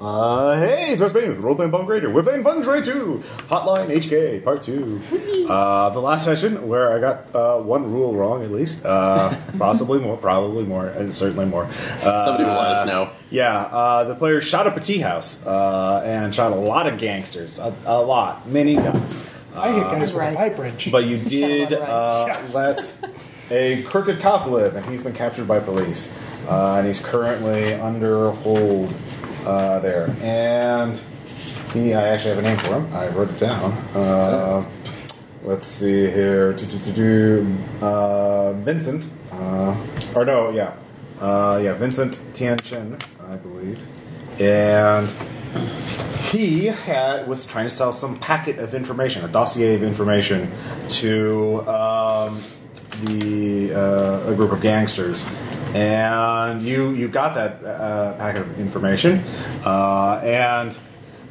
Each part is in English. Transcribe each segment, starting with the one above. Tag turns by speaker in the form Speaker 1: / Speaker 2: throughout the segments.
Speaker 1: Uh, hey, it's Russ Bain with Roleplaying Bomb Grader. We're playing Fun Tray 2, Hotline HK, Part 2. Uh, the last session where I got uh, one rule wrong, at least. Uh, possibly more, probably more, and certainly more. Uh,
Speaker 2: Somebody will let us know.
Speaker 1: Yeah, uh, the players shot up a tea house uh, and shot a lot of gangsters. A, a lot. Many guns.
Speaker 3: I hit guys with
Speaker 4: Right.
Speaker 3: a pipe wrench.
Speaker 1: But you
Speaker 4: Someone
Speaker 1: did
Speaker 4: rises.
Speaker 1: uh, let a crooked cop live, and he's been captured by police, uh, and he's currently under hold uh, there. And he, I actually have a name for him. I wrote it down. Uh, let's see here. Do, do, do, do. Uh, Vincent, uh, or no, yeah, uh, yeah, Vincent Tian Chen, I believe, and he had was trying to sell some packet of information, a dossier of information, to um, the uh, a group of gangsters, and you you got that uh, packet of information, uh, and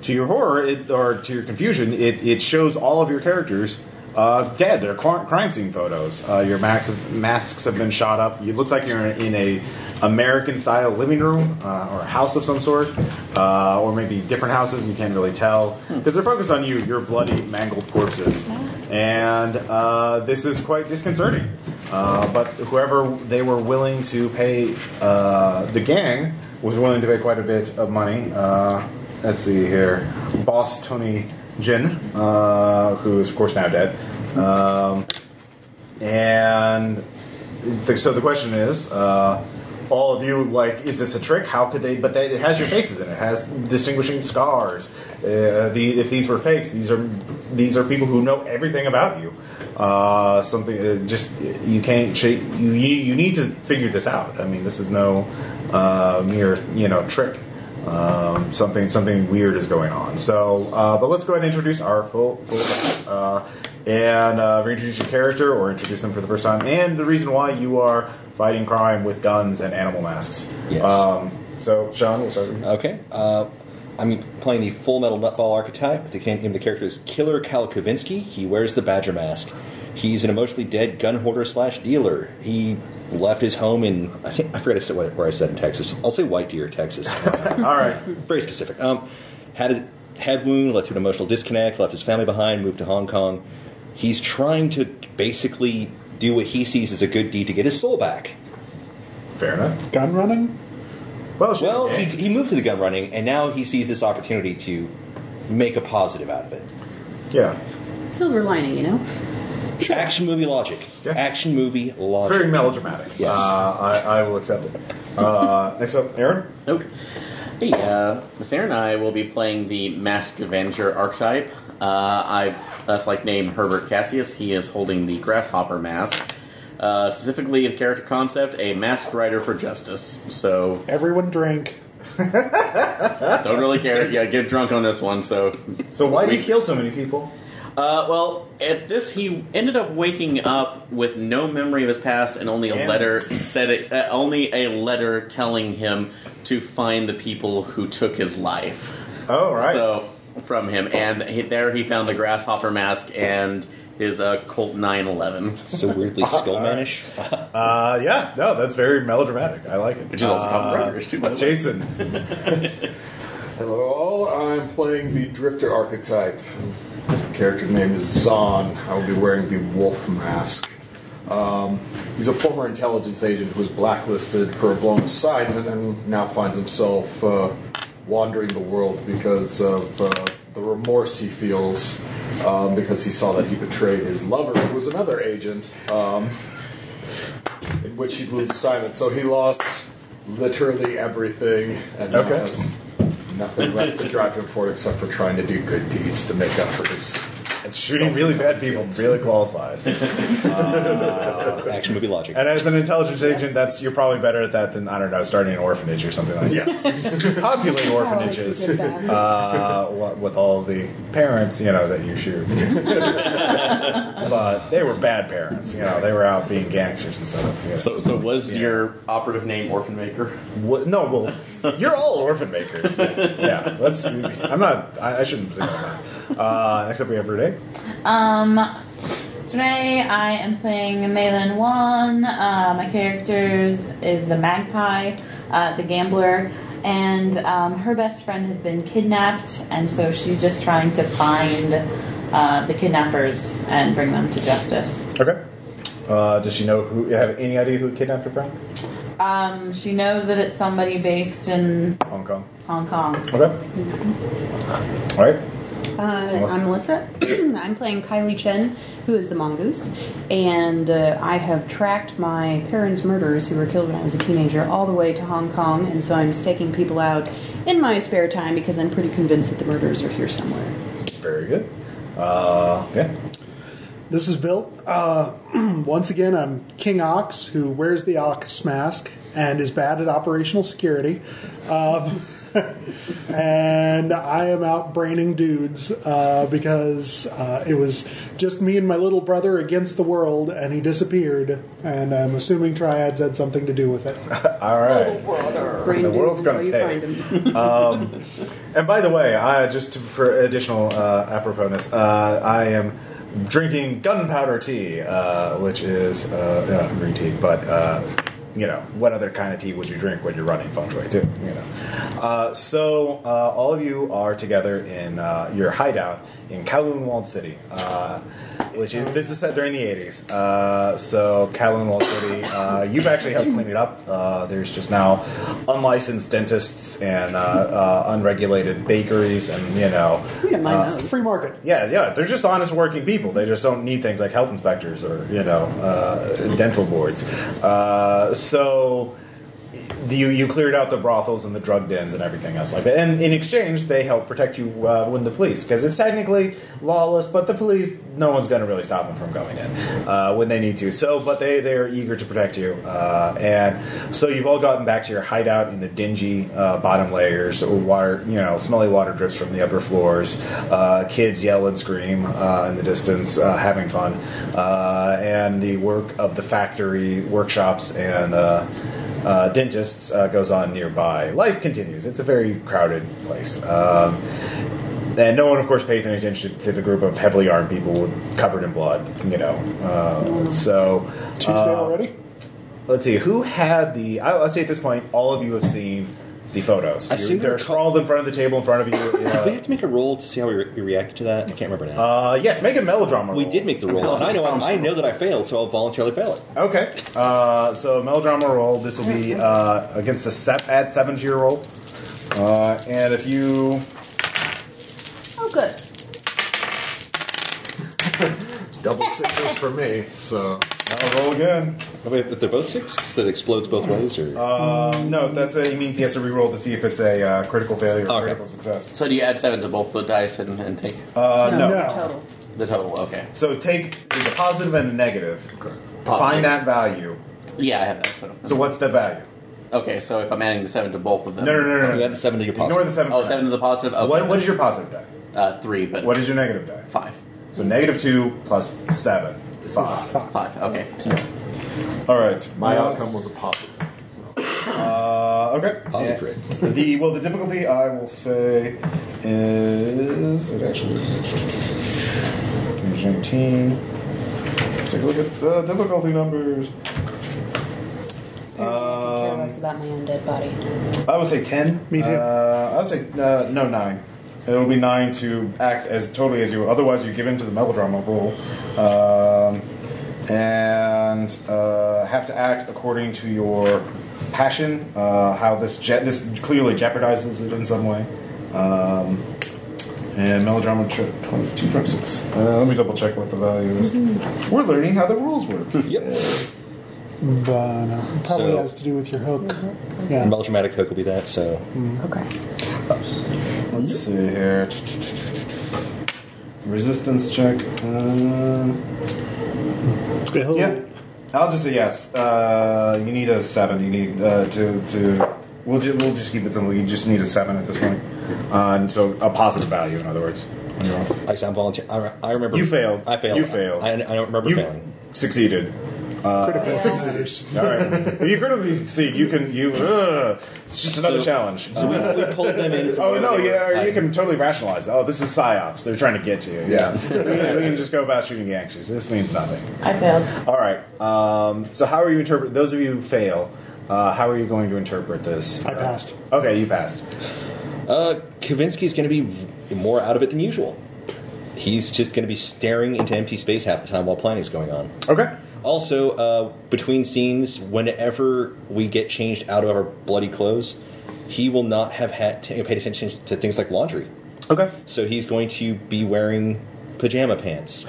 Speaker 1: to your horror it, or to your confusion, it, it shows all of your characters. Uh, dead. They're cr- crime scene photos. Uh, your max- masks have been shot up. It looks like you're in a American style living room uh, or a house of some sort, uh, or maybe different houses. You can't really tell because they're focused on you. Your bloody, mangled corpses, and uh, this is quite disconcerting. Uh, but whoever they were willing to pay, uh, the gang was willing to pay quite a bit of money. Uh, let's see here, boss Tony Jin, uh, who is of course now dead. Um, and th- so the question is, uh, all of you, like, is this a trick? How could they? But they, it has your faces in it. It has distinguishing scars. Uh, the, if these were fakes, these are these are people who know everything about you. Uh, something uh, just you can't. Ch- you, you you need to figure this out. I mean, this is no uh, mere you know trick. Um, something something weird is going on. So, uh, but let's go ahead and introduce our full, full uh, and uh, reintroduce your character or introduce them for the first time, and the reason why you are fighting crime with guns and animal masks.
Speaker 5: Yes.
Speaker 1: Um, so, Sean, we'll start. With you.
Speaker 5: Okay. Uh, I'm playing the Full Metal Nutball archetype. The name of the character is Killer Kalkovinsky. He wears the badger mask. He's an emotionally dead gun hoarder slash dealer. He left his home in I, think, I forget I said what- where I said in Texas. I'll say White Deer, Texas. Uh,
Speaker 1: All right.
Speaker 5: very specific. Um, had a head wound, left to an emotional disconnect, left his family behind, moved to Hong Kong. He's trying to basically do what he sees as a good deed to get his soul back.
Speaker 1: Fair enough.
Speaker 3: Gun running?
Speaker 1: Well, Sean,
Speaker 5: Well,
Speaker 1: yeah.
Speaker 5: he, he moved to the gun running, and now he sees this opportunity to make a positive out of it.
Speaker 1: yeah.
Speaker 4: Silver lining, you know.
Speaker 5: Action movie logic.
Speaker 1: Yeah.
Speaker 5: Action movie
Speaker 1: It's
Speaker 5: logic.
Speaker 1: very melodramatic.
Speaker 5: Yes.
Speaker 1: Uh, I, I will accept it. Uh, next up, Aaron.
Speaker 2: Nope. Hey, uh, Miss Aaron and I will be playing the Masked Avenger archetype. Uh, I, that's like name Herbert Cassius. He is holding the Grasshopper mask. Uh, specifically, the character concept, a masked rider for justice. So,
Speaker 3: Everyone drink.
Speaker 2: don't really care. Yeah, get drunk on this one, so
Speaker 1: So, why do you
Speaker 2: We-
Speaker 1: kill so many people?
Speaker 2: Uh, well, at this, he ended up waking up with no memory of his past and only a
Speaker 1: Damn.
Speaker 2: letter said it, uh, only a letter telling him to find the people who took his life.
Speaker 1: Oh, all right.
Speaker 2: So from him, and he, there he found the grasshopper mask and his uh, Colt 911,
Speaker 5: so weirdly skullmanish.
Speaker 1: Uh, yeah, no, that's very melodramatic. I like it.
Speaker 2: which is also called
Speaker 1: uh,
Speaker 2: Rutgers, too. By the way.
Speaker 1: Jason.
Speaker 6: Hello, all. I'm playing the Drifter archetype. His character name is Zahn. I'll be wearing the wolf mask. Um, he's a former intelligence agent who was blacklisted for a blown assignment and now finds himself uh, wandering the world because of uh, the remorse he feels um, because he saw that he betrayed his lover, who was another agent. Um, in which he blew the assignment. So he lost literally everything and now
Speaker 1: Okay.
Speaker 6: has nothing left to drive him forward except for trying to do good deeds to make up for his.
Speaker 1: And shooting really bad people really qualifies. and
Speaker 5: Action movie logic.
Speaker 1: as an intelligence agent, that's you're probably better at that than I don't know, starting an orphanage or something like that.
Speaker 6: Yes.
Speaker 1: Populate orphanages
Speaker 4: Oh, I did that.
Speaker 1: uh, wa- with all the parents, you know, that you shoot. but they were bad parents. You know, they were out being gangsters and stuff. yeah.
Speaker 2: So, so was your operative name Orphan Maker?
Speaker 1: Wha- no, well, you're all orphan makers. yeah, let's. I'm not. I, I shouldn't say that. Uh, next up, we have Renee.
Speaker 4: Um, today I am playing Malin Wan. Uh, my character is the Magpie, uh, the Gambler. and um, her best friend has been kidnapped, and so she's just trying to find uh, the kidnappers and bring them to justice.
Speaker 1: Okay. Uh, does she know who? Have any idea who kidnapped her friend?
Speaker 4: Um, she knows that it's somebody based in
Speaker 1: Hong Kong.
Speaker 4: Hong Kong.
Speaker 1: Okay. All right.
Speaker 3: Uh,
Speaker 1: Melissa.
Speaker 3: I'm Melissa. I'm playing Kylie Chen, who is the mongoose, and uh, I have tracked my parents' murderers who were killed when I was a teenager all the way to Hong Kong, and so I'm staking people out in my spare time because I'm pretty convinced that the murderers are here somewhere.
Speaker 1: Very good. Uh, yeah.
Speaker 7: This is Bill. Uh, once again, I'm King Ox, who wears the Ox mask and is bad at operational security. Um, and I am out braining dudes uh, because uh, it was just me and my little brother against the world, and he disappeared. And I'm assuming Triads had something to do with it.
Speaker 1: All right.
Speaker 3: Brain
Speaker 1: The
Speaker 3: dude,
Speaker 1: world's gonna
Speaker 3: where you
Speaker 1: pay.
Speaker 3: find 'em.
Speaker 1: And by the way, I, just to- for additional uh, aproposness, uh, I am drinking gunpowder tea, uh, which is uh, uh, green tea. But uh, you know, what other kind of tea would you drink when you're running feng shui too? You know. Uh, so uh, all of you are together in uh, your hideout in Kowloon Walled City, uh, which is this is set during the 80s. Uh, so Kowloon Walled City, uh, you've actually helped clean it up. Uh, there's just now unlicensed dentists and uh, uh, unregulated bakeries, and you know,
Speaker 3: We don't
Speaker 1: Uh,
Speaker 3: mind
Speaker 7: It's the
Speaker 3: those.
Speaker 7: free market.
Speaker 1: yeah, yeah, they're just honest working people. They just don't need things like health inspectors or you know uh, dental boards. Uh, so you you cleared out the brothels and the drug dens and everything else like that. And in exchange, they help protect you uh, when the police, because it's technically lawless, but the police, no one's going to really stop them from going in uh, when they need to. So, but they they are eager to protect you, uh, and so you've all gotten back to your hideout in the dingy uh, bottom layers. Water, you know, smelly water drips from the upper floors. Uh, kids yell and scream uh, in the distance, uh, having fun, uh, and the work of the factory workshops and. Uh, uh, dentists uh, goes on nearby. Life continues. It's a very crowded place. Um, and no one, of course, pays any attention to the group of heavily armed people with- covered in blood, you know. Uh, so,
Speaker 7: Tuesday
Speaker 1: uh,
Speaker 7: already?
Speaker 1: let's see, who had the. I, let's say at this point, all of you have seen the photos.
Speaker 5: I
Speaker 1: You're-
Speaker 5: seem to
Speaker 1: They're
Speaker 5: recall-
Speaker 1: scrawled in front of the table in front of you.
Speaker 5: Did we
Speaker 1: Uh,
Speaker 5: have to make a roll to see how we, re- we reacted to that? I can't remember now.
Speaker 1: uh, yes, make a melodrama
Speaker 5: we
Speaker 1: roll.
Speaker 5: did make the roll, and I know I, I know that I failed, so I'll voluntarily fail it.
Speaker 1: Okay. Uh, so melodrama roll. This will be uh, against a sep- at seven to your roll. Uh, and if you
Speaker 3: Oh, good.
Speaker 6: Double sixes for me, so
Speaker 1: I'll roll again.
Speaker 5: Wait, if they're both six, that explodes both ways, or
Speaker 1: Um, no, that's a, it means he has to re-roll to see if it's a uh, critical failure or
Speaker 5: Okay.
Speaker 1: critical success.
Speaker 2: So do you add seven to both the dice and, and take
Speaker 1: Uh, no.
Speaker 7: No.
Speaker 3: Total.
Speaker 2: the total? Okay.
Speaker 1: So take there's a positive and a negative.
Speaker 6: okay.
Speaker 1: Find that value.
Speaker 2: Yeah, I have that. So,
Speaker 1: So what's the value?
Speaker 2: okay, so if I'm adding the seven to both of them,
Speaker 1: No, no, no, no.
Speaker 5: you
Speaker 1: no.
Speaker 5: add the seven to your
Speaker 1: Ignore the
Speaker 5: positive.
Speaker 1: seven.
Speaker 2: Oh,
Speaker 1: for
Speaker 2: seven
Speaker 1: now.
Speaker 2: to the positive. Okay.
Speaker 1: What, what is your positive die?
Speaker 2: uh, three? But
Speaker 1: What is your negative die?
Speaker 2: five?
Speaker 1: So negative two plus seven. Five.
Speaker 2: Five. Okay.
Speaker 1: All right.
Speaker 6: My
Speaker 1: Uh,
Speaker 6: outcome was a positive.
Speaker 1: Uh, okay.
Speaker 5: Positive grade.
Speaker 1: The well, the difficulty I will say is it actually is nineteen. Let's take a look at the difficulty numbers.
Speaker 3: I care
Speaker 1: Um,
Speaker 3: less about my own dead body.
Speaker 1: I would say ten.
Speaker 7: Me too.
Speaker 1: Uh, I would say uh, no nine. It'll be nine to act as totally as you. Otherwise, you give in to the melodrama rule, um, and uh, have to act according to your passion. Uh, how this je- this clearly jeopardizes it in some way. Um, and melodrama trip 22 26. Uh, let me double check what the value is.
Speaker 7: Mm-hmm.
Speaker 1: We're learning how the rules work.
Speaker 5: Yep.
Speaker 7: But, uh, probably
Speaker 5: So-
Speaker 7: has to do with your hook. Yeah.
Speaker 5: Melodramatic hook will be that. So
Speaker 1: Hmm.
Speaker 3: Okay.
Speaker 1: Let's see here. Resistance check. Uh,
Speaker 7: Bill.
Speaker 1: yeah, I'll just say yes. Uh, you need a seven. You need uh, to to. We'll ju- we'll just keep it simple. You just need a seven at this point. Uh, and so a positive value, in other words. On your own.
Speaker 5: I sound volunteer. I, re- I remember
Speaker 1: You failed.
Speaker 5: I failed.
Speaker 1: You failed.
Speaker 5: I, I don't remember
Speaker 1: You
Speaker 5: failing.
Speaker 1: succeeded.
Speaker 7: Critical
Speaker 3: Yeah.
Speaker 7: success.
Speaker 1: All right. if you critically succeed, you can you. Uh, it's just another
Speaker 5: So-
Speaker 1: challenge.
Speaker 5: So we, we pulled them in. From
Speaker 1: Oh
Speaker 5: where
Speaker 1: no!
Speaker 5: they were
Speaker 1: Yeah, or you
Speaker 5: hiding.
Speaker 1: can totally rationalize. Oh, this is psyops. They're trying to get to you.
Speaker 6: Yeah.
Speaker 1: we, can, we can just go about shooting gangsters. This means nothing.
Speaker 4: I failed.
Speaker 1: All right. Um, so how are you interpret? Those of you who fail, Uh, how are you going to interpret this?
Speaker 7: I passed.
Speaker 1: Okay, you passed.
Speaker 5: Uh, Kavinsky's going to be more out of it than usual. He's just going to be staring into empty space half the time while planning's going on.
Speaker 1: Okay.
Speaker 5: Also, uh, between scenes, whenever we get changed out of our bloody clothes, he will not have had t- paid attention to things like laundry.
Speaker 1: Okay.
Speaker 5: So he's going to be wearing pajama pants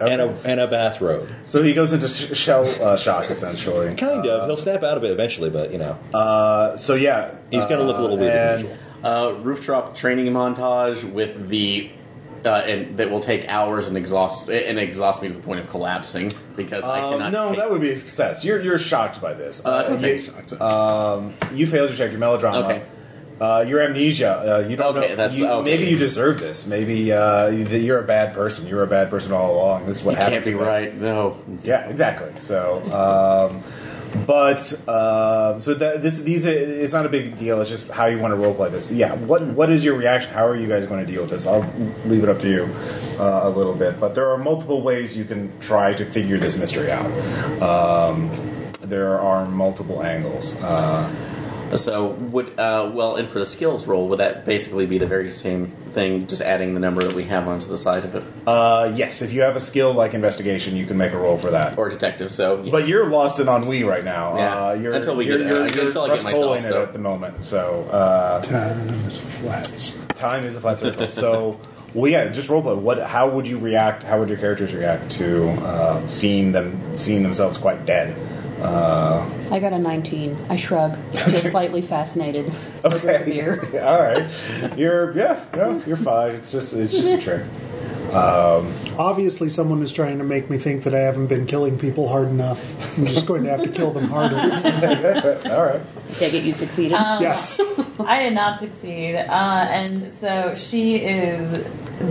Speaker 5: and a and a bathrobe.
Speaker 1: So he goes into sh- shell uh, shock essentially.
Speaker 5: Kind of. He'll snap out of it eventually, but you know,
Speaker 1: Uh, so yeah,
Speaker 5: he's going to look a little weird than
Speaker 1: and-
Speaker 5: usual.
Speaker 2: Uh, rooftop training montage with the uh, and that will take hours and exhaust and exhaust me to the point of collapsing because I
Speaker 1: Um,
Speaker 2: cannot.
Speaker 1: no,
Speaker 2: take-
Speaker 1: that would be a success. You're you're shocked by this.
Speaker 2: Uh, that's okay.
Speaker 1: you, um, you failed your check. Your melodrama.
Speaker 2: Okay.
Speaker 1: Uh, your amnesia. Uh, you don't
Speaker 2: Okay,
Speaker 1: know.
Speaker 2: that's-
Speaker 1: you-
Speaker 2: okay.
Speaker 1: Maybe you deserve this. Maybe uh, you- that you're a bad person. You're a bad person all along. This is what
Speaker 2: you
Speaker 1: happens.
Speaker 2: can't be
Speaker 1: to me.
Speaker 2: right. No.
Speaker 1: Yeah, exactly. So, um, but uh, so that this these are, it's not a big deal. It's just how you want to roleplay this. Yeah. What what is your reaction? How are you guys going to deal with this? I'll leave it up to you uh, a little bit. But there are multiple ways you can try to figure this mystery out. Um, there are multiple angles. Uh,
Speaker 2: So would uh, well, and for the skills roll, would that basically be the very same thing, just adding the number that we have onto the side of it,
Speaker 1: uh, yes, if you have a skill like investigation, you can make a roll for that.
Speaker 2: or detective? So
Speaker 1: But you're lost and ennui right now.
Speaker 2: Yeah,
Speaker 1: Uh, you're,
Speaker 2: until we
Speaker 1: you're,
Speaker 2: get-
Speaker 1: you're,
Speaker 2: uh,
Speaker 1: you're
Speaker 2: until I get
Speaker 1: Russ Cole
Speaker 2: myself,
Speaker 1: in it
Speaker 2: so.
Speaker 1: at the moment. So uh,
Speaker 7: Time is flats.
Speaker 1: Time is a flat circle. so, well, yeah, just roleplay. What? How would you react? How would your characters react to uh, seeing them seeing themselves quite dead? Uh,
Speaker 3: I got a 19. I shrug, feel slightly fascinated over the beer.
Speaker 1: all right, you're yeah, no, you're fine. It's just it's just a trick.
Speaker 7: Obviously, someone is trying to make me think that I haven't been killing people hard enough. I'm just going to have to kill them harder.
Speaker 1: All right.
Speaker 3: Take it you succeeded.
Speaker 7: Yes.
Speaker 4: I did not succeed, uh, and so she is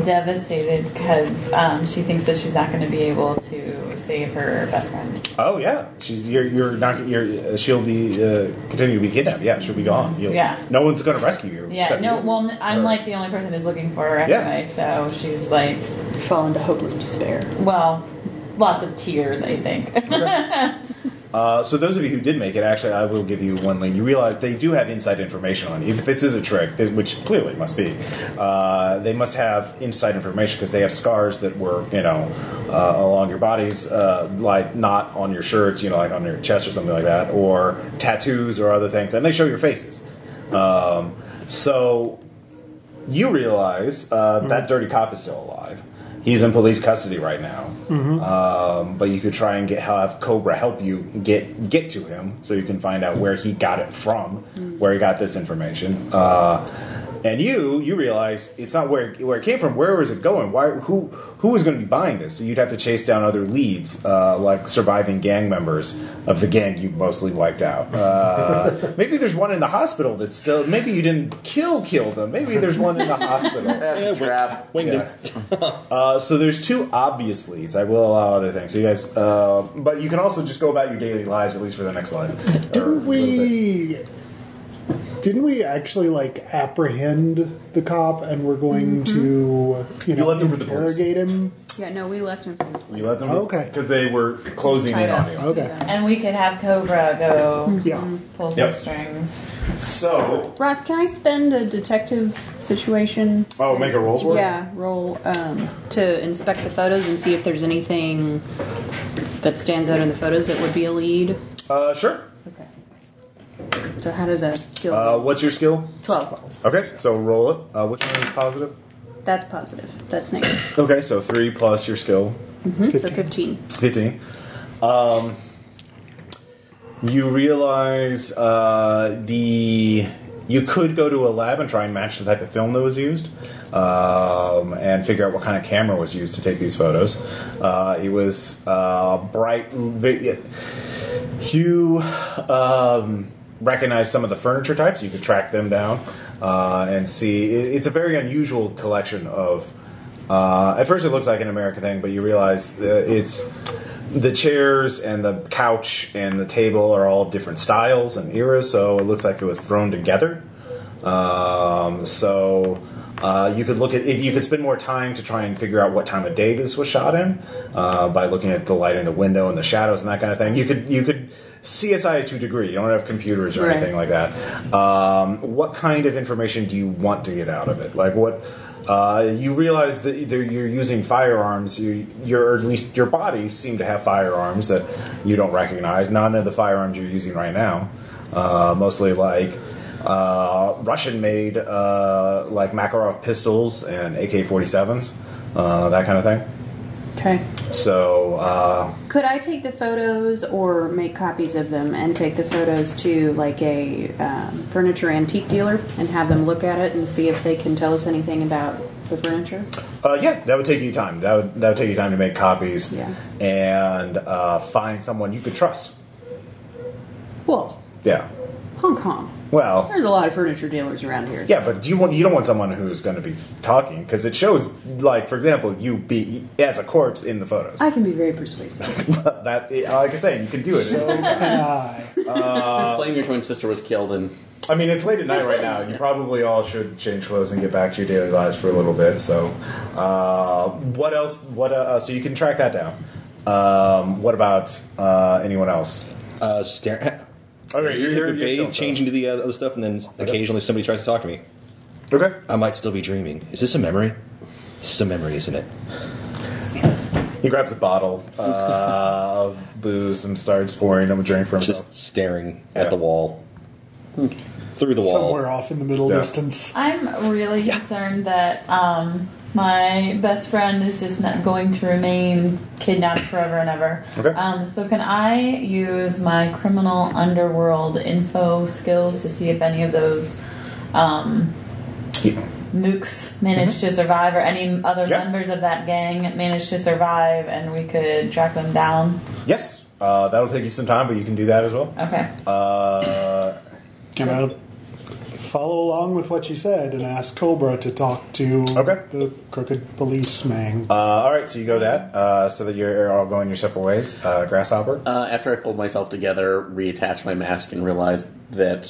Speaker 4: devastated because um, she thinks that she's not going to be able to save her best friend.
Speaker 1: Oh yeah, she's you're you're not you're uh, she'll be uh, continue to be kidnapped. Yeah, she'll be gone. You'll,
Speaker 4: Yeah.
Speaker 1: No one's going to rescue you.
Speaker 4: Yeah,
Speaker 1: except
Speaker 4: no,
Speaker 1: you.
Speaker 4: well, n- I'm
Speaker 1: Or-
Speaker 4: like the only person who's looking for her
Speaker 1: Yeah.
Speaker 4: anyway, so she's like,
Speaker 3: Fall into hopeless despair.
Speaker 4: well, lots of tears, I think.
Speaker 1: Mm-hmm. Uh, so those of you who did make it, actually, I will give you one link. You realize they do have inside information on you. If this is a trick, th- which clearly it must be, uh, they must have inside information because they have scars that were, you know, uh, along your bodies, uh, like not on your shirts, you know, like on your chest or something like that, or tattoos or other things, and they show your faces. Um, so you realize uh, that dirty cop is still alive. He's in police custody right now. Um, but you could try and get have Cobra help you get get to him, so you can find out where he got it from, where he got this information. Uh, and you you realize it's not where where it came from. Where was it going? Why? Who who is going to be buying this? So you'd have to chase down other leads, uh, like surviving gang members of the gang you mostly wiped out. Uh, maybe there's one in the hospital that's still. Maybe you didn't kill kill them. Maybe there's one in the hospital.
Speaker 2: that's a trap.
Speaker 5: Winged him.
Speaker 1: Uh, so there's two obvious leads. I will allow other things. So you guys, uh, but you can also just go about your daily lives at least for the next life. Or a little
Speaker 7: Didn't
Speaker 1: bit.
Speaker 7: we? Didn't we actually like apprehend the cop, and we're going to you know
Speaker 1: left him with the police.
Speaker 7: interrogate him?
Speaker 3: Yeah, no, we left him.
Speaker 1: You let them
Speaker 7: Oh, Okay.
Speaker 1: because they were closing in on you.
Speaker 7: Okay.
Speaker 4: and we could have Cobra go
Speaker 3: Mm.
Speaker 7: Yeah.
Speaker 4: pull some
Speaker 1: Yep.
Speaker 4: strings.
Speaker 1: So
Speaker 3: Ross, can I spend a detective situation?
Speaker 1: oh, make a roll for it.
Speaker 3: Yeah, roll um, to inspect the photos and see if there's anything that stands out in the photos that would be a lead.
Speaker 1: Uh, sure.
Speaker 3: Okay. So how does that skill?
Speaker 1: Uh, what's your skill?
Speaker 3: Twelve.
Speaker 1: Okay, so roll it. Uh, which one is positive?
Speaker 3: That's positive. That's negative.
Speaker 1: Okay, so three plus your skill,
Speaker 3: So fifteen.
Speaker 1: fifteen. Um, you realize uh, the you could go to a lab and try and match the type of film that was used, um, and figure out what kind of camera was used to take these photos. Uh, it was uh, bright. vi- You um, recognize some of the furniture types. You could track them down uh, and see. It, it's a very unusual collection of. Uh, at first, it looks like an American thing, but you realize that it's the chairs and the couch and the table are all different styles and eras. So it looks like it was thrown together. Um, so uh, you could look at if you could spend more time to try and figure out what time of day this was shot in uh, by looking at the light in the window and the shadows and that kind of thing. You could you could CSI to degree. You don't have computers or
Speaker 3: Right.
Speaker 1: anything like that. Um, what kind of information do you want to get out of it? Like what? Uh, you realize that either you're using firearms. You, your or at least your bodies seem to have firearms that you don't recognize. None of the firearms you're using right now, uh, mostly like uh, Russian made uh, like Makarov pistols and AK 47s, uh, that kind of thing.
Speaker 3: Okay.
Speaker 1: So, uh,
Speaker 3: Could I take the photos or make copies of them and take the photos to like a um, furniture antique dealer and have them look at it and see if they can tell us anything about the furniture?
Speaker 1: uh, yeah, that would take you time. That would, that would take you time to make copies
Speaker 3: Yeah.
Speaker 1: and uh, find someone you could trust.
Speaker 3: Well,
Speaker 1: Yeah.
Speaker 3: Hong Kong.
Speaker 1: Well,
Speaker 3: There's a lot of furniture dealers around here.
Speaker 1: yeah, but you want you don't want someone who's going to be talking because it shows, like for example, you be as a corpse in the photos.
Speaker 3: I can be very persuasive.
Speaker 1: But that, like I say, you can do it.
Speaker 2: claim your twin sister was killed and
Speaker 1: I mean, it's late at night right now. You probably all should change clothes and get back to your daily lives for a little bit. So, uh, what else? What? Uh, so you can track that down. Um, what about uh, anyone else?
Speaker 5: Uh, stare.
Speaker 1: Okay, you're- you're- you're
Speaker 5: debate,
Speaker 1: still-
Speaker 5: changing to the uh, other stuff, and then occasionally somebody tries to talk to me.
Speaker 1: Okay.
Speaker 5: I might still be dreaming. Is this a memory? This is a memory, isn't it?
Speaker 1: He grabs a bottle uh, of booze and starts pouring him a drink for himself.
Speaker 5: Just staring at
Speaker 1: Yeah.
Speaker 5: the wall, through the wall.
Speaker 7: Somewhere off in the middle
Speaker 1: Yeah.
Speaker 7: distance.
Speaker 4: I'm really concerned that um, my best friend is just not going to remain kidnapped forever and ever.
Speaker 1: Okay.
Speaker 4: Um, so, can I use my criminal underworld info skills to see if any of those um,
Speaker 1: Yeah. Mm-hmm.
Speaker 4: mooks managed to survive, or any other
Speaker 1: Yeah.
Speaker 4: members of that gang managed to survive, and we could track them down?
Speaker 1: Yes, uh, that'll take you some time, but you can do that as well.
Speaker 4: Okay.
Speaker 1: Uh,
Speaker 7: Can I follow along with what you said and ask Cobra to talk to
Speaker 1: Okay.
Speaker 7: the crooked policeman?
Speaker 1: uh, all right, so you go that uh, so that you're all going your separate ways. Uh, grasshopper.
Speaker 2: Uh, after I pulled myself together, reattached my mask, and realized that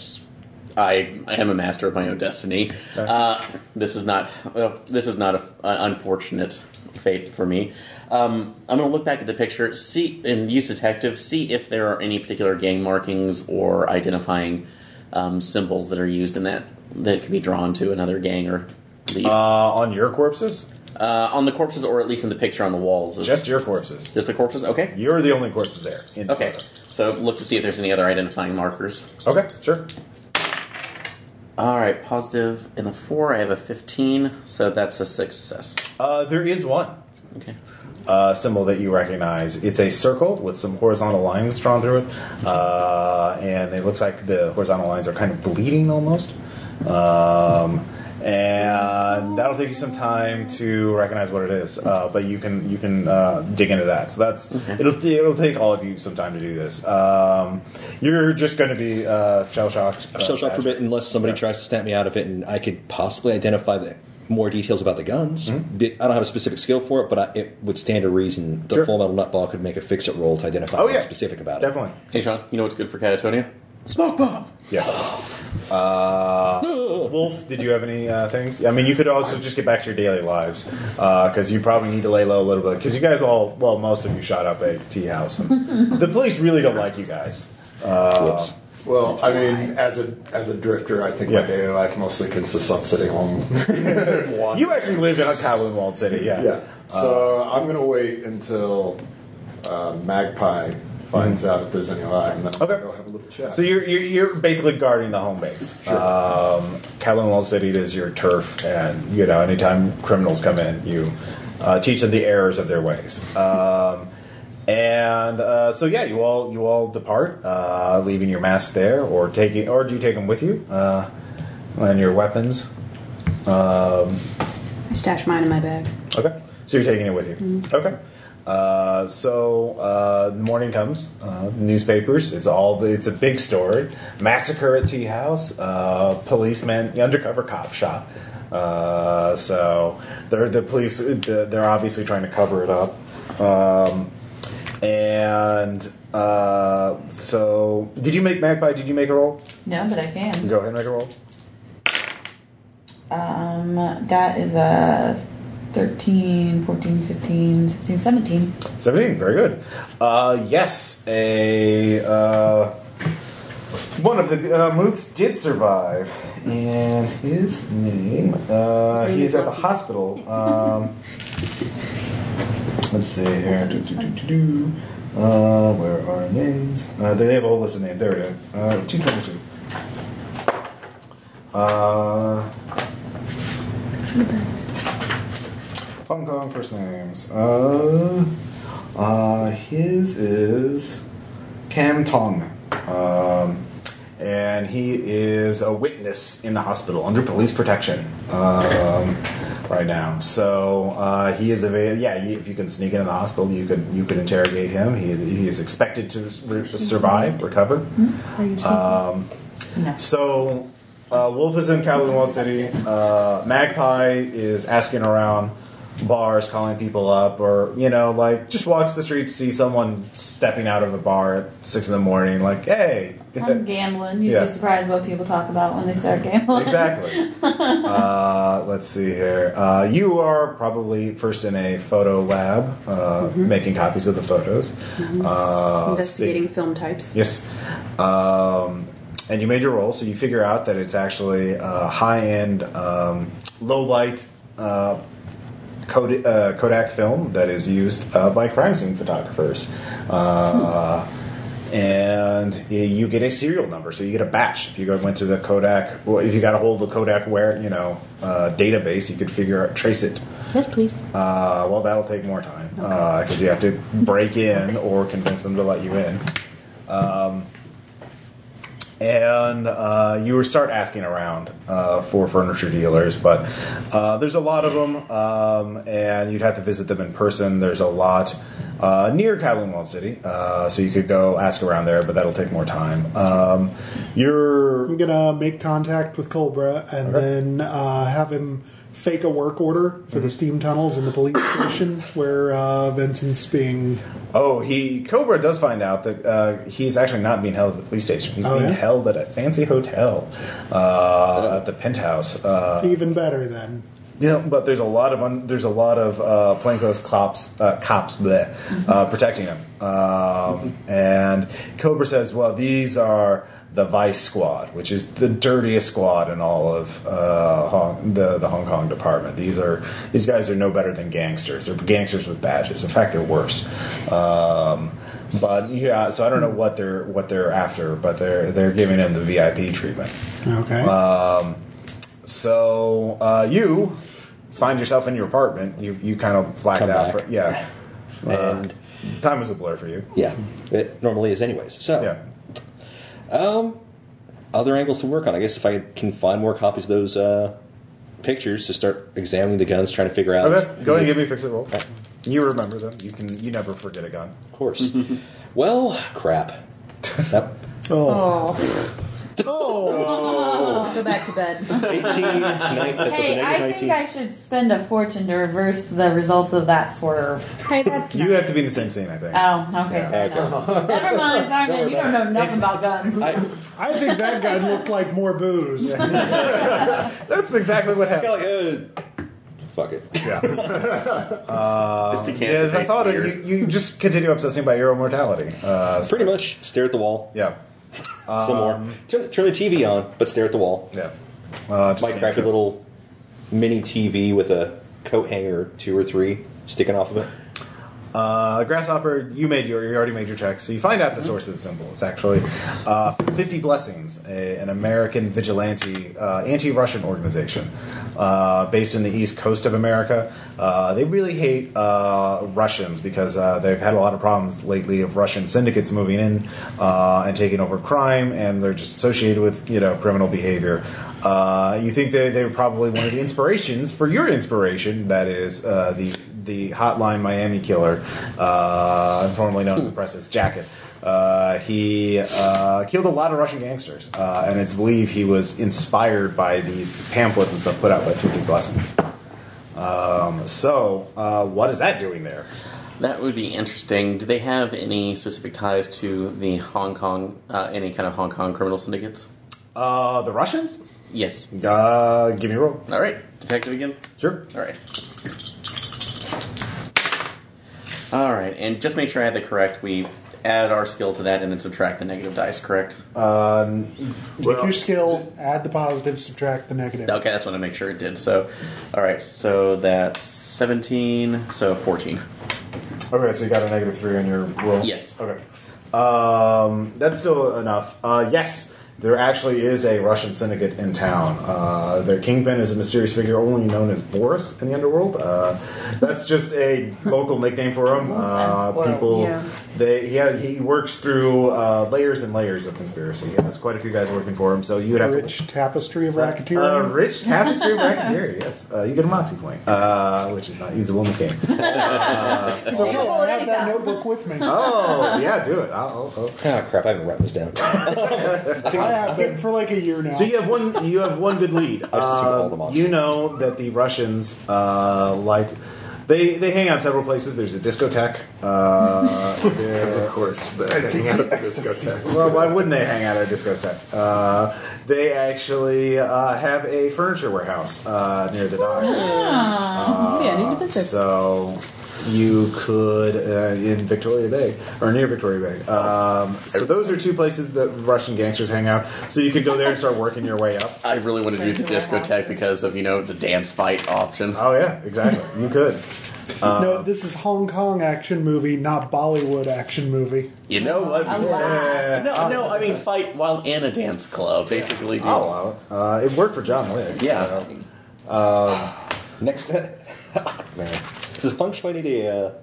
Speaker 2: I, I am a master of my own destiny. Uh, this is not well, this is not a, an unfortunate fate for me. Um, I'm going to look back at the picture, see and use detective, see if there are any particular gang markings or identifying um, symbols that are used in that that could be drawn to another gang or lead.
Speaker 1: Uh,
Speaker 2: Uh,
Speaker 1: on your corpses,
Speaker 2: on the corpses, or at least in the picture on the walls, is
Speaker 1: just your corpses.
Speaker 2: just the corpses. Okay.
Speaker 1: You're the only corpses there. in the
Speaker 2: Okay,
Speaker 1: photo.
Speaker 2: so look to see if there's any other identifying markers.
Speaker 1: Okay, sure.
Speaker 2: All right, positive in the four. I have a fifteen, so that's a success.
Speaker 1: Uh, there is one
Speaker 2: Okay.
Speaker 1: uh, symbol that you recognize. It's a circle with some horizontal lines drawn through it, uh, and it looks like the horizontal lines are kind of bleeding almost. Um, and that'll take you some time to recognize what it is, uh, but you can you can uh, dig into that. So that's it'll it'll take all of you some time to do this. Um, you're just going to be uh, shell shocked.
Speaker 5: I'm still shocked for a bit unless somebody tries to snap me out of it, and I could possibly identify the more details about the guns.
Speaker 1: Mm-hmm.
Speaker 5: Be- I don't have a specific skill for it, but I, it would stand to reason the
Speaker 1: Sure.
Speaker 5: Full Metal Nutball could make a fix-it roll to identify
Speaker 1: Oh
Speaker 5: something
Speaker 1: yeah,
Speaker 5: specific about it.
Speaker 1: definitely.
Speaker 2: Hey, Sean, you know what's good for catatonia? Smoke bomb.
Speaker 1: Yes. Uh, Wolf, did you have any uh, things? I mean, you could also just get back to your daily lives because you probably need to lay low a little bit because you guys all, well, most of you shot up a tea house. And the police really don't like you guys.
Speaker 5: Whoops.
Speaker 6: Well, I mean, as a as a drifter, I think
Speaker 1: Yeah.
Speaker 6: my daily life mostly consists on sitting home. and wandering.
Speaker 1: You actually live in a Cowboy Walled City, yeah.
Speaker 6: yeah. Uh, So I'm gonna wait until uh, Magpie finds out if there's any live, and then
Speaker 1: Mm-hmm. Okay.
Speaker 6: go have a little chat.
Speaker 1: So you're, you're, you're basically guarding the home base. Um, Kowloon Walled City is your turf, and you know anytime criminals come in, you uh, teach them the errors of their ways. Um, and uh, so yeah, you all you all depart, uh, leaving your masks there, or taking, or do you take them with you uh, and your weapons?
Speaker 3: I stash mine in my bag.
Speaker 1: Okay. So you're taking it with you. Okay. Uh, so uh, the morning comes. Uh, newspapers. It's all. The, it's a big story. Massacre at tea house. Uh, policeman. Undercover cop shot. Uh, so they're the police. They're obviously trying to cover it up. Um, and uh, so, did you make Magpie? Did you make a roll?
Speaker 4: No, but I can.
Speaker 1: Go ahead and make a roll.
Speaker 4: Um, that is a 13, 14, 15, 16, 17.
Speaker 1: 17, very good. Uh, yes, a. Uh, one of the uh, moots did survive, and his name. Uh, he is at the hospital. Um, let's see here. Do, do, do, do, do. Uh, where are names? Uh, they have a whole list of names. There we go. Uh, 222. Uh, Hong Kong first names. Uh, uh, his is Cam Tong. Um, and he is a witness in the hospital under police protection um, right now. So uh, he is available. Yeah, you- if you can sneak into the hospital, you could you could interrogate him. He, he is expected to s- re- survive, recover.
Speaker 3: Are you
Speaker 1: Um,
Speaker 4: No.
Speaker 1: so, uh, Wolf is in Kowloon Walled City. Uh, Magpie is asking around bars, calling people up, or, you know, like, just walks the street to see someone stepping out of a bar at 6 in the morning, like, hey.
Speaker 4: I'm gambling. You'd
Speaker 1: Yeah.
Speaker 4: be surprised what people talk about when they start gambling.
Speaker 1: exactly. Uh, let's see here. Uh, you are probably first in a photo lab, uh, making copies of the photos. Uh,
Speaker 3: investigating
Speaker 1: sti-
Speaker 3: film types?
Speaker 1: Yes. Um, and you made your roll, so you figure out that it's actually uh, high end, um, low light uh, Kod- uh, Kodak film that is used uh, by crime scene photographers. Uh, and y- you get a serial number, so you get a batch. If you go- went to the Kodak, well, if you got a hold of the Kodak Ware, you know, uh, database, you could figure out, trace it.
Speaker 3: Yes, please.
Speaker 1: Uh, well, that'll take more time because you have to break in or convince them to let you in. Um, and uh, you will start asking around uh, for furniture dealers, but uh, there's a lot of them, um, and you'd have to visit them in person. There's a lot uh, near Catalan City, uh, so you could go ask around there, but that'll take more time. Um, you're
Speaker 7: I'm gonna make contact with Cobra and then uh, have him fake a work order
Speaker 1: Mm-hmm.
Speaker 7: for the steam tunnels in the police station where uh, Vincent's being.
Speaker 1: Oh, he Cobra does find out that uh, he's actually not being held at the police station. He's
Speaker 7: Oh,
Speaker 1: being
Speaker 7: yeah?
Speaker 1: held at a fancy hotel uh, at the penthouse. Uh,
Speaker 7: Even better then.
Speaker 1: yeah, but there's a lot of un- there's a lot of uh, plainclothes cops uh, cops bleh, uh, protecting him. Um, and Cobra says, "Well, these are the Vice Squad, which is the dirtiest squad in all of uh, Hong- the the Hong Kong department. These are these guys are no better than gangsters. They're gangsters with badges. In fact, they're worse." Um, but yeah, so I don't know what they're what they're after, but they're they're giving him the VIP treatment.
Speaker 7: Okay.
Speaker 1: Uh. So uh, you find yourself in your apartment. You you kind of blacked
Speaker 5: Come
Speaker 1: out.
Speaker 5: back.
Speaker 1: For, yeah, Uh,
Speaker 5: And
Speaker 1: time was a blur for you.
Speaker 5: yeah, it normally is, anyways. So,
Speaker 1: Yeah.
Speaker 5: um, other angles to work on. I guess if I can find more copies of those uh, pictures to start examining the guns, trying to figure out.
Speaker 1: Okay. Go ahead and give me a fix it roll.
Speaker 5: Okay.
Speaker 1: You remember them. You can. You never forget a gun.
Speaker 5: Of course. well, crap. That-
Speaker 7: oh.
Speaker 3: Oh,
Speaker 7: Oh.
Speaker 3: go back to bed.
Speaker 5: 18, nine- that's
Speaker 4: Hey,
Speaker 5: a
Speaker 4: I
Speaker 5: negative
Speaker 4: think
Speaker 5: 19.
Speaker 4: I should spend a fortune to reverse the results of that swerve.
Speaker 3: hey, that's
Speaker 1: You have to be in the same scene, I think.
Speaker 4: Oh, okay. fair
Speaker 5: Okay.
Speaker 4: enough. Never mind, Simon. You don't know nothing about guns.
Speaker 5: I-
Speaker 7: I think that guy looked like more booze.
Speaker 1: That's exactly what happened.
Speaker 5: Kinda like, uh, fuck it.
Speaker 1: Yeah.
Speaker 2: This decanter
Speaker 1: Um, yeah.
Speaker 2: tastes
Speaker 1: That's all. it
Speaker 2: weird.
Speaker 1: is. You, you just continue obsessing about your own mortality. Uh, so-
Speaker 5: Pretty much stare at the wall.
Speaker 1: Yeah.
Speaker 5: some more. Turn, turn the TV on, but stare at the wall.
Speaker 1: Um, Yeah. Uh, just
Speaker 5: Might crack a
Speaker 1: interest.
Speaker 5: little mini TV with a coat hanger, two or three, sticking off of it.
Speaker 1: Uh, grasshopper, you made your, you already made your check, so you find out the source of the symbol. It's actually uh, Fifty Blessings, a, an American vigilante uh, anti-Russian organization uh, based in the East Coast of America. Uh, they really hate uh, Russians because uh, they've had a lot of problems lately of Russian syndicates moving in uh, and taking over crime, and they're just associated with you know criminal behavior. Uh, you think they, they were probably one of the inspirations for your inspiration, that is uh, the the Hotline Miami Killer, uh, formerly known in the press as Jacket. Uh, he uh, killed a lot of Russian gangsters, uh, and it's believed he was inspired by these pamphlets and stuff put out by 50 Blessings. Um, so, uh, what is that doing there?
Speaker 2: That would be interesting. Do they have any specific ties to the Hong Kong, uh, any kind of Hong Kong criminal syndicates?
Speaker 1: Uh, the Russians?
Speaker 2: Yes.
Speaker 1: Uh, give me a roll.
Speaker 2: All right. Detective again?
Speaker 1: Sure.
Speaker 2: All right. All right, and just make sure I have the correct. We add our skill to that and then subtract the negative dice, correct?
Speaker 1: Uh,
Speaker 7: Take your skill, add the positive, subtract the negative.
Speaker 2: Okay, that's what I make sure it did. So, all right, so that's 17, so 14.
Speaker 1: Okay, so you got a negative three on your roll.
Speaker 2: Yes.
Speaker 1: Okay. Um, that's still enough. Uh, yes, there actually is a Russian syndicate in town. Uh, their kingpin is a mysterious figure only known as Boris in the underworld. Uh, that's just a local nickname for him. Uh,
Speaker 4: Sounds horrible.
Speaker 1: people,
Speaker 3: Yeah.
Speaker 1: they he, ha- he works through uh, layers and layers of conspiracy. He has quite a few guys working for him, so you would have to
Speaker 7: Rich tapestry of
Speaker 1: uh,
Speaker 7: racketeering.
Speaker 1: rich tapestry of racketeering, yes. Uh, you get a moxie point, uh, which is not usable in this game.
Speaker 7: it's
Speaker 1: uh,
Speaker 7: okay.
Speaker 4: Roll
Speaker 7: I
Speaker 4: it
Speaker 7: have that
Speaker 4: anytime.
Speaker 7: notebook with me.
Speaker 1: Oh, yeah, do it. I'll, I'll,
Speaker 5: Ah, crap, I haven't written this down. I
Speaker 7: I have been for like a year now.
Speaker 1: I'll. So you have one. You have one good lead.
Speaker 5: I just took all the
Speaker 1: Um,
Speaker 5: moxie.
Speaker 1: you know that the Russians uh, like they they hang out several places. There's a discotheque. Uh,
Speaker 6: Because
Speaker 1: there-
Speaker 6: of course, the hanging out at the discotheque.
Speaker 1: well, why wouldn't they hang out at a discotheque? Uh, they actually uh, have a furniture warehouse uh, near the docks.
Speaker 3: Oh, yeah, I need to
Speaker 1: uh,
Speaker 3: visit.
Speaker 1: So you could uh, in Victoria Bay or near Victoria Bay. Um, so those are two places that Russian gangsters hang out. So you could go there and start working your way up.
Speaker 2: I really want to do the discotheque because of, you know, the dance fight option.
Speaker 1: Oh yeah, exactly. You could. uh,
Speaker 7: no, this is Hong Kong action movie, not Bollywood action movie.
Speaker 2: You know what?
Speaker 4: Alas.
Speaker 2: No, no, I mean fight while in a dance club, basically. do-
Speaker 1: I'll
Speaker 8: Oh,
Speaker 4: Oh,
Speaker 1: allow it. Uh, it worked for John Wick.
Speaker 2: Yeah.
Speaker 1: so-
Speaker 5: Next, oh, man, does Feng Shui need a uh,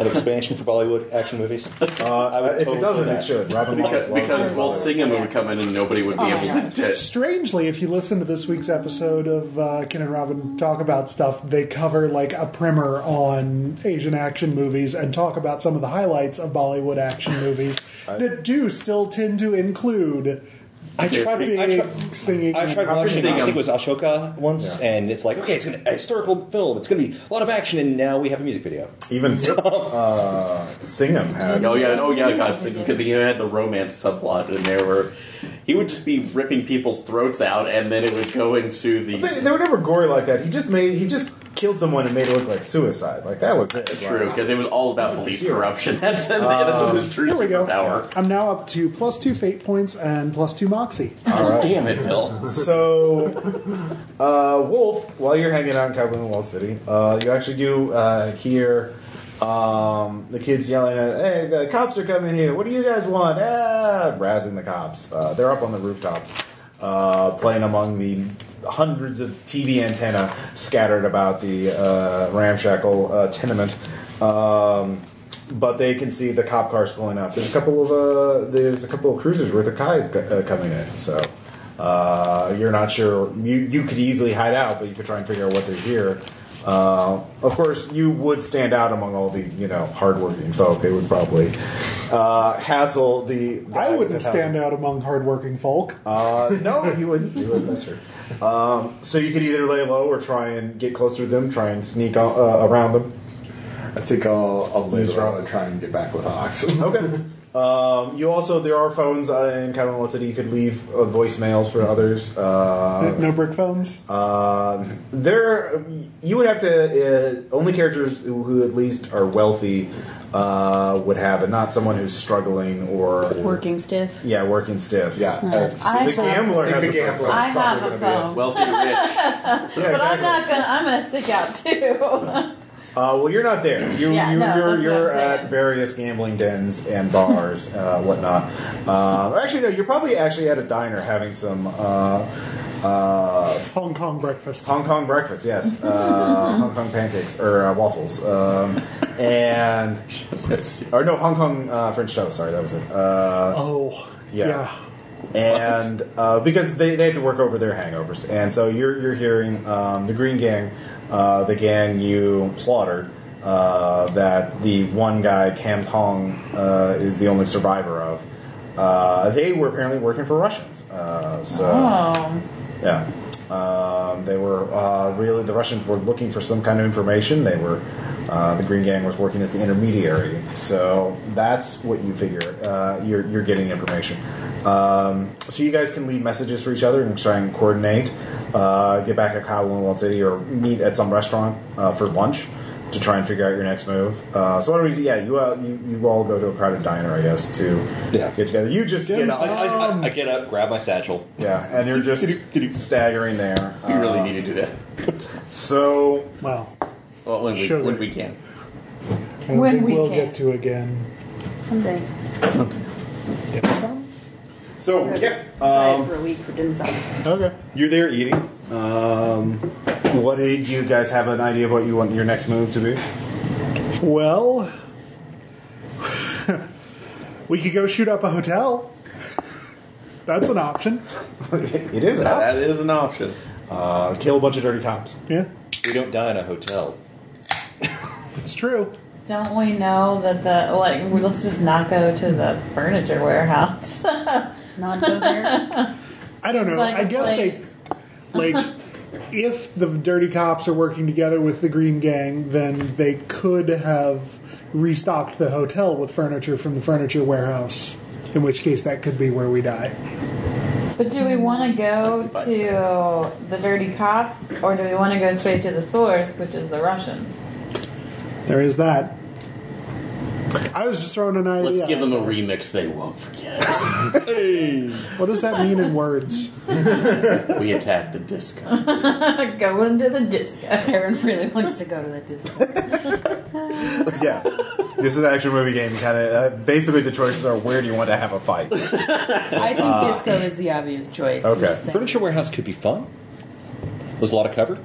Speaker 5: an expansion for Bollywood action movies? I would
Speaker 1: Uh, if it
Speaker 5: totally
Speaker 1: doesn't,
Speaker 5: do that.
Speaker 1: it should. Robin
Speaker 8: Because,
Speaker 1: Williams loves
Speaker 8: because
Speaker 1: it.
Speaker 8: Will Singham would come in and nobody would be
Speaker 4: Oh,
Speaker 8: able
Speaker 4: yeah.
Speaker 8: to. to
Speaker 7: Strangely, if you listen to this week's episode of uh, Ken and Robin talk about stuff, they cover like a primer on Asian action movies and talk about some of the highlights of Bollywood action movies that do still tend to include
Speaker 5: I tried,
Speaker 7: big
Speaker 5: I tried,
Speaker 7: singing.
Speaker 5: I tried watching, I
Speaker 8: Singham.
Speaker 5: think it was Ashoka once,
Speaker 1: Yeah.
Speaker 5: and it's like, okay, it's an, a historical film. It's going to be a lot of action, and now we have a music video.
Speaker 1: even uh, Singham had.
Speaker 8: Oh yeah, oh yeah, gosh,
Speaker 4: Yeah.
Speaker 8: because he had the romance subplot in there where he would just be ripping people's throats out, and then it would go into the.
Speaker 1: They, they were never gory like that. He just made. He just killed someone and made it look like suicide. Like that was it.
Speaker 8: True, because it was all about police
Speaker 1: Zero.
Speaker 8: corruption. That's that
Speaker 5: Uh,
Speaker 8: was his true
Speaker 7: Here we go.
Speaker 8: superpower.
Speaker 7: I'm now up to plus two fate points and plus two moxie.
Speaker 5: Uh,
Speaker 2: Damn it, Bill.
Speaker 1: So, uh, Wolf, while you're hanging out in Kowloon Wall City, uh, you actually do uh, hear um, the kids yelling, at, "Hey, the cops are coming here! What do you guys want?" Ah, razzing the cops. Uh, they're up on the rooftops, uh, playing among the hundreds of TV antenna scattered about the uh, ramshackle uh, tenement. Um, but they can see the cop cars pulling up. There's a couple of uh, there's a couple of cruisers worth of guys co- uh, coming in. So uh, you're not sure. You you could easily hide out, but you could try and figure out what they're here. Uh, of course, you would stand out among all the you know hardworking folk. They would probably uh, hassle the. guy
Speaker 7: I
Speaker 1: with
Speaker 7: wouldn't
Speaker 1: the housing
Speaker 7: stand out among hardworking folk.
Speaker 1: uh, no, he wouldn't. He wouldn't miss her. Um, so you could either lay low or try and get closer to them, try and sneak uh, uh, around them.
Speaker 6: I think I'll, I'll
Speaker 1: Use
Speaker 6: laser
Speaker 1: Robin.
Speaker 6: on and try and get back with Ox.
Speaker 1: Okay. Um, you also there are phones uh, in Catalan City. You could leave uh, voicemails for others. Uh,
Speaker 7: no brick phones.
Speaker 1: Um, there, you would have to. Uh, only characters who, who at least are wealthy uh, would have, and not someone who's struggling or
Speaker 3: Working stiff.
Speaker 1: Yeah, working stiff.
Speaker 6: yeah.
Speaker 4: I
Speaker 1: the gambler
Speaker 6: I
Speaker 1: has
Speaker 6: think
Speaker 1: a
Speaker 6: the gambler.
Speaker 4: I
Speaker 6: That's probably
Speaker 4: have a
Speaker 6: gonna be it.
Speaker 4: phone,
Speaker 8: Wealthy rich.
Speaker 1: Yeah,
Speaker 4: but I'm
Speaker 1: exactly.
Speaker 4: not gonna. I'm gonna stick out too.
Speaker 1: Uh, well, you're not there. You,
Speaker 4: Yeah,
Speaker 1: you,
Speaker 4: no,
Speaker 1: you're
Speaker 4: that's what
Speaker 1: you're
Speaker 4: I'm saying.
Speaker 1: at various gambling dens and bars, uh, whatnot. Uh, actually, no, you're probably actually at a diner having some uh, uh,
Speaker 7: Hong Kong
Speaker 5: uh,
Speaker 7: breakfast.
Speaker 1: Hong Kong breakfast, yes. Uh, Hong Kong pancakes, or uh, waffles. Um, and, or no, Hong Kong uh, French toast, sorry, that was it. Uh,
Speaker 7: Oh,
Speaker 1: Yeah.
Speaker 7: yeah.
Speaker 1: and uh, because they, they have to work over their hangovers, and so you're you're hearing um, the Green Gang, uh, the gang you slaughtered, uh, that the one guy Cam Tong uh, is the only survivor of. Uh, they were apparently working for Russians, uh, so.
Speaker 4: Oh,
Speaker 1: Yeah. Um, they were uh, really the Russians were looking for some kind of information. They were uh, the Green Gang was working as the intermediary, so that's what you figure. Uh, you're you're getting information. Um, so you guys can leave messages for each other and try and coordinate. Uh, get back at Kowloon Walled City or meet at some restaurant uh, for lunch. to try and figure out your next move. Uh, so why don't we? Yeah, you, uh, you you all go to a crowded diner, I guess, to
Speaker 5: Yeah.
Speaker 1: get together. You just get
Speaker 5: I,
Speaker 1: up,
Speaker 5: I, I, I get up, grab my satchel.
Speaker 1: yeah, and you're just staggering there.
Speaker 2: We really
Speaker 1: Uh,
Speaker 2: need to do that.
Speaker 1: So
Speaker 7: Well,
Speaker 2: Well, when we,
Speaker 7: Sugar.
Speaker 2: when we can.
Speaker 7: I don't
Speaker 4: When
Speaker 7: think
Speaker 4: we
Speaker 7: we'll
Speaker 4: can.
Speaker 7: get to again.
Speaker 3: Someday.
Speaker 7: Dim sum?
Speaker 1: so yeah,
Speaker 3: Try
Speaker 1: um,
Speaker 3: it for a week for dim sum.
Speaker 7: Okay.
Speaker 1: You're there eating. Um, what did you guys have an idea of what you want your next move to be?
Speaker 7: Well, we could go shoot up a hotel. That's an option.
Speaker 1: it is an option.
Speaker 2: That is an option.
Speaker 1: Uh, kill a bunch of dirty cops.
Speaker 7: Yeah,
Speaker 5: We don't die in a hotel.
Speaker 7: it's true.
Speaker 4: Don't we know that the like? we- Let's just not go to the furniture warehouse.
Speaker 3: Not go there.
Speaker 7: I don't know.
Speaker 4: It's like
Speaker 7: I
Speaker 4: a
Speaker 7: guess
Speaker 4: place.
Speaker 7: they like if the dirty cops are working together with the Green Gang, then they could have restocked the hotel with furniture from the furniture warehouse. In which case, that could be where we die.
Speaker 4: but do we want to go to the dirty cops, or do we want to go straight to the source, which is the Russians?
Speaker 7: There is that. I was just throwing an idea.
Speaker 2: Let's give them a remix they won't forget.
Speaker 7: What does that mean in words?
Speaker 2: we attack the disco.
Speaker 4: Going to the disco.
Speaker 3: Aaron really wants to go to the Disney.
Speaker 1: yeah, this is an action movie game. Kind of. Uh, basically, the choices are where do you want to have a fight.
Speaker 3: I think disco is the obvious choice.
Speaker 1: Uh, Okay.
Speaker 3: I'm just saying.
Speaker 5: Furniture warehouse could be fun. There's a lot of cover.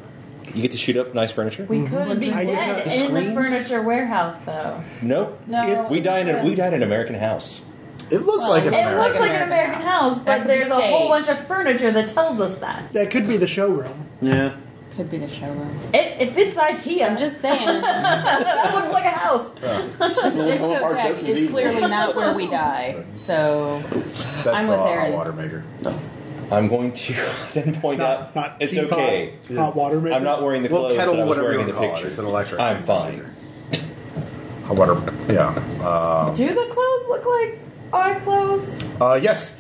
Speaker 5: You get to shoot up nice furniture.
Speaker 3: Mm-hmm.
Speaker 4: We could be
Speaker 7: I get
Speaker 4: dead
Speaker 7: the
Speaker 4: in the
Speaker 5: screens?
Speaker 4: furniture warehouse, though.
Speaker 5: Nope.
Speaker 4: No,
Speaker 5: We died in a, we died in an American house.
Speaker 1: It looks like an
Speaker 4: It
Speaker 1: American.
Speaker 4: looks like an American house, but
Speaker 3: could be
Speaker 4: there's a whole bunch
Speaker 3: staged.
Speaker 4: of furniture that tells us that.
Speaker 7: That could be the showroom.
Speaker 2: Yeah.
Speaker 3: Could be the showroom.
Speaker 4: It, if it's IKEA,
Speaker 3: I'm just saying,
Speaker 4: that looks like a house.
Speaker 2: Home Park
Speaker 3: discotheque
Speaker 2: just as
Speaker 3: is
Speaker 2: easy.
Speaker 3: clearly not where we die. So
Speaker 1: That's
Speaker 3: I'm with
Speaker 1: uh,
Speaker 3: Aaron.
Speaker 1: water maker.
Speaker 5: I'm going to then point out
Speaker 7: Not
Speaker 5: it's
Speaker 7: teapot,
Speaker 5: okay.
Speaker 7: Hot water maker.
Speaker 5: I'm not wearing the
Speaker 1: Well,
Speaker 5: clothes
Speaker 1: kettle,
Speaker 5: that I was
Speaker 1: whatever you
Speaker 5: wearing in
Speaker 1: want
Speaker 5: the
Speaker 1: to call it.
Speaker 5: picture.
Speaker 1: It's an electric.
Speaker 5: I'm fine.
Speaker 1: Hot water. Yeah. Uh,
Speaker 4: Do the clothes look like our clothes?
Speaker 1: uh, yes.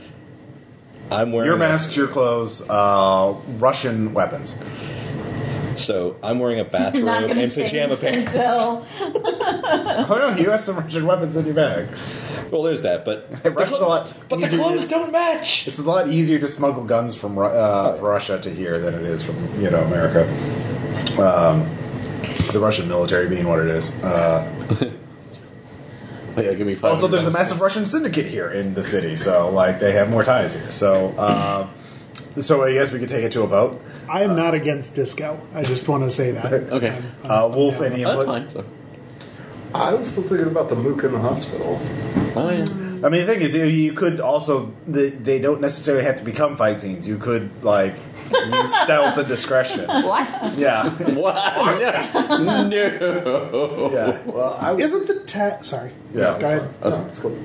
Speaker 5: I'm wearing
Speaker 1: Your masks, your clothes, uh, Russian weapons.
Speaker 5: A, so I'm wearing a bathrobe
Speaker 4: Not gonna
Speaker 5: and pajama
Speaker 4: change
Speaker 5: pants.
Speaker 4: Until
Speaker 1: oh no, you have some Russian weapons in your bag.
Speaker 5: Well, there's that, but the
Speaker 1: Russia's
Speaker 5: clo-
Speaker 1: a lot
Speaker 5: but the
Speaker 1: easier to-
Speaker 5: clothes don't match.
Speaker 1: It's a lot easier to smuggle guns from Ru- uh, Russia to here than it is from you know America. Um, the Russian military being what it is. Uh,
Speaker 2: Oh, yeah, give me five.
Speaker 1: also, there's a massive Russian syndicate here in the city, so like they have more ties here. So, uh, so I guess we could take it to a vote.
Speaker 7: I am not against disco. I just want to say that. Um,
Speaker 2: Okay.
Speaker 1: Uh, Wolf, any
Speaker 2: Oh,
Speaker 1: input?
Speaker 2: that's fine. So.
Speaker 6: I was still thinking about the mook in the hospital.
Speaker 2: Oh, yeah.
Speaker 1: I mean, the thing is, you- you could also the, they don't necessarily have to become fight teams. You could like use stealth and discretion.
Speaker 3: what?
Speaker 1: Yeah,
Speaker 2: What? No. no.
Speaker 1: yeah.
Speaker 6: Well, I was.
Speaker 7: Isn't the tag? Sorry.
Speaker 1: Yeah,
Speaker 7: Go ahead.
Speaker 6: No, it's cool.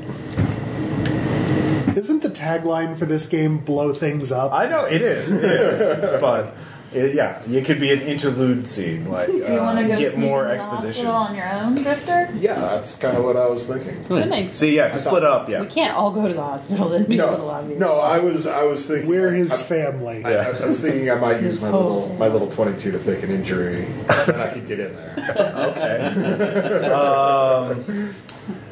Speaker 7: Isn't the tagline for this game "blow things up"?
Speaker 1: I know it is. It is. but it, yeah, it could be an interlude scene. Like, uh,
Speaker 4: do you want to go
Speaker 1: get
Speaker 4: sneak
Speaker 1: more
Speaker 4: into the
Speaker 1: exposition.
Speaker 4: hospital on your own, Drifter?
Speaker 6: Yeah, that's kind of what I was thinking.
Speaker 3: That makes.
Speaker 1: See, yeah, if you split up, yeah.
Speaker 3: We can't all go to the hospital. That'd be a little
Speaker 6: No,
Speaker 3: obvious.
Speaker 6: no, I was, I was thinking.
Speaker 7: We're his
Speaker 6: I-
Speaker 7: family.
Speaker 6: I, I was thinking I might use my little, my little twenty-two to fake an injury, so that I could get in there.
Speaker 1: Okay. um,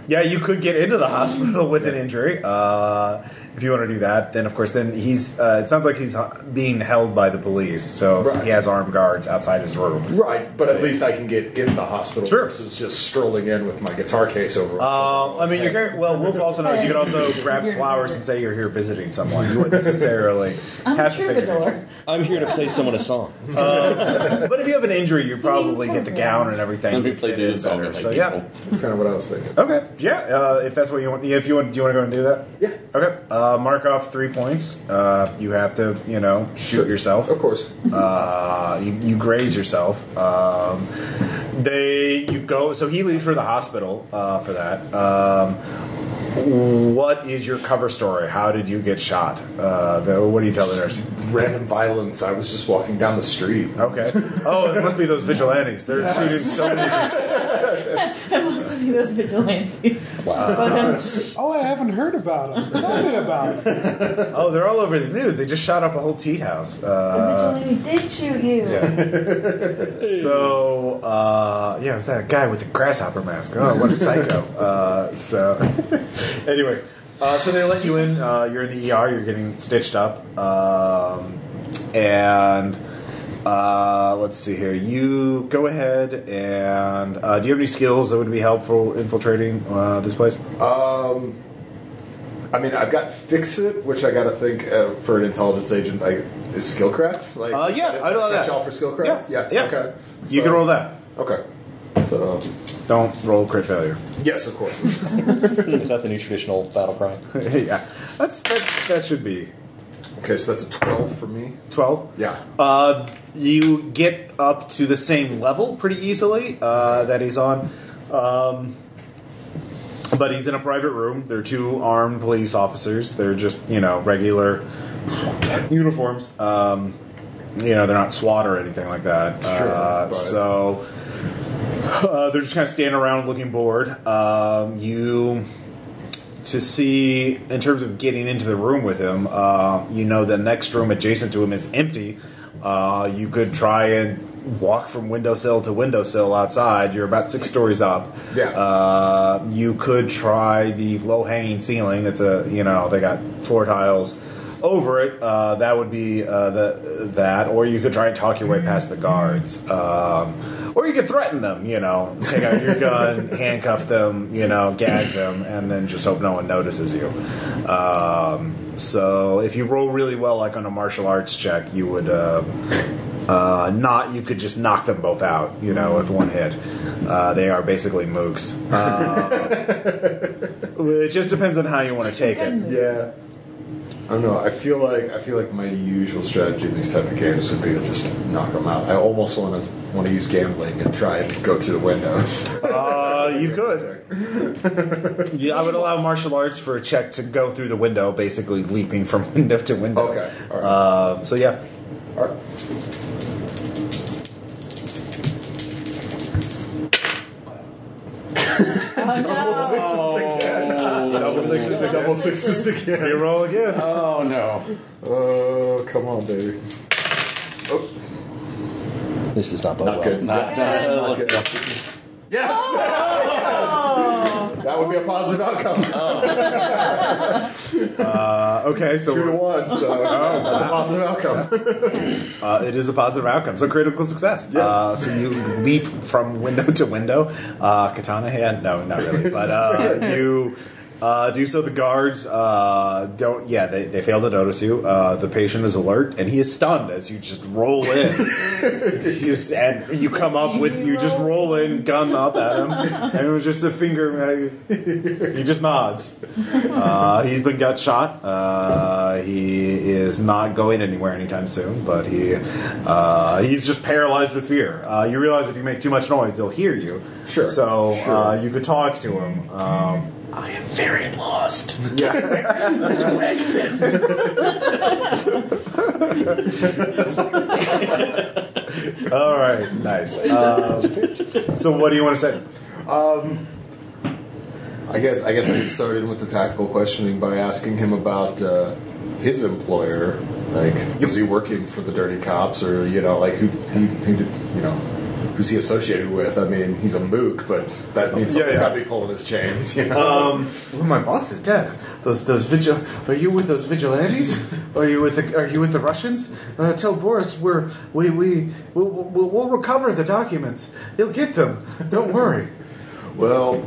Speaker 1: yeah, you could get into the hospital with an injury. Uh, if you want to do that, then of course, then he's. Uh, it sounds like he's uh, being held by the police, so
Speaker 6: Right.
Speaker 1: he has armed guards outside his room.
Speaker 6: Right, but at least I can get in the hospital
Speaker 1: Sure.
Speaker 6: versus just strolling in with my guitar case over.
Speaker 1: Um, I mean, you could, well, Wolf also knows you could also grab flowers and say you're here visiting someone. You wouldn't necessarily
Speaker 4: I'm
Speaker 1: have to
Speaker 4: a
Speaker 1: take an injury.
Speaker 4: troubadour.
Speaker 5: I'm here to play someone a song.
Speaker 1: But if you have an injury, you probably get the gown and everything.
Speaker 2: Let me
Speaker 1: to
Speaker 2: play
Speaker 1: fit
Speaker 2: the
Speaker 1: in
Speaker 2: song
Speaker 1: better.
Speaker 2: with my
Speaker 1: So yeah,
Speaker 2: people.
Speaker 6: that's kind of what I was thinking.
Speaker 1: okay, yeah. Uh, if that's what you want, yeah, if you want, do you want to go and do that?
Speaker 6: Yeah.
Speaker 1: Okay. Uh, mark off three points. Uh, you have to, you know, shoot yourself.
Speaker 6: Of course.
Speaker 1: Uh, you, you graze yourself. Um, they, you go. So he leaves for the hospital uh, for that. Um, what is your cover story? How did you get shot? Uh, the, what do you tell the nurse?
Speaker 6: Random violence. I was just walking down the street.
Speaker 1: Oh, Okay. Oh, it must be those vigilantes. They're shooting so many.
Speaker 4: I must be those vigilantes.
Speaker 5: Wow.
Speaker 4: But
Speaker 1: Uh,
Speaker 4: then,
Speaker 7: Oh, I haven't heard about him. Tell me about him.
Speaker 1: Oh, they're all over the news. They just shot up a whole tea house. Uh,
Speaker 4: the vigilante did shoot you.
Speaker 1: yeah. So, uh, yeah, it was that guy with the grasshopper mask. Oh, what a psycho. Uh, so, anyway, uh, so they let you in. Uh, you're in the ER. You're getting stitched up. Um, and uh, let's see here. You go ahead and uh, do you have any skills that would be helpful infiltrating uh, this place?
Speaker 6: Um, I mean, I've got fix it, which I gotta think uh, for an intelligence agent like, is skillcraft. Like,
Speaker 1: Uh, yeah,
Speaker 6: is
Speaker 1: I know that.
Speaker 6: catch all for skillcraft.
Speaker 1: Yeah,
Speaker 6: Yeah,
Speaker 1: yeah.
Speaker 6: Okay,
Speaker 1: You can
Speaker 6: So-
Speaker 1: roll that.
Speaker 6: Okay, so um,
Speaker 1: Don't roll crit failure.
Speaker 6: yes, of course.
Speaker 5: Is that the new traditional battle cry?
Speaker 1: yeah, that's that. That should be
Speaker 6: okay, so that's a twelve for me.
Speaker 1: twelve.
Speaker 6: Yeah.
Speaker 1: Uh, you get up to the same level pretty easily uh, that he's on. Um, but he's in a private room. There are two armed police officers. They're just, you know, regular uniforms. Um, you know, they're not SWAT or anything like that.
Speaker 6: Sure,
Speaker 1: Uh,
Speaker 6: but-
Speaker 1: so uh, they're just kind of standing around looking bored. Um, you to see in terms of getting into the room with him. Uh, you know, the next room adjacent to him is empty. Uh, you could try and walk from windowsill to windowsill outside. You're about six stories up.
Speaker 6: Yeah.
Speaker 1: Uh, you could try the low hanging ceiling. That's a you know they got floor tiles over it. Uh, that would be uh, the that, or you could try and talk your way past the guards. Um, or you could threaten them, you know, take out your gun, handcuff them, you know, gag them, and then just hope no one notices you. Um, so if you roll really well, like on a martial arts check, you would uh, uh, not. You could just knock them both out, you know, with one hit. Uh, they are basically mooks. Uh, it just depends on how you want to take it.
Speaker 6: Yeah. I don't know. I feel like I feel like my usual strategy in these type of games would be to just knock them out. I almost want to want to use gambling and try and go through the windows.
Speaker 1: Uh, you could. Yeah, I would allow martial arts for a check to go through the window, basically leaping from window to window.
Speaker 6: Okay, all right.
Speaker 1: Uh, so yeah,
Speaker 6: All right.
Speaker 4: Oh,
Speaker 6: Double sixes again. Oh. Double sixes again. Double sixes again.
Speaker 1: you roll again.
Speaker 8: Oh no.
Speaker 6: Oh, come on, baby. Oh,
Speaker 5: This does not bode
Speaker 6: not
Speaker 5: well.
Speaker 6: good.
Speaker 8: Not,
Speaker 6: This is
Speaker 2: Oh,
Speaker 6: not good. This is- Yes! yes! That would be a positive outcome.
Speaker 1: Uh, okay,
Speaker 6: Two to
Speaker 1: so
Speaker 6: one, so that's a positive outcome.
Speaker 1: uh, it is a positive outcome, so critical success.
Speaker 6: Yeah.
Speaker 1: Uh, so you leap from window to window, uh, katana hand. No, not really, but uh, you. Uh, do so. The guards uh, don't. Yeah, they, they fail to notice you. Uh, the patient is alert, and he is stunned as you just roll in. You just- and you come up with you just roll in, gun up at him, and it was just a finger. uh, He just nods. Uh, he's been gut shot. Uh, he is not going anywhere anytime soon, but he uh, he's just paralyzed with fear. Uh, you realize if you make too much noise, they'll hear you.
Speaker 6: Sure.
Speaker 1: So Uh, you could talk to him. Um,
Speaker 8: I am very lost.
Speaker 1: yeah.
Speaker 8: To exit.
Speaker 1: All right. Nice. Um, so what do you want to say?
Speaker 6: I guess I guess I could start in with the tactical questioning by asking him about uh, his employer. Like, was he working for the dirty cops, or you know, like who, who, who did, you know, who's he associated with? I mean, he's a mook, but that means
Speaker 1: Yeah,
Speaker 6: somebody's
Speaker 1: yeah.
Speaker 6: got to be pulling his chains. You know,
Speaker 1: Um, well, my boss is dead. Those those vigil. Are you with those vigilantes? Are you with the Are you with the Russians? Uh, tell Boris we're we we we'll, we'll, we'll recover the documents. He'll get them. Don't worry.
Speaker 6: Well,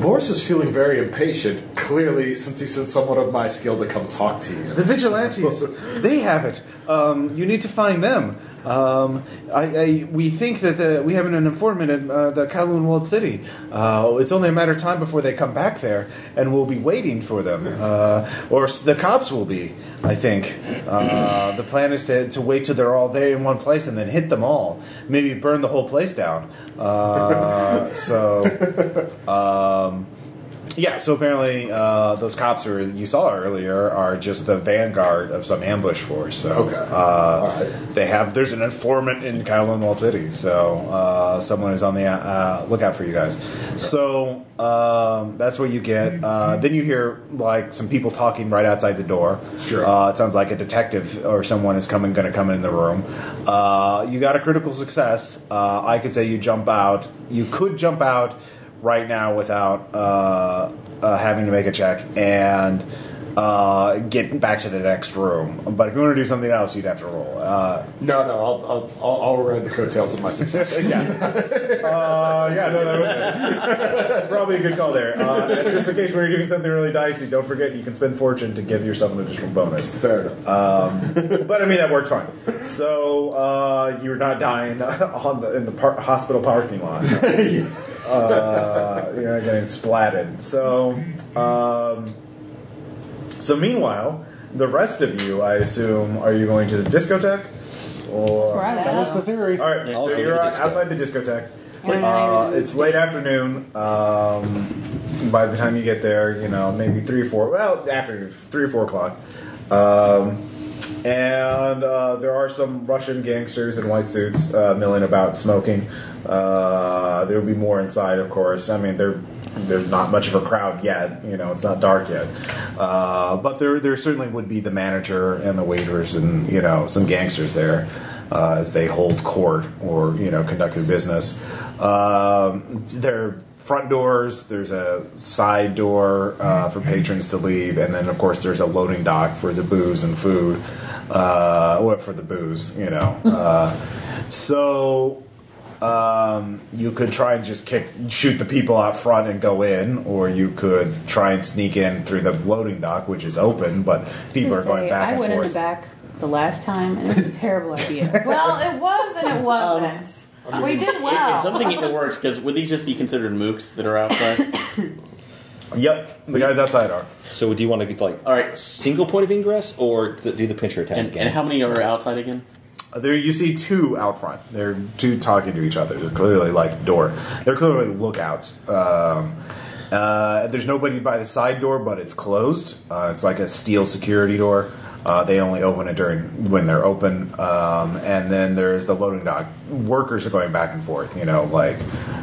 Speaker 6: Boris is feeling very impatient, clearly, since he sent someone of my skill to come talk to you.
Speaker 1: The vigilantes, they have it. Um, you need to find them. Um, I, I, we think that the, we have an informant in uh, the Kowloon Walled City. Uh, it's only a matter of time before they come back there, and we'll be waiting for them. Uh, or s- the cops will be, I think. Uh, the plan is to, to wait till they're all there in one place and then hit them all. Maybe burn the whole place down. Uh, so. Um, Yeah, so apparently uh, those cops are, you saw earlier are just the vanguard of some ambush force. So
Speaker 6: Okay.
Speaker 1: uh,
Speaker 6: Alright.
Speaker 1: they have there's an informant in Kowloon City, so uh, someone is on the uh, lookout for you guys. So um, that's what you get. Uh, then you hear like some people talking right outside the door.
Speaker 6: Sure.
Speaker 1: Uh, it sounds like a detective or someone is coming, going to come in the room. Uh, you got a critical success. Uh, I could say you jump out. You could jump out right now without uh, uh, having to make a check and uh, get back to the next room. But if you want to do something else, you'd have to roll. Uh,
Speaker 6: No, no, I'll, I'll, I'll, I'll ride the coattails of my success.
Speaker 1: yeah. Uh, yeah, no, that was probably a good call there. Uh, just in case we are doing something really dicey, don't forget you can spend fortune to give yourself an additional bonus.
Speaker 6: Fair enough.
Speaker 1: Um, But I mean that worked fine. So uh, you're not dying on the in the par- hospital parking lot. uh, you're not getting splatted. So, um, so meanwhile, the rest of you, I assume, are you going to the discotheque? Or
Speaker 3: Right.
Speaker 7: That was the theory.
Speaker 1: all right,
Speaker 5: I'll
Speaker 1: so
Speaker 5: go to
Speaker 1: you're
Speaker 5: the
Speaker 1: out-
Speaker 5: disco.
Speaker 1: outside the discotheque.
Speaker 3: And
Speaker 1: Uh,
Speaker 3: I-
Speaker 1: it's late afternoon. Um, by the time you get there, you know maybe three or four. Well, after three or four o'clock, um, and uh, there are some Russian gangsters in white suits uh, milling about, smoking. Uh, there will be more inside, of course. I mean, there there's not much of a crowd yet. You know, it's not dark yet, uh, but there there certainly would be the manager and the waiters and you know some gangsters there uh, as they hold court or you know conduct their business. Um, their front doors. There's a side door uh, for patrons to leave, and then of course there's a loading dock for the booze and food. Uh, well, for the booze, you know.
Speaker 3: Hmm.
Speaker 1: Uh, so um, you could try and just kick, shoot the people out front and go in, or you could try and sneak in through the loading dock, which is open, but people are
Speaker 3: Just
Speaker 1: going
Speaker 3: say,
Speaker 1: back
Speaker 3: I
Speaker 1: and
Speaker 3: went
Speaker 1: forth.
Speaker 3: in the back the last time, and it's a terrible idea.
Speaker 4: Well, it was and it wasn't. we
Speaker 2: Um, If,
Speaker 4: did
Speaker 2: if
Speaker 4: well.
Speaker 2: something even works, because would these just be considered mooks that are outside?
Speaker 1: Yep, the guys outside are.
Speaker 5: So, do you want to get like
Speaker 2: All right,
Speaker 5: single point of ingress or th- do the pincher attack
Speaker 2: and,
Speaker 5: again?
Speaker 2: and how many are outside again?
Speaker 1: Uh, There, you see two out front. They're two talking to each other. They're clearly like door. They're clearly lookouts. Um, uh, there's nobody by the side door, but it's closed. Uh, it's like a steel security door. Uh, they only open it during when they're open. Um, and then there's the loading dock. Workers are going back and forth. You know, like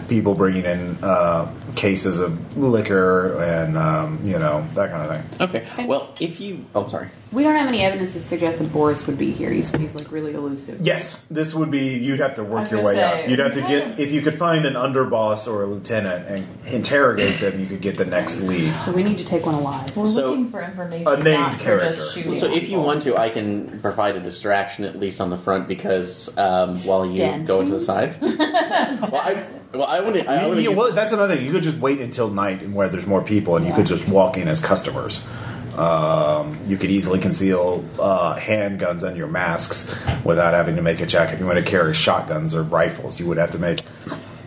Speaker 1: people bringing in uh, cases of liquor and um, you know that kind of thing.
Speaker 2: Okay.
Speaker 3: And-
Speaker 2: Well, if you, oh, sorry.
Speaker 3: we don't have any evidence to suggest that Boris would be here. You said he's like really elusive.
Speaker 1: Yes, this would be. You'd have to work
Speaker 4: was
Speaker 1: your
Speaker 4: gonna
Speaker 1: way
Speaker 4: say,
Speaker 1: up. You'd have to
Speaker 4: okay.
Speaker 1: get if you could find an underboss or a lieutenant and interrogate them. You could get the next lead.
Speaker 3: So we need to take one alive.
Speaker 4: We're
Speaker 2: So-
Speaker 4: looking for information,
Speaker 1: A named
Speaker 4: not for
Speaker 1: character.
Speaker 4: just shooting.
Speaker 2: So if you want to, I can provide a distraction at least on the front because um, while you go into the side. well, I, well, I wouldn't. I
Speaker 1: You-
Speaker 2: wouldn't
Speaker 1: you-
Speaker 2: use-
Speaker 1: well, that's another thing. You could just wait until night and where there's more people, and you could just walk in as customers. Um, you could easily conceal uh, handguns under your masks without having to make a check. If you want to carry shotguns or rifles, you would have to make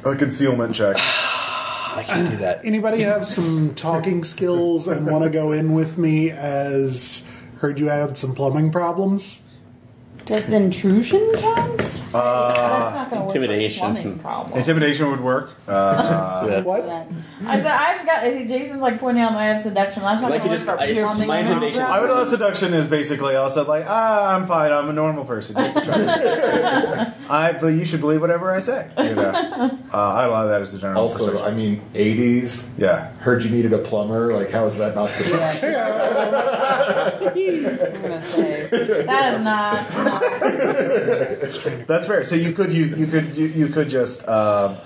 Speaker 1: a concealment check.
Speaker 5: I can't do that.
Speaker 7: Anybody have some talking skills and want to go in with me as heard you had some plumbing problems?
Speaker 3: Does intrusion count?
Speaker 4: that's not gonna work for
Speaker 2: Intimidation.
Speaker 4: plumbing problem.
Speaker 1: Intimidation would work. Uh,
Speaker 7: What?
Speaker 4: I said I've got. Jason's like pointing out that I have seduction. That's not
Speaker 2: Like,
Speaker 4: gonna
Speaker 2: you just-
Speaker 4: work for
Speaker 2: I- it's
Speaker 4: plumbing
Speaker 2: my intimidation.
Speaker 4: problem.
Speaker 1: I would allow seduction is basically also like, ah, I'm fine, I'm a normal person. You can trust me. I but you should believe whatever I say. You know, uh, I allow that as a general.
Speaker 6: also,
Speaker 5: uh,
Speaker 1: persuasion.
Speaker 6: I mean, 80s.
Speaker 1: yeah.
Speaker 6: Heard you needed a plumber. Like, how is that not so
Speaker 3: I'm gonna say
Speaker 4: That is not.
Speaker 1: That's fair. So you could use you could you, you could just. um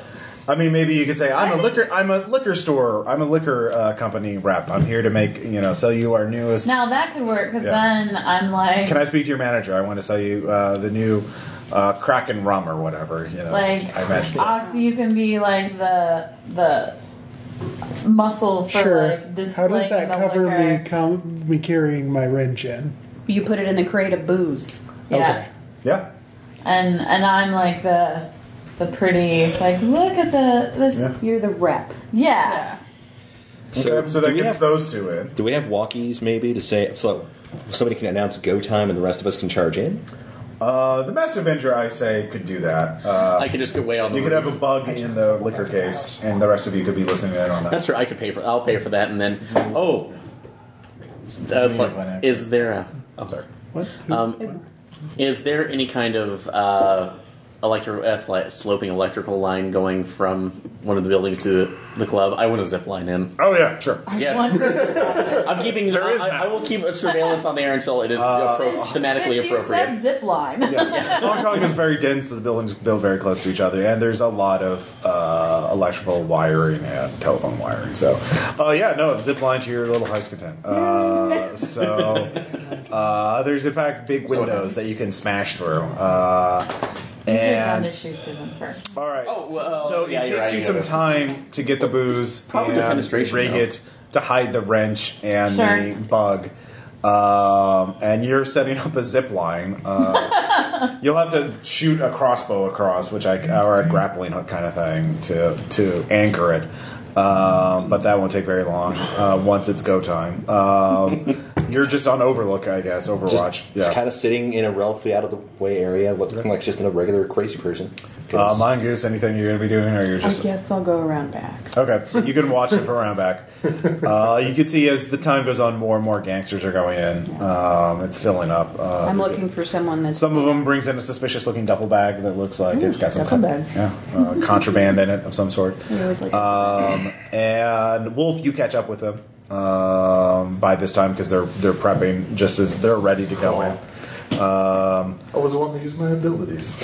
Speaker 1: I mean, maybe you could say I'm a liquor. I'm a liquor store. I'm a liquor uh, company rep. I'm here to make you know sell you our newest.
Speaker 4: now that could work because
Speaker 1: Yeah.
Speaker 4: then I'm like,
Speaker 1: Can I speak to your manager? I want to sell you uh, the new uh, Kraken rum or whatever. You know,
Speaker 4: like
Speaker 1: Oh,
Speaker 4: uh,
Speaker 1: I imagine.
Speaker 4: Oxy, you can be like the the muscle for
Speaker 7: Sure.
Speaker 4: like displaying
Speaker 7: How does that
Speaker 4: the
Speaker 7: cover
Speaker 4: liquor.
Speaker 7: me com- me carrying my wrench in?
Speaker 3: you put it in the crate of booze.
Speaker 4: Yeah.
Speaker 7: Okay.
Speaker 1: yeah.
Speaker 4: and and I'm like the the pretty like look at the this
Speaker 1: Yeah.
Speaker 4: yeah.
Speaker 3: You're the rep.
Speaker 1: So, so
Speaker 5: do
Speaker 1: that
Speaker 5: we
Speaker 1: gets
Speaker 5: have-
Speaker 1: those two in.
Speaker 5: Do we have walkies maybe to say so somebody can announce go time and the rest of us can charge in?
Speaker 1: Uh, the Master Avenger, I say, could do that. Uh,
Speaker 2: I could just get way on the
Speaker 1: you could
Speaker 2: roof.
Speaker 1: have a bug in the liquor case, and the rest of you could be listening in on that.
Speaker 2: That's right. I could pay for. I'll pay for that, and then
Speaker 1: Mm-hmm.
Speaker 2: oh, I was like,
Speaker 1: Glenn, actually.
Speaker 2: is there a? I'm sorry.
Speaker 7: What?
Speaker 2: Um, is there any kind of uh, electro uh, sli- sloping electrical line going from one of the buildings to the club? I want to zip line in.
Speaker 1: Oh yeah, sure.
Speaker 2: Yes, I'm keeping. I, I- I will keep a surveillance on the air until it is appro- thematically
Speaker 4: Since you said
Speaker 2: appropriate.
Speaker 4: zip line.
Speaker 1: Yeah. Hong Kong is very dense. The buildings built very close to each other, and there's a lot of uh, electrical wiring and telephone wiring. So, uh, yeah, no, zip line to your little heart's content. Uh, so, uh, there's in fact big windows that you can smash through. Uh,
Speaker 4: You should have
Speaker 1: and
Speaker 4: to shoot through them first.
Speaker 1: all right,
Speaker 2: Oh, well,
Speaker 1: so
Speaker 2: yeah,
Speaker 1: it
Speaker 2: you're
Speaker 1: takes
Speaker 2: right,
Speaker 1: you
Speaker 2: you
Speaker 1: some
Speaker 2: gotta-
Speaker 1: time to get the booze
Speaker 2: Probably
Speaker 1: and
Speaker 2: defenestration,
Speaker 1: rig
Speaker 2: though.
Speaker 1: it to hide the wrench and
Speaker 4: Sure.
Speaker 1: the bug. Um, and you're setting up a zip line. Uh, you'll have to shoot a crossbow across, which I or a grappling hook kind of thing to to anchor it. Um, but that won't take very long. Uh, once it's go time, um, you're just on overlook, I guess.
Speaker 5: Just,
Speaker 1: Overwatch,
Speaker 5: just
Speaker 1: yeah. Uh,
Speaker 5: kind of sitting in a relatively out of the way area, looking like just a regular crazy person. 'Cause-
Speaker 1: Uh, mongoose, anything you're gonna be doing, or you're
Speaker 3: I
Speaker 1: just
Speaker 3: guess I'll go around back.
Speaker 1: Okay, so you can watch it from around back. Uh, you can see as the time goes on, more and more gangsters are going in. Um, it's filling up. Uh,
Speaker 3: I'm looking for someone that's.
Speaker 1: Some of them brings in a suspicious-looking duffel bag that looks like it's got some
Speaker 3: duffel bag.
Speaker 1: yeah, uh, contraband in it of some sort.
Speaker 3: I always like-
Speaker 1: Um, and Wolf, you catch up with them um, by this time because they're they're prepping just as they're ready to go in. Um,
Speaker 6: I was wanting to use my abilities.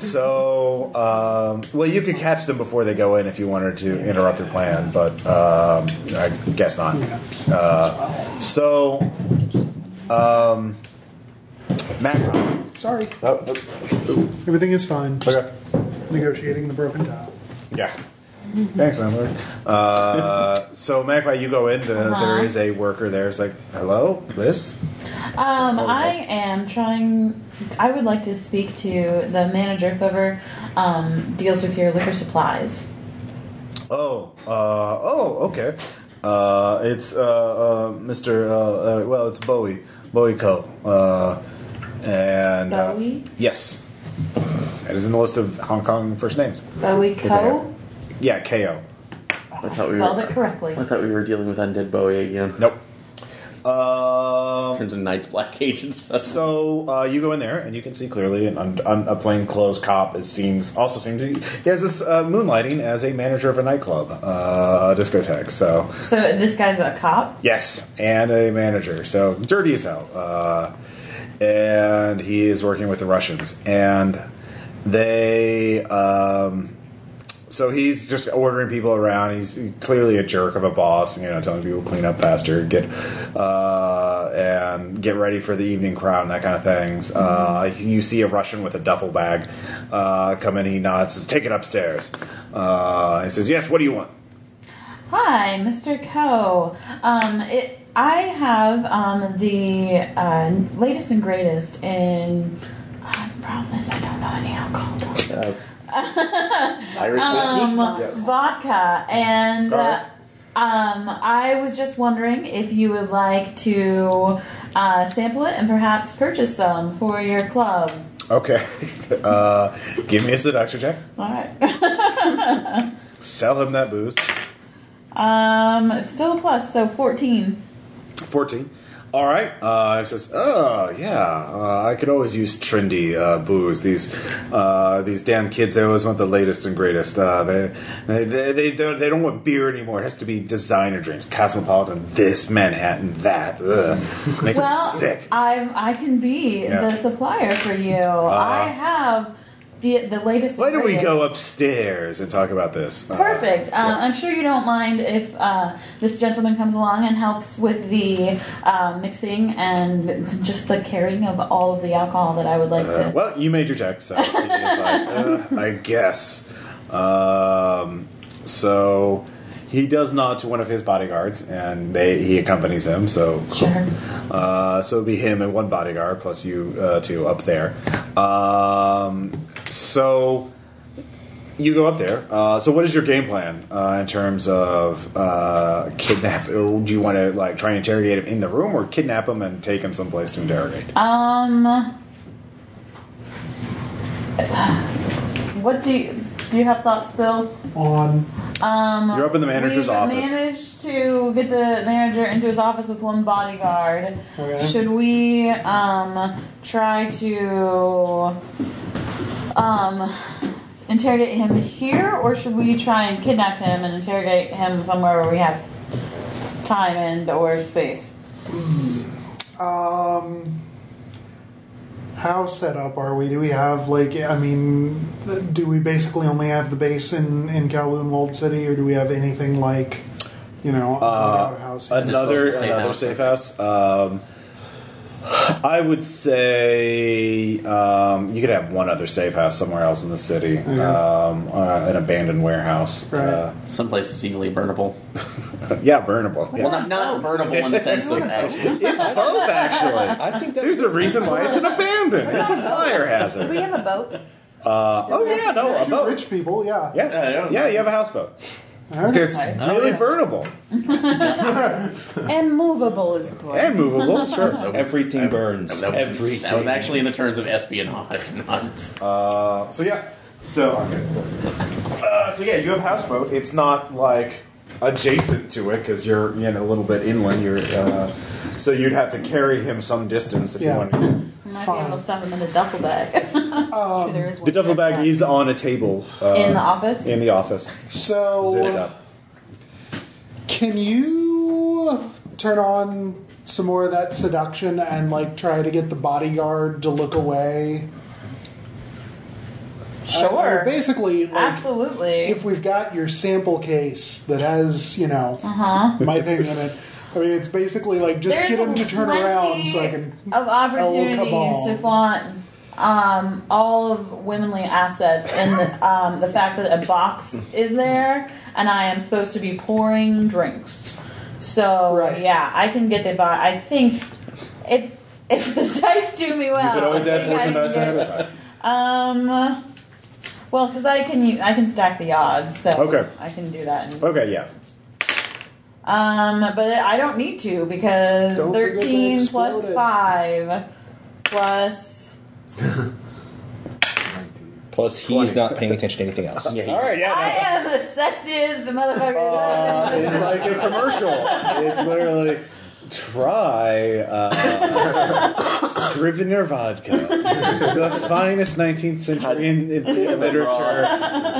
Speaker 1: So, um, well, you could catch them before they go in if you wanted to interrupt their plan, but um, I guess not. Uh, so, um, Matt.
Speaker 7: Sorry.
Speaker 1: Oh, oh,
Speaker 7: Everything is fine. Just
Speaker 1: okay.
Speaker 7: negotiating the broken tile.
Speaker 1: Yeah. Thanks, landlord. Uh, so, Magpie, you go in. Uh, there is a worker there. It's like, hello, Liz?
Speaker 4: Um, I am trying. I would like to speak to the manager, whoever um, deals with your liquor supplies.
Speaker 1: Oh, uh, oh, okay. Uh, it's uh, uh, Mr. Uh, uh, well, it's Bowie, Bowie Co. Uh, and uh,
Speaker 4: Bowie?
Speaker 1: yes, that is in the list of Hong Kong first names.
Speaker 4: Bowie Co.
Speaker 1: Yeah, Ko.
Speaker 2: I thought we
Speaker 4: Spelled
Speaker 2: were.
Speaker 4: it correctly.
Speaker 2: I thought we were dealing with undead Bowie again.
Speaker 1: Nope. Um,
Speaker 2: Turns into Knights Black Cage and stuff.
Speaker 1: so uh, you go in there and you can see clearly an un- un- a plainclothes cop. It seems also seems he he has this uh, moonlighting as a manager of a nightclub, uh, discotheque. So
Speaker 4: So this guy's a cop.
Speaker 1: Yes, and a manager. So dirty as hell. Uh, and he is working with the Russians, and they. Um, so he's just ordering people around. He's clearly a jerk of a boss, you know, telling people to clean up faster, get uh, and get ready for the evening crowd and that kind of things. Uh, you see a Russian with a duffel bag uh, come in. He nods, says, "Take it upstairs." Uh, he says, "Yes, what do you want?"
Speaker 4: Hi, Mr. Co. Um, it, I have um, the uh, latest and greatest in. I promise I don't know any alcohol.
Speaker 2: Uh, Irish whiskey.
Speaker 4: Um,
Speaker 6: Yes.
Speaker 4: vodka, and
Speaker 1: Alright.
Speaker 4: uh, um, I was just wondering if you would like to uh, sample it and perhaps purchase some for your club.
Speaker 1: Okay, uh, give me a seduction check.
Speaker 4: All right.
Speaker 1: Sell him that booze.
Speaker 4: um, it's still a plus, so fourteen.
Speaker 1: 14. All right. Uh, it says, oh, yeah, uh, I could always use trendy uh, booze. These uh, these damn kids, they always want the latest and greatest. Uh, they, they, they, they, don't, they don't want beer anymore. It has to be designer drinks, cosmopolitan, this, Manhattan, that. Ugh. Makes
Speaker 4: Well,
Speaker 1: me sick.
Speaker 4: I I can be
Speaker 1: Yeah. Uh-huh.
Speaker 4: the supplier for you. I have the the latest.
Speaker 1: Why don't we
Speaker 4: greatest.
Speaker 1: go upstairs and talk about this? Uh,
Speaker 4: Perfect. Uh,
Speaker 1: yeah.
Speaker 4: I'm sure you don't mind if uh, this gentleman comes along and helps with the uh, mixing and just the carrying of all of the alcohol that I would like
Speaker 1: Uh,
Speaker 4: to.
Speaker 1: well, you made your check, so he is like, uh, I guess. Um, so he does nod to one of his bodyguards, and they, he accompanies him. So
Speaker 4: Sure.
Speaker 1: uh, so it'd be him and one bodyguard plus you uh, two up there. Um, so you go up there. Uh, so, what is your game plan uh, in terms of uh, kidnap? Or do you want to like try and interrogate him in the room, or kidnap him and take him someplace to interrogate?
Speaker 4: Um. What do you do? You have thoughts, Bill?
Speaker 7: on
Speaker 4: Um,
Speaker 1: You're up in the manager's
Speaker 4: we
Speaker 1: office.
Speaker 4: managed to get the manager into his office with one bodyguard.
Speaker 7: Okay.
Speaker 4: Should we um, try to um, interrogate him here, or should we try and kidnap him and interrogate him somewhere where we have time and or space?
Speaker 7: Um, how set up are we? Do we have like I mean, do we basically only have the base in in Kowloon Walled City, or do we have anything like, you know, uh, house?
Speaker 1: another
Speaker 2: Disposable safe
Speaker 1: another
Speaker 2: house.
Speaker 1: safe house. Um, I would say um, you could have one other safe house somewhere else in the city, um, uh, an abandoned warehouse.
Speaker 7: Right.
Speaker 1: Uh,
Speaker 2: Some place that's easily burnable. Oh.
Speaker 1: yeah, burnable. Yeah.
Speaker 2: Well, not, not burnable in the sense of actually.
Speaker 1: it's both actually.
Speaker 5: I think that
Speaker 1: There's a reason why it's an abandon. It's a fire
Speaker 3: Do we
Speaker 1: hazard.
Speaker 3: have a boat?
Speaker 1: Uh, oh yeah, no, a
Speaker 7: Two
Speaker 1: boat.
Speaker 7: rich people, yeah.
Speaker 1: Yeah, yeah, you have a houseboat.
Speaker 7: Alright.
Speaker 1: It's really burnable
Speaker 3: and movable is the point.
Speaker 1: and movable. Sure.
Speaker 5: everything burns.
Speaker 2: That was,
Speaker 5: Everything.
Speaker 2: that was actually in the terms of espionage, not.
Speaker 1: Uh, so yeah. So uh, so yeah, you have houseboat. It's not like adjacent to it because you're you know, a little bit inland. You're uh, so you'd have to carry him some distance if
Speaker 7: Yeah.
Speaker 1: you want. to.
Speaker 4: Might
Speaker 7: fine.
Speaker 4: be able to stuff him in a duffel bag
Speaker 7: Um,
Speaker 3: Sure, there is one
Speaker 1: The duffel
Speaker 3: backpack.
Speaker 1: bag is on a table uh,
Speaker 4: in the office.
Speaker 1: in the office. Zip it
Speaker 7: So,
Speaker 1: up.
Speaker 7: can you turn on some more of that seduction and like try to get the bodyguard to look away? I- I would
Speaker 4: Sure.
Speaker 7: Uh, basically, like,
Speaker 4: Absolutely.
Speaker 7: if we've got your sample case that has, you know, my thing in it, I mean, it's basically like just
Speaker 4: Uh-huh. There's
Speaker 7: get him to turn around
Speaker 4: plenty
Speaker 7: so I can.
Speaker 4: of opportunities
Speaker 7: on.
Speaker 4: to flaunt um, all of womanly assets and the, um, the fact that a box is there and I am supposed to be pouring drinks. So
Speaker 7: Right.
Speaker 4: yeah, I can get the box. I think if if the dice do me well,
Speaker 1: You could always
Speaker 4: I
Speaker 1: add
Speaker 4: think I
Speaker 1: fortune
Speaker 4: can
Speaker 1: dice
Speaker 4: get-
Speaker 1: ahead of time.
Speaker 4: Um. Well, because I can u- I can stack the odds, so
Speaker 1: Okay.
Speaker 4: I can do that. And,
Speaker 1: Okay, yeah.
Speaker 4: um, but I don't need to because
Speaker 7: Don't forget they
Speaker 4: 13 plus
Speaker 7: exploded.
Speaker 4: 5 plus.
Speaker 5: Plus, he's not paying attention to anything else.
Speaker 2: Yeah, he-
Speaker 1: All right,
Speaker 4: I
Speaker 1: yeah.
Speaker 4: am the sexiest motherfucker.
Speaker 1: no. It's like a commercial. It's literally try uh, Scrivener vodka, the finest 19th century in, in literature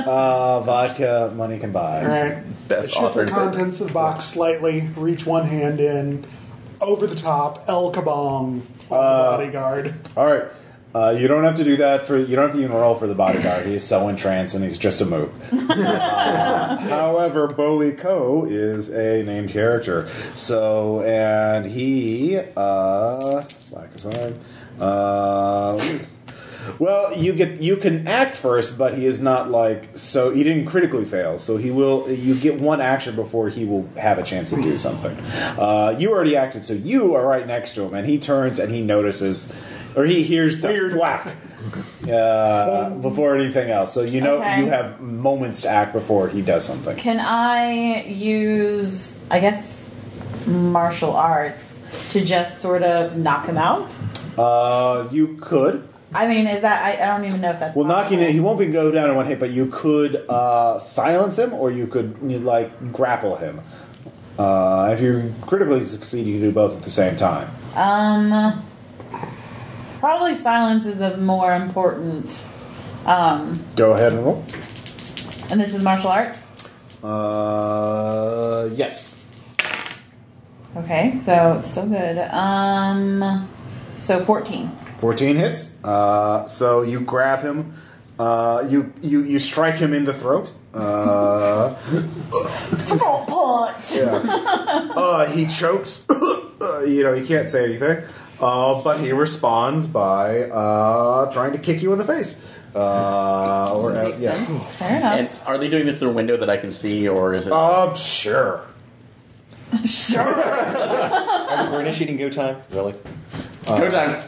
Speaker 1: uh, vodca money can buy.
Speaker 7: All right.
Speaker 8: Best
Speaker 7: Shift the
Speaker 8: authored book.
Speaker 7: contents of the box slightly, reach one hand in, over the top, El Kabong, on the bodyguard.
Speaker 1: All right. Uh, you don't have to do that for. You don't have to even roll for the bodyguard. He's so entranced and he's just a moot. Uh, however, Bowie Coe is a named character. So and he uh, black is on. Uh, well, you get you can act first, but he is not like so. He didn't critically fail, so he will. You get one action before he will have a chance to do something. Uh, you already acted, so you are right next to him, and he turns and he notices, or he hears the weird whack uh, before anything else. So you know
Speaker 4: Okay.
Speaker 1: you have moments to act before he does something.
Speaker 4: Can I use, I guess, martial arts to just sort of knock him out?
Speaker 1: Uh, you could.
Speaker 4: I mean, is that. I, I don't even know if that's.
Speaker 1: Well, knocking it, he
Speaker 4: possible.
Speaker 1: won't be go down in one hit, but you could uh, silence him, or you could you like grapple him. Uh, if you critically succeed, you can do both at the same time.
Speaker 4: Um. Probably silence is a more important. Um,
Speaker 1: Go ahead and roll.
Speaker 4: and this is martial arts?
Speaker 1: Uh, yes.
Speaker 4: Okay, so it's still good. Um, so 14.
Speaker 1: Fourteen hits. Uh, so you grab him. Uh, you you you strike him in the throat. Uh,
Speaker 4: punch!
Speaker 1: uh, he chokes. Uh, you know he can't say anything, uh, but he responds by uh, trying to kick you in the face. Uh, or uh, yeah.
Speaker 4: Fair enough.
Speaker 2: And are they doing this through a window that I can see, or is it?
Speaker 1: Um, sure.
Speaker 5: We're initiating go time. Really?
Speaker 2: Go time.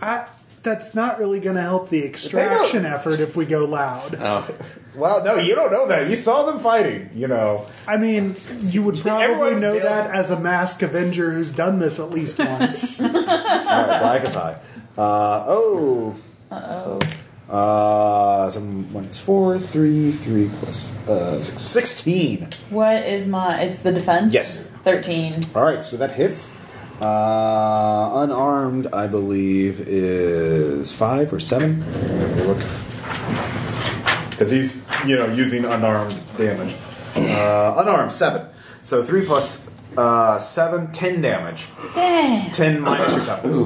Speaker 7: I, that's not really going to help the extraction effort if we go loud.
Speaker 2: Oh,
Speaker 1: Well, no, you don't know that. You saw them fighting. You know.
Speaker 7: I mean, you would probably
Speaker 1: Everyone
Speaker 7: know
Speaker 1: killed.
Speaker 7: that as a masked Avenger who's done this at least once.
Speaker 1: All right, black is high. Uh, oh. Uh-oh. Uh, some minus four, three, three plus uh, six, 16.
Speaker 4: What is my? It's the defense.
Speaker 1: Yes.
Speaker 4: Thirteen.
Speaker 1: All right, so that hits. Uh, unarmed, I believe, is five or seven. Let me Look, because he's you know using unarmed damage. Uh, unarmed seven. So three plus uh, seven, ten damage.
Speaker 4: Damn.
Speaker 1: Ten minus your toughness.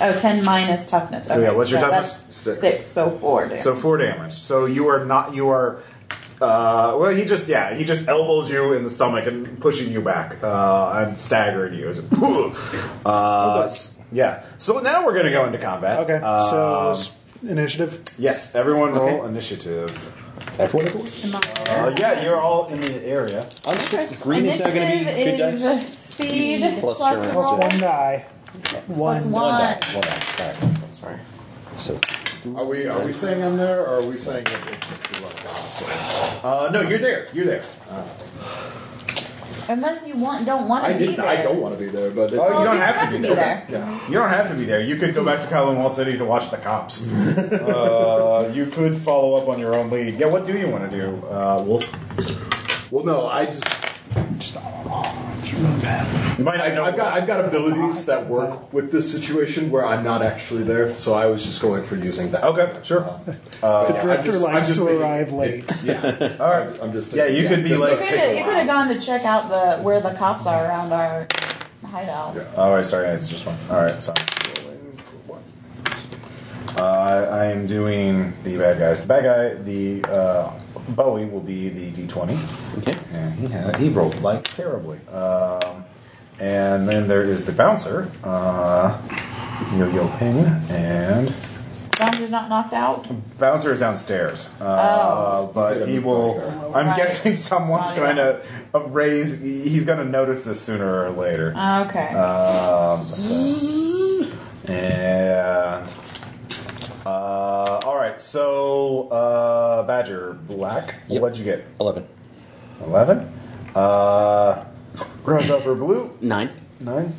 Speaker 4: Oh, 10 minus toughness. Okay,
Speaker 1: Yeah, what's your
Speaker 4: so
Speaker 1: toughness?
Speaker 4: that's
Speaker 1: Six.
Speaker 4: Six, so four. Damn.
Speaker 1: So four damage. So you are not. You are. Uh, well, he just yeah, he just elbows you in the stomach and pushing you back uh, and staggering you. As a, uh, s- yeah. So now we're gonna go into combat.
Speaker 7: Okay, so
Speaker 1: Um,
Speaker 7: s- initiative.
Speaker 1: yes, everyone roll
Speaker 2: Okay.
Speaker 1: initiative.
Speaker 5: Everyone, everyone.
Speaker 1: Uh, yeah, you're all in the area.
Speaker 5: I'm sure green is now going to be good
Speaker 4: Initiative is
Speaker 5: dice.
Speaker 4: Speed
Speaker 2: Plus
Speaker 4: plus,
Speaker 2: your-
Speaker 4: roll.
Speaker 7: Plus one die.
Speaker 4: Plus
Speaker 7: One.
Speaker 5: One
Speaker 4: one.
Speaker 5: die. One die. All right.
Speaker 4: Oh,
Speaker 2: I'm sorry.
Speaker 5: So
Speaker 6: Are we are we saying I'm there or are we saying it, it took too long to hospital?
Speaker 1: Uh, no, you're there. You're there.
Speaker 4: Unless you want, don't want to
Speaker 6: I
Speaker 4: be
Speaker 6: didn't.
Speaker 4: there.
Speaker 6: I don't want to be there, but it's
Speaker 1: Oh,
Speaker 4: Well,
Speaker 1: you don't have to
Speaker 4: have
Speaker 1: be
Speaker 4: to be
Speaker 1: there.
Speaker 4: there.
Speaker 6: yeah.
Speaker 1: You don't have to be there. You could go back to Kyle and Walt City to watch the cops. uh, you could follow up on your own lead. Yeah, what do you want to do, uh, Wolf?
Speaker 6: Well, no, I just
Speaker 1: You might
Speaker 6: I,
Speaker 1: not know.
Speaker 6: I've got I've got abilities that work with this situation where I'm not actually there, so I was just going for using that.
Speaker 1: Okay, sure.
Speaker 6: the
Speaker 7: Drifter likes to arrive late.
Speaker 6: yeah,
Speaker 1: All right.
Speaker 6: I'm just.
Speaker 1: Yeah, you could be
Speaker 6: this
Speaker 1: like-
Speaker 6: does
Speaker 4: You
Speaker 1: Let's
Speaker 6: take a
Speaker 4: could
Speaker 6: while.
Speaker 4: have gone to check out the where the cops are around our hideout.
Speaker 6: Yeah.
Speaker 1: Oh, wait, sorry, it's just one. All right, sorry. Rolling for one. Uh, I am doing the bad guys. The bad guy, the uh, Bowie will be the D20.
Speaker 2: Okay.
Speaker 1: And he had, he rolled like terribly. Um, and then there is the bouncer, uh, Yo Yo Ping, and
Speaker 4: Bouncer's not knocked out.
Speaker 1: bouncer is downstairs. Uh,
Speaker 4: Oh.
Speaker 1: but he will. I'm
Speaker 4: Right. Oh,
Speaker 1: guessing someone's
Speaker 4: Right.
Speaker 1: going to raise. He's going to notice this sooner or later.
Speaker 4: Okay.
Speaker 1: Um, so- Mm-hmm. and uh, all right, so uh, Badger Black,
Speaker 5: Yep.
Speaker 1: what'd you get?
Speaker 5: eleven.
Speaker 1: Eleven. Uh, Rose Upper Blue
Speaker 2: Nine.
Speaker 1: nine.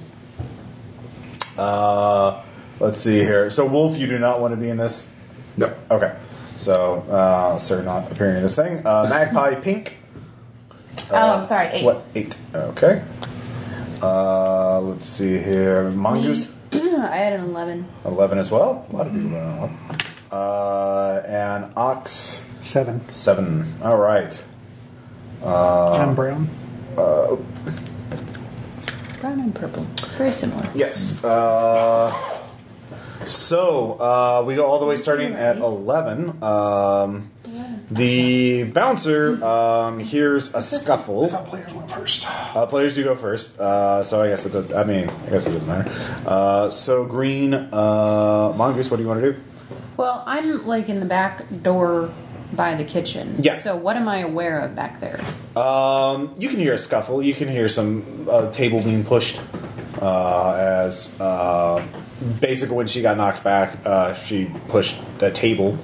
Speaker 1: Uh, let's see here. So Wolf, you do not want to be in this.
Speaker 6: No.
Speaker 1: Okay, so uh, sir, not appearing in this thing. Uh, Magpie Pink.
Speaker 4: oh, sorry. Eight.
Speaker 1: What eight? Okay. Uh, let's see here. Mongoose.
Speaker 3: I had an 11.
Speaker 1: 11 as well. A lot of people going 11. Uh, and Ox,
Speaker 7: Seven.
Speaker 1: 7. All right.
Speaker 7: I'm brown.
Speaker 3: Brown and purple. Very similar.
Speaker 1: Yes. Uh, so, uh, we go all the way starting at 11. Um, the bouncer um, hears a scuffle.
Speaker 7: Players went first.
Speaker 1: Uh, players do go first, uh, so I guess it does, I mean, I guess it doesn't matter. Uh, so, Green, uh, Mongoose, what do you want to do?
Speaker 3: Well, I'm like in the back door by the kitchen.
Speaker 1: Yeah.
Speaker 3: So what am I aware of back there?
Speaker 1: Um, you can hear a scuffle. You can hear some uh, table being pushed. Uh, as uh, basically, when she got knocked back, uh, she pushed the table.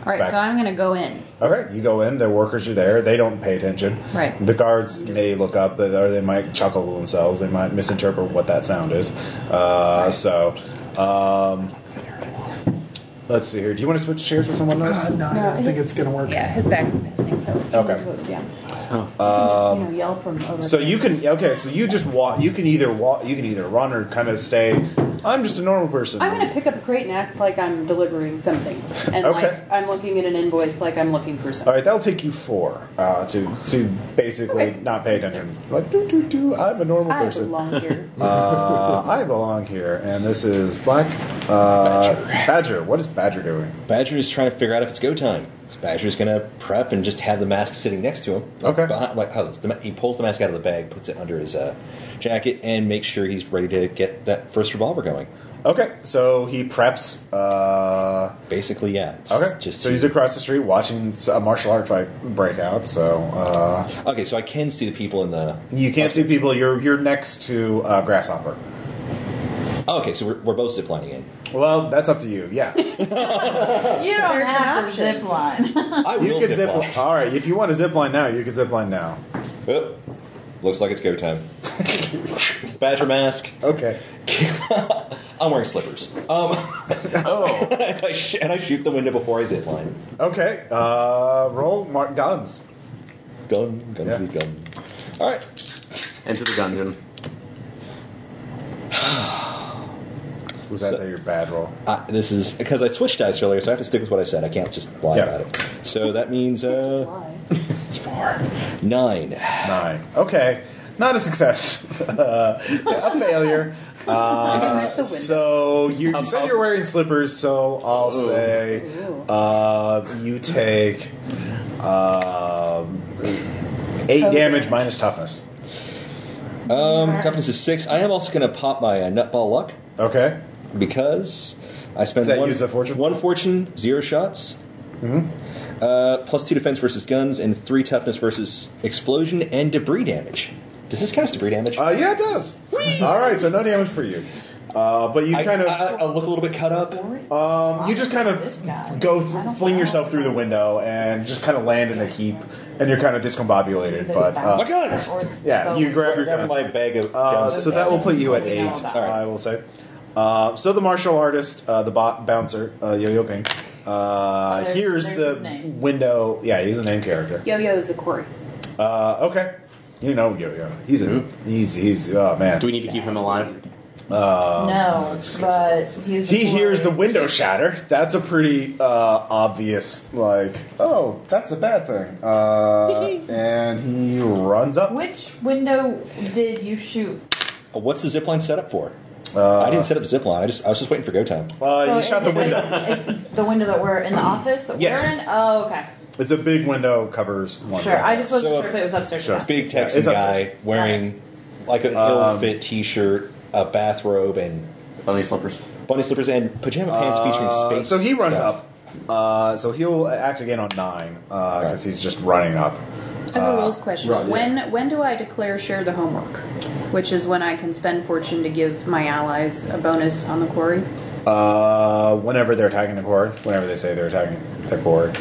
Speaker 3: All right,
Speaker 1: back.
Speaker 3: so I'm going to go in.
Speaker 1: Okay, you go in. The workers are there. They don't pay attention.
Speaker 3: Right.
Speaker 1: The guards may look up, but- or they might chuckle to themselves. They might misinterpret what that sound is. Uh, So, um, let's see here. Do you want to switch chairs with someone else?
Speaker 7: Uh, no, I don't think it's going to work.
Speaker 3: Yeah, his back is passing, so he
Speaker 1: Okay.
Speaker 3: needs to go down. Oh. you know, yell from over.
Speaker 1: So
Speaker 3: there.
Speaker 1: you can okay. So you just walk. You can either walk. You can either run or kind of stay. I'm just a normal person.
Speaker 3: I'm gonna pick up a crate and act like I'm delivering something, and
Speaker 1: Okay.
Speaker 3: like I'm looking at an invoice, like I'm looking for
Speaker 1: All
Speaker 3: something.
Speaker 1: right, that'll take you four uh, to to basically
Speaker 3: Okay.
Speaker 1: not pay attention. Like do do do. I'm a normal
Speaker 3: I
Speaker 1: person.
Speaker 3: belong here.
Speaker 1: uh, I belong here, and this is Black uh, Badger. What is Badger doing?
Speaker 5: Badger is trying to figure out if it's go time. So Badger's going to prep and just have the mask sitting next to him.
Speaker 1: Okay.
Speaker 5: Behind, like, how does the ma- he pulls the mask out of the bag, puts it under his uh, jacket, and makes sure he's ready to get that first revolver going.
Speaker 1: Okay, so he preps. Uh,
Speaker 5: Basically, yeah. It's
Speaker 1: okay,
Speaker 5: Just
Speaker 1: so he's across the street watching a martial art fight break out. So. Uh,
Speaker 5: okay, so I can see the people in the.
Speaker 1: you can't see people. You're you're next to uh, grasshopper.
Speaker 5: Oh, okay, so we're, we're both ziplining in.
Speaker 1: Well, that's up to you. Yeah,
Speaker 4: You don't
Speaker 3: There's an
Speaker 4: have to
Speaker 3: option.
Speaker 4: zip line.
Speaker 5: I
Speaker 1: you
Speaker 5: will
Speaker 1: can
Speaker 5: zip,
Speaker 1: zip.
Speaker 5: line.
Speaker 1: Li- All right, if you want to zip line now, you can zip line now.
Speaker 5: Oh, looks like it's go time. Badger mask.
Speaker 1: Okay.
Speaker 5: I'm wearing slippers. Um,
Speaker 2: Oh,
Speaker 5: and, I sh- and I shoot the window before I zip line.
Speaker 1: Okay. Uh, roll mark guns.
Speaker 5: Gun, gun,
Speaker 1: Yeah.
Speaker 5: gun. All right.
Speaker 2: enter the dungeon.
Speaker 1: Was that
Speaker 5: So-
Speaker 1: there your bad roll?
Speaker 5: Uh, this is because I switched dice earlier, so I have to stick with what I said. I can't just lie
Speaker 1: Yeah.
Speaker 5: about it. So that means
Speaker 3: Just
Speaker 5: uh,
Speaker 3: lie.
Speaker 5: it's four, nine.
Speaker 1: Nine. Okay. Not a success. Uh, yeah, a failure. Uh,
Speaker 3: That's the window.
Speaker 1: so you you
Speaker 5: Um,
Speaker 1: said you're wearing slippers, so I'll
Speaker 2: Ooh.
Speaker 1: say
Speaker 3: Ooh.
Speaker 1: uh, you take um, eight damage minus toughness.
Speaker 5: Um, toughness is six. I am also going to pop my uh, nutball luck
Speaker 1: Okay.
Speaker 5: because I spend
Speaker 1: Does that
Speaker 5: one,
Speaker 1: use a fortune? Mm-hmm.
Speaker 5: one fortune, zero shots, uh, plus two defense versus guns, and three toughness versus explosion and debris damage. Does this count as debris damage?
Speaker 1: Uh, yeah, it does. All right, so no damage for you. Uh, but you
Speaker 5: I,
Speaker 1: kind of,
Speaker 5: I, I look a little bit cut up.
Speaker 1: um, you just kind
Speaker 4: This guy.
Speaker 1: of go
Speaker 4: I
Speaker 1: th-
Speaker 4: don't
Speaker 1: fling
Speaker 4: know.
Speaker 1: yourself through the window and just kind of land in a heap, and you're kind of discombobulated. But
Speaker 5: My
Speaker 1: uh,
Speaker 5: guns!
Speaker 1: yeah, you grab your
Speaker 5: Grab
Speaker 1: guns.
Speaker 5: my bag of
Speaker 1: Uh,
Speaker 5: guns.
Speaker 1: so that will put you at
Speaker 4: We know
Speaker 1: eight.
Speaker 4: about
Speaker 5: that.
Speaker 1: I will say. Uh, so the martial artist, uh, the bo- bouncer, uh, Yo-Yo Ping, uh,
Speaker 4: Oh, there's-
Speaker 1: here's
Speaker 4: there's his
Speaker 1: the
Speaker 4: name.
Speaker 1: window. Yeah, he's a name character.
Speaker 3: Yo Yo is the quarry.
Speaker 1: Uh, okay, you know Yo-Yo. He's a he's he's oh man.
Speaker 2: Do we need to keep him alive?
Speaker 4: no, but he's
Speaker 1: Um, He hears the
Speaker 4: glory.
Speaker 1: window shatter. That's a pretty uh, obvious, like, oh, that's a bad thing. Uh, and he runs up.
Speaker 4: Which window did you shoot?
Speaker 5: What's the zipline set up for? I didn't set up the zipline. I just I was just waiting for go time.
Speaker 1: Uh, he
Speaker 4: So
Speaker 1: shot the
Speaker 4: is it,
Speaker 1: window.
Speaker 4: like, is the window that we're in the office that
Speaker 1: Yes.
Speaker 4: we're in? Oh, okay.
Speaker 1: It's a big window, covers one.
Speaker 4: Sure. I just wasn't
Speaker 5: So,
Speaker 4: sure if it was upstairs
Speaker 1: sure.
Speaker 4: or not.
Speaker 5: Big
Speaker 1: Yeah,
Speaker 5: Texan
Speaker 1: it's upstairs.
Speaker 5: guy wearing like an
Speaker 1: Um,
Speaker 5: ill-fit T-shirt, a bathrobe, and
Speaker 2: Bunny slippers.
Speaker 5: bunny slippers and pajama pants
Speaker 1: Uh,
Speaker 5: featuring space.
Speaker 1: so he runs
Speaker 5: stuff.
Speaker 1: up. Uh, so he'll act again on nine because
Speaker 5: Right.
Speaker 1: he's just running up.
Speaker 3: I
Speaker 1: uh,
Speaker 3: have a rules question.
Speaker 6: right, yeah.
Speaker 3: When when do I declare share the homework? Which is when I can spend fortune to give my allies a bonus on the quarry.
Speaker 1: Uh, whenever they're attacking the quarry, whenever they say they're attacking the quarry.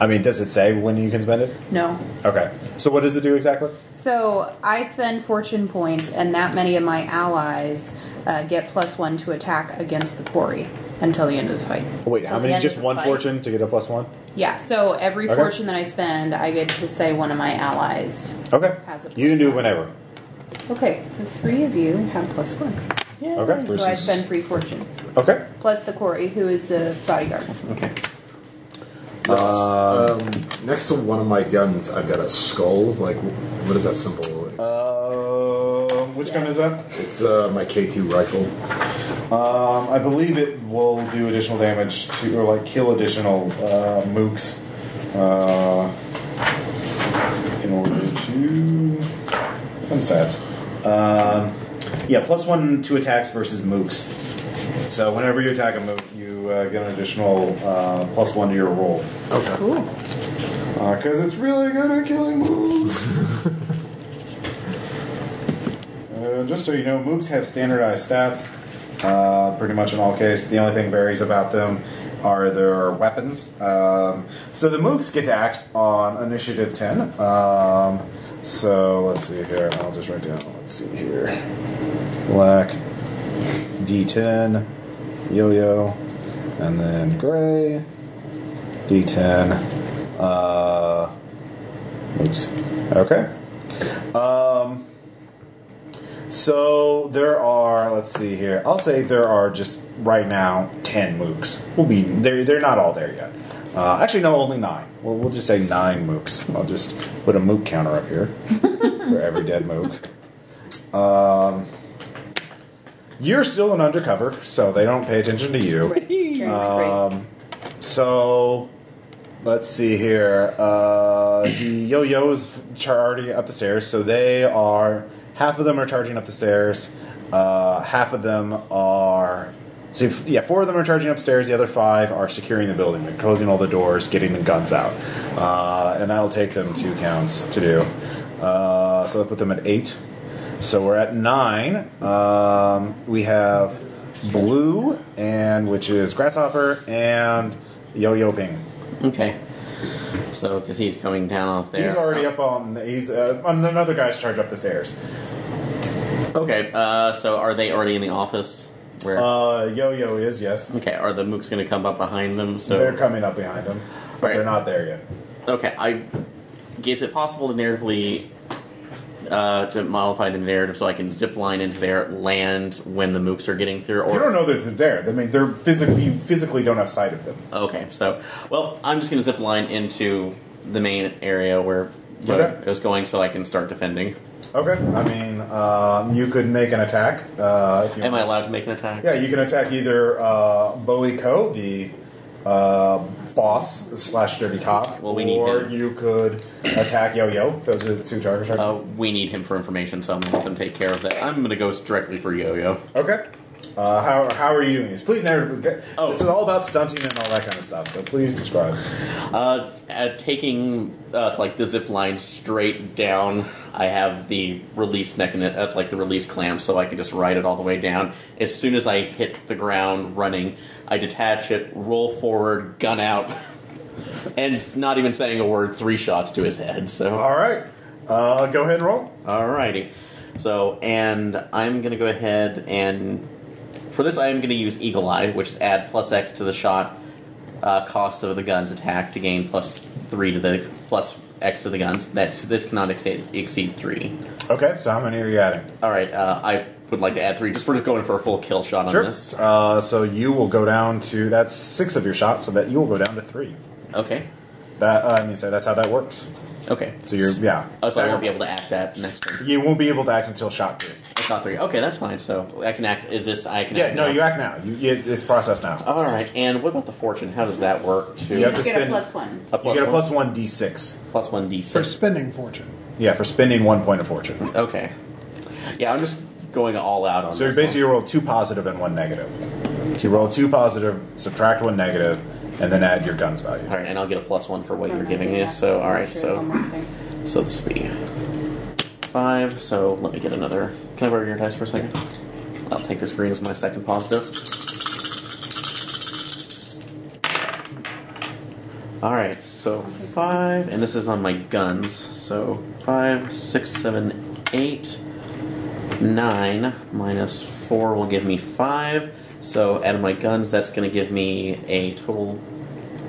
Speaker 1: I mean, does it say when you can spend it?
Speaker 3: No.
Speaker 1: Okay. So what does it do exactly?
Speaker 3: So I spend fortune points, and that many of my allies uh, get plus one to attack against the quarry until the end of the fight.
Speaker 1: Oh, Wait,
Speaker 4: So
Speaker 1: how
Speaker 4: the
Speaker 1: many?
Speaker 4: end
Speaker 1: Just
Speaker 4: of the
Speaker 1: one
Speaker 4: fight.
Speaker 1: fortune to get a plus one?
Speaker 3: Yeah. So every
Speaker 1: Okay.
Speaker 3: fortune that I spend, I get to say one of my allies.
Speaker 1: Okay.
Speaker 3: Has a
Speaker 1: You can do it
Speaker 3: plus one.
Speaker 1: whenever.
Speaker 3: Okay. The three of you have plus one.
Speaker 1: Okay.
Speaker 3: So I spend three fortune
Speaker 1: Okay.
Speaker 3: plus the quarry, who is the bodyguard.
Speaker 2: Okay.
Speaker 6: Um, next to one of my guns, I've got a skull. Like, what is that symbol?
Speaker 1: Um, which gun is that?
Speaker 6: it's uh, my K2 rifle.
Speaker 1: Um, I believe it will do additional damage to, or like kill additional uh, mooks uh, in order to. What's that? Um, yeah, plus one two attacks versus mooks. So whenever you attack a mook, you uh, get an additional uh, plus one to your roll.
Speaker 6: Okay.
Speaker 3: Cool.
Speaker 1: Because it's really good at killing mooks. uh, just so you know, mooks have standardized stats uh, pretty much in all cases. The only thing varies about them are their weapons. Um, so the mooks get to act on initiative 10. Um, so let's see here. I'll just write down. Let's see here. Black, D10, yo yo, and then gray. D10. Uh, oops. Okay. Um, so there are. Let's see here. I'll say there are just right now ten mooks. We'll be. They're they're not all there yet. Uh, actually, no, only nine. Well, we'll just say nine mooks. I'll just put a mook counter up here for every dead mook. Um, you're still an undercover, so they don't pay attention to you. Um, so let's see here. Uh, the yo yo is char- already up the stairs, so they are half of them are charging up the stairs. Uh, half of them are. So if- yeah, four of them are charging upstairs. The other five are securing the building, They're closing all the doors, getting the guns out, uh, and that'll take them two counts to do. Uh, so that put them at eight. So we're at nine. Um, we have Blue, and which is Grasshopper, and Yo Yo Ping.
Speaker 2: Okay. So, because he's coming down off there.
Speaker 1: He's already up on. He's uh, on another guy's charge up the stairs.
Speaker 2: Okay, uh, so are they already in the office? Where?
Speaker 1: Uh, Yo Yo is yes.
Speaker 2: okay, are the mooks going to come up behind them? So
Speaker 1: They're coming up behind him, but
Speaker 2: Right.
Speaker 1: they're not there yet.
Speaker 2: Okay, I is it possible to narratively uh, to modify the narrative so I can zip line into there, land when the mooks are getting through? Or
Speaker 1: You don't know that they're there. I mean, they're physically you physically don't have sight of them.
Speaker 2: Okay, so well, I'm just gonna zip line into the main area where you know,
Speaker 1: Okay.
Speaker 2: it was going, so I can start defending.
Speaker 1: Okay. I mean, um, you could make an attack. Uh, if you
Speaker 2: Am I allowed to make an attack?
Speaker 1: Yeah, you can attack either uh, Bowie Co, the uh, boss slash dirty cop,
Speaker 2: Well, we need
Speaker 1: or
Speaker 2: him.
Speaker 1: you could attack Yo Yo. Those are the two targets. Right?
Speaker 2: Uh, we need him for information, so I'm gonna let them take care of that. I'm gonna go directly for Yo-Yo.
Speaker 1: okay. Uh, how, how are you doing this? Please narrative. okay.
Speaker 2: Oh.
Speaker 1: This is all about stunting and all that kind of stuff. So please describe.
Speaker 2: Uh, uh, taking uh, it's like the zip line straight down, I have the release mechanism. That's like the release clamp, so I can just ride it all the way down. As soon as I hit the ground running, I detach it, roll forward, gun out, and not even saying a word, three shots to his head. So,
Speaker 1: All right. Uh, go ahead and roll.
Speaker 2: alrighty. So, and I'm gonna go ahead and for this, I am gonna use Eagle Eye, which is add plus X to the shot uh, cost of the gun's attack to gain plus three to the plus X to the guns. That's this cannot exceed exceed three.
Speaker 1: Okay. So how many are you adding?
Speaker 2: All right, uh, I would like to add three. Just we're just going for a full kill shot on
Speaker 1: Sure.
Speaker 2: this.
Speaker 1: Uh, so you will go down to that's six of your shots, so that you will go down to three.
Speaker 2: Okay,
Speaker 1: That uh, I mean, so that's how that works.
Speaker 2: okay.
Speaker 1: So you're yeah.
Speaker 2: Oh, so I won't be able to act that next turn.
Speaker 1: You won't be able to act until shot two.
Speaker 2: It's not three. Okay, that's fine. So I can act. Is this I can?
Speaker 1: Yeah,
Speaker 2: act
Speaker 1: no,
Speaker 2: now.
Speaker 1: you act now. You, it, it's processed now.
Speaker 2: All right, and what about the fortune? How does that work? To
Speaker 1: You have to
Speaker 3: Get a
Speaker 1: spend.
Speaker 3: plus one.
Speaker 2: a
Speaker 1: you get a
Speaker 2: one?
Speaker 1: plus one d6.
Speaker 2: plus one d
Speaker 7: for
Speaker 2: six.
Speaker 7: spending fortune.
Speaker 1: Yeah, for spending one point of fortune.
Speaker 2: Okay. Yeah, I'm just going all out on
Speaker 1: So
Speaker 2: this.
Speaker 1: you basically you roll two positive and one negative. So you roll two positive, subtract one negative, and then add your gun's value.
Speaker 2: All right, and I'll get a plus one for what you're
Speaker 3: Remember,
Speaker 2: giving
Speaker 3: yeah.
Speaker 2: me. So all right,
Speaker 3: Sure,
Speaker 2: so.
Speaker 3: one more thing.
Speaker 2: So this would be five. So let me get another. Can I borrow your dice for a second? I'll take this green as my second positive. Alright, so five, and this is on my guns. So five, six, seven, eight, nine, minus four will give me five. So out of my guns, that's going to give me a total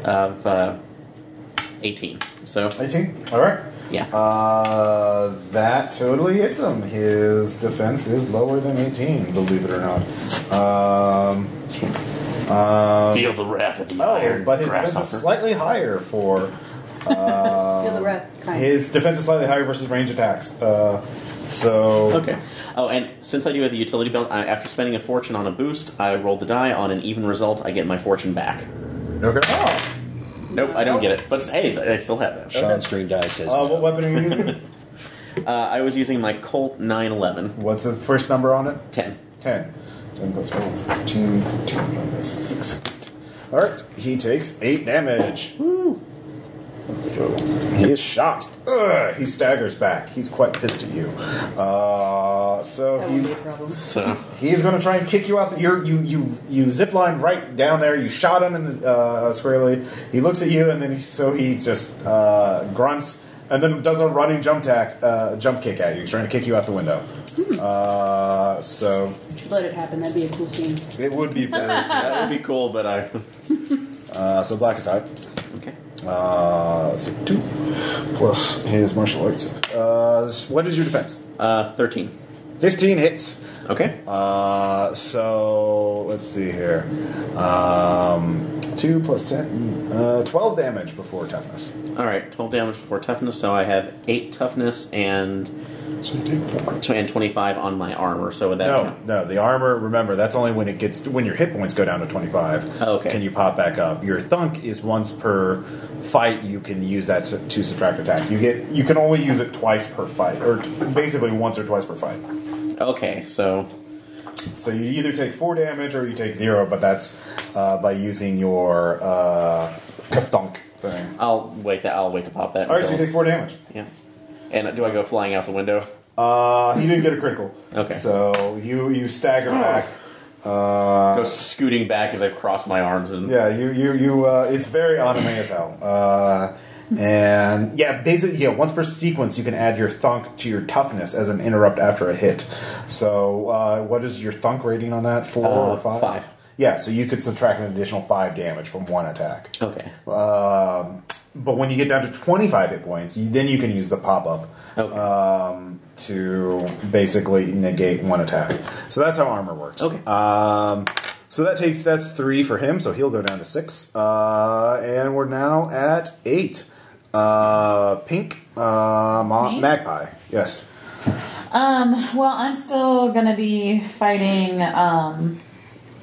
Speaker 2: of uh, 18. So,
Speaker 1: 18. All right.
Speaker 2: yeah.
Speaker 1: Uh, that totally hits him. His defense is lower than 18, believe it or not. Um, um,
Speaker 8: Feel the wrath of the
Speaker 1: Oh,
Speaker 8: iron
Speaker 1: but his defense
Speaker 8: grasshopper.
Speaker 1: is slightly higher for. Uh,
Speaker 3: Feel the rep, kind.
Speaker 1: His defense is slightly higher versus range attacks. Uh, so
Speaker 2: Okay. Oh, and since I do have the utility belt, I, after spending a fortune on a boost, I roll the die. On an even result, I get my fortune back.
Speaker 1: okay.
Speaker 2: Nope, I don't get it. But hey, I still have that.
Speaker 5: Sean's green die says.
Speaker 1: Uh,
Speaker 5: no.
Speaker 1: what weapon are you using?
Speaker 2: Uh, I was using my Colt 911.
Speaker 1: What's the first number on it?
Speaker 2: 10.
Speaker 1: 10. 10 plus 12, 14, 14 minus 6. Alright, he takes 8 damage. Woo! He is shot. Ugh, he staggers back. He's quite pissed at you. Uh, so
Speaker 3: That
Speaker 1: he
Speaker 3: won't be a problem.
Speaker 2: So,
Speaker 1: He's going to try and kick you out. The, you're, you you you zip line right down there. You shot him in the, uh, squarely. He looks at you, and then he, so he just uh, grunts and then does a running jump tack, uh, jump kick at you. He's trying to kick you out the window.
Speaker 3: Hmm.
Speaker 1: Uh, so
Speaker 3: You should let it happen. That'd be a cool scene.
Speaker 1: it would be very
Speaker 2: that would be cool, but I.
Speaker 1: uh, so black aside.
Speaker 2: Okay.
Speaker 1: Uh, so two plus his martial arts. Uh, what is your defense?
Speaker 2: Uh, 13.
Speaker 1: Fifteen hits.
Speaker 2: Okay.
Speaker 1: Uh, so let's see here. Um, two plus ten, uh, twelve damage before toughness.
Speaker 2: Alright, 12 damage before toughness, so I have 8 toughness and,
Speaker 7: So you take four.
Speaker 2: and 25 on my armor, so would that
Speaker 1: No,
Speaker 2: count?
Speaker 1: no, the armor. Remember, that's only when it gets when your hit points go down to twenty five.
Speaker 2: Oh, okay.
Speaker 1: Can you pop back up? Your thunk is once per fight. You can use that su- to subtract attack. You get you can only use it twice per fight, or t- basically once or twice per fight.
Speaker 2: Okay, so.
Speaker 1: So you either take four damage or you take zero, but that's uh, by using your uh, thunk thing.
Speaker 2: I'll wait. That I'll wait to pop that.
Speaker 1: All right, so you
Speaker 2: until
Speaker 1: take four damage.
Speaker 2: it's- Yeah. And do I go flying out the window?
Speaker 1: Uh, he didn't get a critical.
Speaker 2: Okay.
Speaker 1: So you you stagger back. Uh,
Speaker 2: Go scooting back as I've crossed my arms and
Speaker 1: yeah, you you you. Uh, it's very anime as hell. Uh, and yeah, basically, yeah. Once per sequence, you can add your thunk to your toughness as an interrupt after a hit. So, uh, what is your thunk rating on that? Four or
Speaker 2: Uh,
Speaker 1: five?
Speaker 2: five.
Speaker 1: Yeah, so you could subtract an additional five damage from one attack.
Speaker 2: Okay.
Speaker 1: Um, but when you get down to 25 hit points, you, then you can use the pop up
Speaker 2: Okay.
Speaker 1: um, to basically negate one attack. So that's how armor works.
Speaker 2: Okay.
Speaker 1: Um, so that takes that's three for him, so he'll go down to six, uh, and we're now at eight. Uh, pink uh, ma-
Speaker 4: Me?
Speaker 1: magpie. Yes.
Speaker 4: Um, well, I'm still gonna be fighting, um,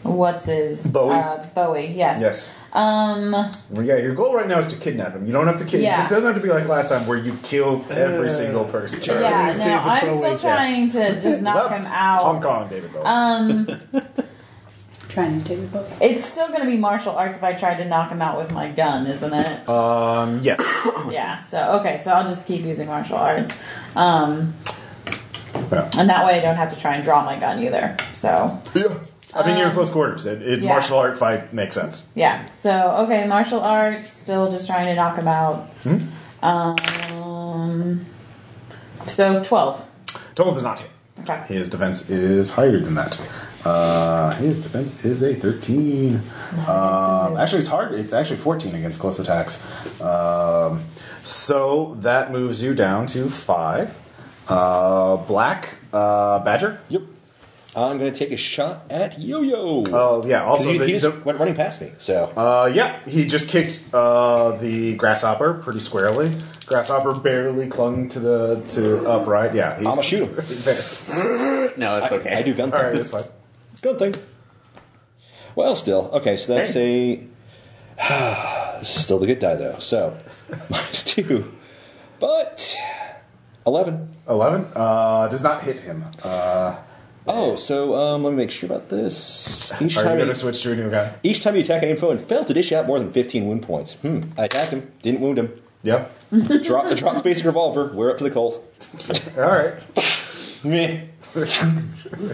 Speaker 4: what's his?
Speaker 1: Bowie?
Speaker 4: Uh, Bowie, yes.
Speaker 1: Yes.
Speaker 4: Um,
Speaker 1: Well, yeah, your goal right now is to kidnap him. You don't have to kidnap.
Speaker 4: Yeah.
Speaker 1: This doesn't have to be like last time where you killed
Speaker 2: Uh,
Speaker 1: every single person.
Speaker 4: yeah,
Speaker 7: Charlie's
Speaker 4: no,
Speaker 7: David
Speaker 4: I'm
Speaker 7: Bowie, yeah.
Speaker 4: still trying to just knock him out.
Speaker 1: Hong Kong, David Bowie.
Speaker 4: Um,
Speaker 3: Trying to take the book.
Speaker 4: it's still gonna be martial arts if I tried to knock him out with my gun, isn't it?
Speaker 1: Um, yes.
Speaker 4: Yeah, so okay, so I'll just keep using martial arts. Um,
Speaker 1: Yeah.
Speaker 4: and that way I don't have to try and draw my gun either. So,
Speaker 1: I mean, you're in close quarters. It, it
Speaker 4: yeah.
Speaker 1: martial art fight makes sense.
Speaker 4: yeah. So, okay, martial arts, still just trying to knock him out.
Speaker 1: Hmm?
Speaker 4: Um, so, 12.
Speaker 1: Toll does not hit.
Speaker 4: Okay.
Speaker 1: His defense is higher than that. Uh, his defense is a 13. Um, actually, it's hard. It's actually 14 against close attacks. Um, so that moves you down to five. Uh, black uh, badger.
Speaker 5: Yep. I'm going to take a shot at Yo Yo.
Speaker 1: Oh yeah. Also,
Speaker 5: he,
Speaker 1: the-
Speaker 5: he just
Speaker 1: the-
Speaker 5: went running past me, so.
Speaker 1: Uh, yeah, he just kicked uh, the grasshopper pretty squarely. Grasshopper barely clung to the to upright. Yeah, he's,
Speaker 5: I'ma shoot him.
Speaker 2: No, that's okay.
Speaker 5: I do gun
Speaker 1: All
Speaker 5: thing.
Speaker 1: right, that's fine.
Speaker 5: Gun thing. Well, still. Okay, so that's a. this is still the good die, though. So, minus two. But. 11.
Speaker 1: Eleven uh, does not hit him. Uh,
Speaker 5: Oh, so um, let me make sure about this. Each
Speaker 1: are you
Speaker 5: time,
Speaker 1: going to
Speaker 5: you,
Speaker 1: switch to a new guy?
Speaker 5: each time you attack an info and fail to dish out more than 15 wound points. Hmm. I attacked him, didn't wound him.
Speaker 1: Yep.
Speaker 5: Drop the drop basic revolver. We're up to the cold.
Speaker 1: All right.
Speaker 5: Meh.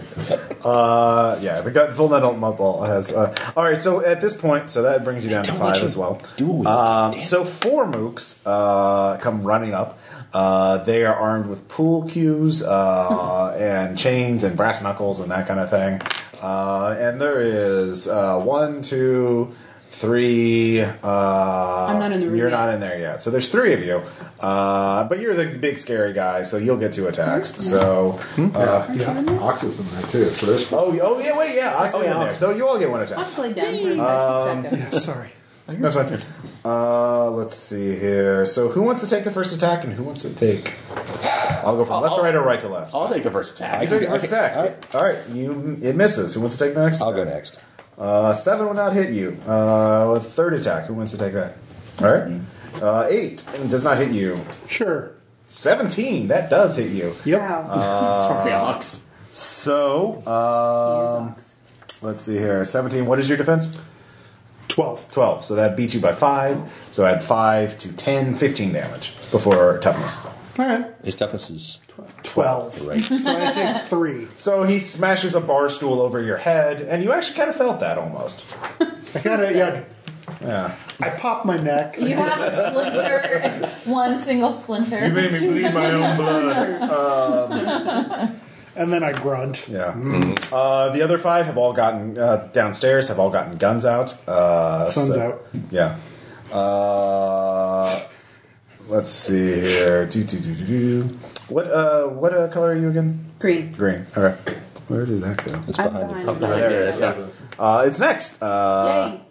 Speaker 1: Uh, yeah, the gut, full metal ball has. Uh, all right, so at this point, so that brings you down to
Speaker 5: Don't let
Speaker 1: five
Speaker 5: you
Speaker 1: as well.
Speaker 5: do it.
Speaker 1: Um,
Speaker 5: Damn.
Speaker 1: so four mooks uh, come running up. Uh, they are armed with pool cues uh, and chains and brass knuckles and that kind of thing. Uh, and there is uh, one, two, three. Uh, I'm
Speaker 3: not in the room
Speaker 1: You're
Speaker 3: yet.
Speaker 1: not in there yet. So there's three of you, uh, but you're the big scary guy, so you'll get two attacks. So.
Speaker 6: Hmm?
Speaker 1: Uh,
Speaker 6: Yeah, Ox is in there too. So there's
Speaker 1: Oh, oh yeah, wait, yeah, Ox is
Speaker 2: yeah,
Speaker 1: in there.
Speaker 2: Ox.
Speaker 1: So you all get one attack.
Speaker 3: I'll slide down for a
Speaker 1: Um,
Speaker 3: second. Back up.
Speaker 7: Yeah, sorry.
Speaker 1: That's my turn. Uh, let's see here. So who wants to take the first attack and who wants to take? I'll go from left to right or right to left.
Speaker 2: I'll take the first attack.
Speaker 1: You take the first attack. All right. All right, you it misses. Who wants to take the next?
Speaker 5: I'll go next.
Speaker 1: Uh, seven will not hit you. Uh, with third attack. Who wants to take that? All right. Uh, eight does not hit you.
Speaker 7: Sure.
Speaker 1: Seventeen that does hit you.
Speaker 7: Yep.
Speaker 3: Wow.
Speaker 1: uh,
Speaker 2: Sorry, Ox.
Speaker 1: So um, let's see here. Seventeen. What is your defense?
Speaker 7: 12.
Speaker 1: 12. So that beats you by 5. So add 5 to 10, 15 damage before toughness.
Speaker 7: All right.
Speaker 5: His toughness is
Speaker 7: 12.
Speaker 5: right.
Speaker 7: So I take three.
Speaker 1: So he smashes a bar stool over your head, and you actually kind of felt that almost.
Speaker 7: I kind of, yeah,
Speaker 1: Yeah.
Speaker 7: I pop my neck.
Speaker 4: You have a splinter, one single splinter.
Speaker 1: me bleed my own blood.
Speaker 7: And then I grunt.
Speaker 1: Yeah. Uh, the other five have all gotten uh, downstairs, have all gotten guns out. Uh,
Speaker 7: Sun's
Speaker 1: so-
Speaker 7: out.
Speaker 1: Yeah. Uh, let's see here. Do, do, do, do, do. What, uh, what uh, color are you again?
Speaker 3: Green.
Speaker 1: Green. All right. Where did that go?
Speaker 5: It's
Speaker 3: I'm
Speaker 5: behind the
Speaker 3: behind.
Speaker 1: Oh, there it is. Yeah. Uh, it's next. Uh,
Speaker 3: Yay.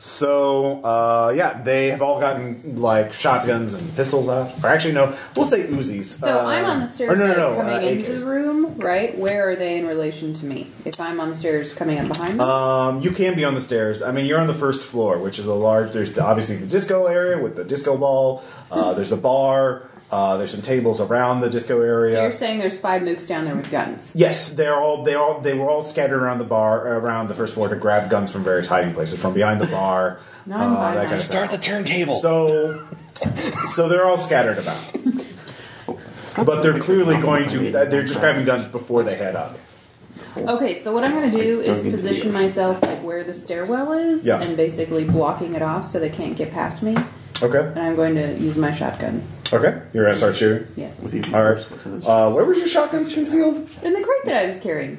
Speaker 1: So uh, yeah, they have all gotten like shotguns and pistols out. Or actually, no, we'll say Uzis.
Speaker 3: So I'm on the stairs
Speaker 1: Or no, no, no.
Speaker 3: coming
Speaker 1: uh,
Speaker 3: into
Speaker 1: AKs.
Speaker 3: the room, right? Where are they in relation to me? If I'm on the stairs coming up behind them?
Speaker 1: Um, you can be on the stairs. I mean, you're on the first floor, which is a large. There's the, obviously the disco area with the disco ball. Uh, there's a bar. Uh, there's some tables around the disco area.
Speaker 3: So you're saying there's five mooks down there with guns.
Speaker 1: Yes, they're all they all they were all scattered around the bar around the first floor to grab guns from various hiding places from behind the bar.
Speaker 3: Not
Speaker 1: uh, that
Speaker 3: by my-
Speaker 1: kind of thing.
Speaker 5: Start the turntable.
Speaker 1: So, so they're all scattered about, uh, but they're clearly going to. They're just grabbing guns before they head up.
Speaker 2: full.
Speaker 3: Okay, so what I'm gonna do
Speaker 2: I don't need to
Speaker 3: is
Speaker 2: be
Speaker 3: position
Speaker 2: open.
Speaker 3: myself like where the stairwell is,
Speaker 1: Yeah.
Speaker 3: and basically blocking it off so they can't get past me.
Speaker 1: Okay.
Speaker 3: And I'm going to use my shotgun.
Speaker 1: Okay. You're gonna start shooting.
Speaker 3: Yes.
Speaker 2: What's even
Speaker 1: All right.
Speaker 2: worse, what's in this
Speaker 1: Uh,
Speaker 2: box?
Speaker 1: where was your shotguns concealed?
Speaker 3: In the crate that I was carrying,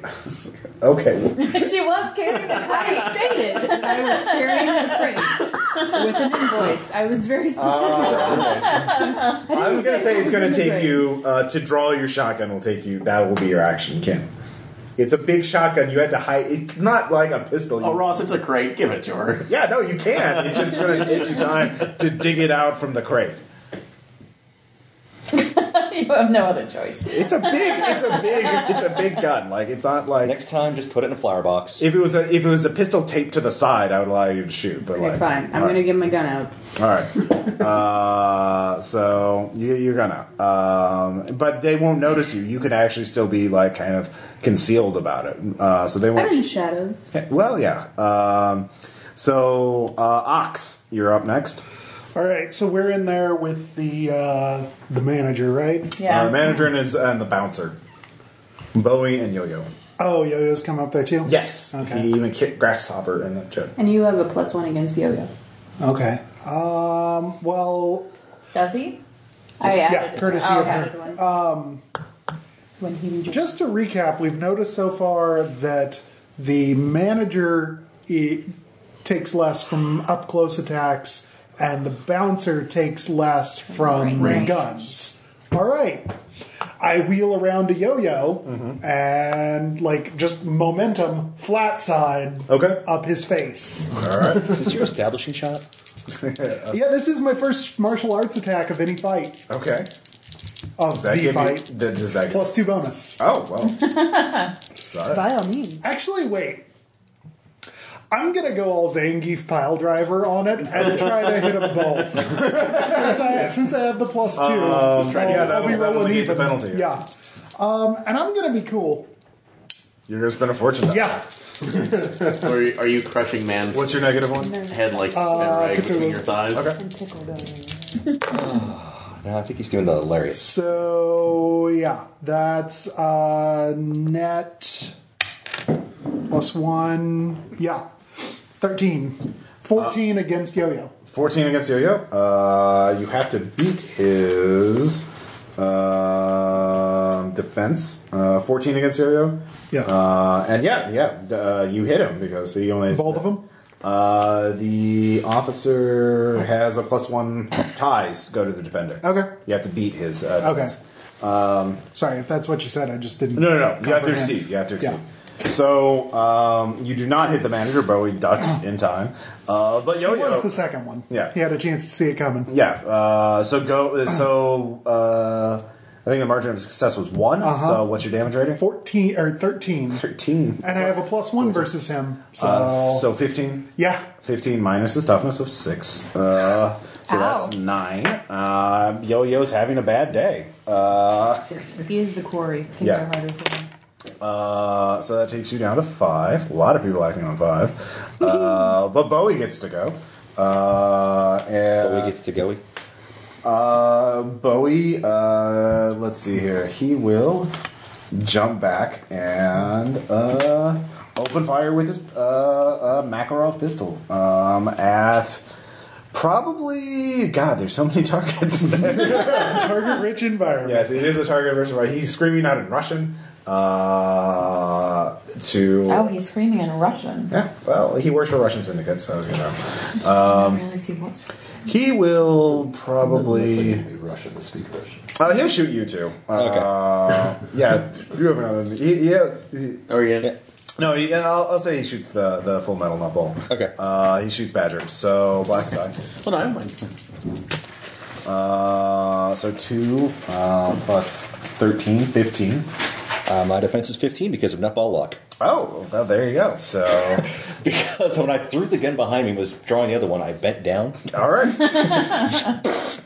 Speaker 1: Okay.
Speaker 4: she was carrying a
Speaker 3: I stated that I was carrying a crate with an invoice. I was very specific.
Speaker 1: Ah. I'm gonna say it's gonna take
Speaker 3: Right.
Speaker 1: you uh, to draw your shotgun. Will take you. That will be your action, Kim. It's a big shotgun. You had to hide. It's not like a pistol. You-
Speaker 2: Oh, Ross, it's a crate. Give it to her.
Speaker 1: Yeah, no, you can. It's just gonna take you time to dig it out from the crate.
Speaker 4: you have no other choice.
Speaker 1: It's a big. It's a big. It's a big gun. Like it's not like
Speaker 5: Next time, just put it in a flower box.
Speaker 1: if it was a if it was a pistol taped to the side, I would allow you to shoot. But
Speaker 3: Okay,
Speaker 1: like,
Speaker 3: fine. I'm
Speaker 1: all
Speaker 3: gonna
Speaker 1: right.
Speaker 3: get my gun out.
Speaker 1: All right. Uh, so you, you're gonna, um, but they won't notice you. You can actually still be like kind of concealed about it. Uh, so they
Speaker 3: I'm in
Speaker 1: won't.
Speaker 3: the shadows.
Speaker 1: Well, yeah. Um, so uh, Ox, you're up next.
Speaker 7: All right, so we're in there with the uh, the manager, right?
Speaker 4: Yeah.
Speaker 1: Uh, the manager and his and the bouncer, Bowie and Yo Yo.
Speaker 7: Oh, Yo-Yo's come up there too.
Speaker 1: Yes.
Speaker 7: Okay.
Speaker 1: He even kicked Grasshopper in the chin.
Speaker 3: And you have a plus one against Yo-Yo.
Speaker 7: Okay. Um. Well,
Speaker 4: Does he?
Speaker 3: I added
Speaker 7: yeah, courtesy
Speaker 4: Oh,
Speaker 7: of
Speaker 4: okay.
Speaker 7: her.
Speaker 3: added one. Um, when he rejected.
Speaker 7: Just to recap, we've noticed so far that the manager he takes less from up close attacks, and the bouncer takes less from
Speaker 3: Right.
Speaker 7: guns. All right. I wheel around to yo yo
Speaker 1: Mm-hmm.
Speaker 7: and, like, just momentum, flat side,
Speaker 1: Okay.
Speaker 7: up his face.
Speaker 1: All right.
Speaker 5: Is this your establishing shot?
Speaker 7: Yeah, this is my first martial arts attack of any fight,
Speaker 1: Okay.
Speaker 7: of
Speaker 1: Does that
Speaker 7: the
Speaker 1: give
Speaker 7: fight,
Speaker 1: you? that- Does that give-
Speaker 7: plus two bonus.
Speaker 1: Oh well. Sorry.
Speaker 3: By all means.
Speaker 7: Actually, wait. I'm gonna go all Zangief pile driver on it and try to hit them both. since, I, since I have the plus two, I'll,
Speaker 1: yeah,
Speaker 7: I'll
Speaker 1: that'll-
Speaker 7: be
Speaker 1: that'll
Speaker 7: rolling
Speaker 1: negate the
Speaker 7: even.
Speaker 1: penalty.
Speaker 7: Yeah, um, and I'm gonna be cool.
Speaker 1: You're gonna spend a fortune. now.
Speaker 7: Yeah,
Speaker 2: Or are you- are you crushing man's
Speaker 1: What's your negative one?
Speaker 2: head like uh, rag between your thighs?
Speaker 1: Okay.
Speaker 5: No, I think he's doing the hilarious.
Speaker 7: so yeah, that's uh, net plus one. Yeah, thirteen. 14
Speaker 1: Uh,
Speaker 7: against Yo-Yo.
Speaker 1: 14 against Yo-Yo. Uh, you have to beat his um defense. Uh, 14 against Yo-Yo.
Speaker 7: Yeah.
Speaker 1: Uh, and yeah, yeah, d- uh, you hit him because he only
Speaker 7: Both of them?
Speaker 1: Uh, the officer has a plus one ties go to the defender.
Speaker 7: Okay.
Speaker 1: You have to beat his. Uh,
Speaker 7: Okay.
Speaker 1: defense.
Speaker 7: Sorry if that's what you said. I just didn't.
Speaker 1: No, no, no. You have to
Speaker 7: comprehend.
Speaker 1: exceed. You have to exceed.
Speaker 7: Yeah.
Speaker 1: So um, you do not hit the manager. Bowie ducks in time. Uh, but Yo-Yo
Speaker 7: It was the second one.
Speaker 1: Yeah.
Speaker 7: He had a chance to see it coming.
Speaker 1: Yeah. Uh, so go. So uh, I think the margin of success was one.
Speaker 7: Uh-huh.
Speaker 1: So what's your damage rating?
Speaker 7: 14 or 13.
Speaker 1: Thirteen.
Speaker 7: And I have a plus one versus him. So,
Speaker 1: Uh, so fifteen.
Speaker 7: yeah.
Speaker 1: Fifteen minus his toughness of six. Uh, so
Speaker 3: Ow.
Speaker 1: that's nine. Uh, Yo Yo's having a bad day. Uh,
Speaker 3: He is the quarry. Things
Speaker 1: Yeah.
Speaker 3: are harder for him.
Speaker 1: uh, so that takes you down to five. A lot of people acting on five. Uh, but Bowie gets to go. Uh, and
Speaker 5: But we gets to go.
Speaker 1: Uh, Bowie, uh, let's see here. He will jump back and uh, open fire with his uh, uh, Makarov pistol um, at probably. God, there's so many targets.
Speaker 7: Target rich
Speaker 1: yeah,
Speaker 7: environment.
Speaker 1: it is a target version, right? He's screaming out in Russian uh, to.
Speaker 4: Oh, he's screaming in Russian.
Speaker 1: Yeah, well, he works for Russian syndicate, so you know. Um,
Speaker 4: I didn't realize he was.
Speaker 1: He will probably.
Speaker 9: Be Russian to speak Russian.
Speaker 1: Uh, he'll shoot you too. Uh, yeah, you have another. He, yeah, he,
Speaker 2: Or you
Speaker 5: Oh, Yeah.
Speaker 1: no, he, and I'll, I'll say he shoots the, the full metal nut ball.
Speaker 5: Okay.
Speaker 1: Uh, he shoots Badger, so black side.
Speaker 2: Well, no, I don't mind.
Speaker 1: Uh, so two uh, plus 13, 15.
Speaker 5: Uh, my defense is 15 because of nutball luck.
Speaker 1: Oh, well, there you go. So,
Speaker 5: Because when I threw the gun behind me, and was drawing the other one. I bent down.
Speaker 1: all right.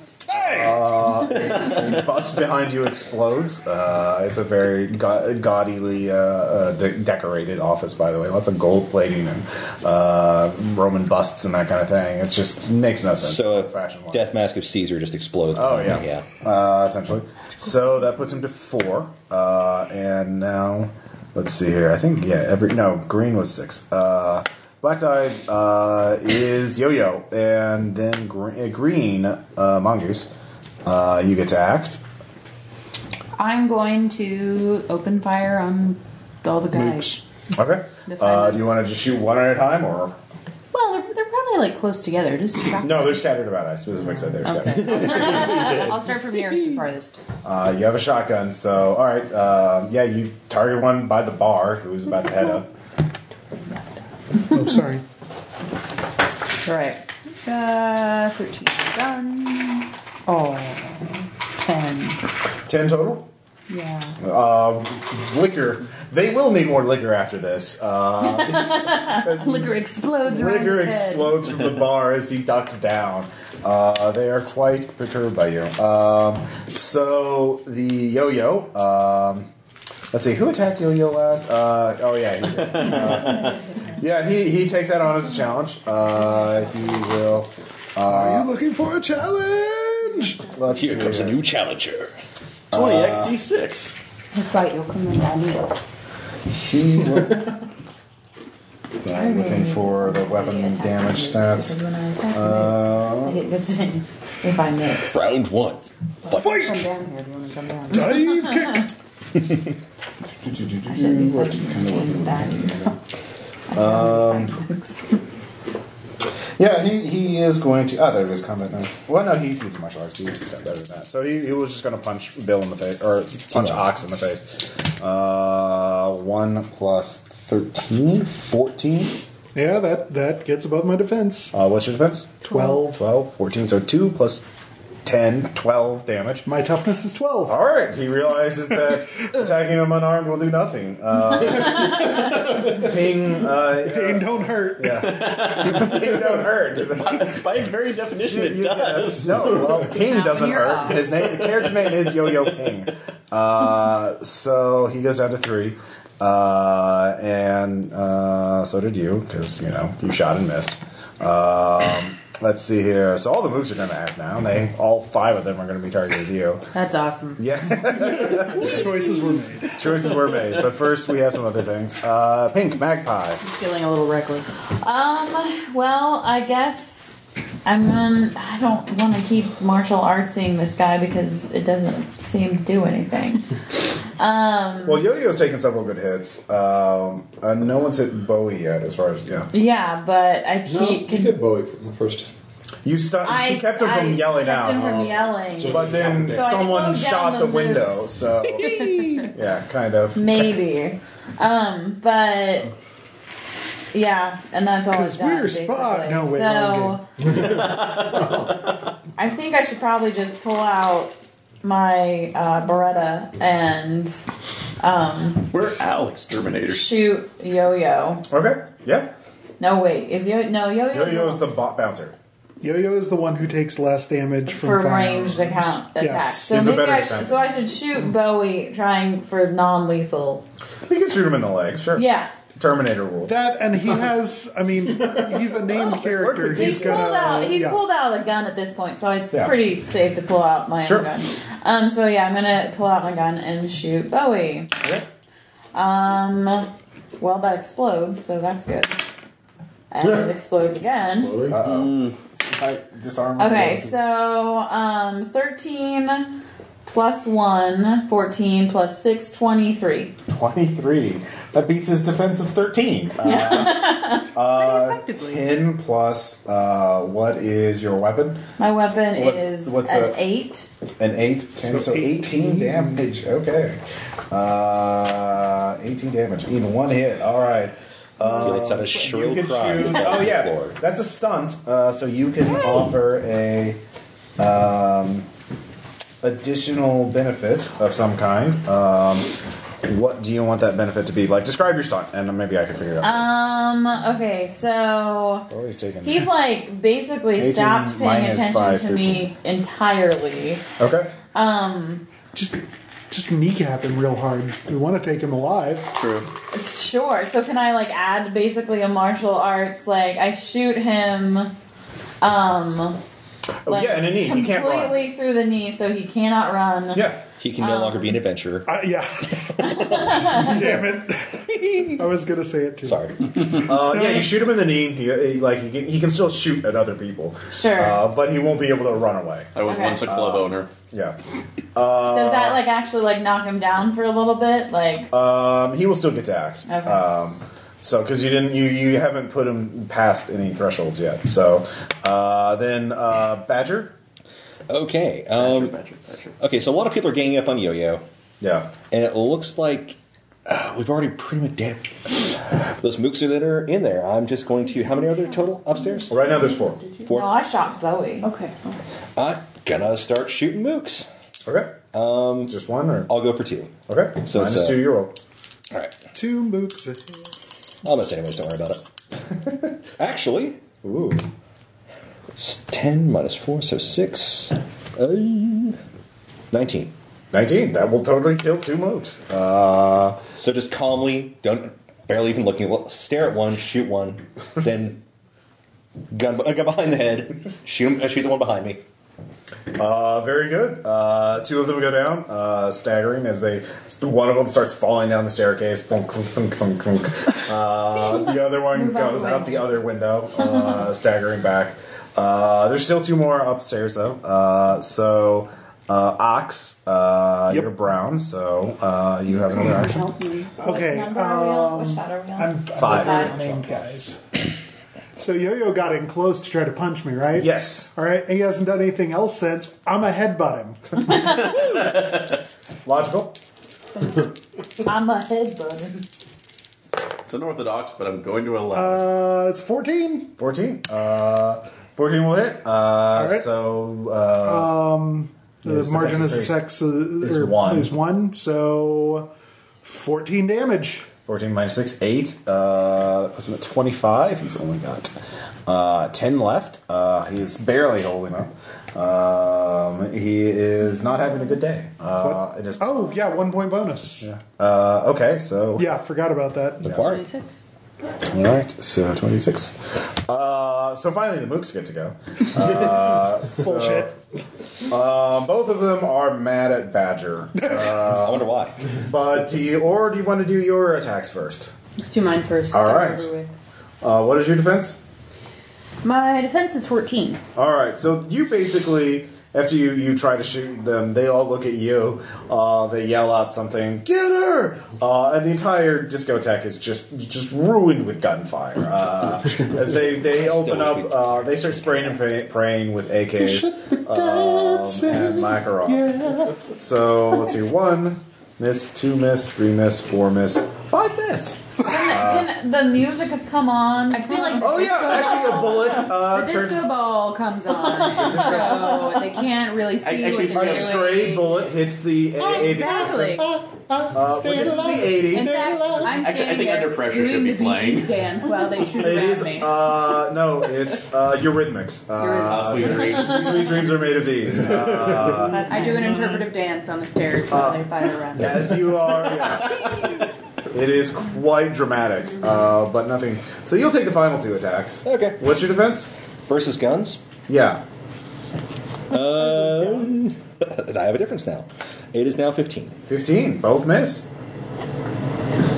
Speaker 1: Uh, bust behind you explodes. Uh, it's a very ga- gaudily uh, uh, de- decorated office, by the way. Lots of gold plating and uh, Roman busts and that kind of thing. It just makes no sense.
Speaker 5: So
Speaker 1: fashion-wise.
Speaker 5: a death mask of Caesar just explodes.
Speaker 1: Oh
Speaker 5: behind
Speaker 1: yeah,
Speaker 5: me,
Speaker 1: Uh, essentially, so that puts him to four, uh, and now Let's see here. I think yeah. Every no green was six. Uh, black dye uh, is yo yo, and then green, uh, green uh, mongoose. Uh, you get to act.
Speaker 3: I'm going to open fire on all the guys.
Speaker 1: Okay.
Speaker 3: The five
Speaker 1: Uh, do you
Speaker 3: mooks.
Speaker 1: want to just shoot one at a time, or
Speaker 3: Well, they're, they're probably like close together. Just drop
Speaker 1: no? They're scattered about. I specifically said they're scattered.
Speaker 3: I'll start from nearest to farthest.
Speaker 1: Uh, you have a shotgun, so all right. Uh, yeah, you target one by the bar, who's about to head up.
Speaker 7: Oh, sorry.
Speaker 3: All right. Uh, 13 gun. Oh, 10.
Speaker 1: Ten total.
Speaker 3: Yeah.
Speaker 1: Uh, liquor. They will need more liquor after this. Uh,
Speaker 3: Liquor explodes around
Speaker 1: liquor
Speaker 3: his head.
Speaker 1: explodes from the bar as he ducks down. Uh, they are quite perturbed by you. Um, so the yo-yo. Um, let's see who attacked yo-yo last. Uh, oh yeah, he did. Uh, yeah. He he takes that on as a challenge. Uh, he will. uh,
Speaker 6: Are you looking for a challenge?
Speaker 1: Let's
Speaker 5: Here
Speaker 1: see
Speaker 5: comes a new challenger.
Speaker 1: Uh,
Speaker 8: 20 XD6.
Speaker 3: I thought you'll come in on me.
Speaker 1: He will- I'm looking for the weapon damage stats. Uh,
Speaker 4: if I miss.
Speaker 5: Round one.
Speaker 3: Come
Speaker 5: Fight!
Speaker 3: down here if you want to come down.
Speaker 6: Dive kick.
Speaker 4: I
Speaker 1: Mm,
Speaker 4: should be fucking back. Um,
Speaker 1: yeah, he, he is going to. Oh, there was combat knife. Well, no, he's he's a martial arts. He's better than that. So he, he was just going to punch Bill in the face or punch Ox in the face. Uh, one plus 13, 14.
Speaker 7: Yeah, that that gets above my defense.
Speaker 1: Uh, what's your defense?
Speaker 7: Twelve.
Speaker 1: 12, 14. So 2 plus 10, 12 damage.
Speaker 7: My toughness is twelve.
Speaker 1: All right, he realizes that attacking him unarmed will do nothing. Uh, ping, uh,
Speaker 7: Pain
Speaker 1: uh,
Speaker 7: don't hurt.
Speaker 1: ping don't hurt.
Speaker 8: By its very definition, it
Speaker 1: You-
Speaker 8: does.
Speaker 1: yes, no, well, ping
Speaker 3: Now
Speaker 1: doesn't
Speaker 3: you're
Speaker 1: hurt.
Speaker 3: up.
Speaker 1: His name, the character name is Yo Yo Ping. Uh, so he goes down to three, uh, and uh, so did you because you know you shot and missed. Um, let's see here. So all the moves are going to act now, and they all five of them are going to be targeted at you.
Speaker 3: That's awesome.
Speaker 1: Yeah.
Speaker 7: Choices were made.
Speaker 1: Choices were made, but first we have some other things. Uh, pink magpie.
Speaker 3: Feeling a little reckless.
Speaker 4: Um, well, I guess I'm gonna, I don't want to keep martial artsing this guy because it doesn't seem to do anything. Um,
Speaker 1: Well, Yo-Yo's taken several good hits. Um, uh, no one's hit Bowie yet, as far as yeah.
Speaker 4: yeah, but I
Speaker 6: No,
Speaker 4: keep.
Speaker 6: you hit Bowie from the first.
Speaker 1: You stu-
Speaker 4: I,
Speaker 1: She kept him
Speaker 4: I
Speaker 1: from yelling
Speaker 4: kept
Speaker 1: out,
Speaker 4: Him from
Speaker 1: huh?
Speaker 4: yelling.
Speaker 1: but then
Speaker 4: So I
Speaker 1: someone
Speaker 4: slowed down
Speaker 1: shot the,
Speaker 4: the
Speaker 1: window.
Speaker 4: moves.
Speaker 1: So yeah, kind of.
Speaker 4: Maybe. Um, but yeah, and that's all. I've
Speaker 7: Because
Speaker 4: done,
Speaker 7: we're spot.
Speaker 4: basically.
Speaker 7: No, wait, wrong
Speaker 4: so I think I should probably just pull out my uh, Beretta and um,
Speaker 8: We're owl exterminators.
Speaker 4: shoot Yo-Yo.
Speaker 1: Okay. Yeah.
Speaker 4: No, wait, is Yo no Yo-Yo?
Speaker 1: Yo-Yo's the bo- bouncer.
Speaker 7: Yo-Yo is the one who takes less damage from
Speaker 4: for
Speaker 7: firearms.
Speaker 4: ranged account attack.
Speaker 7: Yes.
Speaker 4: So
Speaker 1: He's a
Speaker 4: maybe
Speaker 1: better
Speaker 4: I should,
Speaker 1: defender.
Speaker 4: so I should shoot Bowie trying for non-lethal.
Speaker 1: You can shoot him in the leg. Sure.
Speaker 4: Yeah.
Speaker 1: Terminator rule.
Speaker 7: That and he has. I mean, he's a named character.
Speaker 1: He's
Speaker 4: He's,
Speaker 7: gonna.
Speaker 4: pulled out. He's
Speaker 7: yeah.
Speaker 4: pulled out a gun at this point, so it's
Speaker 1: Yeah.
Speaker 4: pretty safe to pull out my
Speaker 1: Sure.
Speaker 4: own gun. Um, so yeah, I'm gonna pull out my gun and shoot Bowie.
Speaker 1: Okay.
Speaker 4: Um, well, that explodes, so that's good. And it explodes again.
Speaker 6: Bowie.
Speaker 1: Uh, I disarm.
Speaker 4: Okay,
Speaker 1: him.
Speaker 4: so um, 13 plus 1, 14 plus 6, 23.
Speaker 1: Twenty-three. That beats his defense of thirteen. Uh, uh,
Speaker 3: effectively.
Speaker 1: Ten plus. Uh, what is your weapon?
Speaker 4: My weapon
Speaker 1: What-
Speaker 4: is
Speaker 1: what's
Speaker 4: an
Speaker 1: that?
Speaker 4: 8.
Speaker 1: An 8, 10, so, 18. damage. Okay. Uh, 18 damage in one hit. All right.
Speaker 5: He lets out a
Speaker 1: You
Speaker 5: shrill
Speaker 1: can
Speaker 5: cry.
Speaker 1: choose-
Speaker 5: and falls
Speaker 1: Oh,
Speaker 5: to the
Speaker 1: yeah.
Speaker 5: floor.
Speaker 1: That's a stunt. Uh, so you can offer a um, additional benefit of some kind. Um, what do you want that benefit to be? Like, describe your stunt, and maybe I can figure it out.
Speaker 4: Um, okay, so
Speaker 1: Oh, he's taking.
Speaker 4: he's like basically
Speaker 1: 18
Speaker 4: stopped paying
Speaker 1: minus
Speaker 4: attention
Speaker 1: five,
Speaker 4: to me entirely.
Speaker 1: okay.
Speaker 4: Um,
Speaker 7: Just, just kneecap him real hard. We want to take him alive.
Speaker 8: True.
Speaker 4: sure. So can I like add basically a martial arts like I shoot him um
Speaker 1: Oh, yeah, in a knee. He can't run.
Speaker 4: completely through the knee so he cannot run.
Speaker 1: Yeah.
Speaker 5: He can no longer be an adventurer.
Speaker 7: Uh, yeah. Damn it. I was going to say it too.
Speaker 5: Sorry.
Speaker 1: Uh, yeah, you shoot him in the knee. He, he- like he can, he can still shoot at other people.
Speaker 4: Sure.
Speaker 1: Uh, but he won't be able to run away.
Speaker 2: I was
Speaker 4: Okay.
Speaker 2: once a
Speaker 1: Uh,
Speaker 2: club owner.
Speaker 1: Yeah.
Speaker 4: Does that like actually like knock him down for a little bit? Like
Speaker 1: Um, he will still get to act.
Speaker 4: Okay.
Speaker 1: Um, so, because you didn't, you you haven't put him past any thresholds yet. So, uh, then uh, Badger.
Speaker 5: Okay. Um,
Speaker 2: Badger, badger.
Speaker 5: okay, so a lot of people are ganging up on Yo Yo,
Speaker 1: Yeah.
Speaker 5: and it looks like uh, we've already pretty much dead. Those mooks are that are in there. I'm just going to. How many are there total upstairs?
Speaker 1: Right now, there's four.
Speaker 5: Four.
Speaker 4: no, I shot Bowie.
Speaker 3: Okay.
Speaker 5: I'm gonna start shooting mooks.
Speaker 1: Okay. Um, just one or
Speaker 5: I'll go for two.
Speaker 1: okay.
Speaker 5: So it's,
Speaker 1: minus
Speaker 5: uh,
Speaker 1: two year old.
Speaker 5: All right.
Speaker 7: Two mooks.
Speaker 5: I'll miss anyways. Don't worry about it. Actually,
Speaker 1: Ooh.
Speaker 5: it's ten minus four, so six. Uh, Nineteen.
Speaker 1: Nineteen. That will totally kill two mooks. Uh,
Speaker 5: So just calmly, don't barely even looking. Well, stare at one, shoot one, then gun, uh, gun behind the head, shoot him, uh, shoot the one behind me.
Speaker 1: uh, very good. Uh, two of them go down, uh, staggering as they. One of them starts falling down the staircase. Thunk, thunk, thunk, thunk, thunk. Uh, the other one
Speaker 4: Move out
Speaker 1: goes
Speaker 4: the
Speaker 1: out
Speaker 4: way.
Speaker 1: the other window, uh, staggering back. Uh, there's still two more upstairs though. Uh, so. Uh, ox, uh,
Speaker 7: Yep.
Speaker 1: you're brown, so uh, you have another action.
Speaker 3: Help me.
Speaker 7: Okay.
Speaker 4: What number are we on? What
Speaker 7: um,
Speaker 4: shot are we on?
Speaker 7: I'm
Speaker 1: Five.
Speaker 7: I'm named guys. So Yo Yo got in close to try to punch me, right?
Speaker 1: Yes,
Speaker 7: All right, he hasn't done anything else since. I'm a headbutt him.
Speaker 1: logical.
Speaker 4: I'm a headbutt.
Speaker 2: It's unorthodox, but I'm going to allow. it.
Speaker 7: Uh, it's 14.
Speaker 1: 14. Uh, 14 will hit. Uh,
Speaker 7: right. Um,
Speaker 1: So, uh,
Speaker 7: The
Speaker 1: Yes,
Speaker 7: margin of
Speaker 1: defense is
Speaker 7: sex is,
Speaker 1: is one.
Speaker 7: Is one. So 14 damage.
Speaker 1: 14 minus 6, 8. Uh, puts him at 25. He's only got uh, 10 left. Uh, he's barely holding up. Um, he is not having a good day. Uh, it is,
Speaker 7: Oh yeah, one point bonus. Yeah,
Speaker 1: uh, okay, so.
Speaker 7: forgot about that.
Speaker 5: The bark.
Speaker 1: All right, so 26. Uh, so finally, the mooks get to go. Uh, so,
Speaker 7: Bullshit.
Speaker 1: uh, both of them are mad at Badger. Uh,
Speaker 5: Uh, I wonder why.
Speaker 1: But do you, or do you want to do your attacks first?
Speaker 3: Let's do mine first.
Speaker 1: All right.
Speaker 3: Over with.
Speaker 1: Uh, what is your defense?
Speaker 3: My Uh, defense is 14.
Speaker 1: All right, so you basically, after you, you try to shoot them, they all look at you. Uh, they yell out something, "Get her!" Uh, and the entire discotheque is just just ruined with gunfire. Uh, as they, they open up, uh, they start spraying and pray, praying with AKs um, and Makarovs. So let's see, one miss, two miss, three miss, four miss, five miss.
Speaker 4: Can the music have come on?
Speaker 3: I feel like
Speaker 1: Oh yeah, actually a bullet
Speaker 3: the
Speaker 1: uh, turned
Speaker 3: disco ball comes on, and so they can't really see
Speaker 2: I- actually,
Speaker 3: what
Speaker 1: A
Speaker 3: they're
Speaker 2: it's
Speaker 1: stray
Speaker 3: doing.
Speaker 1: bullet hits the
Speaker 3: Yeah,
Speaker 1: A- 80
Speaker 3: exactly.
Speaker 1: Uh, but this is
Speaker 3: In
Speaker 1: the 80s.
Speaker 3: fact,
Speaker 2: Actually,
Speaker 3: I'm
Speaker 2: I
Speaker 3: standing
Speaker 2: think Under
Speaker 3: there
Speaker 2: Pressure should
Speaker 3: doing
Speaker 2: be
Speaker 3: the Bee
Speaker 2: playing.
Speaker 3: Gees dance while they shoot
Speaker 1: It
Speaker 3: around
Speaker 1: is.
Speaker 3: me.
Speaker 1: Uh, no, it's uh, Eurythmics. Uh,
Speaker 2: Sweet dreams.
Speaker 1: Sweet dreams are made of these. Uh,
Speaker 3: I do an interpretive dance on the stairs while they fire around. me.
Speaker 1: as you are, yeah. it is quite dramatic, uh, but nothing. So you'll take the final two attacks.
Speaker 5: Okay.
Speaker 1: What's your defense?
Speaker 5: Versus guns.
Speaker 1: Yeah.
Speaker 5: Uh, I have a difference now. It is now fifteen
Speaker 1: 15. Both miss.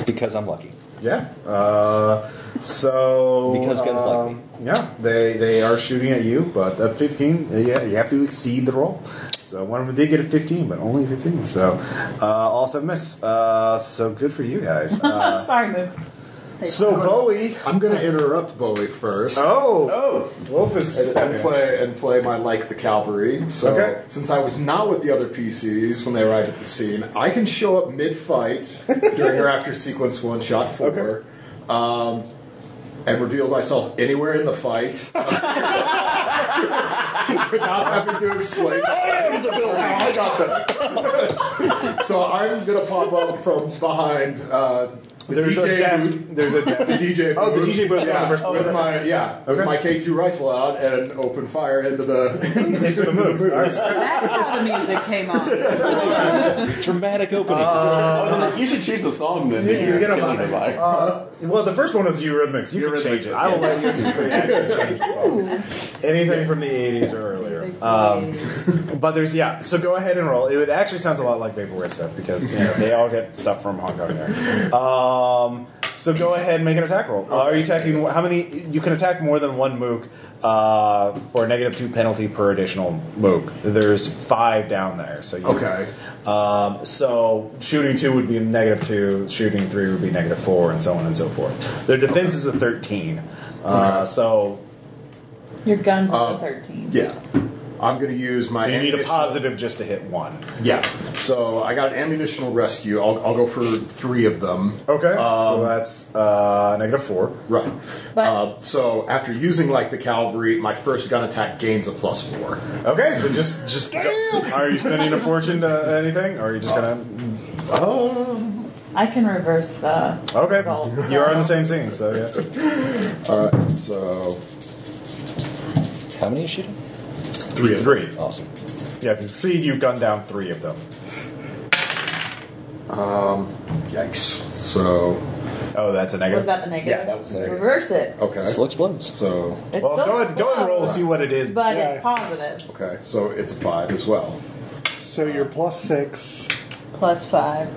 Speaker 5: because I'm lucky.
Speaker 1: Yeah. Uh, so
Speaker 5: Because guns like
Speaker 1: um, Yeah, they they are shooting at you, but at 15, yeah, you have to exceed the roll. So one of them did get a 15, but only 15. So uh, all seven miss. Uh, so good for you guys.
Speaker 3: Oh,
Speaker 1: Uh,
Speaker 4: Sorry, Mooks.
Speaker 1: so Bowie.
Speaker 6: I'm going to interrupt Bowie first.
Speaker 1: Oh,
Speaker 2: Oh,
Speaker 1: Wolf is.
Speaker 6: And, and play and play my like the cavalry. So
Speaker 1: Okay.
Speaker 6: since I was not with the other PCs when they arrived at the scene, I can show up mid fight during or after sequence one, shot four,
Speaker 1: Okay.
Speaker 6: um, and reveal myself anywhere in the fight without having to explain. I got them. so I'm gonna pop up from behind. Uh, the
Speaker 1: There's
Speaker 6: DJ
Speaker 1: a desk.
Speaker 6: booth-
Speaker 1: There's a
Speaker 6: the
Speaker 1: desk.
Speaker 6: DJ.
Speaker 1: Oh, the
Speaker 6: booth.
Speaker 1: DJ booth.
Speaker 6: Yeah,
Speaker 1: Oh,
Speaker 6: with
Speaker 1: okay.
Speaker 6: my yeah,
Speaker 1: Okay.
Speaker 6: with my K two rifle out and open fire into the.
Speaker 1: Into the moves. All right.
Speaker 3: That's how the music came on.
Speaker 5: Dramatic opening.
Speaker 2: you should choose the song then.
Speaker 1: You-
Speaker 2: that
Speaker 1: you
Speaker 2: you're
Speaker 1: get 'em
Speaker 2: killing
Speaker 1: on.
Speaker 2: them by.
Speaker 1: Uh, well, the first one is Eurythmics. You can
Speaker 2: Eurythmics,
Speaker 1: change it. I will let you actually change the song. Anything from the 80s or earlier. Um, but there's yeah. So go ahead and roll. It would- actually sounds a lot like vaporware stuff because you know, they all get stuff from Hong Kong there. Um, so go ahead and make an attack roll. Uh, are you attacking? How many? You can attack more than one mook uh, for a negative two penalty per additional mook. There's five down there. So you,
Speaker 6: Okay.
Speaker 1: Um, so shooting two would be negative two. Shooting three would be negative four, and so on and so forth. Their defense is a thirteen. Uh, So
Speaker 4: Your gun's
Speaker 1: Um,
Speaker 6: Uh,
Speaker 4: at 13.
Speaker 6: Yeah. I'm going to use my.
Speaker 1: So you need a
Speaker 6: ammunitional-
Speaker 1: positive just to hit one.
Speaker 6: Yeah. So I got an ammunitional rescue. I'll, I'll go for three of them.
Speaker 1: Okay.
Speaker 6: Um,
Speaker 1: so that's uh, negative four.
Speaker 6: Right.
Speaker 4: But-
Speaker 1: um,
Speaker 6: uh, so after using like the cavalry, my first gun attack gains a plus four.
Speaker 1: Okay, so just just are you spending a fortune to uh, anything? Or are you just gonna? Oh.
Speaker 4: I can reverse the.
Speaker 1: Okay,
Speaker 4: Roll.
Speaker 1: you are on the same scene, so yeah.
Speaker 6: All right. So
Speaker 5: How many is shooting?
Speaker 1: Three of three.
Speaker 5: Awesome.
Speaker 1: Yeah, if you succeed, you gun down three of them.
Speaker 6: yikes. So
Speaker 1: Oh, that's a
Speaker 4: Was
Speaker 1: negative. Oh,
Speaker 4: that the negative?
Speaker 6: Yeah, that was the negative.
Speaker 4: Reverse it.
Speaker 6: okay.
Speaker 5: Slow explodes.
Speaker 6: So
Speaker 4: It's
Speaker 1: well,
Speaker 4: still
Speaker 1: go ahead, go ahead and roll.
Speaker 4: slow,
Speaker 1: See what it is.
Speaker 4: But
Speaker 7: Yeah.
Speaker 4: it's positive.
Speaker 6: okay. So it's a five as well.
Speaker 7: So you're plus six.
Speaker 3: Plus five.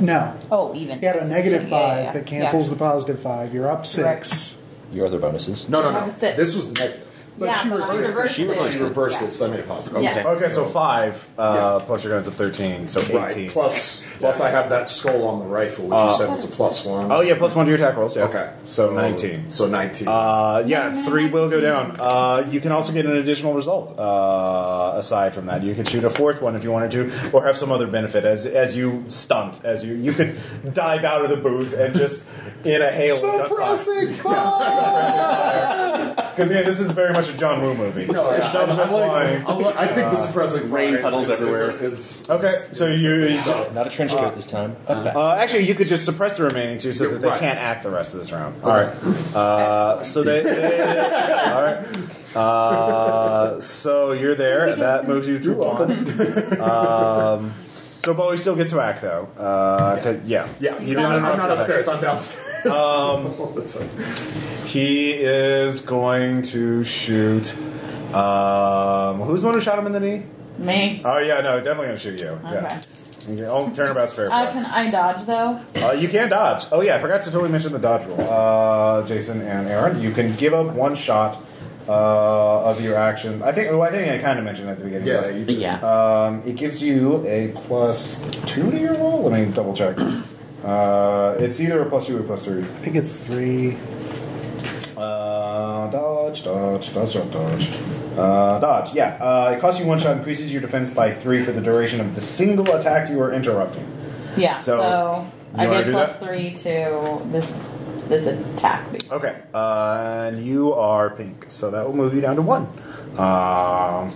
Speaker 7: No.
Speaker 3: Oh, even.
Speaker 7: You had a negative
Speaker 3: Yeah,
Speaker 7: five
Speaker 3: yeah,
Speaker 7: that
Speaker 3: yeah.
Speaker 7: cancels the positive five. You're up six.
Speaker 5: Your other bonuses.
Speaker 6: No, no,
Speaker 4: I
Speaker 6: no.
Speaker 4: was six.
Speaker 6: This was negative.
Speaker 4: yeah,
Speaker 7: she
Speaker 4: but I
Speaker 7: reversed it.
Speaker 4: reversed
Speaker 5: She
Speaker 4: it.
Speaker 5: reversed
Speaker 6: She reversed
Speaker 4: Yeah.
Speaker 6: it, so I made it positive.
Speaker 4: Yes.
Speaker 1: Okay, so five uh, plus your guns of thirteen, so
Speaker 6: Right.
Speaker 1: eighteen.
Speaker 6: Plus, plus I have that skull on the rifle, which you said was a plus one.
Speaker 1: Oh yeah, plus one to your attack rolls. Yeah.
Speaker 6: Okay.
Speaker 1: so nineteen.
Speaker 6: So nineteen.
Speaker 1: Uh, yeah, three will go down. Uh, you can also get an additional result uh, aside from that. You could shoot a fourth one if you wanted to, or have some other benefit as as you stunt, as you you could dive out of the booth and just in a hail.
Speaker 7: Suppressing fire!
Speaker 1: Because yeah, this is very much a John Woo movie.
Speaker 6: no, yeah,
Speaker 1: Doves
Speaker 6: I'm
Speaker 1: are
Speaker 6: like-
Speaker 1: flying.
Speaker 6: I'm like- I think the suppressing
Speaker 2: rain
Speaker 6: fire is-
Speaker 2: puddles
Speaker 6: is- is-
Speaker 2: everywhere.
Speaker 6: Is, is-
Speaker 1: Okay, so you. is-
Speaker 6: uh,
Speaker 5: Not a trench coat this time. Up back.
Speaker 1: Uh, actually, you could just suppress the remaining two so
Speaker 6: Yeah,
Speaker 1: that they
Speaker 6: right.
Speaker 1: can't act the rest of this round. All right. Uh, so they. all right. Uh, so you're there. That moves you to one. Um, so Bowie still gets to act though. Uh, 'cause- yeah.
Speaker 6: Yeah,
Speaker 1: You
Speaker 6: I'm,
Speaker 1: didn't
Speaker 6: not- I'm not
Speaker 1: interrupt his act.
Speaker 6: upstairs. I'm downstairs. Um,
Speaker 1: He is going to shoot. Um, who's the one who shot him in the knee?
Speaker 4: Me.
Speaker 1: Oh yeah, no, definitely gonna shoot you.
Speaker 4: Okay.
Speaker 1: Yeah. Okay. Oh, turnabout's fair.
Speaker 4: Uh,
Speaker 1: play.
Speaker 4: can I dodge though?
Speaker 1: Uh, you can dodge. Oh yeah, I forgot to totally mention the dodge roll. Uh, Jason and Aaron, you can give up one shot uh, of your action. I think. Well, I think I kind of mentioned at the beginning.
Speaker 6: yeah,
Speaker 1: but,
Speaker 6: you,
Speaker 2: Yeah.
Speaker 1: Um, it gives you a plus two to your roll. Let me double check. Uh, it's either a plus two or plus three.
Speaker 7: I think it's three.
Speaker 1: Uh, dodge, dodge, dodge, dodge, dodge. Uh, dodge. Yeah. Uh, it costs you one shot, increases your defense by three for the duration of the single attack you are interrupting.
Speaker 4: Yeah.
Speaker 1: So,
Speaker 4: So,
Speaker 1: you
Speaker 4: I
Speaker 1: wanna
Speaker 4: get
Speaker 1: do
Speaker 4: plus
Speaker 1: that?
Speaker 4: three to this this attack. basically.
Speaker 1: Okay, uh, and you are pink, so that will move you down to one. Um,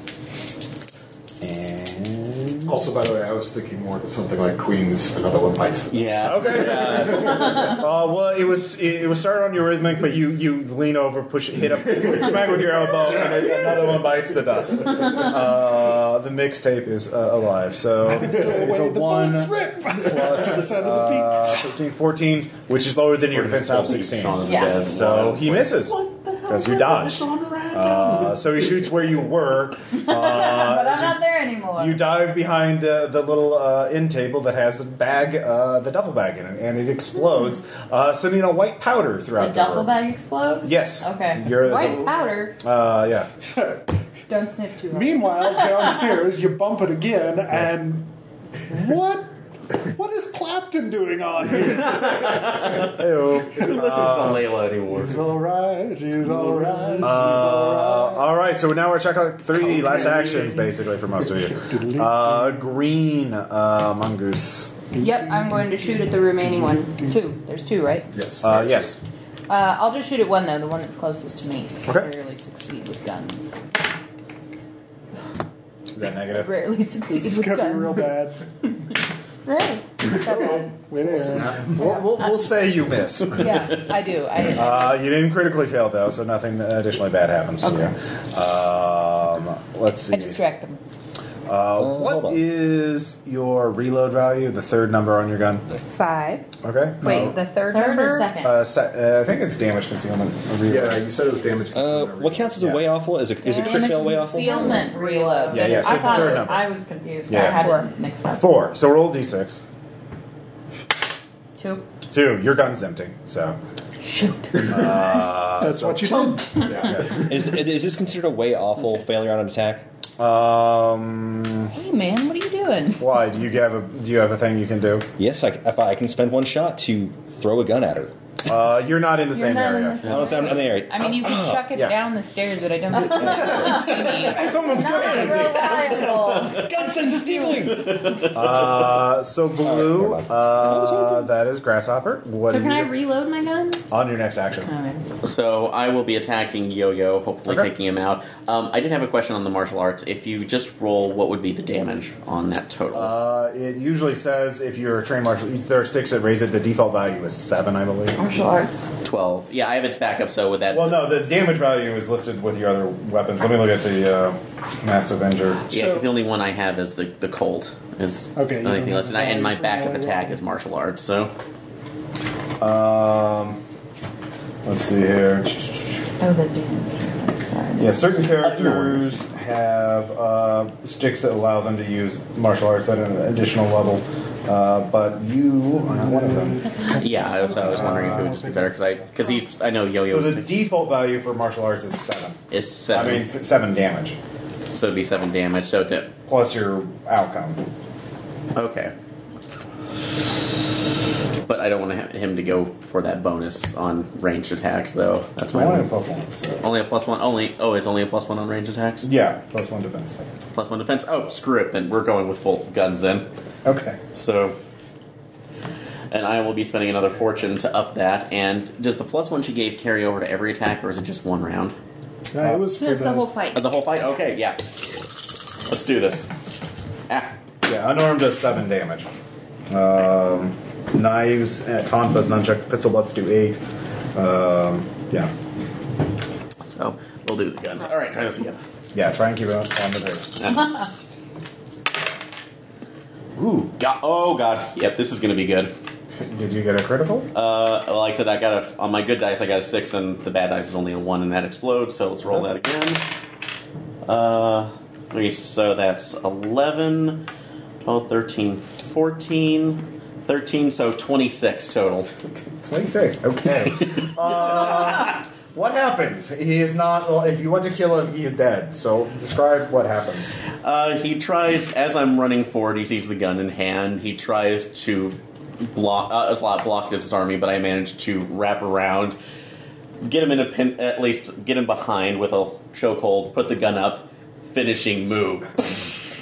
Speaker 1: and
Speaker 6: Also, by the way, I was thinking more of something like Queen's Another One Bites.
Speaker 2: Yeah.
Speaker 1: okay. uh, well, it was it, it was started on your rhythmic, but you you lean over, push, hit up, smack with your elbow, and it, another one bites the dust. Uh, the mixtape is uh, alive, so it's a
Speaker 7: Away the
Speaker 1: one
Speaker 7: bullets rip!
Speaker 1: plus
Speaker 7: Sound of the
Speaker 1: uh, 13, 14, which is lower than your defense now, sixteen.
Speaker 4: Yeah.
Speaker 1: So he misses because you dodged. Uh, so he shoots where you were.
Speaker 4: But
Speaker 1: Uh,
Speaker 4: I'm not there anymore.
Speaker 1: you dive behind the, the little uh, end table that has the bag, uh, the duffel bag in it, and it explodes, uh, sending a white powder
Speaker 4: the
Speaker 1: throughout the,
Speaker 4: duffel
Speaker 1: room.
Speaker 4: bag explodes.
Speaker 1: Yes.
Speaker 4: Okay.
Speaker 1: You're the-
Speaker 3: White powder.
Speaker 1: uh, yeah.
Speaker 3: Don't sniff too hard.
Speaker 7: Meanwhile, downstairs, you bump it again, and what? What is Clapton doing on here?
Speaker 1: Ew.
Speaker 2: Who listens to Layla anymore?
Speaker 7: She's all right. She's all right. She's
Speaker 1: Uh,
Speaker 7: all right.
Speaker 1: all right, so now we're checking out three last actions, basically, for most of you. Uh, green uh, mongoose.
Speaker 3: Yep, I'm going to shoot at the remaining one. Two. There's two, right?
Speaker 6: Yes.
Speaker 1: Uh, yes.
Speaker 4: Uh, I'll just shoot at one though, the one that's closest to me. 'cause I
Speaker 1: Okay.
Speaker 4: rarely succeed with guns.
Speaker 1: Is that negative?
Speaker 4: Rarely succeed
Speaker 7: This is
Speaker 4: with
Speaker 7: gonna be
Speaker 4: guns.
Speaker 7: real bad.
Speaker 4: Really?
Speaker 7: Wait there.
Speaker 1: We'll, we'll,
Speaker 4: Uh,
Speaker 1: we'll say you miss.
Speaker 4: yeah, I do. I
Speaker 1: Uh, you didn't critically fail though, so nothing additionally bad happens to you. Um, let's see.
Speaker 4: I distract them.
Speaker 1: Uh, Uh,
Speaker 4: Oh,
Speaker 5: Uh, hold
Speaker 1: what
Speaker 5: on.
Speaker 1: is your reload value? The third number on your gun.
Speaker 3: Five.
Speaker 1: Okay.
Speaker 3: Wait,
Speaker 1: Uh,
Speaker 3: the third,
Speaker 4: Third
Speaker 3: number?
Speaker 4: or second?
Speaker 1: uh, se- uh, I think it's damage concealment. A reload.
Speaker 6: Yeah, you said it was damage.
Speaker 5: Uh, what counts as a
Speaker 1: Yeah.
Speaker 5: way awful? Is a, is a crit
Speaker 4: Damage
Speaker 5: fail way awful?
Speaker 4: concealment reload.
Speaker 1: Yeah, yeah, so
Speaker 4: I
Speaker 1: the
Speaker 4: thought
Speaker 1: third
Speaker 4: it-
Speaker 1: number.
Speaker 4: I was confused.
Speaker 1: Yeah.
Speaker 4: I had
Speaker 3: Four.
Speaker 4: it mixed up.
Speaker 1: Four. So roll d6.
Speaker 4: Two.
Speaker 1: Two. Your gun's empty. So.
Speaker 7: That's what you did.
Speaker 5: Is, is this considered a way awful failure on an attack?
Speaker 1: Um.
Speaker 4: Hey man, what are you doing?
Speaker 1: Why do you have a do you have a thing you can do?
Speaker 5: Yes, I, if I can spend one shot to throw a gun at her.
Speaker 1: Uh, you're not in the
Speaker 4: You're
Speaker 1: same
Speaker 4: not in
Speaker 1: area.
Speaker 4: the same-
Speaker 5: Honestly, I'm in the area.
Speaker 9: I mean, you can chuck it
Speaker 1: Yeah.
Speaker 9: down the stairs, but I don't think it's really see me.
Speaker 1: Someone's
Speaker 4: Not reliable.
Speaker 5: God sends us deeply!
Speaker 1: Uh, so blue.
Speaker 5: All right, never mind.
Speaker 1: Uh, that is grasshopper. What
Speaker 3: So
Speaker 1: is
Speaker 3: can I
Speaker 1: your-
Speaker 3: reload my gun?
Speaker 1: on your next action?
Speaker 2: So I will be attacking Yo-Yo, hopefully
Speaker 1: Okay.
Speaker 2: taking him out. Um, I did have a question on the martial arts. If you just roll, what would be the damage on that total?
Speaker 1: Uh, it usually says if you're a trained martial, each there are sticks that raise it. The default value is seven, I believe.
Speaker 4: Martial arts.
Speaker 2: Twelve. Yeah, I have it back up. So with that,
Speaker 1: Well, no, the damage value is listed with your other weapons. Let me look at the uh, mass avenger.
Speaker 2: yeah, 'cause the only one I have is the the cold is
Speaker 7: Okay, you
Speaker 2: the only
Speaker 7: don't
Speaker 2: thing left, and, I,
Speaker 7: have
Speaker 2: and my
Speaker 7: value
Speaker 2: backup
Speaker 7: for that.
Speaker 2: attack is martial arts. So
Speaker 1: Um, let's see here.
Speaker 4: Oh, the damage. Sorry.
Speaker 1: Yeah, certain characters have uh, sticks that allow them to use martial arts at an additional level, uh, but you are not one of them.
Speaker 2: yeah, I was, I was wondering if it would just be better because I because he I know
Speaker 1: So
Speaker 2: Yo-Yo
Speaker 1: the
Speaker 2: is,
Speaker 1: default value for martial arts is seven.
Speaker 2: is
Speaker 1: I
Speaker 2: seven,
Speaker 1: mean, f- seven damage
Speaker 2: so it'd be seven damage. So to
Speaker 1: plus your outcome.
Speaker 2: okay. But I don't want to have him to go for that bonus on ranged attacks, though. That's my
Speaker 1: Only a plus one. So.
Speaker 2: Only a plus one. Only oh, it's only a plus one on range attacks.
Speaker 1: Yeah, plus one defense.
Speaker 2: Plus one defense. Oh, screw it. Then we're going with full guns then.
Speaker 1: Okay.
Speaker 2: So, and I will be spending another fortune to up that. And does the plus one she gave carry over to every attack, or is it just one round?
Speaker 7: No, it was for
Speaker 3: That's
Speaker 7: the,
Speaker 3: the whole fight.
Speaker 2: Uh, the whole fight. Okay, yeah. Let's do this. Ah,
Speaker 1: Yeah, unarmed does seven damage. Um, knives, uh, tonfas, nunchuck, pistol butts do eight. Um, yeah,
Speaker 2: so we'll do the guns. All right, try this again.
Speaker 1: yeah. Try and keep it on the pace.
Speaker 2: Ooh, god. Oh god. Yep, this is gonna be good.
Speaker 1: Did you get a critical?
Speaker 2: Uh, well, like I said, I got a on my good dice. I got a six, and the bad dice is only a one, and that explodes. So let's roll that again. Uh, okay, so that's 11, 12, 13, 14, 13, so 26 total.
Speaker 1: 26. Okay. Uh, what happens? He is not. well, If you want to kill him, he is dead. So describe what happens.
Speaker 2: Uh, he tries, as I'm running forward, he sees the gun in hand. He tries to block, uh, Slot blocked his army, but I managed to wrap around, get him in a pin, at least get him behind with a chokehold, put the gun up, finishing move.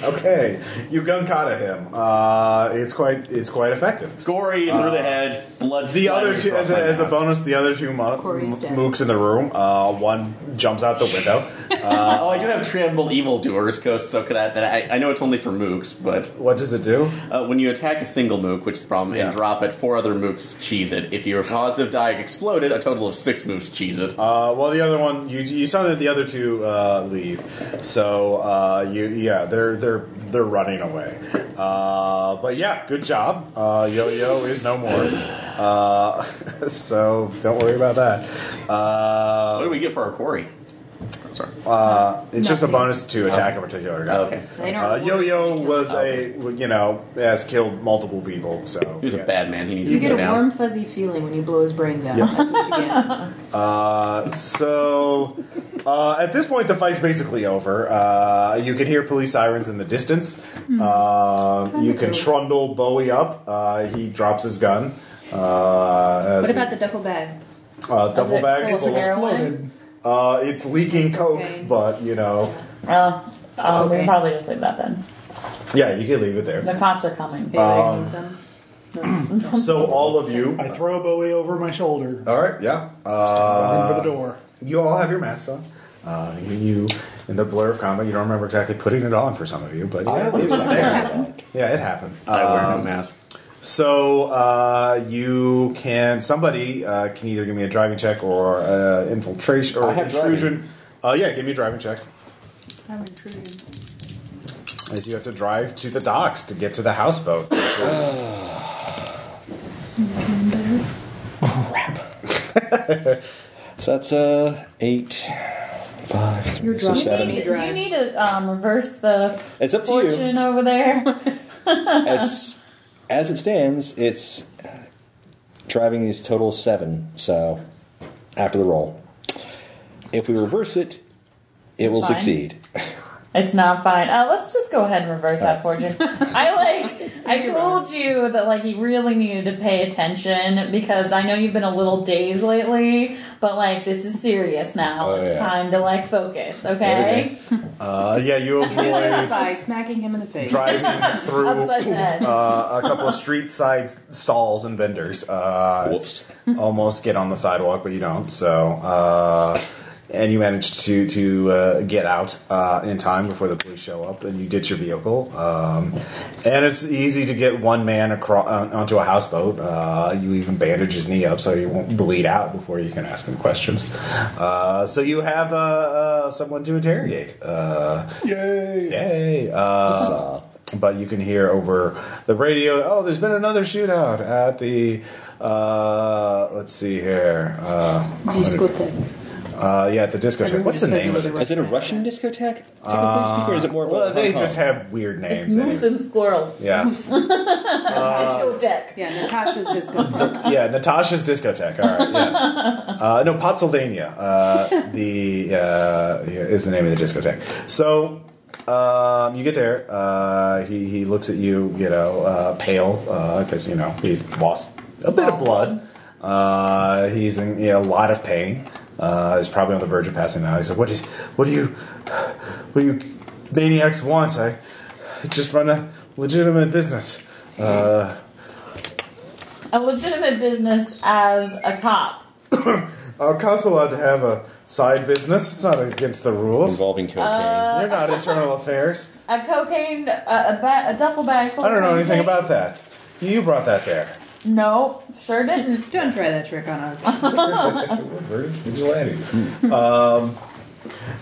Speaker 1: Okay, you gun kata him. Uh, it's quite. It's quite effective.
Speaker 2: Gory through the head, blood.
Speaker 1: Uh, The other
Speaker 2: sliding
Speaker 1: two,
Speaker 2: across
Speaker 1: as a,
Speaker 2: my
Speaker 1: as a
Speaker 2: mask.
Speaker 1: bonus, the other two mo-
Speaker 3: Corey's dead.
Speaker 1: mooks in the room. Uh, one jumps out the window.
Speaker 2: Uh, oh, I do have Trample Evildoers Ghost, so could I, that I, I know it's only for mooks, but
Speaker 1: What does it do?
Speaker 2: uh, when you attack a single mook, which is the problem,
Speaker 1: Yeah.
Speaker 2: and drop it, four other mooks cheese it. If your positive die exploded, a total of six mooks cheese it.
Speaker 1: Uh, well, the other one, you, you sounded the other two uh, leave. So uh, you, yeah, they're they're they're running away. Uh, but yeah, good job. Uh, Yo Yo is no more. Uh, so don't worry about that.
Speaker 2: what
Speaker 1: Uh,
Speaker 2: do we get for our quarry? Sorry.
Speaker 1: uh, it's just a
Speaker 9: Nothing.
Speaker 1: bonus to attack a particular guy.
Speaker 2: Oh. okay.
Speaker 9: They don't
Speaker 1: Uh,
Speaker 9: really
Speaker 1: Yo Yo
Speaker 9: kill
Speaker 1: was
Speaker 9: them.
Speaker 1: a you know has killed multiple people. So
Speaker 2: He was
Speaker 1: yeah.
Speaker 2: a bad man. He needed
Speaker 9: You
Speaker 2: to
Speaker 9: get
Speaker 2: go
Speaker 9: a
Speaker 2: down.
Speaker 9: warm, fuzzy feeling when you blow his brains out.
Speaker 1: Yeah.
Speaker 9: That's what you get.
Speaker 1: Uh, so uh, at this point, the fight's basically over. Uh, you can hear police sirens in the distance. Uh, you can trundle Bowie up. Uh, he drops his gun. Uh, as
Speaker 3: what about the duffel bag?
Speaker 1: uh, duffel
Speaker 3: it
Speaker 1: bags?
Speaker 3: full
Speaker 7: It's
Speaker 3: of
Speaker 1: full of-
Speaker 7: exploded.
Speaker 1: uh, it's leaking coke,
Speaker 3: Okay.
Speaker 1: but you know,
Speaker 4: Well, um,
Speaker 9: Okay.
Speaker 4: we can probably just leave that then.
Speaker 1: yeah, you can leave it there.
Speaker 4: The cops are coming.
Speaker 9: Anybody need some?
Speaker 1: So all of you,
Speaker 7: I throw a Bowie over my shoulder.
Speaker 1: all right, yeah.
Speaker 7: Run
Speaker 1: Uh,
Speaker 7: for the door.
Speaker 1: you all have your masks on. Uh, you, in the blur of combat, you don't remember exactly putting it on for some of you, but yeah, it was there. Yeah, it happened.
Speaker 2: I wear no
Speaker 1: Um,
Speaker 2: mask.
Speaker 1: So uh, you can somebody uh, can either give me a driving check or uh, infiltration or
Speaker 5: I have
Speaker 1: intrusion. Uh, yeah, give me a driving check.
Speaker 9: I'm intruding.
Speaker 1: Is you have to drive to the docks to get to the houseboat. Uh,
Speaker 5: So that's uh eight, five, three,
Speaker 9: You're
Speaker 5: six,
Speaker 9: drunk.
Speaker 5: seven.
Speaker 9: Maybe.
Speaker 4: Do you need to um, reverse the
Speaker 5: It's up to you.
Speaker 4: fortune over there?
Speaker 5: It's as it stands. It's driving is total seven. So after the roll, if we reverse it, it will
Speaker 4: fine.
Speaker 5: succeed.
Speaker 4: It's not fine. Uh, let's just go ahead and reverse that fortune. I like. I told you that like you really needed to pay attention because I know you've been a little dazed lately, but like this is serious now.
Speaker 5: Oh,
Speaker 4: it's
Speaker 5: yeah.
Speaker 4: time to like focus, okay?
Speaker 1: Uh, yeah, you
Speaker 9: Killing
Speaker 1: avoid
Speaker 9: by smacking him in the face.
Speaker 1: driving through
Speaker 4: Upside down.
Speaker 5: Ah,
Speaker 1: uh, a couple of street side stalls and vendors. Uh,
Speaker 5: Whoops.
Speaker 1: Almost get on the sidewalk, but you don't. So, uh, and you manage to to uh, get out uh, in time before the police show up, and you ditch your vehicle. Um, and it's easy to get one man across onto a houseboat. Uh, you even bandage his knee up so he won't bleed out before you can ask him questions. Uh, so you have uh, uh, someone to interrogate. Uh,
Speaker 7: Yay!
Speaker 1: Yay! Uh, but you can hear over the radio. Oh, there's been another shootout at the. Uh, let's see here. Uh,
Speaker 9: Discotheque.
Speaker 1: uh, yeah, at the discotheque.
Speaker 9: Everyone
Speaker 1: What's the
Speaker 9: just says
Speaker 1: name of
Speaker 9: another
Speaker 1: it?
Speaker 9: word.
Speaker 5: Is it a Russian discotheque? Technically speaking, or is it more?
Speaker 1: Well, they
Speaker 5: Hong
Speaker 1: just
Speaker 5: Kong?
Speaker 1: have weird
Speaker 4: it's
Speaker 1: names.
Speaker 4: moose and squirrel.
Speaker 1: yeah,
Speaker 4: Show deck.
Speaker 9: Yeah, Natasha's disco.
Speaker 1: yeah. Natasha's discotheque. All right. Yeah. Uh, no, Potsylvania. Uh, the uh, is the name of the discotheque. So. Um, you get there. Uh, he he looks at you, you know, uh, pale because you know he's lost a bit of blood. Uh, he's in you know, a lot of pain. Uh, he's probably on the verge of passing out. He said, "What is? What do you? What do you maniacs want? I just run a legitimate business." Uh,
Speaker 4: A legitimate business as a cop.
Speaker 1: Our cops allowed to have a side business. It's not against the rules.
Speaker 5: involving cocaine.
Speaker 1: You're not internal affairs.
Speaker 4: A cocaine, a, a, ba- a duffel bag. Full
Speaker 1: I don't
Speaker 4: of
Speaker 1: know anything
Speaker 4: cocaine.
Speaker 1: about that. You brought that there.
Speaker 4: No, sure didn't.
Speaker 9: Don't try that trick on us.
Speaker 1: Where's vigilante? um,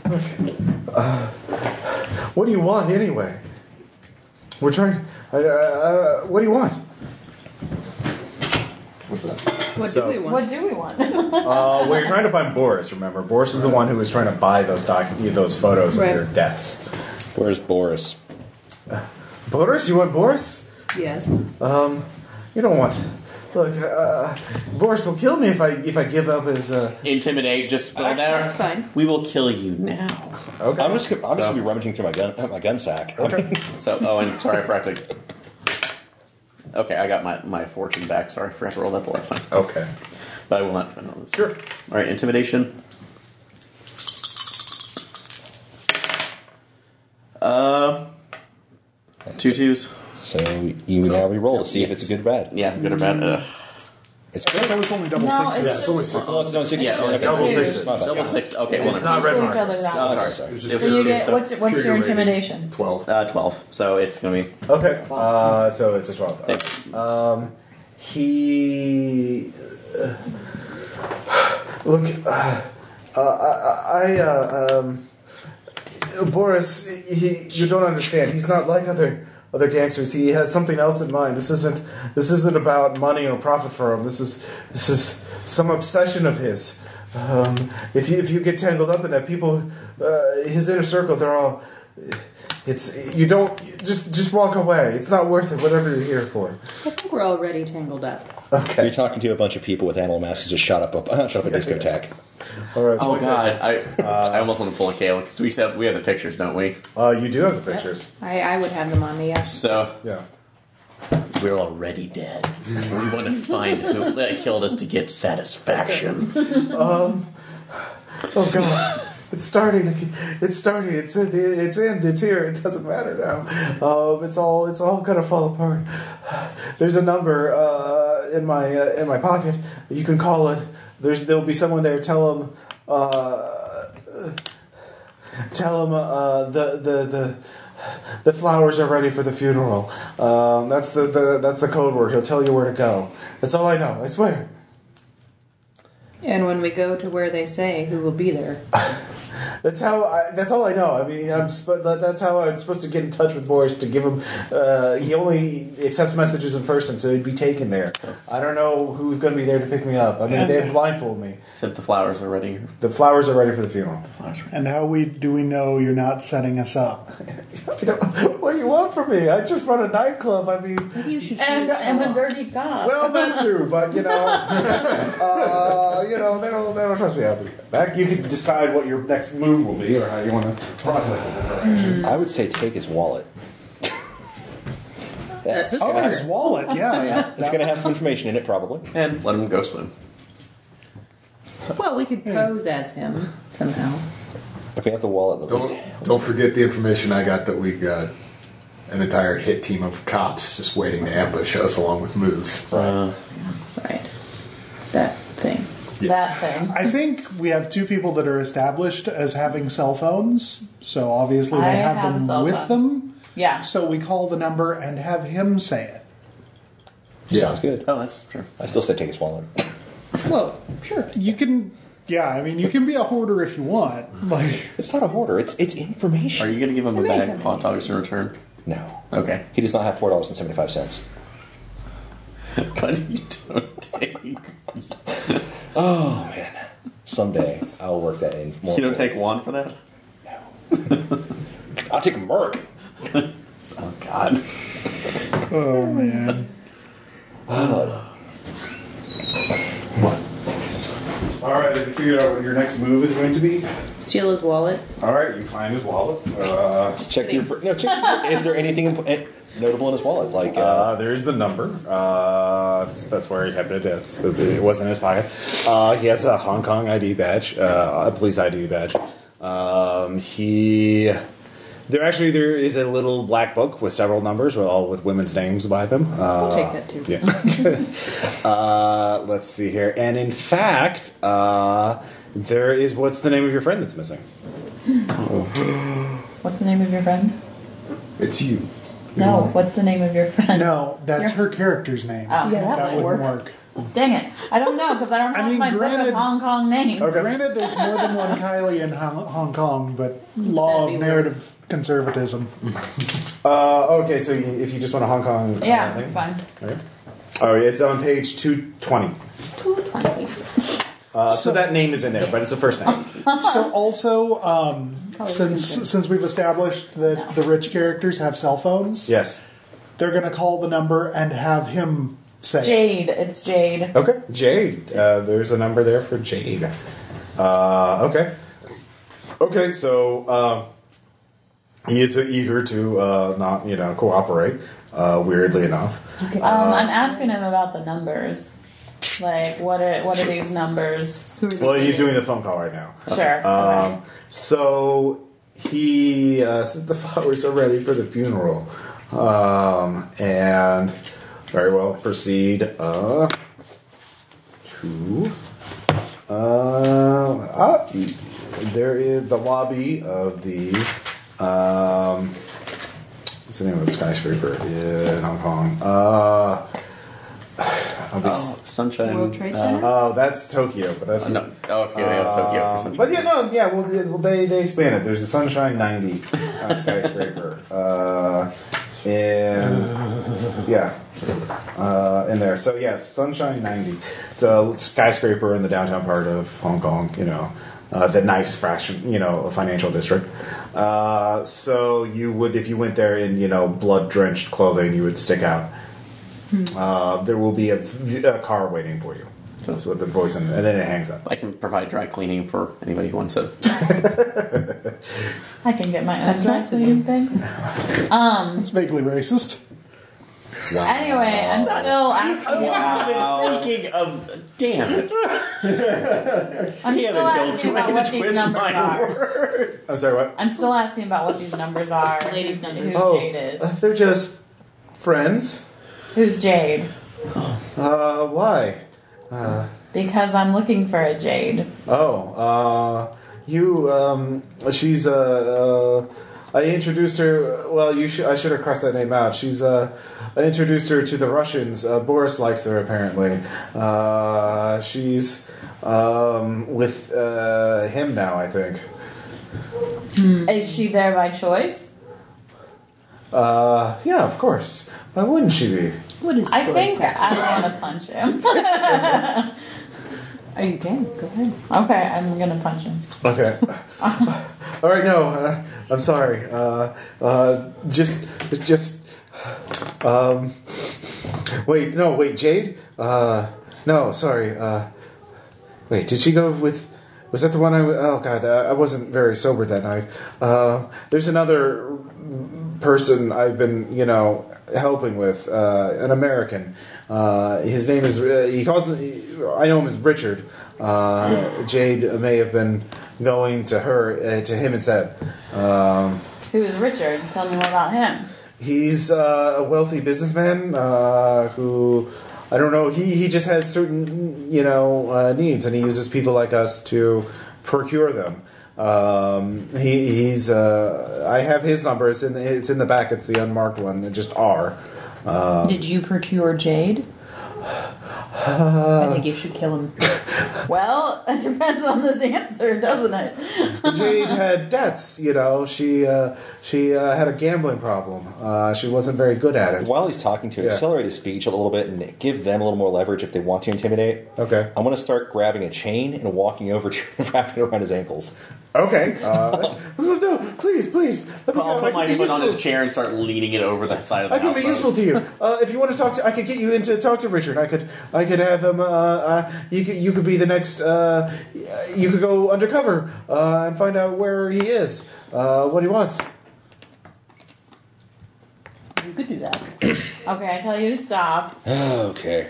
Speaker 1: look, uh, what do you want anyway? We're trying. I, I, I, what do you want?
Speaker 6: What's that?
Speaker 9: What
Speaker 1: So-
Speaker 9: do we want?
Speaker 4: What do we want?
Speaker 1: Uh, well, you're trying to find Boris. Remember, Boris is the one who was trying to buy those doc- those photos
Speaker 9: Right.
Speaker 1: of your deaths.
Speaker 5: Where's Boris?
Speaker 1: Boris, you want Boris?
Speaker 9: Yes.
Speaker 1: Um, you don't want. Look, uh, Boris will kill me if I if I give up his. Uh,
Speaker 2: Intimidate, just go
Speaker 9: That's
Speaker 2: there.
Speaker 9: fine.
Speaker 2: We will kill you now.
Speaker 1: okay.
Speaker 5: I'm just gonna- I'm just gonna be rummaging through my gun uh, my gun sack.
Speaker 2: Okay. so, oh, and sorry, I forgot to. Okay, I got my, my fortune back. Sorry, I forgot to roll that the last time.
Speaker 1: okay.
Speaker 2: But I will not spend all this. Sure. All right, intimidation. Uh, two twos.
Speaker 5: So you now re-roll to see if it's a good or bad.
Speaker 2: Yeah, good or bad. Uh,
Speaker 5: It's
Speaker 7: I think that was only double
Speaker 4: No,
Speaker 7: sixes.
Speaker 4: it's
Speaker 7: Yeah,
Speaker 4: just-
Speaker 5: Oh, it's no six.
Speaker 2: Yeah,
Speaker 5: okay.
Speaker 1: double
Speaker 5: Okay.
Speaker 1: sixes.
Speaker 5: My bad.
Speaker 2: double six. Okay, well,
Speaker 1: It's not red
Speaker 4: Cancel each
Speaker 1: market.
Speaker 4: other's
Speaker 2: Oh,
Speaker 4: out.
Speaker 2: sorry.
Speaker 6: It was
Speaker 2: It
Speaker 4: So
Speaker 2: was
Speaker 4: you
Speaker 2: two,
Speaker 4: get
Speaker 2: so-
Speaker 4: what's, what's
Speaker 6: Pure
Speaker 4: your
Speaker 6: rating.
Speaker 4: intimidation?
Speaker 6: Twelve.
Speaker 2: uh, twelve. So it's gonna be
Speaker 1: Okay. Uh, so it's a twelve.
Speaker 2: Thank
Speaker 1: Um, he. Uh, look, uh, uh, I, I uh, um, Boris, he, you don't understand. He's not like other other gangsters. He has something else in mind. This isn't this isn't about money or profit for him. This is this is some obsession of his. Um, if you if you get tangled up in that, people, uh, his inner circle, they're all. It's you don't just just walk away. It's not worth it. Whatever you're here for.
Speaker 9: I think we're already tangled up.
Speaker 5: You're
Speaker 1: Okay.
Speaker 5: talking to a bunch of people with animal masks who just shot up a shot up a discotheque.
Speaker 1: All right.
Speaker 2: Oh god, I I almost want to pull a Kayla because we have we have the pictures, don't we?
Speaker 1: Uh, you do have the pictures.
Speaker 9: I, I would have them on me, yes.
Speaker 2: So
Speaker 1: Yeah.
Speaker 2: we're already dead. we want to find who killed us to get satisfaction.
Speaker 1: Oh god. It's starting. It's starting. It's in. It's in. It's here. It doesn't matter now. Um, it's all. It's all gonna fall apart. There's a number uh, in my uh, in my pocket. You can call it. There's. There'll be someone there. Tell them. Uh, tell them uh, the the the. The flowers are ready for the funeral. Um, that's the, the that's the code word. He'll tell you where to go. That's all I know. I swear.
Speaker 9: And when we go to where they say who will be there,
Speaker 1: That's how. I, that's all I know. I mean, I'm. Sp- that- that's how I'm supposed to get in touch with Boris to give him. Uh, he only accepts messages in person, so he'd be taken there. I don't know who's going to be there to pick me up. I mean, they blindfold me.
Speaker 2: Said the flowers are ready.
Speaker 1: The flowers are ready for the funeral.
Speaker 7: And how we do we know you're not setting us up?
Speaker 1: You know, what do you want from me? I just run a nightclub. I mean,
Speaker 3: You should
Speaker 4: And I'm a dirty cop.
Speaker 1: well, that too, but you know, uh, you know, they don't, they don't trust me. I'll be back. You can decide what your next move will be, or how you want to process it.
Speaker 5: I would say take his wallet.
Speaker 9: That's his
Speaker 7: Oh,
Speaker 9: card.
Speaker 7: his wallet, yeah.
Speaker 5: It's going to have some information in it, probably.
Speaker 2: And let him go swim.
Speaker 9: Well, we
Speaker 4: Hmm.
Speaker 9: could pose as him somehow.
Speaker 5: If we have the wallet, at least.
Speaker 6: Don't, don't forget the information I got that we got an entire hit team of cops just waiting to ambush us along with moves.
Speaker 2: Uh,
Speaker 9: Right. That thing.
Speaker 4: That thing.
Speaker 7: I think we have two people that are established as having cell phones, so obviously they
Speaker 4: I
Speaker 7: have,
Speaker 4: have a
Speaker 7: them
Speaker 4: cell
Speaker 7: with
Speaker 4: phone.
Speaker 7: them.
Speaker 4: Yeah.
Speaker 7: So we call the number and have him say it.
Speaker 5: Sounds good.
Speaker 2: oh, that's true.
Speaker 5: I still say take his wallet.
Speaker 9: Well, sure.
Speaker 7: You can, yeah. I mean, you can be a hoarder if you want. Like,
Speaker 5: It's not a hoarder. It's it's information.
Speaker 2: Are you going to give him a
Speaker 9: may
Speaker 2: bag
Speaker 9: come
Speaker 2: of hot dogs in return?
Speaker 5: No.
Speaker 2: Okay.
Speaker 5: He does not have four dollars and seventy five cents.
Speaker 2: Why do you don't take? You
Speaker 5: Oh man. Someday I'll work that in. More
Speaker 2: don't take one for that?
Speaker 5: I'll take Merc.
Speaker 2: Oh God.
Speaker 7: oh man,
Speaker 1: All right, have you figured out what your next move is going to be?
Speaker 9: Steal his wallet.
Speaker 1: All right, you find his wallet. Uh,
Speaker 5: Check your no. Check. Your, is there anything imp- eh, notable in his wallet? Like uh,
Speaker 1: Uh, there's the number. Uh, that's, that's where he kept it. That's the, it was in his pocket. Uh, he has a Hong Kong ID badge, uh, a police ID badge. Um, he there actually there is a little black book with several numbers, with all with women's names by them. Uh,
Speaker 9: We'll take that, too.
Speaker 1: Yeah. uh, let's see here, and in fact, uh, there is what's the name of your friend that's missing?
Speaker 4: What's the name of your friend?
Speaker 6: It's you.
Speaker 4: No. What's the name of your friend?
Speaker 7: no, that's her
Speaker 4: You're-
Speaker 7: character's name.
Speaker 4: Oh.
Speaker 9: Yeah, that
Speaker 7: that
Speaker 9: might
Speaker 7: wouldn't
Speaker 9: work.
Speaker 7: work.
Speaker 4: Dang it. I don't know because I don't
Speaker 7: I
Speaker 4: have
Speaker 7: mean,
Speaker 4: my book
Speaker 7: granted-
Speaker 4: of Hong Kong names.
Speaker 7: Granted, there's more than one Kylie in Hong, Hong Kong, but law
Speaker 9: That'd
Speaker 7: of
Speaker 9: be
Speaker 7: narrative conservatism.
Speaker 1: Uh, okay, so you, if you just want a Hong Kong,
Speaker 4: Yeah,
Speaker 1: uh, name?
Speaker 4: it's fine.
Speaker 1: Okay. Oh, it's on page two twenty. Uh, so, that name is in there, but it's a first name.
Speaker 7: so also, um, since since we've established that the rich characters have cell phones,
Speaker 1: yes.
Speaker 7: they're going to call the number and have him say. it.
Speaker 4: Jade. It's Jade.
Speaker 1: Okay. Jade. Uh, there's a number there for Jade. Uh, okay. Okay. So uh, he is eager to uh, not, you know, cooperate. Uh, weirdly enough.
Speaker 4: Um, I'm asking him about the numbers. Like, what are what are these numbers?
Speaker 1: Well, he's doing the phone call right now.
Speaker 4: Sure.
Speaker 1: Um, so he uh, says the flowers are ready for the funeral, um, and very well proceed uh, to. Uh, up. there is the lobby of the. Um, what's the name of the skyscraper in Hong Kong? Uh, I'll be
Speaker 2: Oh,
Speaker 1: s-
Speaker 2: sunshine.
Speaker 9: World Trade
Speaker 2: uh,
Speaker 9: Center?
Speaker 1: oh, that's Tokyo, but that's
Speaker 2: no. Oh, okay. they have Tokyo for
Speaker 1: um,
Speaker 2: sunshine.
Speaker 1: but yeah, no, yeah. Well, yeah, well they they expand it. There's a Sunshine 90 on skyscraper, uh, and yeah, uh, in there. So yes, Sunshine 90. It's a skyscraper in the downtown part of Hong Kong. You know, uh, the nice fashion, you know, financial district. Uh, so you would, if you went there in you know blood drenched clothing, you would stick out. Uh, there will be a, a car waiting for you. That's what the voice, and and then it hangs up.
Speaker 2: I can provide dry cleaning for anybody who wants it.
Speaker 4: I can get my own
Speaker 9: That's
Speaker 4: dry
Speaker 9: nice of
Speaker 4: cleaning things. Um.
Speaker 7: It's vaguely racist.
Speaker 4: Anyway, I'm still asking.
Speaker 2: Thinking of damn it. Damn
Speaker 4: I'm
Speaker 2: it,
Speaker 4: still
Speaker 2: Hill,
Speaker 4: asking about what these
Speaker 2: twist
Speaker 4: numbers
Speaker 2: my
Speaker 4: are.
Speaker 1: I'm Oh, sorry, what?
Speaker 4: I'm still asking about what these numbers are.
Speaker 9: Ladies'
Speaker 4: Who's-
Speaker 9: numbers.
Speaker 4: Who's Jade is?
Speaker 1: Oh, they're just friends.
Speaker 4: Who's Jade?
Speaker 1: Uh, why?
Speaker 4: Because I'm looking for a Jade.
Speaker 1: Oh, uh, you, um, she's, uh, uh, I introduced her, well, you should, I should have crossed that name out. She's, uh, I introduced her to the Russians. Uh, Boris likes her, apparently. Uh, she's, um, with, uh, him now, I think.
Speaker 9: Hmm.
Speaker 4: Is she there by choice?
Speaker 1: Uh, yeah, of course. Why wouldn't she be?
Speaker 3: What is
Speaker 4: I
Speaker 3: choice?
Speaker 4: think I want to punch him.
Speaker 9: Oh, you can. Go ahead.
Speaker 4: okay, I'm gonna punch him.
Speaker 1: Okay. All right. No, uh, I'm sorry. Uh, uh, just, just. Um, wait. No. Wait. Jade. Uh, no. Sorry. Uh, wait. Did she go with? Was that the one I? w- Oh God. I I wasn't very sober that night. Uh, there's another person I've been, you know, helping with, uh, an American. Uh, his name is, uh, he calls, I know him as Richard. Uh, Jade may have been going to her, uh, to him instead. Um,
Speaker 4: Who is Richard? Tell me more about him.
Speaker 1: he's uh, a wealthy businessman uh, who, I don't know, he, he just has certain, you know, uh, needs and he uses people like us to procure them. Um, he, he's, uh, I have his number. It's in, the, it's in the back. It's the unmarked one. Just R. Uh,
Speaker 9: Did you procure Jade?
Speaker 3: I think you should kill him.
Speaker 4: Well, it depends on this answer, doesn't it?
Speaker 1: Jade had debts. You know, she uh, she uh, had a gambling problem. Uh, she wasn't very good
Speaker 2: Uh,
Speaker 1: at it.
Speaker 5: While he's talking to,
Speaker 1: Yeah.
Speaker 5: accelerate his speech a little bit and give them a little more leverage if they want to intimidate.
Speaker 1: Okay.
Speaker 5: I'm going to start grabbing a chain and walking over to wrapping it around his ankles.
Speaker 1: Okay. Uh, no, no, please, please. Let me go. I
Speaker 2: I'll put
Speaker 1: can
Speaker 2: my
Speaker 1: be
Speaker 2: foot on his
Speaker 1: useful.
Speaker 2: chair and start leaning it over the side of the
Speaker 1: I can
Speaker 2: house.
Speaker 1: be useful to you. Uh, if you want to talk, to, I could get you in to talk to Richard. I could, I could have him. Uh, uh, you could, you could be the next. Uh, you could go undercover uh, and find out where he is, uh, what he wants.
Speaker 3: You could do that.
Speaker 4: Okay, I tell you to stop,
Speaker 5: Okay.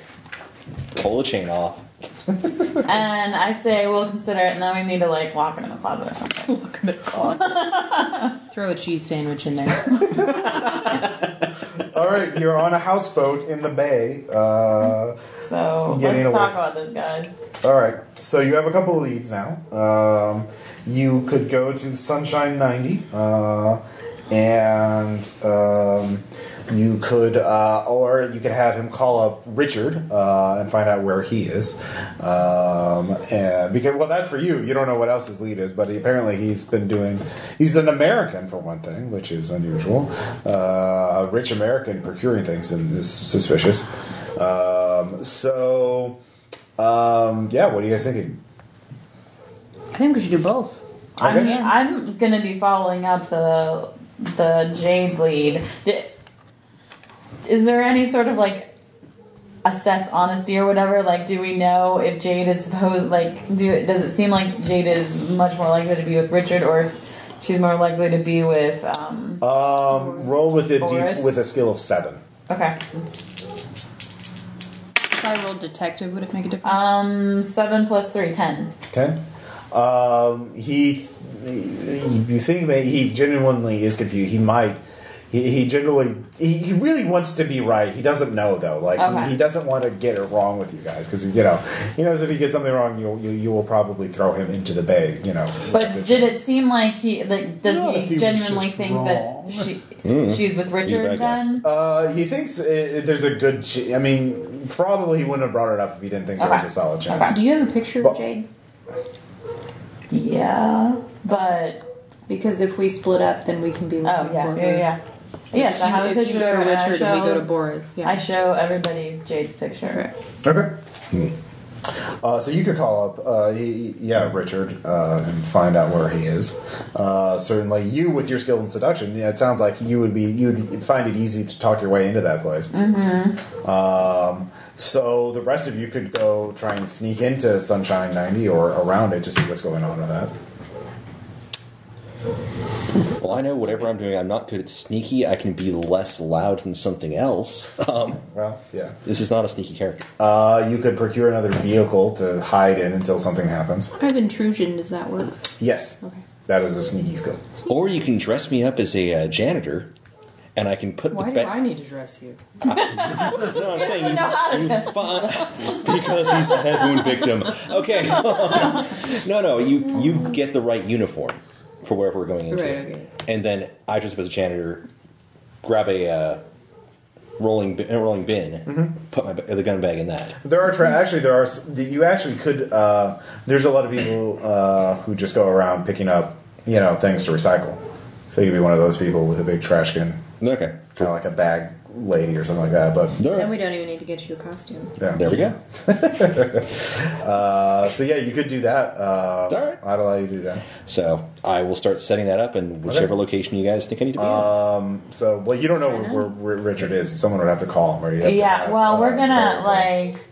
Speaker 5: Pull the chain off.
Speaker 4: and I say we'll consider it, and then we need to like lock it in the closet or something.
Speaker 9: Throw a cheese sandwich in there.
Speaker 1: All right, you're on a houseboat in the bay. Uh,
Speaker 4: So
Speaker 1: Getting
Speaker 4: let's
Speaker 1: away.
Speaker 4: talk about this, guys.
Speaker 1: All right. So you have a couple of leads now. Um, you could go to Sunshine 90, uh, and um, you could, uh, or you could have him call up Richard uh, and find out where he is. Um, and because well, that's for you. You don't know what else his lead is, but apparently he's been doing. He's an American for one thing, which is unusual. Uh, a rich American procuring things and is suspicious. Um, so. Um, yeah, what are you guys thinking?
Speaker 3: I think we should do both.
Speaker 4: I
Speaker 1: Okay.
Speaker 4: mean, I'm gonna be following up the the Jade lead. D- Is there any sort of like assess honesty or whatever? Like, do we know if Jade is supposed like do? Does it seem like Jade is much more likely to be with Richard, or if she's more likely to be with? Um,
Speaker 1: Um, roll with a
Speaker 4: Boris?
Speaker 1: D, with a skill of seven.
Speaker 4: okay,
Speaker 9: if I rolled detective, would it make a difference?
Speaker 4: um, seven plus three, ten.
Speaker 1: Ten. Um, he, he- you think that he genuinely is confused. He might. He, he generally he, he really wants to be right. He doesn't know though. Like
Speaker 4: Okay.
Speaker 1: he, he doesn't want to get it wrong with you guys because you know he knows if he gets something wrong, you you you will probably throw him into the bay. You know.
Speaker 4: But did it seem like he like? Does
Speaker 7: Not if he was
Speaker 4: he genuinely
Speaker 7: just
Speaker 4: think
Speaker 7: wrong.
Speaker 4: that she she's with
Speaker 5: Hmm. bad guy.
Speaker 4: Richard then?
Speaker 1: Uh, he thinks i i- there's a good. Ch- I mean, probably he wouldn't have brought it up if he didn't think there was
Speaker 4: Okay.
Speaker 1: a solid chance.
Speaker 4: Okay.
Speaker 3: Do you have a picture
Speaker 1: Well-
Speaker 3: of Jade?
Speaker 4: Yeah, but.
Speaker 3: Because if we split up, then we can be.
Speaker 4: Oh
Speaker 3: looking
Speaker 4: yeah,
Speaker 3: for
Speaker 4: yeah,
Speaker 3: her.
Speaker 4: yeah. Yes, I have a
Speaker 3: if
Speaker 4: picture
Speaker 3: you go to
Speaker 4: of her, and I
Speaker 3: Richard and we
Speaker 4: show-
Speaker 3: go to Boris. Yeah.
Speaker 4: I show everybody Jade's picture.
Speaker 1: Okay. Hmm. Uh, so you could call up, uh, he, yeah, Richard, uh, and find out where he is. Uh, certainly, you with your skill in seduction, yeah, it sounds like you would be you'd find it easy to talk your way into that place. Um, so the rest of you could go try and sneak into Sunshine ninety or around it to see what's going on with that.
Speaker 5: Well, I know whatever I'm doing, I'm not good at sneaky. I can be less loud than something else. Um,
Speaker 1: Well, yeah,
Speaker 5: this is not a sneaky character.
Speaker 1: uh, you could procure another vehicle to hide in until something happens.
Speaker 3: I have intrusion. Does that work?
Speaker 1: Yes,
Speaker 3: Okay.
Speaker 1: that is a sneaky skill.
Speaker 5: Or you can dress me up as a uh, janitor, and I can put
Speaker 9: Why
Speaker 5: the
Speaker 9: do
Speaker 5: bed.
Speaker 9: I need to dress you?
Speaker 5: No, I'm saying you,
Speaker 4: know how to
Speaker 5: you
Speaker 4: dress.
Speaker 5: fi- because he's the head wound victim. Okay. no, no, you you get the right uniform for wherever we're going into,
Speaker 9: Right, okay.
Speaker 5: and then I dress up as a janitor, grab a uh, rolling bi- a rolling bin, put my ba- the gun bag in that.
Speaker 1: There are tra- actually there are s- you actually could uh, there's a lot of people uh, who just go around picking up you know, things to recycle. So he could be one of those people with a big trash can,
Speaker 5: Okay.
Speaker 1: kind of like a bag lady or something like that. But
Speaker 5: There,
Speaker 9: And we don't even need to get you a costume.
Speaker 1: yeah.
Speaker 5: there we go.
Speaker 1: Uh, so yeah, you could do that. Uh,
Speaker 5: All right.
Speaker 1: I'd allow you to do that.
Speaker 5: So I will start setting that up in whichever
Speaker 1: Okay.
Speaker 5: location you guys think I need to be.
Speaker 1: So, well, you don't know
Speaker 9: I
Speaker 1: where,
Speaker 9: know.
Speaker 1: where, where Richard is. Someone would have to call him, or you have to
Speaker 4: Yeah,
Speaker 1: have,
Speaker 4: well, we're
Speaker 1: uh,
Speaker 4: gonna
Speaker 1: Barry
Speaker 4: like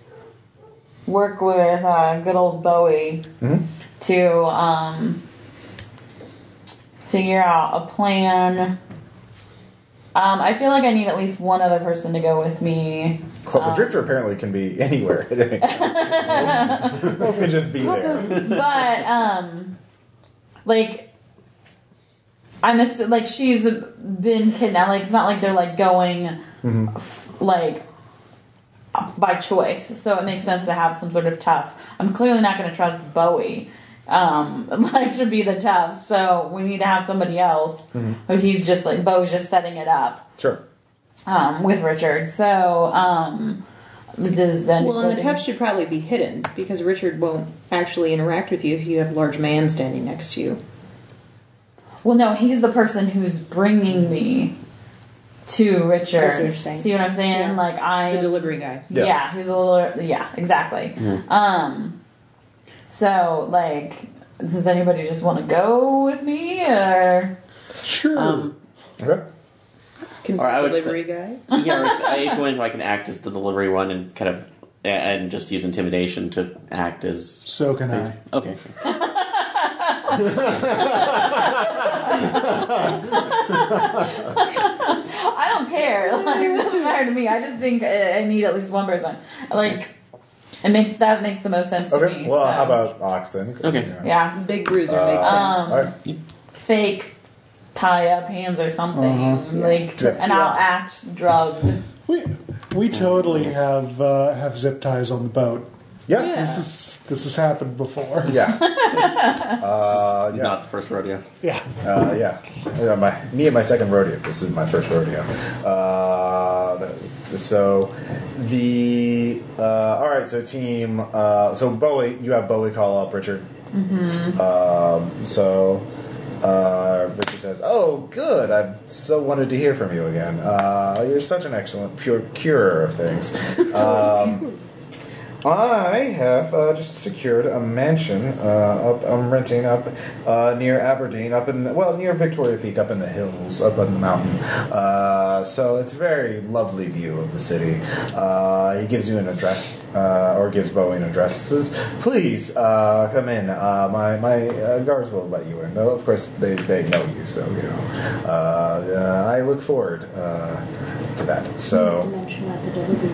Speaker 4: work with uh, good old Bowie to um, figure out a plan. Um, I feel like I need at least one other person to go with me.
Speaker 1: call. Well, the drifter apparently can be anywhere at any time. Or it can just be there.
Speaker 4: but um like i'm ass- like she's been kidnapped like it's not like they're like going f- like by choice so it makes sense to have some sort of tough i'm clearly not going to trust bowie um like to be the tough so we need to have somebody else who he's just like bowie's just setting it up
Speaker 1: Sure.
Speaker 4: um with richard so um does then
Speaker 9: Well, and the tough should probably be hidden because Richard won't actually interact with you if you have a large man standing next to you.
Speaker 4: Well, no, he's the person who's bringing me to Richard.
Speaker 9: That's what you're saying.
Speaker 4: See what I'm saying?
Speaker 9: Yeah.
Speaker 4: Like I,
Speaker 9: The delivery guy.
Speaker 1: Yeah. Mm-hmm.
Speaker 4: yeah. he's a little, yeah, exactly. Um, so like, does anybody just want to go with me or?
Speaker 9: Sure.
Speaker 2: Um,
Speaker 1: Okay.
Speaker 9: Can
Speaker 2: Or I would
Speaker 9: delivery guy.
Speaker 2: yeah, or if, I- if you want, I can act as the delivery one and kind of and just use intimidation to act as
Speaker 7: So can I.
Speaker 2: okay.
Speaker 4: I don't care. Like, it doesn't matter to me. I just think I I need at least one person. Like, it makes that makes the most sense to
Speaker 1: Okay.
Speaker 4: me.
Speaker 1: Well,
Speaker 4: so.
Speaker 1: how about Oxen? 'Cause,
Speaker 2: Okay.
Speaker 1: you know.
Speaker 4: yeah,
Speaker 9: Big bruiser makes sense.
Speaker 4: um,
Speaker 1: All right.
Speaker 4: fake tie up hands or something like,
Speaker 1: Dressed
Speaker 4: and
Speaker 1: Mm-hmm. you
Speaker 4: I'll
Speaker 1: up.
Speaker 4: act drugged.
Speaker 7: We we totally have uh, have zip ties on the boat.
Speaker 1: Yeah.
Speaker 9: Yeah.
Speaker 7: This is this has happened before.
Speaker 1: Yeah. uh, yeah.
Speaker 2: Not the first rodeo.
Speaker 7: Yeah.
Speaker 1: Uh, yeah. yeah my, me and my second rodeo. This is my first rodeo. Uh, the- so the uh, all right. So team. Uh, so Bowie, you have Bowie call up Richard. Um, so uh, Richard says, "Oh, good. I so wanted to hear from you again. Uh, you're such an excellent pure curer of things." Um, I have uh, just secured a mansion uh, up. I'm renting up uh, near Aberdeen, up in the, well near Victoria Peak, up in the hills, up on the mountain. Uh, so it's a very lovely view of the city. Uh, he gives you an address, uh, or gives Bowie an address. Says, "Please uh, come in. Uh, my my uh, guards will let you in, though. Of course they, they know you, so you know. Uh, uh, I look forward uh, to that. So."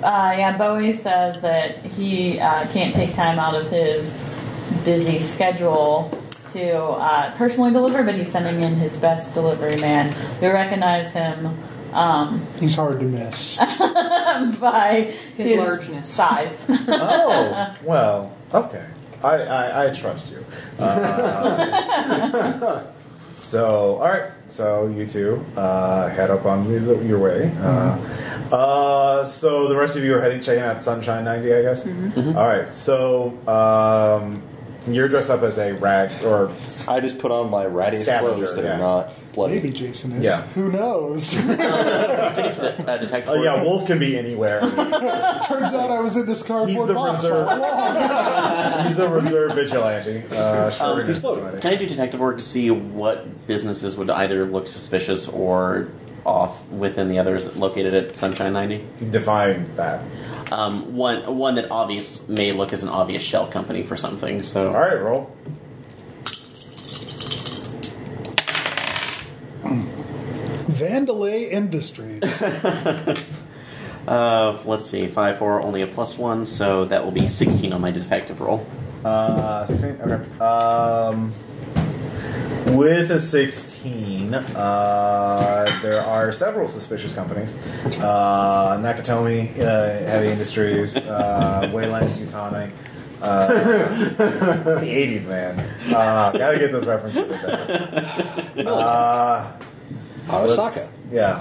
Speaker 4: Uh, yeah, Bowie says that he uh, can't take time out of his busy schedule to uh, personally deliver, but he's sending in his best delivery man. We recognize him um,
Speaker 7: He's hard to miss.
Speaker 4: by
Speaker 9: His largeness.
Speaker 4: size.
Speaker 1: oh well okay i i, I trust you Uh, so all right so you two uh, head up on the- your way uh, uh, so the rest of you are heading checking out sunshine 90 i guess All right so um, you're dressed up as a rag or uh,
Speaker 5: I just put on my rattiest
Speaker 1: Scavenger,
Speaker 5: clothes that
Speaker 1: yeah.
Speaker 5: are not bloody.
Speaker 7: Maybe Jason is.
Speaker 1: Yeah.
Speaker 7: Who knows?
Speaker 2: Uh, detective.
Speaker 1: oh yeah wolf can be anywhere
Speaker 7: Turns out I was in this cardboard
Speaker 1: He's the
Speaker 7: box.
Speaker 1: reserve.
Speaker 7: all along.
Speaker 1: he's the reserve vigilante uh, shorter
Speaker 5: he's bloated.
Speaker 1: vigilante.
Speaker 2: Can I do detective work to see what businesses would either look suspicious or off within the others located at Sunshine 90?
Speaker 1: define that
Speaker 2: Um, one one that obvious may look as an obvious shell company for something. So
Speaker 1: all right roll
Speaker 7: Vandalay Industries.
Speaker 2: uh, let's see, five four, only a plus one, so that will be sixteen on my detective roll.
Speaker 1: Uh, 16? Okay. Um, with a 16, uh, there are several suspicious companies. Uh, Nakatomi uh, Heavy Industries, uh, Wayland Utani. Uh, it's the 80s, man. Uh, gotta get those references in there. Uh,
Speaker 5: Arasaka.
Speaker 1: yeah.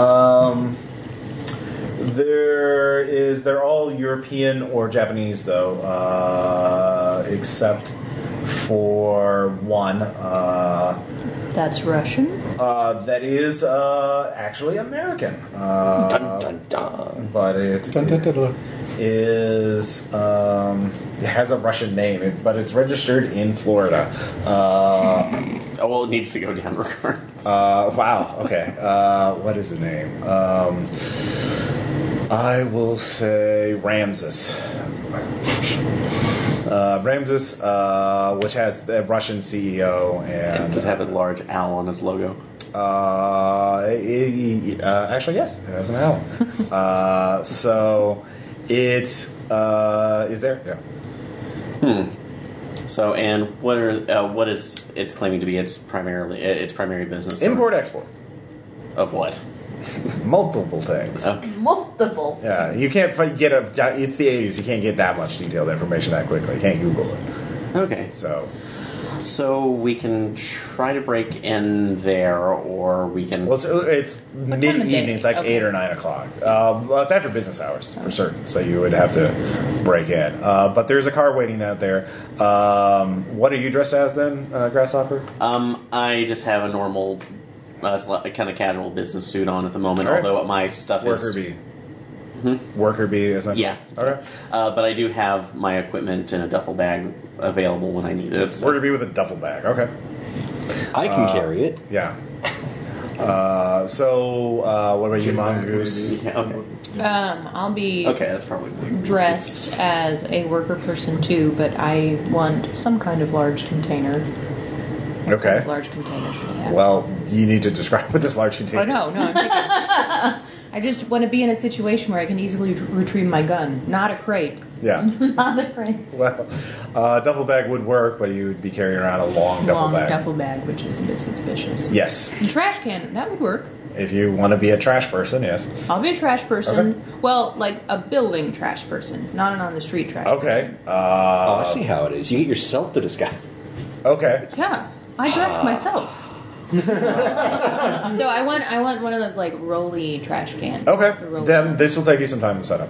Speaker 1: Um, there is. They're all European or Japanese, though, uh, except for one. Uh,
Speaker 10: That's Russian.
Speaker 1: uh, that is uh, actually American. Uh,
Speaker 5: Dun, dun, dun.
Speaker 1: But it,
Speaker 7: Dun, dun, dun, dun.
Speaker 1: is um, it has a Russian name, it- but it's registered in Florida. Uh,
Speaker 2: Oh, well, it needs to go down regardless.
Speaker 1: uh, wow. Okay. Uh, what is the name? Um, I will say Ramses. Uh, Ramses, uh, which has a Russian CEO, and,
Speaker 2: And does it have a large owl on its logo.
Speaker 1: Uh, it- uh, actually, yes, it has an L. uh, so it's uh, is there? Yeah.
Speaker 2: So, and what are uh, what is it's claiming to be its primarily uh, its primary business or-
Speaker 1: Import export.
Speaker 2: of what? Oh,
Speaker 1: Multiple things.
Speaker 2: Okay.
Speaker 4: Multiple.
Speaker 1: Yeah, you can't fi- get a. It's the '80s. You can't get that much detailed information that quickly. You can't Google it.
Speaker 2: Okay.
Speaker 1: So,
Speaker 2: So we can try to break in there, or we can.
Speaker 1: well, it's, uh, it's
Speaker 3: of day?
Speaker 1: mid evening. It's like
Speaker 3: Okay.
Speaker 1: eight or nine o'clock. Uh, well, it's after business hours for certain. So you would have to break in. Uh, but there's a car waiting out there. Um, what are you dressed as then, uh, Grasshopper?
Speaker 2: Um, I just have a normal, uh, kind of casual business suit on at the moment.
Speaker 1: All right.
Speaker 2: Although my stuff
Speaker 1: Worker
Speaker 2: is
Speaker 1: bee.
Speaker 3: Mm-hmm.
Speaker 1: Worker bee, isn't
Speaker 2: Yeah.
Speaker 1: All right.
Speaker 2: Uh, but I do have my equipment in a duffel bag available when I need it. so-
Speaker 1: Worker bee with a duffel bag. Okay.
Speaker 5: I can carry it.
Speaker 1: Yeah. Uh, so, uh, what about you, Mongoose?
Speaker 2: Yeah, okay.
Speaker 10: Um, I'll be
Speaker 2: Okay, that's probably
Speaker 10: dressed as a worker person too, but I want some kind of large container.
Speaker 1: Okay.
Speaker 10: Large container. Yeah.
Speaker 1: Well, you need to describe what this large container.
Speaker 10: Oh no, no. I'm kidding. I just want to be in a situation where I can easily retrieve my gun, not a crate.
Speaker 1: Yeah.
Speaker 4: Not a great.
Speaker 1: well, uh, duffel bag would work, but you would be carrying around a long duffel
Speaker 10: Long
Speaker 1: bag.
Speaker 10: duffel bag, which is a bit suspicious.
Speaker 1: Yes,
Speaker 10: The trash can that would work.
Speaker 1: if you want to be a trash person, yes.
Speaker 10: I'll be a trash person. Well, like a building trash person, not an on the street trash.
Speaker 1: Okay.
Speaker 5: Oh,
Speaker 1: Uh,
Speaker 5: I see how it is. You get yourself the disguise.
Speaker 1: okay.
Speaker 10: person. Yeah, I dressed myself. so I want I want one of those like rolly trash cans. The
Speaker 1: Okay.
Speaker 10: rolly
Speaker 1: Then this will take you some time to set up.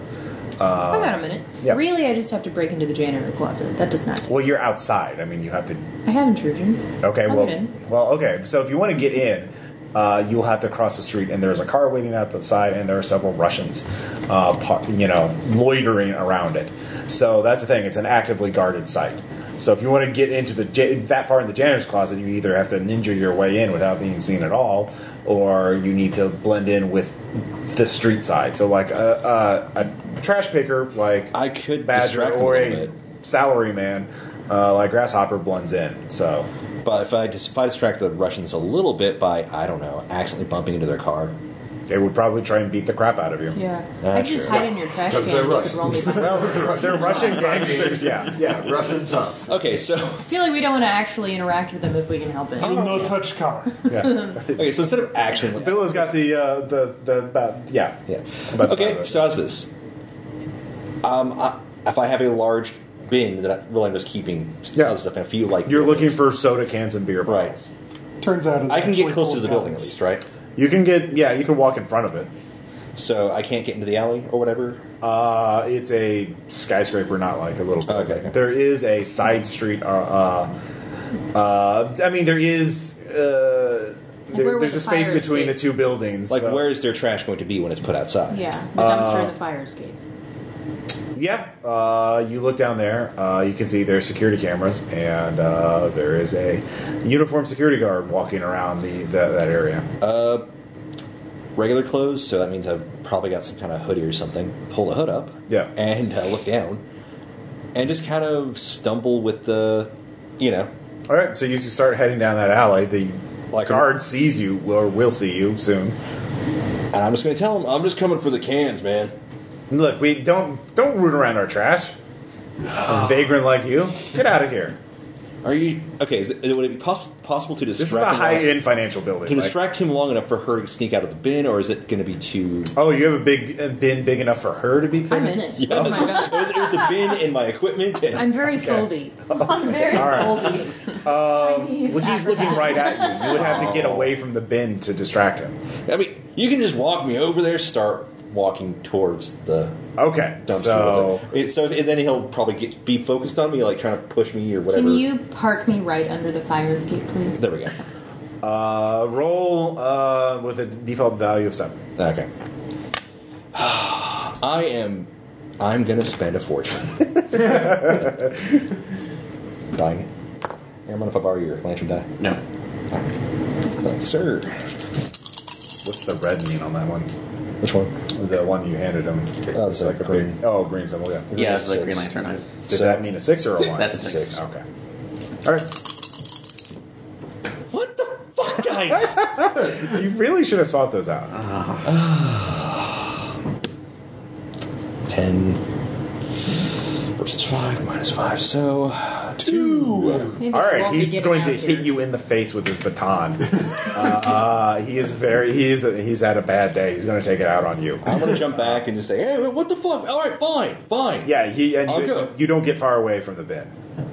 Speaker 10: I got a minute.
Speaker 1: yeah.
Speaker 10: Really, I just have to break into the janitor closet. That does not.
Speaker 1: Well, you're outside. I mean, you have to.
Speaker 10: I have intrusion.
Speaker 1: Okay.
Speaker 10: I'll
Speaker 1: well.
Speaker 10: get in.
Speaker 1: Well. Okay. So if you want to get in. Uh, you'll have to cross the street, and there's a car waiting out the side, and there are several Russians, uh, par- you know, loitering around it. So that's the thing; it's an actively guarded site. So if you want to get into the ja- that far in the janitor's closet, you either have to ninja your way in without being seen at all, or you need to blend in with the street side. So like a, a, a trash picker, like
Speaker 5: I could
Speaker 1: badger
Speaker 5: distract them a
Speaker 1: or
Speaker 5: little
Speaker 1: a
Speaker 5: bit.
Speaker 1: salary man uh, like grasshopper blends in so
Speaker 5: But if I, dis- if I distract the Russians a little bit by, I don't know, accidentally bumping into their car.
Speaker 1: they would probably try and beat the crap out of you
Speaker 10: Yeah.
Speaker 5: Ah,
Speaker 10: I just
Speaker 5: sure.
Speaker 10: hide in your trash can.
Speaker 6: Because they're
Speaker 10: and you could
Speaker 6: Russian.
Speaker 10: roll me back.
Speaker 1: well they're russian gangsters yeah
Speaker 6: Yeah, Russian tops.
Speaker 5: Okay, so
Speaker 10: I feel like we don't want to actually interact with them if we can help it.
Speaker 7: With no touch car.
Speaker 1: yeah
Speaker 5: okay, so instead of accidentally,
Speaker 1: bill has got the uh, the the about yeah
Speaker 5: Yeah.
Speaker 1: About the size of
Speaker 5: okay,
Speaker 1: it.
Speaker 5: so how's this? Um, I, if I have a large bin that I really I'm just keeping
Speaker 1: Yeah.
Speaker 5: other stuff, and a few like
Speaker 1: you're looking for soda cans and beer bottles
Speaker 5: right.
Speaker 7: Turns out it's
Speaker 5: I can get
Speaker 7: actually full
Speaker 5: closer to the
Speaker 7: of
Speaker 5: building at
Speaker 7: guns.
Speaker 5: least, right?
Speaker 1: you can get yeah you can walk in front of it
Speaker 5: So I can't get into the alley or whatever.
Speaker 1: uh, it's a skyscraper not like a little
Speaker 5: Okay, okay.
Speaker 1: there is a side street uh, uh, uh, i mean there is uh,
Speaker 10: Like where
Speaker 1: there,
Speaker 10: would
Speaker 1: there's
Speaker 10: the
Speaker 1: a space
Speaker 10: fire
Speaker 1: between the
Speaker 10: escape?
Speaker 1: two buildings
Speaker 5: Like,
Speaker 1: so-
Speaker 5: where is their trash going to be when it's put outside?
Speaker 10: Yeah, the dumpster
Speaker 1: Uh,
Speaker 10: and the fire escape.
Speaker 1: Yeah, uh, you look down there. Uh, you can see there's security cameras, and uh, there is a uniformed security guard walking around the, the that area. Uh,
Speaker 5: Regular clothes, so that means I've probably got some kind of hoodie or something. Pull the hood up.
Speaker 1: Yeah.
Speaker 5: And uh, look down, and just kind of stumble with the, you know,
Speaker 1: All right, so you can start heading down that alley. The
Speaker 5: Like a-
Speaker 1: guard sees you, or will see you soon.
Speaker 5: and I'm just going to tell him I'm just coming for the cans, man.
Speaker 1: Look, we don't don't root around our trash. A vagrant like you, get out of here.
Speaker 5: Are you okay? Is it, would it be poss- possible to
Speaker 1: This is
Speaker 5: distract?
Speaker 1: a
Speaker 5: him
Speaker 1: high
Speaker 5: long-
Speaker 1: end financial building.
Speaker 5: To
Speaker 1: like-
Speaker 5: distract him long enough for her to sneak out of the bin, or is it going to be too?
Speaker 1: oh, you have a big a bin big enough for her to be.
Speaker 10: I'm
Speaker 1: thin?
Speaker 10: in it.
Speaker 5: Yes.
Speaker 10: Oh my
Speaker 5: it,
Speaker 10: god.
Speaker 5: was, it was the bin and my equipment. And
Speaker 10: I'm very foldy.
Speaker 4: I'm very
Speaker 1: All right.
Speaker 4: moldy. Chinese
Speaker 1: Um, Well, he's looking
Speaker 4: African.
Speaker 1: right at you. You would have to get away from the bin to distract him.
Speaker 5: I mean, you can just walk me over there, start walking towards the
Speaker 1: Okay,
Speaker 5: dumpster.
Speaker 1: so
Speaker 5: with it. It- so and then he'll probably get, be focused on me, like trying to push me or whatever.
Speaker 3: Can you park me right under the fire escape, please?
Speaker 5: There we go.
Speaker 1: uh, roll uh, with a default value of seven.
Speaker 5: Okay. I am. I'm gonna spend a fortune. Dying it. Here, I'm gonna if I borrow your lantern die.
Speaker 2: No.
Speaker 5: Thank you, sir.
Speaker 1: What's the red mean on that one?
Speaker 5: Which one?
Speaker 1: The one you handed him.
Speaker 5: Oh, it's like green.
Speaker 1: big- oh, green symbol. Yeah. Did
Speaker 2: Yeah, it's like
Speaker 5: Six.
Speaker 2: Green Lantern. I-
Speaker 1: that mean a six or a one?
Speaker 2: That's a six.
Speaker 1: Okay. All right.
Speaker 5: What the fuck, guys?
Speaker 1: You really should have swapped those out.
Speaker 2: Uh-huh.
Speaker 5: 10 versus 5 minus 5, so 2.
Speaker 10: Maybe
Speaker 1: All
Speaker 10: I
Speaker 1: right,
Speaker 10: won't be
Speaker 1: he's
Speaker 10: getting
Speaker 1: going
Speaker 10: out
Speaker 1: to
Speaker 10: here.
Speaker 1: hit you in the face with his baton. uh, uh, he is very. He is. He's had a bad day. He's going to take it out on you.
Speaker 5: I'm going to jump back and just say, hey, what the fuck? All right, fine, fine.
Speaker 1: Yeah, he and
Speaker 5: I'll
Speaker 1: you,
Speaker 5: go.
Speaker 1: you don't get far away from the bin.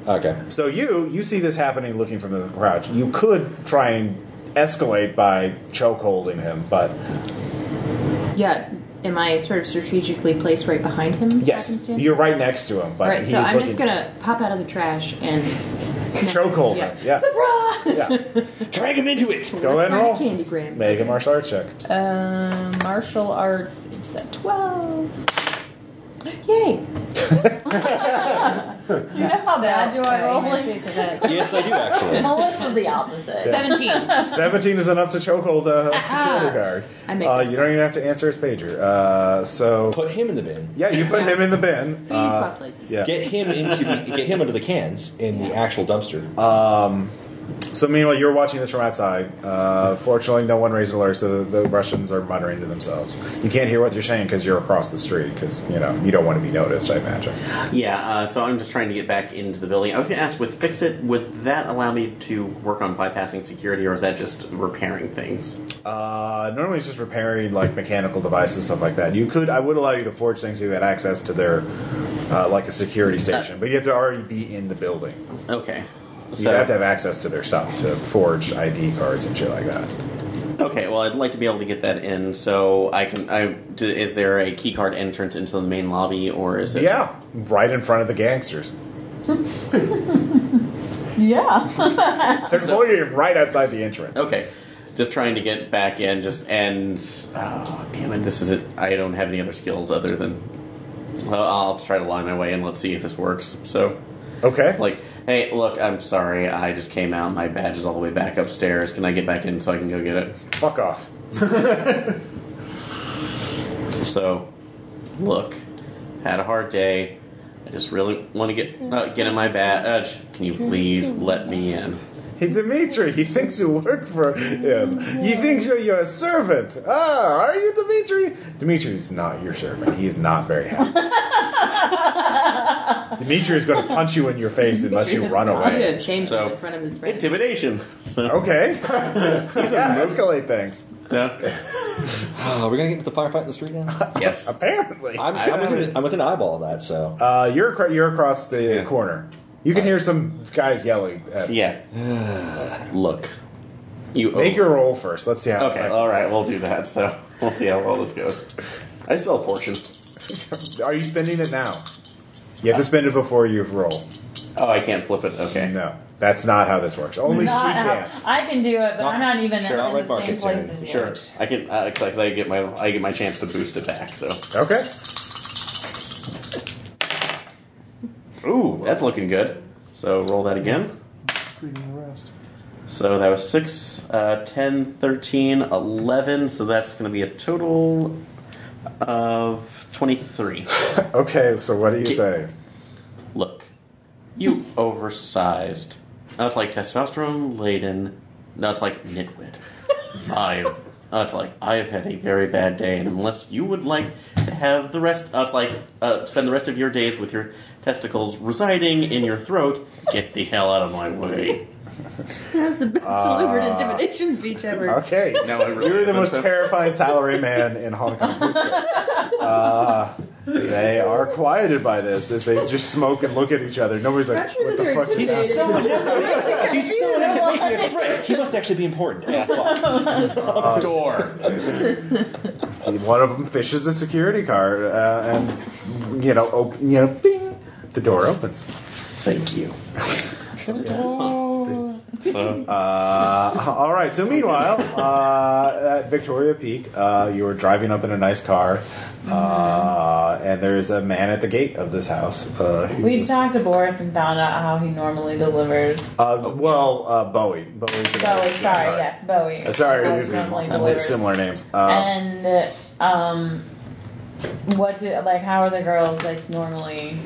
Speaker 5: Okay.
Speaker 1: So you you see this happening looking from the crowd. You could try and escalate by chokeholding him, but
Speaker 10: Yeah. Am I sort of strategically placed right behind him?
Speaker 1: yes,
Speaker 10: Happenstance?
Speaker 1: you're right next to him. But
Speaker 10: Right,
Speaker 1: he's
Speaker 10: so I'm
Speaker 1: looking
Speaker 10: just gonna pop out of the trash and
Speaker 1: chokehold
Speaker 10: Yeah.
Speaker 1: him. Yeah,
Speaker 10: surprise!
Speaker 1: yeah.
Speaker 5: Drag him into it.
Speaker 1: Go ahead and roll.
Speaker 10: Candy gram.
Speaker 1: Make a martial arts check.
Speaker 3: Um, martial arts. It's a twelve.
Speaker 4: You
Speaker 10: Yay!
Speaker 4: know how bad you are rolling?
Speaker 3: Seventeen.
Speaker 5: Yes, I do, actually.
Speaker 4: Melissa's the opposite.
Speaker 1: Seventeen is enough to chokehold a security guard.
Speaker 10: I make
Speaker 1: uh,
Speaker 10: that
Speaker 1: you don't even have to answer his pager. Uh, so
Speaker 5: Put him in the bin.
Speaker 1: yeah, you put him in the bin.
Speaker 10: We
Speaker 1: Uh,
Speaker 10: swap places.
Speaker 1: yeah.
Speaker 5: Get him into the, get him under the cans in the actual dumpster.
Speaker 1: So meanwhile, you're watching this from outside. Uh, fortunately, no one raised an alert, so the, the Russians are muttering to themselves. You can't hear what you're saying because you're across the street. Because you know you don't want to be noticed. I imagine.
Speaker 2: Yeah, uh, so I'm just trying to get back into the building. I was going to ask, with Fix It, would that allow me to work on bypassing security, or is that just repairing things?
Speaker 1: Uh, normally, it's just repairing like mechanical devices, stuff like that. You could, I would allow you to forge things if you had access to their uh, like a security station, but you have to already be in the building.
Speaker 2: Okay.
Speaker 1: So you have to have access to their stuff to forge ID cards and shit like that.
Speaker 2: Okay, well, I'd like to be able to get that in, so I can. I do, is there a key card entrance into the main lobby, or is it?
Speaker 1: Yeah, right in front of the gangsters.
Speaker 4: Yeah.
Speaker 1: They're loitering right outside the entrance.
Speaker 2: Okay, just trying to get back in. Just and oh, damn it, this is it. I don't have any other skills other than. Well, I'll try to line my way and let's see if this works. So,
Speaker 1: Okay.
Speaker 2: like, hey, look, I'm sorry, I just came out. My badge is all the way back upstairs. Can I get back in so I can go get it?
Speaker 1: Fuck off.
Speaker 2: So, look, had a hard day. I just really want to get uh, get in my badge. Can you please let me in?
Speaker 1: Hey, Dimitri, he thinks you work for him. He thinks you're your servant. Ah, are you Dimitri? Dimitri is not your servant. He is not very happy. Dimitri is going to punch you in your face unless you run
Speaker 10: I would
Speaker 1: away.
Speaker 10: have shamed
Speaker 2: So-
Speaker 10: him in front of his friends.
Speaker 2: Intimidation. So,
Speaker 1: Okay. Yeah, escalate things.
Speaker 2: yeah.
Speaker 5: Oh, we're gonna get into the firefight in the street now.
Speaker 2: yes.
Speaker 1: Apparently.
Speaker 5: I'm, I'm within I'm within eyeball of that, so
Speaker 1: Uh, you're, acro- you're across the
Speaker 2: Yeah.
Speaker 1: corner. You can hear some guys yelling. At
Speaker 2: Yeah. Look, you
Speaker 1: Make your roll first. Let's see how
Speaker 2: Okay, uh, all right, we'll do that. So we'll see how well this goes. I still have fortune.
Speaker 1: Are you spending it now? You have to spend it before you roll.
Speaker 2: Oh, I can't flip it. Okay.
Speaker 1: No, that's not how this works. Only she
Speaker 4: Not
Speaker 1: can.
Speaker 4: how- I can do it, but I'm not even
Speaker 5: Sure, I'll
Speaker 4: in
Speaker 5: red
Speaker 4: the
Speaker 5: mark
Speaker 4: same
Speaker 5: it soon.
Speaker 4: place as you.
Speaker 2: Sure. I can uh 'cause I get my I get my chance to boost it back. So.
Speaker 1: Okay.
Speaker 2: Ooh, that's looking good. So roll that again.
Speaker 7: Just reading the rest.
Speaker 2: So that was 6, uh, 10, 13, 11. So that's going to be a total of 23.
Speaker 1: Okay, so what do you say?
Speaker 2: Look, you oversized. Now it's like testosterone laden. Now it's like nitwit. I. Now it's like I've had a very bad day, and unless you would like to have the rest, now it's like uh, spend the rest of your days with your testicles residing in your throat. Get the hell out of my way.
Speaker 10: That was the best delivered intimidation speech ever.
Speaker 1: Okay.
Speaker 2: No, I really
Speaker 1: You're the
Speaker 2: think
Speaker 1: most
Speaker 2: so.
Speaker 1: terrifying salary man in Hong Kong history. Uh, they are quieted by this as they just smoke and look at each other. Nobody's like,
Speaker 10: Not sure
Speaker 1: what
Speaker 10: that
Speaker 1: the
Speaker 10: they're
Speaker 1: fuck is
Speaker 10: intimidated.
Speaker 1: happening?
Speaker 5: he's so Uh, intimidate. He must actually be important.
Speaker 2: Door.
Speaker 1: One of them fishes a security card, uh, and you know, op- you know, bing, the door opens.
Speaker 2: Thank you. so,
Speaker 1: Uh, all right. So meanwhile, uh, at Victoria Peak, uh, you are driving up in a nice car, uh, and there's a man at the gate of this house. Uh, who-
Speaker 4: We've talked to Boris and found out how he normally delivers.
Speaker 1: uh, well, uh, Bowie. Bowie's the guy.
Speaker 4: Bowie, sorry,
Speaker 1: Sorry.
Speaker 4: yes, Bowie.
Speaker 1: Uh, sorry,
Speaker 4: How he
Speaker 1: these are
Speaker 4: normally delivers.
Speaker 1: similar names. Uh,
Speaker 4: And um, what did like? How are the girls like normally?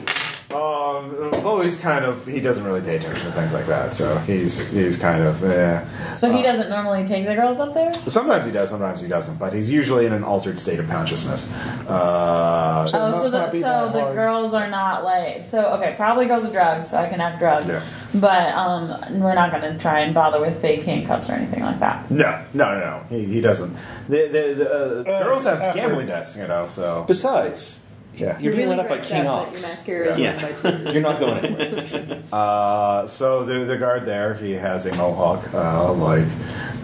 Speaker 1: um, Bowie's kind of he doesn't really pay attention to things like that, so he's he's kind of. Eh.
Speaker 4: So he
Speaker 1: Uh,
Speaker 4: doesn't normally take the girls up there.
Speaker 1: Sometimes he does, sometimes he doesn't, but he's usually in an altered state of consciousness. Uh,
Speaker 4: Oh,
Speaker 7: must
Speaker 4: so the,
Speaker 7: not be
Speaker 4: so
Speaker 7: that
Speaker 4: the
Speaker 7: hard.
Speaker 4: girls are not like so. Okay, probably girls are drugs, so I can have drugs.
Speaker 1: Yeah.
Speaker 4: But um, we're not going to try and bother with fake handcuffs or anything like that.
Speaker 1: No, no, no, no. He, he doesn't. The, the, the uh,
Speaker 7: Uh,
Speaker 1: girls have
Speaker 7: effort.
Speaker 1: gambling debts, you know. So
Speaker 5: Besides,
Speaker 1: yeah.
Speaker 5: you're being
Speaker 9: really
Speaker 5: let up by
Speaker 9: dressed
Speaker 5: King
Speaker 9: up, but Your
Speaker 5: Ox.
Speaker 9: mascara is
Speaker 2: Yeah.
Speaker 9: run by two.
Speaker 5: You're not going anywhere.
Speaker 1: Uh, so the the guard there, he has a mohawk, uh, like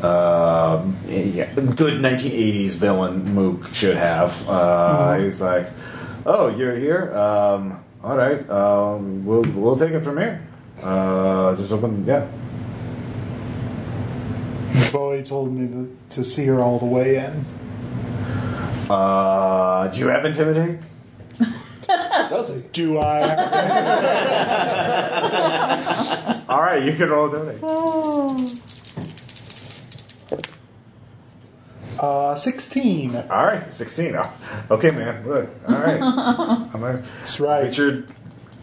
Speaker 1: um, yeah, good 1980s villain Mook should have. Uh, He's like, "Oh, you're here. Um, all right. Um, we'll we'll take it from here. Uh, just open. Yeah.
Speaker 7: Bowie told me to, to see her all the way in.
Speaker 1: Uh, do you have intimidate?
Speaker 5: Does he?
Speaker 7: Do I?
Speaker 1: All right, you can roll intimidate.
Speaker 7: Uh, 16.
Speaker 1: All right, sixteen. Oh, okay, man. Look. All right. I'm a,
Speaker 7: That's right.
Speaker 1: Richard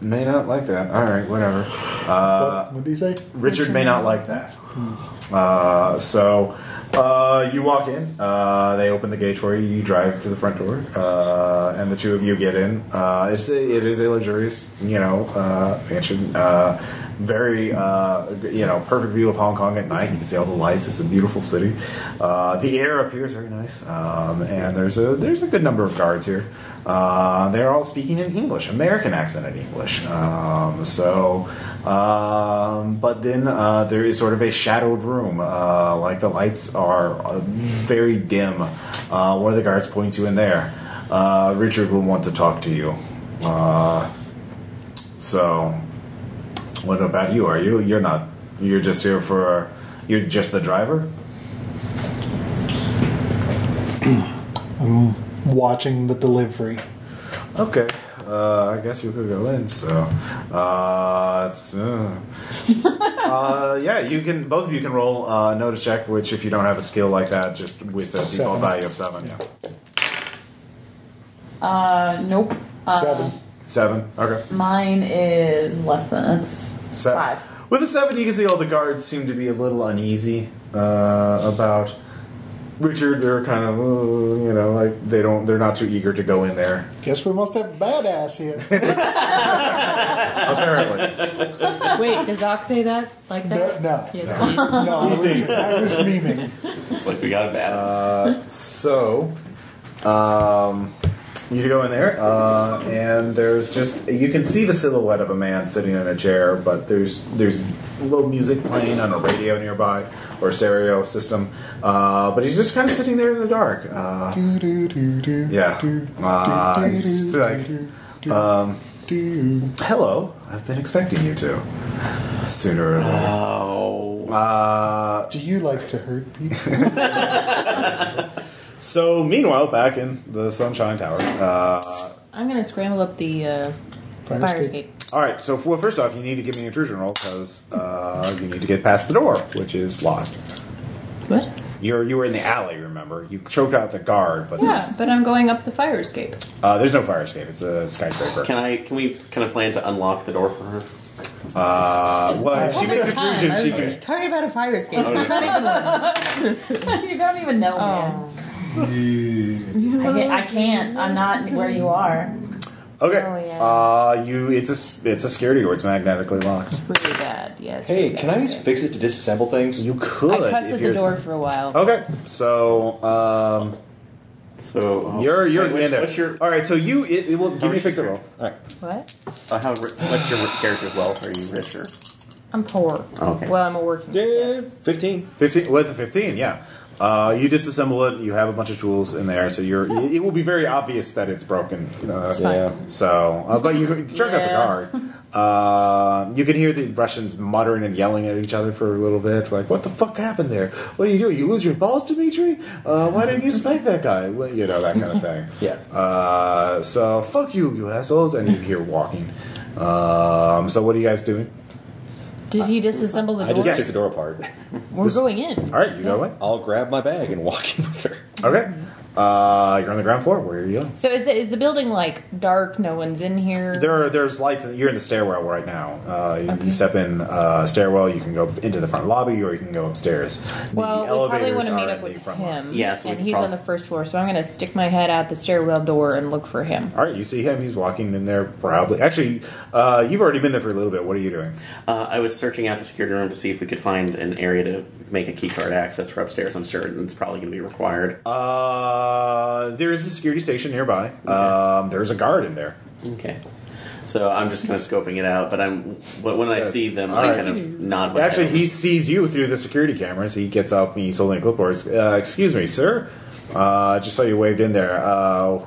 Speaker 1: may not like that. All right, whatever. Uh,
Speaker 7: what, what did he say?
Speaker 1: Richard may not like that. Uh, so uh, you walk in. Uh, they open the gate for you. You drive to the front door, uh, and the two of you get in. Uh, it's a, it is a luxurious, you know, uh, mansion. Uh, very, uh, you know, perfect view of Hong Kong at night. You can see all the lights. It's a beautiful city. Uh, the air up here is very nice, um, and there's a there's a good number of guards here. Uh, they're all speaking in English, American accent in English. Um, so, um, but then uh, there is sort of a shadowed room. Uh, like the lights are uh, very dim. Uh, one of the guards points you in there. Uh, Richard will want to talk to you. Uh, so, what about you? Are you? You're not. You're just here for. You're just the driver.
Speaker 7: Watching the delivery.
Speaker 1: Okay. Uh, I guess you could go in. So, uh, it's, uh, uh, yeah, you can. Both of you can roll uh, notice check. Which, if you don't have a skill like that, just with a default
Speaker 7: Seven.
Speaker 1: value of seven. Yeah.
Speaker 4: Uh, nope. Uh,
Speaker 7: Seven.
Speaker 1: Seven. Okay.
Speaker 4: Mine is less than it's
Speaker 1: Se-
Speaker 4: five.
Speaker 1: With a seven, you can see all the guards seem to be a little uneasy uh, about Richard. They're kind of, uh, you know, like they don't. They're not too eager to go in there.
Speaker 7: Guess we must have badass here.
Speaker 1: Apparently.
Speaker 10: Wait, does Ox say that like
Speaker 7: No,
Speaker 10: that?
Speaker 7: no.
Speaker 10: Yes.
Speaker 7: No, I was, I was memeing.
Speaker 2: it's like we got a bad.
Speaker 1: Uh, so, um, you go in there, uh, and there's just you can see the silhouette of a man sitting in a chair, but there's there's low music playing on a radio nearby or stereo system, uh, but he's just kind of sitting there in the dark. Uh, yeah, uh, he's like, um, hello, I've been expecting you to sooner or later.
Speaker 2: oh,
Speaker 1: Uh,
Speaker 7: Do you like to hurt people?
Speaker 1: so meanwhile, back in the Sunshine Tower. Uh,
Speaker 10: I'm gonna scramble up the uh,
Speaker 7: Fire
Speaker 10: fire,
Speaker 7: escape.
Speaker 10: escape.
Speaker 1: All right. So, well, first off, you need to give me an intrusion roll because uh, you need to get past the door, which is locked.
Speaker 10: What?
Speaker 1: You're you were in the alley. Remember, you choked out the guard, but
Speaker 10: Yeah, but I'm going up the fire escape.
Speaker 1: there's, uh, there's no fire escape. It's a skyscraper.
Speaker 2: can I? Can we kind of plan to unlock the door for her?
Speaker 1: Uh, well, if she makes intrusion, she can.
Speaker 10: Talking about a fire escape.
Speaker 2: Okay.
Speaker 10: It's not even one.
Speaker 4: you don't even know, man.
Speaker 10: Oh.
Speaker 4: I can't, I can't. I'm not where you are.
Speaker 1: Okay.
Speaker 10: Oh, yeah.
Speaker 1: Uh, you. It's a s- it's a security door. It's magnetically locked.
Speaker 10: really bad. Yeah. it's
Speaker 5: Hey,
Speaker 10: really
Speaker 5: can I
Speaker 10: bad.
Speaker 5: use fix it to disassemble things?
Speaker 1: You could.
Speaker 10: I cussed
Speaker 1: if
Speaker 10: at
Speaker 1: you're-
Speaker 10: the door for a while.
Speaker 1: Okay. So. Um,
Speaker 2: So oh.
Speaker 1: You're you're
Speaker 2: Wait, what's-
Speaker 1: in there.
Speaker 2: What's your?
Speaker 1: All right, so you it, it will give me a
Speaker 2: much
Speaker 1: fix it
Speaker 2: is
Speaker 1: roll.
Speaker 5: All right.
Speaker 10: What?
Speaker 2: Uh, how? ri- What's your character's wealth? Are you richer?
Speaker 10: I'm poor.
Speaker 2: Okay.
Speaker 10: Well, I'm a working stiff.
Speaker 5: Yeah, 15.
Speaker 1: Fifteen with a fifteen, yeah. Uh, you disassemble it. You have a bunch of tools in there, so you're. It will be very obvious that it's broken. Uh,
Speaker 5: Yeah.
Speaker 1: So, uh, but you check
Speaker 4: Yeah.
Speaker 1: out the guard. Uh, you can hear the Russians muttering and yelling at each other for a little bit, like, "What the fuck happened there? What do you do? You lose your balls, Dimitri? Uh, why didn't you spank that guy? Well, you know that kind of thing."
Speaker 5: Yeah.
Speaker 1: Uh, so fuck you, you assholes, and you hear walking. Um, so what are you guys doing?
Speaker 10: Did he disassemble the
Speaker 5: I just
Speaker 10: door?
Speaker 5: took the door apart.
Speaker 10: We're going in.
Speaker 1: All right, you go away.
Speaker 5: I'll grab my bag and walk in with her.
Speaker 1: Okay.
Speaker 5: Mm-hmm.
Speaker 1: Uh, you're on the ground floor. Where are you going?
Speaker 10: So is the, is the building like dark? No one's in here.
Speaker 1: There are there's lights. You're in the stairwell right now. Uh, you, you step in uh, stairwell. You can go into the front lobby, or you can go upstairs. The
Speaker 10: well, we probably want to meet
Speaker 1: are
Speaker 10: up
Speaker 1: in
Speaker 10: with
Speaker 1: the front lobby.
Speaker 10: him.
Speaker 2: Yeah, so we
Speaker 10: and
Speaker 2: could
Speaker 10: he's
Speaker 2: prob-
Speaker 10: on the first floor, so I'm going to stick my head out the stairwell door and look for him.
Speaker 1: All right, you see him. He's walking in there proudly. Actually, uh, you've already been there for a little bit. What are you doing?
Speaker 2: Uh, I was searching out the security room to see if we could find an area to make a keycard access for upstairs. I'm certain it's probably going to be required.
Speaker 1: Uh, there is a security station nearby. Um, there's a guard in there.
Speaker 2: Okay. So I'm just kind of scoping it out, but I'm when when I
Speaker 1: Yes.
Speaker 2: see them,
Speaker 1: All
Speaker 2: I
Speaker 1: right.
Speaker 2: kind of nod. my
Speaker 1: Actually,
Speaker 2: head.
Speaker 1: he sees you through the security cameras. He gets up and he's holding a clipboard. Uh, excuse me, sir. Uh, just saw you waved in there. Uh,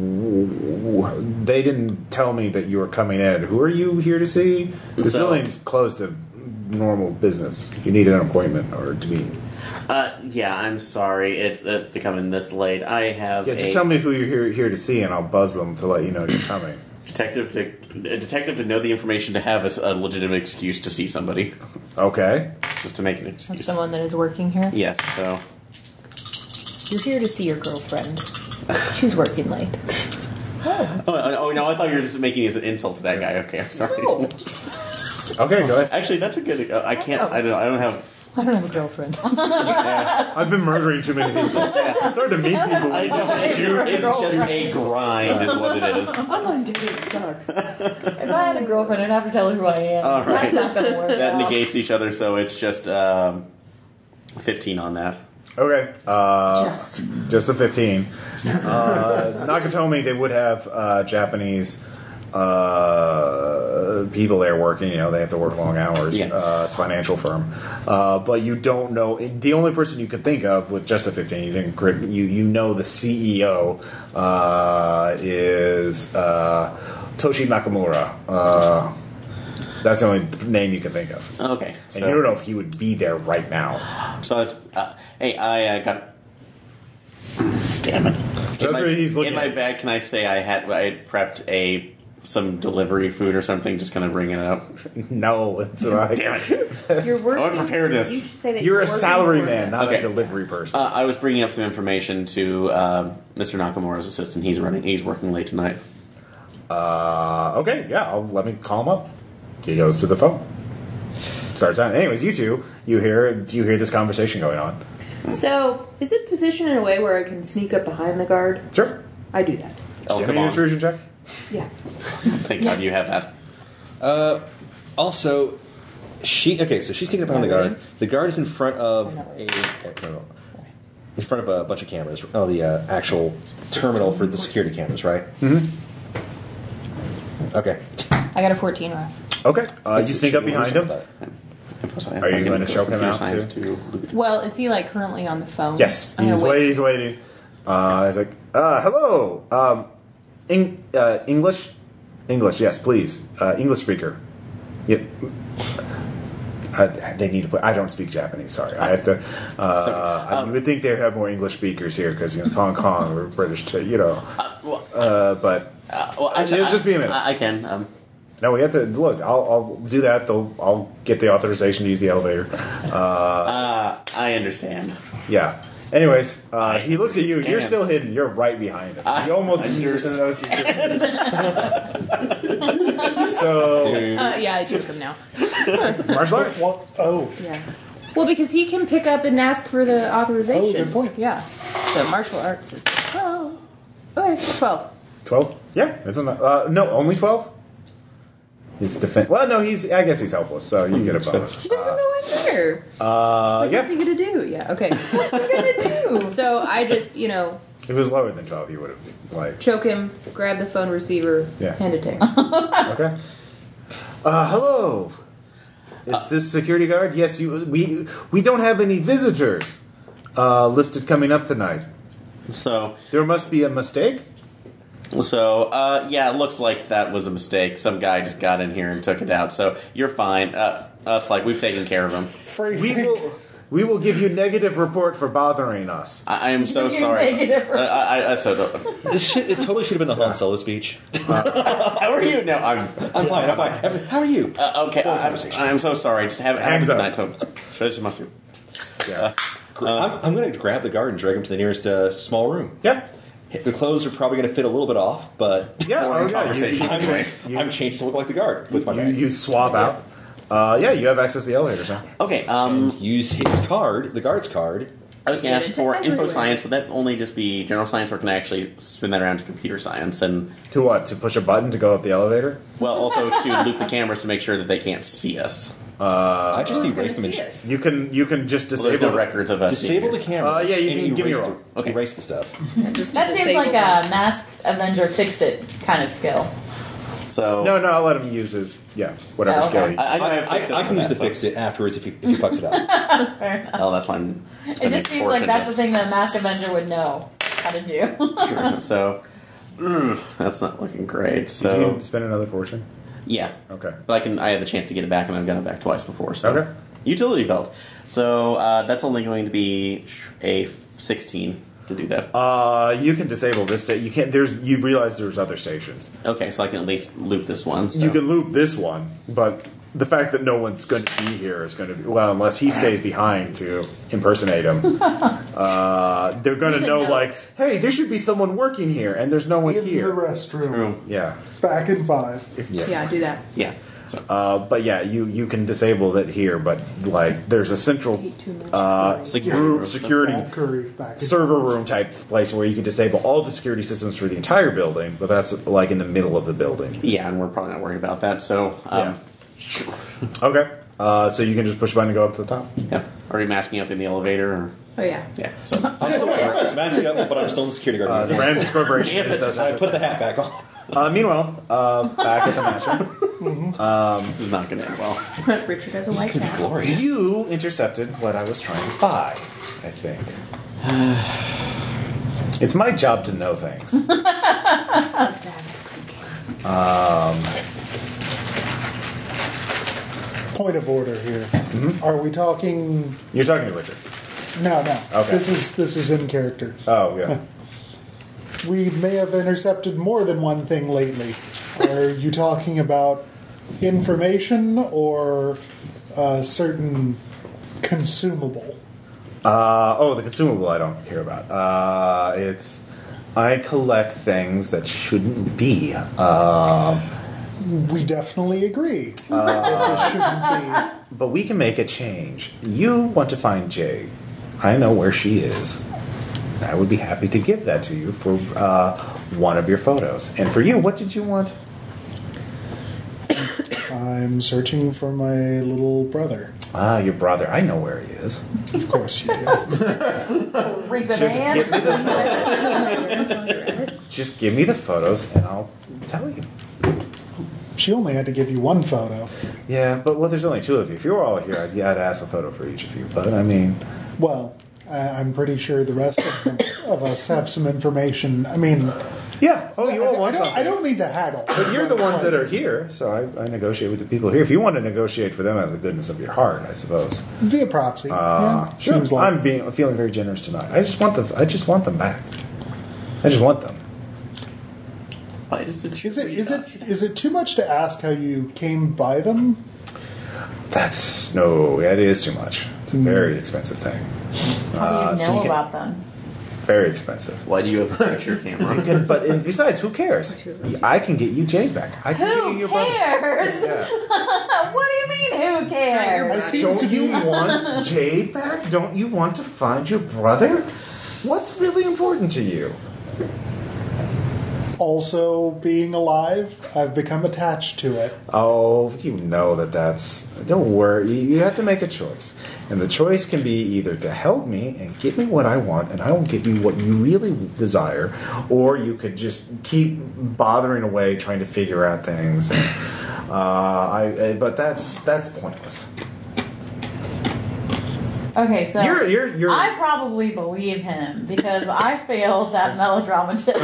Speaker 1: who? They didn't tell me that you were coming in. Who are you here to see? This
Speaker 2: So-
Speaker 1: building's closed to normal business. You need an appointment or to be.
Speaker 2: uh, yeah, I'm sorry. It's it's to come in this late. I have
Speaker 1: Yeah, just
Speaker 2: a
Speaker 1: tell me who you're here, here to see, and I'll buzz them to let you know you're coming.
Speaker 2: detective to a detective to know the information to have a, s- a legitimate excuse to see somebody,
Speaker 1: Okay.
Speaker 2: just to make an
Speaker 10: Of
Speaker 2: excuse.
Speaker 10: someone that is working here.
Speaker 2: Yes. So
Speaker 10: You're here to see your girlfriend. She's working late.
Speaker 2: oh, oh no, I thought you were just making it as an insult to that guy. Okay, I'm sorry.
Speaker 10: No.
Speaker 1: Okay, go ahead.
Speaker 2: Actually, that's a good. Uh, I can't. I don't. I don't have.
Speaker 10: I don't have a girlfriend.
Speaker 1: I've been murdering too many people. It's hard to meet people.
Speaker 2: I just shoot. It's just a grind, is what it is.
Speaker 4: I'm on duty. It sucks. if I had a girlfriend, I'd have to tell her who I am.
Speaker 2: All right.
Speaker 4: That's not gonna work.
Speaker 2: That
Speaker 4: out.
Speaker 2: negates each other, so it's just um, 15 on that.
Speaker 1: Okay. Uh,
Speaker 4: Just.
Speaker 1: Just the 15. Uh, Nakatomi, they would have uh, Japanese uh, people there working. You know, they have to work long hours.
Speaker 2: Yeah.
Speaker 1: Uh, it's a financial firm. Uh, but you don't know. The only person you could think of with just a 15, you didn't, gri- you, you know the CEO uh, is uh, Toshi Nakamura. Uh, that's the only name you can think of.
Speaker 2: Okay.
Speaker 1: And you don't
Speaker 2: So,
Speaker 1: know if he would be there right now.
Speaker 2: so I was, uh, hey, I uh, got. Damn it.
Speaker 1: So that's
Speaker 2: in my,
Speaker 1: what he's looking
Speaker 2: in my
Speaker 1: at.
Speaker 2: bag, can I say I had I had prepped a some delivery food or something? Just kind of bring it up.
Speaker 1: No, it's right.
Speaker 2: Damn it.
Speaker 11: Oh, You're
Speaker 2: I
Speaker 11: working.
Speaker 2: want preparedness.
Speaker 11: You should say that
Speaker 1: Oh, You're a
Speaker 11: working
Speaker 1: salary
Speaker 11: for-
Speaker 1: man, not a
Speaker 2: Okay.
Speaker 1: delivery person.
Speaker 2: Uh, I was bringing up some information to uh, Mr. Nakamura's assistant. He's running. He's working late tonight.
Speaker 1: Uh, okay, yeah, I'll, let me call him up. He goes to the phone. Starts on. Anyways, you two, you hear you hear this conversation going on.
Speaker 11: So, is it positioned in a way where I can sneak up behind the guard?
Speaker 1: Sure.
Speaker 11: I do that.
Speaker 2: Oh,
Speaker 1: Give
Speaker 2: come
Speaker 1: me an
Speaker 2: on.
Speaker 1: intrusion check.
Speaker 11: Yeah.
Speaker 2: Thank God you have that.
Speaker 5: Uh, also, she okay. So she's taking it behind the guard. The guard is in front of a eh, no, no, in front of a bunch of cameras. Oh, the uh, actual terminal for the security cameras, right? Mm-hmm. Okay.
Speaker 10: I got a 14 rough.
Speaker 1: Okay. Uh, you sneak up
Speaker 5: We'll do
Speaker 1: behind
Speaker 5: something
Speaker 1: him.
Speaker 5: about that.
Speaker 2: Are
Speaker 1: you gonna choke him out, too?
Speaker 10: Well, is he like currently on the phone?
Speaker 1: Yes,
Speaker 10: I'm
Speaker 1: he's
Speaker 10: gonna
Speaker 1: wait.
Speaker 10: wait.
Speaker 1: he's waiting. Uh, he's like, uh, hello, um, Eng- uh, English, English, yes, please, uh, English speaker. Yep. I, they need to put. I don't speak Japanese. Sorry, I have to. Uh,
Speaker 2: okay. Um,
Speaker 1: you would think they have more English speakers here because you know it's Hong Kong or British, t- you know. Uh, but
Speaker 2: Uh, well,
Speaker 1: I-
Speaker 2: actually,
Speaker 1: it'll just be a minute.
Speaker 2: I, I can. Um,
Speaker 1: no, we have to look. I'll, I'll do that. Though I'll get the authorization to use the elevator. Uh,
Speaker 2: uh, I understand.
Speaker 1: Yeah. Anyways, uh, he looks at you. You're
Speaker 2: understand.
Speaker 1: still hidden. You're right behind him.
Speaker 2: I
Speaker 1: you almost so
Speaker 10: Uh, yeah, I took him now.
Speaker 1: martial arts.
Speaker 7: What? Oh,
Speaker 10: Yeah.
Speaker 11: Well, because he can pick up and ask for the authorization.
Speaker 7: oh, good point.
Speaker 10: Yeah. So martial arts is 12. Okay, 12.
Speaker 1: Twelve. Yeah, it's enough. Uh, no, only twelve. He's defense. Well, no, he's. I guess he's helpless. So you get a bonus.
Speaker 11: He doesn't know I'm here.
Speaker 1: Uh,
Speaker 11: What's
Speaker 1: yeah.
Speaker 11: he gonna do? Yeah, okay. What's he gonna do? So I just, you know,
Speaker 1: If it was lower than twelve, he would have like.
Speaker 11: choke him, grab the phone receiver,
Speaker 1: Yeah.
Speaker 11: hand it to him.
Speaker 1: Okay. Uh,
Speaker 2: Uh,
Speaker 1: hello. Is this security guard? Yes, you. We we don't have any visitors. uh, listed coming up tonight.
Speaker 2: So,
Speaker 1: There must be a mistake.
Speaker 2: so uh, yeah, it looks like that was a mistake. Some guy just got in here and took it out. So you're fine. Uh, us like we've taken care of him.
Speaker 1: We
Speaker 7: Phrasing.
Speaker 1: will, we will give you negative report for bothering us.
Speaker 2: I, I am so
Speaker 4: You're
Speaker 2: sorry.
Speaker 4: negative.
Speaker 2: Uh, I, I, I so don't.
Speaker 5: This shit, it totally should have been the Han Solo speech.
Speaker 2: How are you? No, I'm.
Speaker 5: I'm fine, I'm fine. Every- How are you?
Speaker 2: Uh, okay, I, I'm,
Speaker 5: conversation.
Speaker 2: I'm so sorry. Just have
Speaker 1: Hangs
Speaker 2: have a
Speaker 1: up.
Speaker 2: good night, Tom. Should I just must.
Speaker 1: Yeah.
Speaker 5: I'm, I'm going to grab the guard and drag him to the nearest uh, small room.
Speaker 1: Yeah.
Speaker 5: The clothes are probably going to fit a little bit off, but
Speaker 1: Yeah.
Speaker 2: Boring
Speaker 1: oh, yeah, you-
Speaker 2: conversation.
Speaker 5: I'm,
Speaker 2: Right.
Speaker 5: I'm changed to look like the guard with my
Speaker 1: You,
Speaker 5: bag.
Speaker 1: you swab out. Uh, yeah, you have access to the elevator, so.
Speaker 2: Okay. Um,
Speaker 5: Use his card, the guard's card.
Speaker 2: I was going to ask
Speaker 3: Into
Speaker 2: for info
Speaker 3: everywhere.
Speaker 2: science, would that only just be general science, or can I actually spin that around to computer science and
Speaker 1: To what? To push a button to go up the elevator?
Speaker 2: well, also to loop the cameras to make sure that they can't see us.
Speaker 5: I just
Speaker 3: Who's
Speaker 5: erased them
Speaker 3: Oh, gonna
Speaker 5: and
Speaker 3: see
Speaker 5: sh-
Speaker 3: us?
Speaker 1: You can you can just
Speaker 2: Well, there's
Speaker 1: disable
Speaker 2: no records of us.
Speaker 5: disable the
Speaker 2: being here.
Speaker 5: camera.
Speaker 1: Uh, yeah, you can give me a
Speaker 5: erase
Speaker 1: roll.
Speaker 5: the,
Speaker 2: Okay.
Speaker 5: erase the stuff.
Speaker 3: Just to
Speaker 4: That seems
Speaker 3: disable
Speaker 4: like
Speaker 3: them.
Speaker 4: a masked Avenger fix it kind of skill.
Speaker 2: So
Speaker 1: No, no, I'll let him use his yeah whatever
Speaker 4: Oh, okay.
Speaker 1: skill. he-
Speaker 2: I, I, know I, have
Speaker 5: I,
Speaker 2: fixed it
Speaker 5: I
Speaker 2: for
Speaker 5: can use
Speaker 2: that,
Speaker 5: the
Speaker 2: so-
Speaker 5: fix it afterwards if he, if he fucks it up.
Speaker 2: Oh, that's why I'm.
Speaker 4: It just seems like that's the thing that a masked Avenger would know how to do.
Speaker 2: thing. so mm, that's not looking great.
Speaker 1: Did
Speaker 2: So
Speaker 1: you spend another fortune?
Speaker 2: yeah,
Speaker 1: Okay.
Speaker 2: but I can. I had the chance to get it back, and I've gotten it back twice before. So
Speaker 1: Okay.
Speaker 2: utility belt. So uh, that's only going to be a 16 to do that.
Speaker 1: Uh, you can disable this. That you can't. There's you realize there's other stations.
Speaker 2: okay, so I can at least loop this one. So.
Speaker 1: You can loop this one, but the fact that no one's going to be here is going to be well, unless he stays behind to impersonate him. uh, they're going to
Speaker 3: Even
Speaker 1: know
Speaker 3: though-
Speaker 1: like, hey, there should be someone working here, and there's no one
Speaker 7: in the
Speaker 1: here.
Speaker 7: restroom.
Speaker 1: Yeah.
Speaker 7: Back in five.
Speaker 3: Yeah, do that.
Speaker 2: Mm, Yeah. So
Speaker 1: Uh, but yeah, you, you can disable it here, but like there's a central
Speaker 3: Eat too much
Speaker 1: uh,
Speaker 3: curry.
Speaker 2: Security
Speaker 1: group
Speaker 2: room.
Speaker 1: security
Speaker 7: Matt Curry back in
Speaker 1: server room type place where you can disable all the security systems for the entire building, but that's like in the middle of the building.
Speaker 2: yeah, and we're probably not worried about that. So um,
Speaker 1: Okay. Uh, so you can just push a button to go up to the top.
Speaker 2: yeah. Are you masking up in the elevator? Or?
Speaker 3: Oh yeah.
Speaker 2: Yeah. So
Speaker 5: Mask up, but I'm still in the security
Speaker 1: Uh,
Speaker 5: guard.
Speaker 1: the Rams Corporation
Speaker 2: Yeah,
Speaker 1: is- does
Speaker 5: I
Speaker 1: have
Speaker 5: put the hat back on.
Speaker 1: Uh, meanwhile, uh, back at the mansion,
Speaker 2: this is not going to end well.
Speaker 3: Richard has a white hat.
Speaker 5: Glorious.
Speaker 1: you intercepted what I was trying to buy. I think it's my job to know things.
Speaker 7: Point of order here.
Speaker 1: Mm-hmm.
Speaker 7: Are we talking?
Speaker 1: You're talking to Richard.
Speaker 7: No, no.
Speaker 1: Okay.
Speaker 7: This is this is in character.
Speaker 1: Oh yeah.
Speaker 7: We may have intercepted more than one thing lately. Are you talking about information or a certain consumable?
Speaker 1: Uh, oh, the consumable I don't care about. Uh, it's I collect things that shouldn't be. Um
Speaker 7: We definitely agree
Speaker 1: Uh.
Speaker 7: that this
Speaker 1: but we can make a change. You want to find Jay. I know where she is. I would be happy to give that to you for uh, one of your photos. And for you, what did you want?
Speaker 7: shouldn't be. I'm searching for my little brother.
Speaker 1: Ah, your brother. I know where he is.
Speaker 7: Of course you do.
Speaker 4: Read the
Speaker 1: Just
Speaker 4: man.
Speaker 1: give me the photos.
Speaker 3: That's
Speaker 1: Just give me the photos, and I'll tell you.
Speaker 7: She only had to give you one photo.
Speaker 1: Yeah, but well, there's only two of you. If you were all here, I'd, yeah, I'd ask a photo for each of you. But I mean,
Speaker 7: Well, I- I'm pretty sure the rest of, them, of us have some information. I mean,
Speaker 1: yeah. Oh, you
Speaker 7: I,
Speaker 1: all
Speaker 7: I
Speaker 1: want
Speaker 7: don't,
Speaker 1: something.
Speaker 7: I don't mean to haggle.
Speaker 1: But you're the ones that are here, so I, I negotiate with the people here. If you want to negotiate for them out of the goodness of your heart, I suppose.
Speaker 7: via proxy.
Speaker 1: Uh,
Speaker 7: yeah,
Speaker 1: sure.
Speaker 7: Seems like
Speaker 1: I'm being, feeling very generous tonight. I just want the I just want them back. I just want them.
Speaker 2: Why does it?
Speaker 7: Is it is it is it too much to ask how you came by them?
Speaker 1: That's no, that is too much. It's a
Speaker 7: Mm-hmm.
Speaker 1: very expensive thing. Uh,
Speaker 4: How do
Speaker 1: so
Speaker 4: you
Speaker 1: you
Speaker 4: know
Speaker 1: can-
Speaker 4: about them?
Speaker 1: Very expensive.
Speaker 2: Why do you have a picture camera?
Speaker 1: And, but and besides, who cares? I can get you Jade back. I can get you
Speaker 4: Who
Speaker 1: your brother.
Speaker 4: cares?
Speaker 1: Yeah.
Speaker 4: what do you mean, who cares?
Speaker 7: I seem
Speaker 1: Don't
Speaker 7: to
Speaker 1: you
Speaker 7: be.
Speaker 1: want Jade back? Don't you want to find your brother? What's really important to you?
Speaker 7: Also, being alive, I've become attached to it.
Speaker 1: Oh, you know that that's. Don't worry. You have to make a choice. And the choice can be either to help me and give me what I want, and I will give you what you really desire, or you could just keep bothering away trying to figure out things. And, uh, I, I- but that's that's pointless.
Speaker 4: Okay, so
Speaker 1: You're- you're- you're-
Speaker 4: I probably believe him because I failed that melodrama check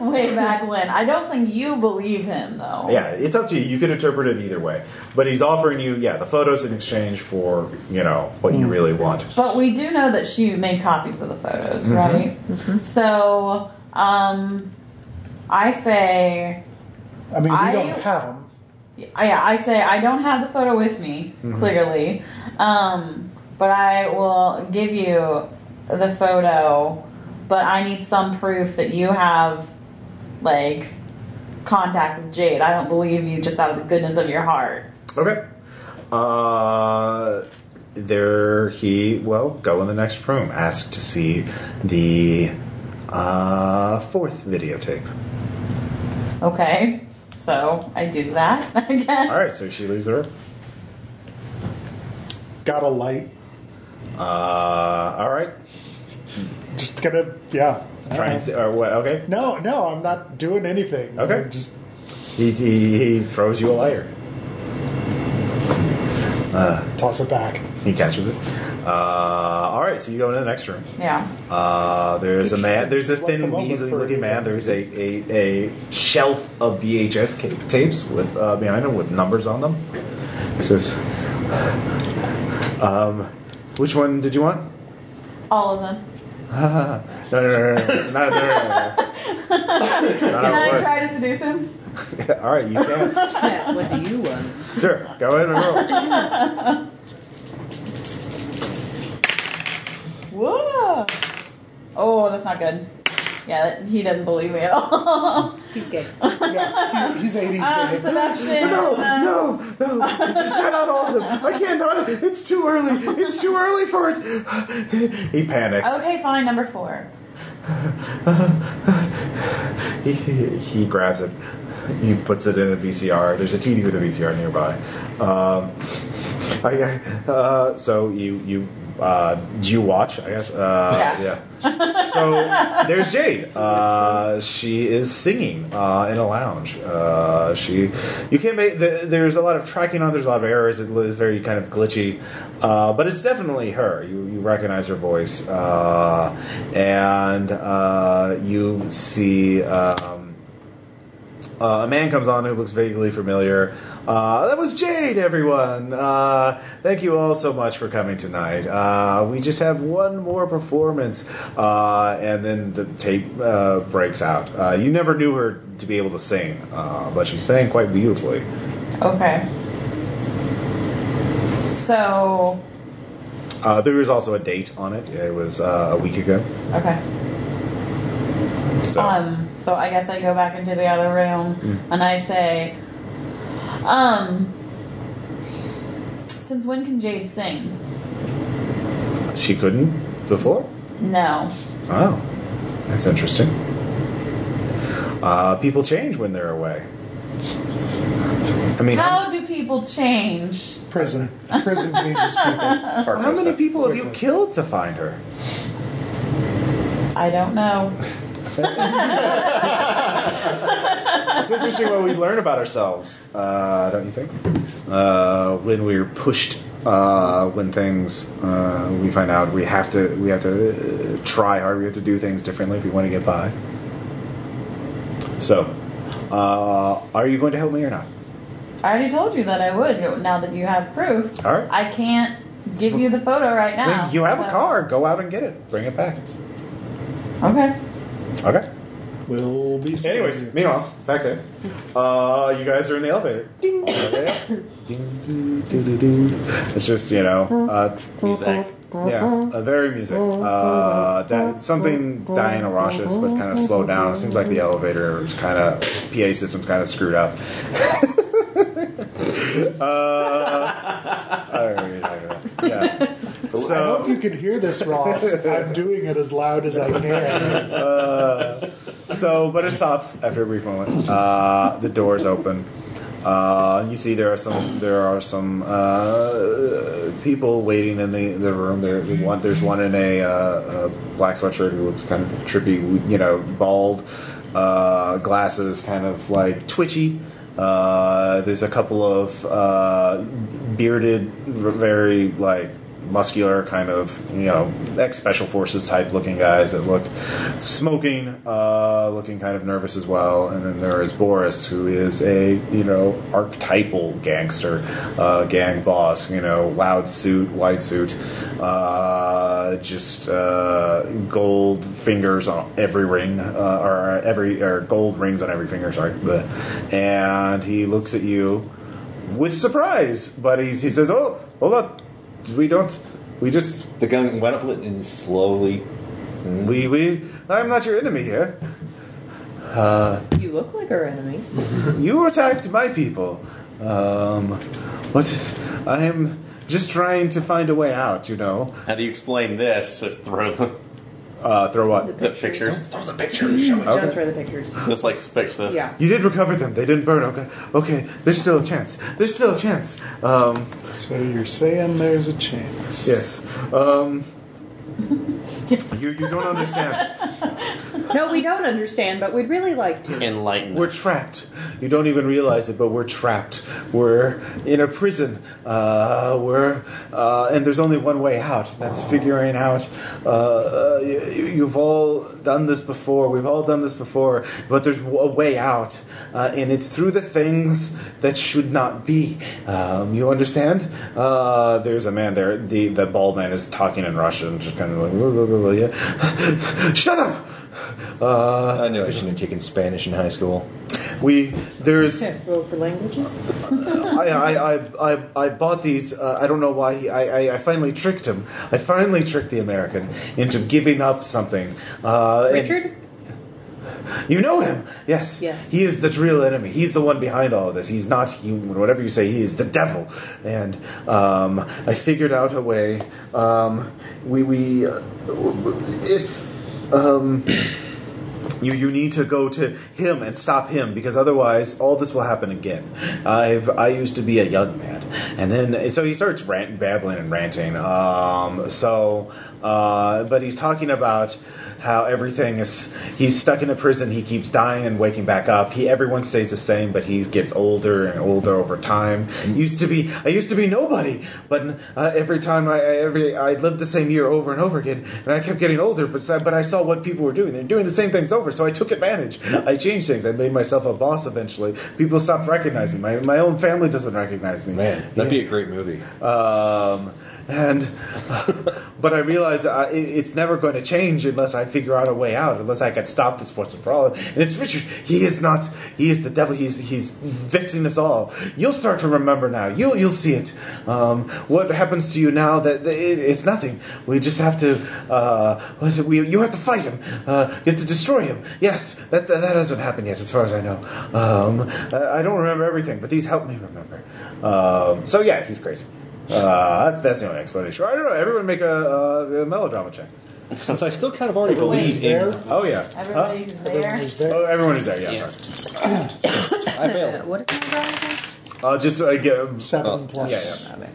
Speaker 4: way back when. I don't think you believe him though.
Speaker 1: Yeah, it's up to you. You could interpret it either way. But he's offering you, yeah, the photos in exchange for, you know, what you really want.
Speaker 4: But we do know that she made copies of the photos,
Speaker 1: Mm-hmm.
Speaker 4: right? So, um, I say,
Speaker 7: I mean, we
Speaker 4: I-
Speaker 7: don't have them.
Speaker 4: yeah, I say I don't have the photo with me, clearly, um, but I will give you the photo. But I need some proof that you have, like, contact with Jade. I don't believe you just out of the goodness of your heart.
Speaker 1: Okay. Uh, there he well go in the next room. Ask to see the uh, fourth videotape.
Speaker 4: Okay, so I do that. I guess.
Speaker 1: All right, so she leaves the room.
Speaker 7: Got a light.
Speaker 1: Uh, all right.
Speaker 7: Just gonna, yeah. I
Speaker 1: Try and
Speaker 7: don't
Speaker 1: see. Or what? Okay.
Speaker 7: know. No, no, I'm not doing anything.
Speaker 1: Okay.
Speaker 7: I'm just
Speaker 1: He, he, he throws you a lighter.
Speaker 7: toss it back.
Speaker 1: He catches it. Uh, all right, so you go into the next room.
Speaker 4: Yeah.
Speaker 1: Uh, there's a
Speaker 7: Just
Speaker 1: man.
Speaker 7: to
Speaker 1: There's a
Speaker 7: let
Speaker 1: thin,
Speaker 7: them open
Speaker 1: measly
Speaker 7: for
Speaker 1: looking
Speaker 7: a
Speaker 1: man.
Speaker 7: minute.
Speaker 1: There's a, a, a shelf of VHS ca- tapes with uh, behind him with numbers on them. He says, um, "Which one did you want?"
Speaker 4: All of them.
Speaker 1: No, no, no, no, no. It's not, no, no, no, no. Not
Speaker 4: Can
Speaker 1: how it
Speaker 4: I
Speaker 1: works.
Speaker 4: try to seduce him?
Speaker 1: All right, you can.
Speaker 3: Yeah, what do you want?
Speaker 1: sure, go ahead and roll.
Speaker 4: Whoa! Oh, that's not good. Yeah, that, he doesn't believe me at all.
Speaker 10: He's good.
Speaker 7: Yeah, he- he's 80s
Speaker 4: um,
Speaker 7: gay.
Speaker 4: seduction.
Speaker 1: No,
Speaker 4: uh,
Speaker 1: no, no! Not on all of them. I can't. Not, it's too early. It's too early for it. He panics.
Speaker 4: Okay, fine. Number four.
Speaker 1: He, he he grabs it. He puts it in a VCR. There's a TV with a VCR nearby. Um, I, I- uh, so you you uh, do you watch? I guess. Uh, yeah. So there's Jade. Uh, she is singing uh, in a lounge. Uh, she you can't make. th- There's a lot of tracking on. There's a lot of errors. It is very kind of glitchy, uh, but it's definitely her. You you recognize her voice, uh, and uh, you see. Um, uh, a man comes on who looks vaguely familiar. Uh, that was Jade, everyone. Uh, thank you all so much for coming tonight. Uh, we just have one more performance, uh, and then the tape uh, breaks out. Uh, you never knew her to be able to sing, uh, but she sang quite beautifully.
Speaker 4: Okay. So,
Speaker 1: Uh, there was also a date on it. It was uh, a week ago.
Speaker 4: okay.
Speaker 1: So.
Speaker 4: Um, so I guess I go back into the other room
Speaker 1: Mm.
Speaker 4: and I say, um, since when can Jade sing?
Speaker 1: she couldn't before.
Speaker 4: No.
Speaker 1: Oh, that's interesting. Uh, people change when they're away. I mean,
Speaker 4: How do people change?
Speaker 7: Prison. Prison changes people.
Speaker 1: How many people have you killed to find her?
Speaker 4: I don't know.
Speaker 1: It's interesting what we learn about ourselves, uh, don't you think? Uh, when we're pushed, uh, when things uh, we find out we have to we have to uh, try hard, we have to do things differently if we want to get by. So, uh, are you going to help me or not?
Speaker 4: I already told you that I would. Now that you have proof,
Speaker 1: All right.
Speaker 4: I can't give you the photo right now.
Speaker 1: you have a
Speaker 4: so-
Speaker 1: car. Go out and get it. Bring it back.
Speaker 4: Okay.
Speaker 1: Uh, Okay.
Speaker 7: Will be. seeing you.
Speaker 1: Anyways, meanwhile, back there. Uh, you guys are in the elevator. Oh, Ding. Ding, doo, doo, doo, doo. It's just you know, uh,
Speaker 2: Music.
Speaker 1: yeah, uh, very music. Uh, that something Diana Rosh is, but kind of slowed down. It seems like the elevator is kind of PA system's kind of screwed up. uh, I don't know, I don't know. Yeah.
Speaker 7: I hope
Speaker 1: So,
Speaker 7: you can hear this, Ross. I'm doing it as loud as I can.
Speaker 1: so, but it stops after a brief moment. Uh, the doors open. Uh, you see, there are some there are some uh, people waiting in the, the room. There, one, there's one in a, uh, a black sweatshirt who looks kind of trippy, you know, bald, uh, glasses, kind of like twitchy. Uh, there's a couple of uh, bearded, very like muscular kind of you know ex special forces type looking guys that look smoking, uh, looking kind of nervous as well. And then there is Boris, who is a you know archetypal gangster, uh, gang boss. You know, loud suit, white suit, uh, just uh, gold fingers on every ring, uh, or every or gold rings on every finger. Sorry, Bleh. and he looks at you with surprise, but he, he says, "Oh, hold up, we don't, we just,
Speaker 5: The gun went up and slowly.
Speaker 1: we, we, I'm not your enemy here. Uh,
Speaker 3: You look like our enemy.
Speaker 1: You attacked my people. Um, what? is- I am just trying to find a way out, you know.
Speaker 2: How do you explain this? Just throw them
Speaker 1: Uh, throw what?
Speaker 2: the pictures.
Speaker 5: Throw the picture. Show it.
Speaker 3: Don't throw the pictures.
Speaker 2: Just like speech this.
Speaker 3: Yeah.
Speaker 1: You did recover them. They didn't burn. Okay, okay. There's still a chance. There's still a chance. Um,
Speaker 7: So you're saying there's a chance.
Speaker 1: yes. Um, you you don't understand.
Speaker 3: No, we don't understand, but we'd really like to.
Speaker 2: Enlighten.
Speaker 1: We're trapped. You don't even realize it, but we're trapped. We're in a prison. Uh, we're uh, and there's only one way out. and That's figuring out. Uh, uh, you, you've all done this before. We've all done this before. But there's a way out, uh, and it's through the things that should not be. Um, you understand? Uh, there's a man there. The the bald man is talking in Russian, just kind of like, yeah. shut up. Uh,
Speaker 5: I know I shouldn't have taken Spanish in high school.
Speaker 1: we there's
Speaker 3: Can't roll for languages.
Speaker 1: I, I, I, I, I bought these. Uh, I don't know why. He, I, I, I finally tricked him. I finally tricked the American into giving up something. Uh, and-
Speaker 3: Richard?
Speaker 1: you know him. Yes.
Speaker 3: Yes.
Speaker 1: He is the real enemy. He's the one behind all of this. He's not human. Whatever you say, he is the devil. And um, I figured out a way. Um, we we uh, it's. Um, you you need to go to him and stop him because otherwise all this will happen again. I've I used to be a young man, and then so he starts rant, babbling and ranting. Um, so, uh, but he's talking about how everything is. He's stuck in a prison. He keeps dying and waking back up. He everyone stays the same, but he gets older and older over time. Used to be I used to be nobody, but uh, every time I, I every I lived the same year over and over again, and I kept getting older. But but I saw what people were doing. They're doing the same things over, so I took advantage. I changed things. I made myself a boss eventually. People stopped recognizing me. my my own family doesn't recognize me.
Speaker 5: Man, Uh, that'd be a great movie.
Speaker 1: Um, and but I realized that I, it- it's never going to change unless I figure out a way out, unless I can stop this once and for all. And it's Richard. He is not. He is the devil. He's he's fixing us all. You'll start to remember now. You'll you'll see it. Um, what happens to you now? That that it, it's nothing. We just have to. Uh, what- we you have to fight him. Uh, you have to destroy him. Yes, that that, that hasn't happened yet, as far as I know. Um, I, I don't remember everything, but these help me remember. Um, so yeah, he's crazy. Uh, that's, that's the only explanation. I don't know. Everyone make a, uh, a melodrama check.
Speaker 5: Since I still kind of already
Speaker 7: Everybody's
Speaker 5: believe in,
Speaker 7: there.
Speaker 1: Oh yeah. Huh?
Speaker 4: Everybody's there.
Speaker 7: Everybody's there.
Speaker 1: Oh, everyone is there. Yeah. Sorry.
Speaker 5: I failed.
Speaker 10: What is my drawing test?
Speaker 1: Uh, just uh, get.
Speaker 7: Seven
Speaker 5: Oh.
Speaker 7: plus.
Speaker 1: Yeah, yeah.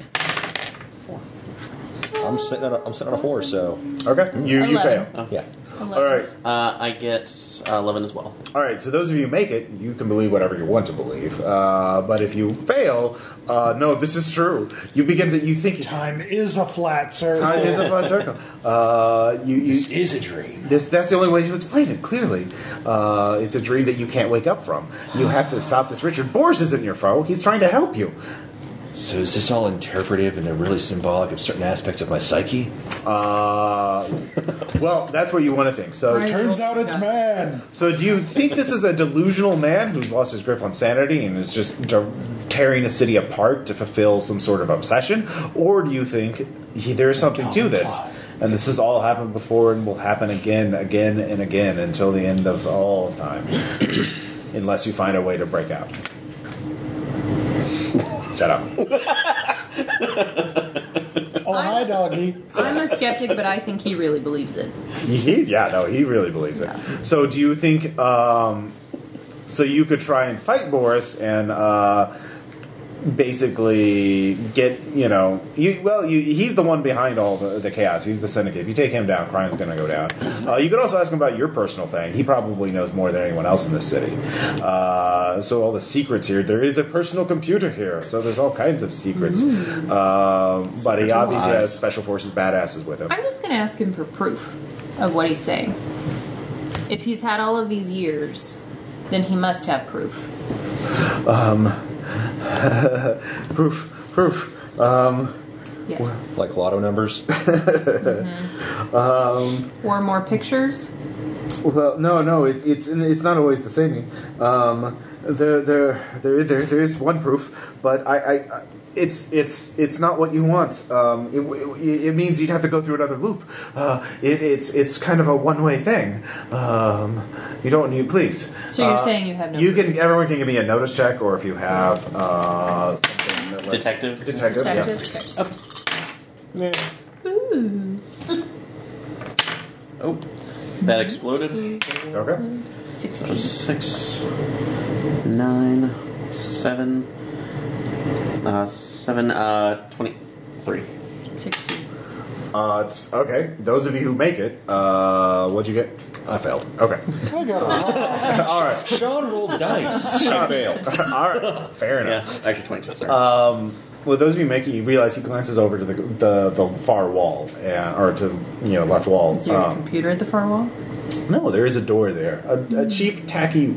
Speaker 5: I'm sitting on a, I'm sitting on a horse, so
Speaker 1: Okay. You you
Speaker 10: Eleven.
Speaker 1: fail.
Speaker 5: yeah.
Speaker 1: All right.
Speaker 2: Uh, I get uh, eleven as well.
Speaker 1: All right. So those of you who make it, you can believe whatever you want to believe. Uh, but if you fail, uh, no, this is true. You begin to you think
Speaker 7: Time is a flat circle.
Speaker 1: time is a flat circle. Uh, you you.
Speaker 5: is a dream.
Speaker 1: This, that's the only way to explain it, clearly. Uh, it's a dream that you can't wake up from. You have to stop this. Richard Boris isn't your foe. He's trying to help you.
Speaker 5: So is this all interpretive and really symbolic of certain aspects of my psyche?
Speaker 1: Uh, well, that's what you want to think. So,
Speaker 7: Turns out it's man.
Speaker 1: so do you think this is a delusional man who's lost his grip on sanity and is just de- tearing a city apart to fulfill some sort of obsession, or do you think he, there is something to this? And this has all happened before and will happen again, again, and again until the end of all of time, unless you find a way to break out. Shut up.
Speaker 7: Oh, hi, doggy.
Speaker 10: I'm a skeptic, but I think he really believes it.
Speaker 1: He, yeah, no, he really believes it. So, do you think? Um, so you could try and fight Boris and uh, basically get you know you well you, he's the one behind all the, the chaos he's the syndicate if you take him down crime's going to go down uh, you could also ask him about your personal thing he probably knows more than anyone else in this city uh, so all the secrets here there is a personal computer here so there's all kinds of secrets uh, but he obviously has special forces badasses with him
Speaker 10: I'm just going to ask him for proof of what he's saying. If he's had all of these years, then he must have proof.
Speaker 1: Um, proof proof um,
Speaker 10: Yes.
Speaker 5: Like lotto numbers.
Speaker 10: Or more pictures.
Speaker 1: Well, no, no, it, it's it's not always the same. Um, there, there, there, there, there is one proof, but I, I, I it's it's it's not what you want. Um, it, it, it means you'd have to go through another loop. Uh, it, it's it's kind of a one way thing. Um, you don't need, please.
Speaker 10: So you're
Speaker 1: Uh,
Speaker 10: saying you have no
Speaker 1: You can everyone can give me a notice check, or if you have uh, something that lets-
Speaker 2: Detective?
Speaker 1: detective, yeah.
Speaker 10: Detective? Okay.
Speaker 1: Yeah.
Speaker 10: Ooh.
Speaker 2: Oh, that exploded.
Speaker 1: Okay.
Speaker 2: That was six, nine, seven, uh, seven, uh, twenty-three.
Speaker 10: 16.
Speaker 1: Uh, it's- okay. Those of you who make it, uh, what'd you get?
Speaker 5: I failed.
Speaker 1: Okay. All right.
Speaker 5: Sean rolled dice. I failed.
Speaker 1: All right, fair enough. Um,
Speaker 2: Yeah, actually twenty-two. Sorry.
Speaker 1: Well, those of you making, you realize he glances over to the the, the far wall, uh, or to you know left wall.
Speaker 12: Is there a
Speaker 1: Um,
Speaker 12: computer at the far wall?
Speaker 1: no, there is a door there, a, a cheap, tacky,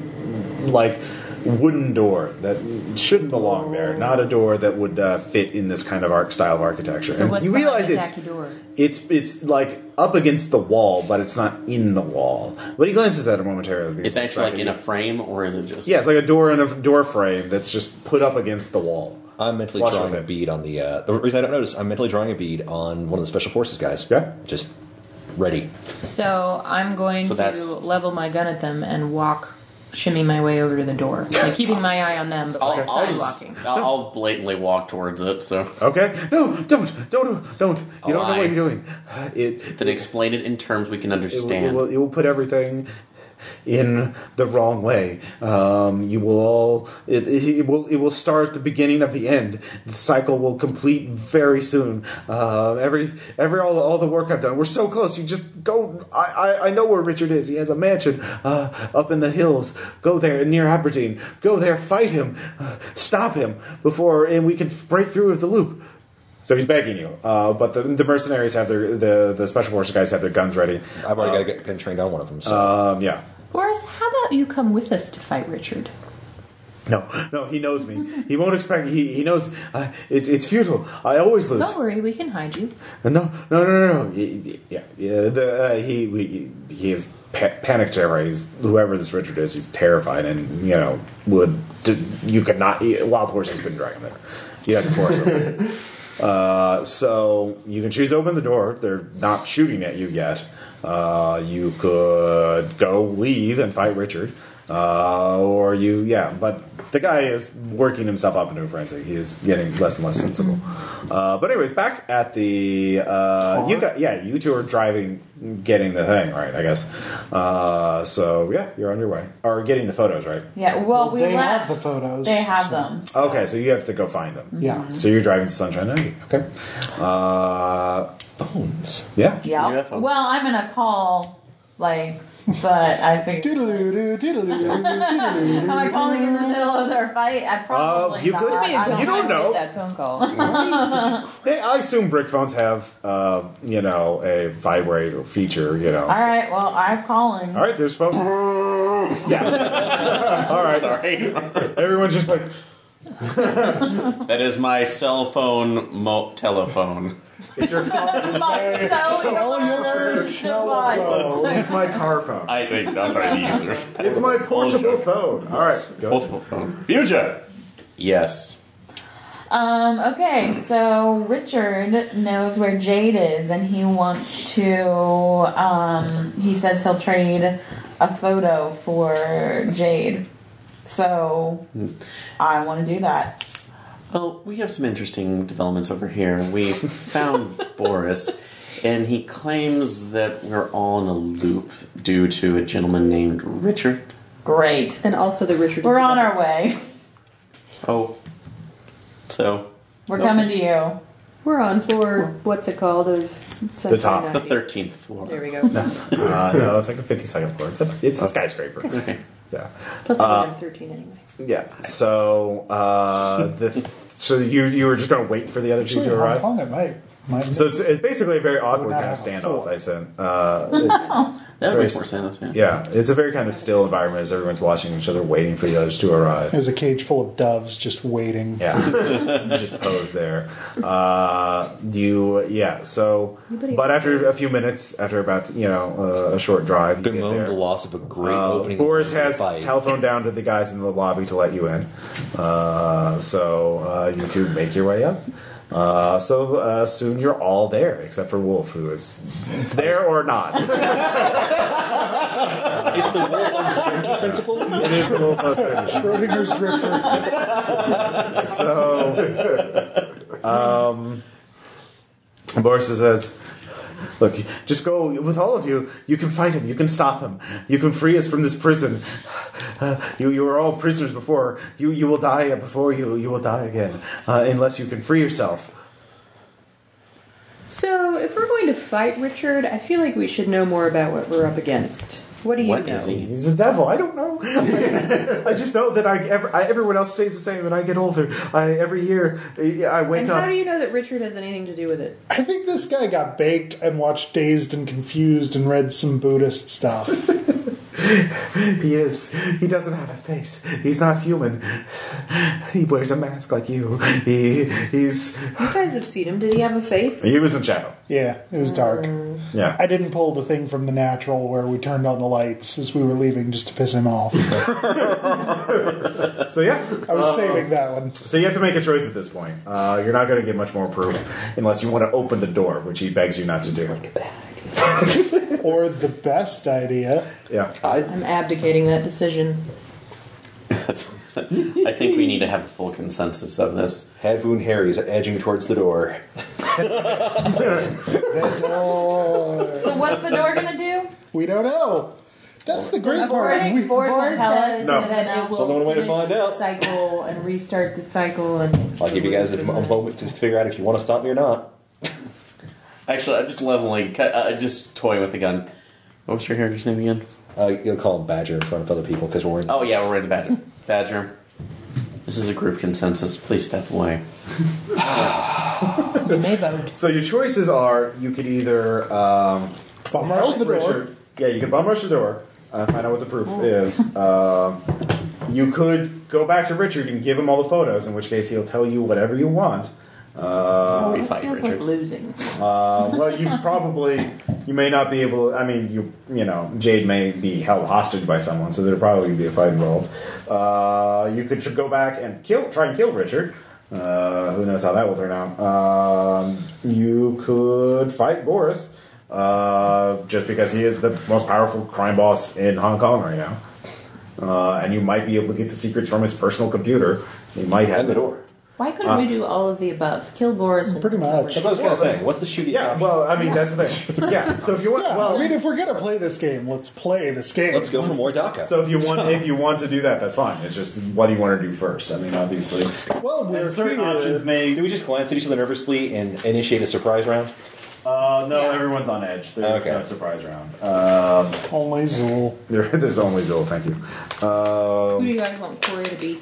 Speaker 1: like wooden door that shouldn't belong there. Not a door that would uh, fit in this kind of arc style of architecture.
Speaker 12: So
Speaker 1: And
Speaker 12: what's
Speaker 1: you
Speaker 12: behind
Speaker 1: realize
Speaker 12: the
Speaker 1: it's
Speaker 12: tacky door?
Speaker 1: it's it's like up against the wall, but it's not in the wall. But he glances at it momentarily.
Speaker 2: it's actually like in a frame, or is it just?
Speaker 1: yeah, it's like a door in a door frame that's just put up against the wall.
Speaker 5: I'm mentally
Speaker 1: Flush
Speaker 5: drawing
Speaker 1: with
Speaker 5: a
Speaker 1: it.
Speaker 5: bead on the. Uh, the reason I don't notice, I'm mentally drawing a bead on one of the special forces guys.
Speaker 1: Yeah.
Speaker 5: Just ready.
Speaker 10: So I'm going
Speaker 2: So
Speaker 10: to
Speaker 2: that's-
Speaker 10: level my gun at them and walk, shimmy my way over to the door. Like keeping my eye on them, but
Speaker 2: I'll,
Speaker 10: like
Speaker 2: I'll,
Speaker 10: side
Speaker 2: just-
Speaker 10: walking.
Speaker 2: I'll, I'll blatantly walk towards it. So
Speaker 1: Okay. No, don't, don't, don't. You
Speaker 2: I'll
Speaker 1: don't know
Speaker 2: lie.
Speaker 1: what you're doing. Uh, It
Speaker 2: then explain it in terms we can
Speaker 1: it will, it
Speaker 2: understand.
Speaker 1: will it will put everything in the wrong way. Um, you will all it, it it will it will start at the beginning of the end. The cycle will complete very soon. Uh, every every all, all the work I've done. We're so close. You just go. I, I, I know where Richard is. He has a mansion uh, up in the hills. Go there near Aberdeen. Go there. Fight him. Uh, stop him before and we can break through the loop. So he's begging you, uh, but the, the mercenaries have their the, the special forces guys have their guns ready.
Speaker 5: I've already
Speaker 1: Uh,
Speaker 5: got to get, get trained on one of them. So.
Speaker 1: Um, yeah.
Speaker 10: Boris, how about you come with us to fight Richard?
Speaker 1: No, no, he knows me. He won't expect. He he knows. Uh, it, it's futile. I always lose.
Speaker 10: Don't worry, we can hide you.
Speaker 1: No, no, no, no, no. Y- y- Yeah, yeah. The, uh, he we, he is pa- panic terror. He's whoever this Richard is. He's terrified, and you know would d- you could not wild horses couldn't drag him there. You have to force him. Uh, so you can choose to open the door. They're not shooting at you yet. Uh, you could go leave and fight Richard, uh, or you yeah. But the guy is working himself up into a frenzy. He is getting less and less sensible. Uh, but anyways, back at the uh, you got yeah. You two are driving, getting the thing right, I guess. Uh, so yeah, you're on your way or getting the photos right.
Speaker 4: Yeah, well, we
Speaker 7: they
Speaker 4: left.
Speaker 7: have the photos,
Speaker 4: They have
Speaker 7: so-
Speaker 4: them.
Speaker 1: Okay, so you have to go find them.
Speaker 7: Yeah.
Speaker 1: So you're driving to Sunshine Alley. Okay. Uh,
Speaker 5: Bones.
Speaker 1: yeah.
Speaker 4: Yeah.
Speaker 2: UFO.
Speaker 4: Well, I'm gonna call, like, but I figured.
Speaker 7: Diddle-oo-doo, diddle-oo-doo,
Speaker 4: Am I
Speaker 7: diddle-oo-doo.
Speaker 4: calling in the middle of their fight? I probably
Speaker 1: Uh, you could-
Speaker 4: not.
Speaker 1: Wait,
Speaker 4: I
Speaker 1: you don't
Speaker 4: don't-
Speaker 1: know.
Speaker 10: That phone call.
Speaker 1: Hey, I assume brick phones have, uh, you know, a vibrate or feature, you know.
Speaker 4: All right. Well, I'm calling.
Speaker 1: All right, there's phone. yeah. All right.
Speaker 2: Sorry,
Speaker 1: Everyone's just like,
Speaker 2: that is my cell phone mo- telephone.
Speaker 1: it's your phone.
Speaker 4: That's my cellular
Speaker 7: Cellular telephone.
Speaker 4: device.
Speaker 1: It's my car phone.
Speaker 2: I think I'm sorry, the user.
Speaker 1: It's my portable phone. All right. Go.
Speaker 2: Multiple phone. Future. Yes.
Speaker 4: Um. Okay. So Richard knows where Jade is, and he wants to. Um. He says he'll trade a photo for Jade. So I want to do that.
Speaker 2: Well, we have some interesting developments over here. We found Boris, and he claims that we're all in a loop due to a gentleman named Richard.
Speaker 4: Great.
Speaker 13: And also the Richard.
Speaker 4: We're on our way.
Speaker 2: Oh, So
Speaker 4: We're coming to you.
Speaker 10: We're on floor, what's it called, of
Speaker 1: The top.
Speaker 10: 79.
Speaker 2: the thirteenth floor.
Speaker 10: There we go.
Speaker 1: Uh, no, it's like the 52nd floor. It's a, it's a skyscraper.
Speaker 2: Okay.
Speaker 1: Yeah.
Speaker 3: Plus,
Speaker 7: Uh,
Speaker 3: I'm 13 anyway.
Speaker 1: Yeah. So uh, the so you you were just going to wait for the other two
Speaker 7: Actually,
Speaker 1: to
Speaker 7: Hong
Speaker 1: arrive.
Speaker 7: Kong, I might. might
Speaker 1: So it's, it's basically a very awkward
Speaker 7: not
Speaker 1: kind of
Speaker 7: have a
Speaker 1: standoff.
Speaker 7: full-
Speaker 1: I said. Uh,
Speaker 2: That
Speaker 1: Sorry.
Speaker 2: makes more sense. Yeah.
Speaker 1: yeah, it's a very kind of still environment as everyone's watching each other, waiting for the others to arrive.
Speaker 7: There's a cage full of doves just waiting.
Speaker 1: Yeah, You just pose there. Uh, you yeah. So,
Speaker 3: Anybody
Speaker 1: but
Speaker 3: else?
Speaker 1: after a few minutes, after about you know uh, a short drive, you get
Speaker 5: Bemoan
Speaker 1: there.
Speaker 5: the loss of a great
Speaker 1: Uh,
Speaker 5: opening.
Speaker 1: Boris
Speaker 5: line to the
Speaker 1: has
Speaker 5: fight.
Speaker 1: telephoned down to the guys in the lobby to let you in. Uh, so uh, you two make your way up. Uh, so uh, soon you're all there, except for Wolf, who is there or not.
Speaker 5: It's the wolf uncertainty principle.
Speaker 1: It is the Wolf of Finish.
Speaker 7: Schrodinger's drifter.
Speaker 1: So, um, Boris says, "Look, just go with all of you. You can fight him. You can stop him. You can free us from this prison. Uh, you, you were all prisoners before. You, you will die before you. You will die again, uh, unless you can free yourself."
Speaker 3: So, if we're going to fight Richard, I feel like we should know more about what we're up against. What do you
Speaker 2: What
Speaker 3: know?
Speaker 2: is he?
Speaker 1: He's the devil. I don't know. I just know that I, ever, I everyone else stays the same, and I get older. I, every year, I I wake
Speaker 3: And
Speaker 1: up.
Speaker 3: how do you know that Richard has anything to do with it?
Speaker 7: I think this guy got baked and watched Dazed and Confused and read some Buddhist stuff.
Speaker 1: He is. He doesn't have a face. He's not human. He wears a mask like you. He he's
Speaker 3: You guys have seen him. Did he have a face?
Speaker 1: He was in shadow.
Speaker 7: Yeah, it was dark.
Speaker 1: Yeah.
Speaker 7: I didn't pull the thing from the natural where we turned on the lights as we were leaving just to piss him off.
Speaker 1: So yeah.
Speaker 7: I was saving that one.
Speaker 1: So you have to make a choice at this point. Uh, you're not going to get much more proof unless you want to open the door, which he begs you not to do.
Speaker 7: Or the best idea.
Speaker 1: Yeah.
Speaker 3: I'm abdicating that decision.
Speaker 2: I think we need to have a full consensus of this.
Speaker 5: Head wound Harry's edging towards the door.
Speaker 4: So what's the door gonna do?
Speaker 7: We don't know. That's the great part.
Speaker 4: Boris,
Speaker 7: We,
Speaker 4: Boris won't
Speaker 10: Boris
Speaker 4: tell us.
Speaker 10: says
Speaker 1: No.
Speaker 10: that it will
Speaker 5: It's the only way to
Speaker 10: finish
Speaker 5: find
Speaker 10: the
Speaker 5: out.
Speaker 10: cycle and restart the cycle and
Speaker 5: I'll give you guys a, a moment to figure out if you want to stop me or not.
Speaker 2: Actually, I'm just leveling. I I just toying with the gun. What was your character's name again?
Speaker 5: Uh, you'll call him Badger in front of other people because we're in.
Speaker 2: Oh yeah, we're in the badger. Badger. This is a group consensus. Please step away.
Speaker 3: You may vote.
Speaker 1: So your choices are: you could either um,
Speaker 7: Bum rush
Speaker 1: help
Speaker 7: the door.
Speaker 1: Richard- Yeah, you could bum rush the door. Uh, find out what the proof is. Um, you could go back to Richard and give him all the photos, in which case he'll tell you whatever you want. Uh,
Speaker 2: we fight
Speaker 3: Oh, feels
Speaker 2: Richard.
Speaker 3: like losing.
Speaker 1: Uh, well, you probably you may not be able. I mean, you you know, Jade may be held hostage by someone, so there'd probably be a fight involved. Uh, you could tr- go back and kill, try and kill Richard. Uh, who knows how that will turn out? Um, you could fight Boris, uh, just because he is the most powerful crime boss in Hong Kong right now. Uh, and you might be able to get the secrets from his personal computer. He might have
Speaker 5: And the door.
Speaker 14: Why couldn't we do all of the above? Kill Boris and
Speaker 7: Pretty much.
Speaker 5: That's what I was kind of saying. What's the shooting?
Speaker 1: Yeah,
Speaker 5: option?
Speaker 1: well, I mean that's the thing. Yeah, so if you want,
Speaker 7: Yeah,
Speaker 1: well,
Speaker 7: I mean, if we're gonna play this game, let's play this game.
Speaker 5: let's go for more DACA.
Speaker 1: So if you want, if you want to do that, that's fine. It's just what do you want to do first? I mean, obviously,
Speaker 7: Well, we're
Speaker 15: certain
Speaker 7: here.
Speaker 15: options may.
Speaker 5: do we just glance at each other nervously and initiate a surprise round?
Speaker 15: Uh, no, everyone's on edge. There's
Speaker 5: Okay.
Speaker 15: no surprise round. Uh,
Speaker 7: Only Zool.
Speaker 1: there, there's only Zool. Thank you.
Speaker 14: Who do
Speaker 1: Um,
Speaker 14: you guys want Corey to be?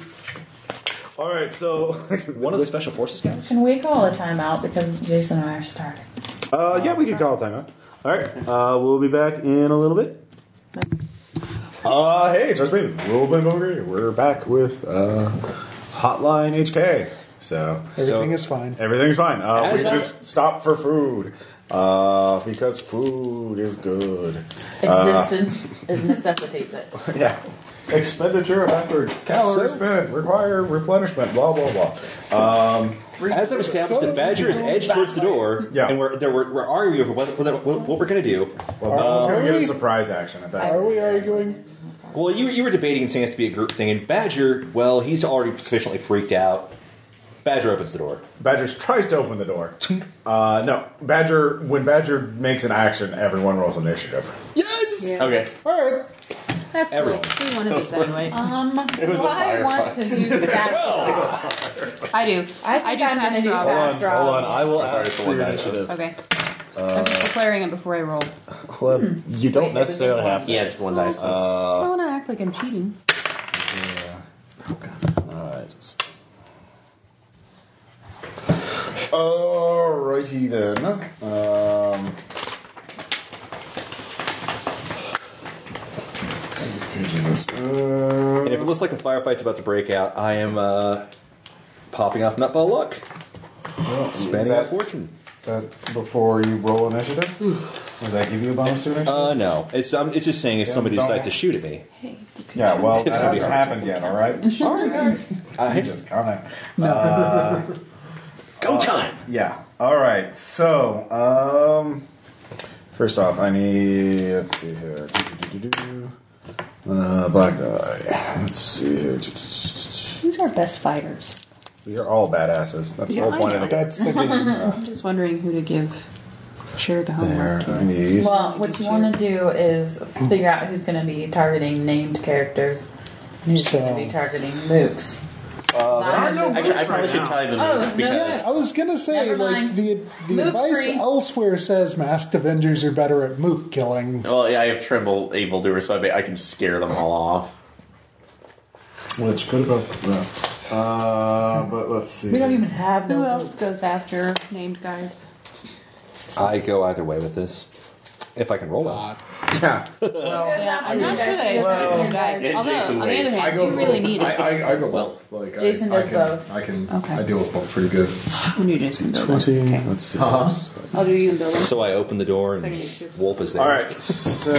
Speaker 1: all right, so
Speaker 5: One of the special forces guys.
Speaker 4: Can we call a timeout because Jason and I are starting?
Speaker 1: uh, yeah, we could call it timeout. All right, uh, we'll be back in a little bit. Uh, hey, it's Raspberry. We'll be over here. We're back with uh, Hotline HK. So
Speaker 7: Everything
Speaker 1: so-
Speaker 7: is fine.
Speaker 1: Everything's fine. Uh, we
Speaker 5: As I-
Speaker 1: just stopped for food uh, because food is good.
Speaker 4: Existence it necessitates it.
Speaker 1: Yeah. Expenditure of effort, calories
Speaker 5: So-
Speaker 1: spent, require replenishment, blah blah blah.
Speaker 5: As I've established, the badger is edged towards the door,
Speaker 1: Yeah.
Speaker 5: and we're, there, we're, we're arguing over what, what, what, what we're going to do.
Speaker 1: Well,
Speaker 7: are
Speaker 1: we're gonna Uh, get
Speaker 7: we-
Speaker 1: a surprise action at that.
Speaker 7: Are we arguing?
Speaker 5: Well, you, you were debating and saying it has to be a group thing, and Badger, well, he's already sufficiently freaked out. Badger opens the door.
Speaker 1: Badger tries to open the door. Uh, no, Badger. When Badger makes an action, everyone rolls initiative.
Speaker 5: Yes!
Speaker 2: Okay.
Speaker 7: All right.
Speaker 3: That's
Speaker 5: Everyone.
Speaker 3: cool. We want to be that anyway.
Speaker 4: Um,
Speaker 8: was a
Speaker 4: do I want to do fast draw?
Speaker 10: I do.
Speaker 4: I think
Speaker 10: I do
Speaker 4: I'm
Speaker 10: fast
Speaker 4: gonna do
Speaker 10: draw.
Speaker 16: Hold
Speaker 4: fast
Speaker 16: on, hold on.
Speaker 4: draw.
Speaker 16: I will
Speaker 8: Sorry,
Speaker 16: ask
Speaker 8: it's the
Speaker 16: for
Speaker 8: one
Speaker 16: your
Speaker 8: guy.
Speaker 16: initiative.
Speaker 3: Okay.
Speaker 2: Uh,
Speaker 3: I'm just declaring it before I roll.
Speaker 16: Well, you don't
Speaker 3: Wait,
Speaker 16: necessarily
Speaker 3: this is
Speaker 16: have to.
Speaker 2: Yeah, just one dice.
Speaker 3: Oh, I want to act like I'm cheating.
Speaker 16: All right.
Speaker 1: Alrighty then. Um, Uh,
Speaker 5: And if it looks like a firefight's about to break out, I am uh, popping off nutball luck,
Speaker 1: is
Speaker 5: spending
Speaker 1: that-
Speaker 5: my fortune.
Speaker 1: is that before you roll initiative? Does that give you a bonus to initiative?
Speaker 5: Uh, no, it's um, it's just saying if
Speaker 1: Yeah,
Speaker 5: somebody
Speaker 1: don't-
Speaker 5: decides to shoot at me.
Speaker 1: yeah, well, that
Speaker 5: gonna be
Speaker 1: hasn't happened yet, alright? He's just kinda. uh,
Speaker 2: Go time.
Speaker 1: Yeah. All right. So, um, first off, I need. Let's see here. Do-do-do-do-do. Uh, black die. Let's see here.
Speaker 3: Who's our best fighters?
Speaker 1: We are all badasses. That's
Speaker 3: Yeah,
Speaker 1: the
Speaker 3: I
Speaker 1: whole point of
Speaker 3: know.
Speaker 1: the game. Uh,
Speaker 3: I'm just wondering who to give share the
Speaker 1: There,
Speaker 3: homework.
Speaker 1: I need.
Speaker 4: Well, what you want to do is figure out who's going to be targeting named characters. and Who's going to be targeting mooks? Zion-
Speaker 2: Actually, I probably should tell you the
Speaker 4: Oh,
Speaker 2: moves
Speaker 4: no,
Speaker 2: because
Speaker 7: I was gonna say,
Speaker 4: Never
Speaker 7: like
Speaker 4: mind.
Speaker 7: the the
Speaker 4: Moot
Speaker 7: advice
Speaker 4: free.
Speaker 7: elsewhere says, masked Avengers are better at moot killing.
Speaker 2: well, yeah, I have Trimble evildoer, so I, be- I can scare them all off.
Speaker 1: Which could have. Uh, uh, but let's see.
Speaker 4: we don't even have
Speaker 3: Who
Speaker 4: no.
Speaker 3: else goes after named guys?
Speaker 5: I go either way with this, if I can roll out.
Speaker 1: Yeah.
Speaker 3: Yeah, I'm not sure that I
Speaker 1: Well-
Speaker 3: named guys.
Speaker 2: And
Speaker 3: Although,
Speaker 2: Jason
Speaker 3: on the other
Speaker 2: Waits.
Speaker 6: I
Speaker 3: hand,
Speaker 6: go
Speaker 3: you really
Speaker 6: both.
Speaker 3: need
Speaker 6: I,
Speaker 3: it.
Speaker 6: I, I go both. Like
Speaker 4: Jason
Speaker 6: I, I
Speaker 4: does
Speaker 6: can,
Speaker 4: both.
Speaker 6: I can.
Speaker 3: Okay.
Speaker 6: I deal with both pretty good.
Speaker 3: When you Jason go.
Speaker 1: Let's see.
Speaker 3: I'll do you and Bill.
Speaker 5: So I open the door
Speaker 3: Second
Speaker 5: and
Speaker 3: and two.
Speaker 5: Wolf is there.
Speaker 1: All right. So.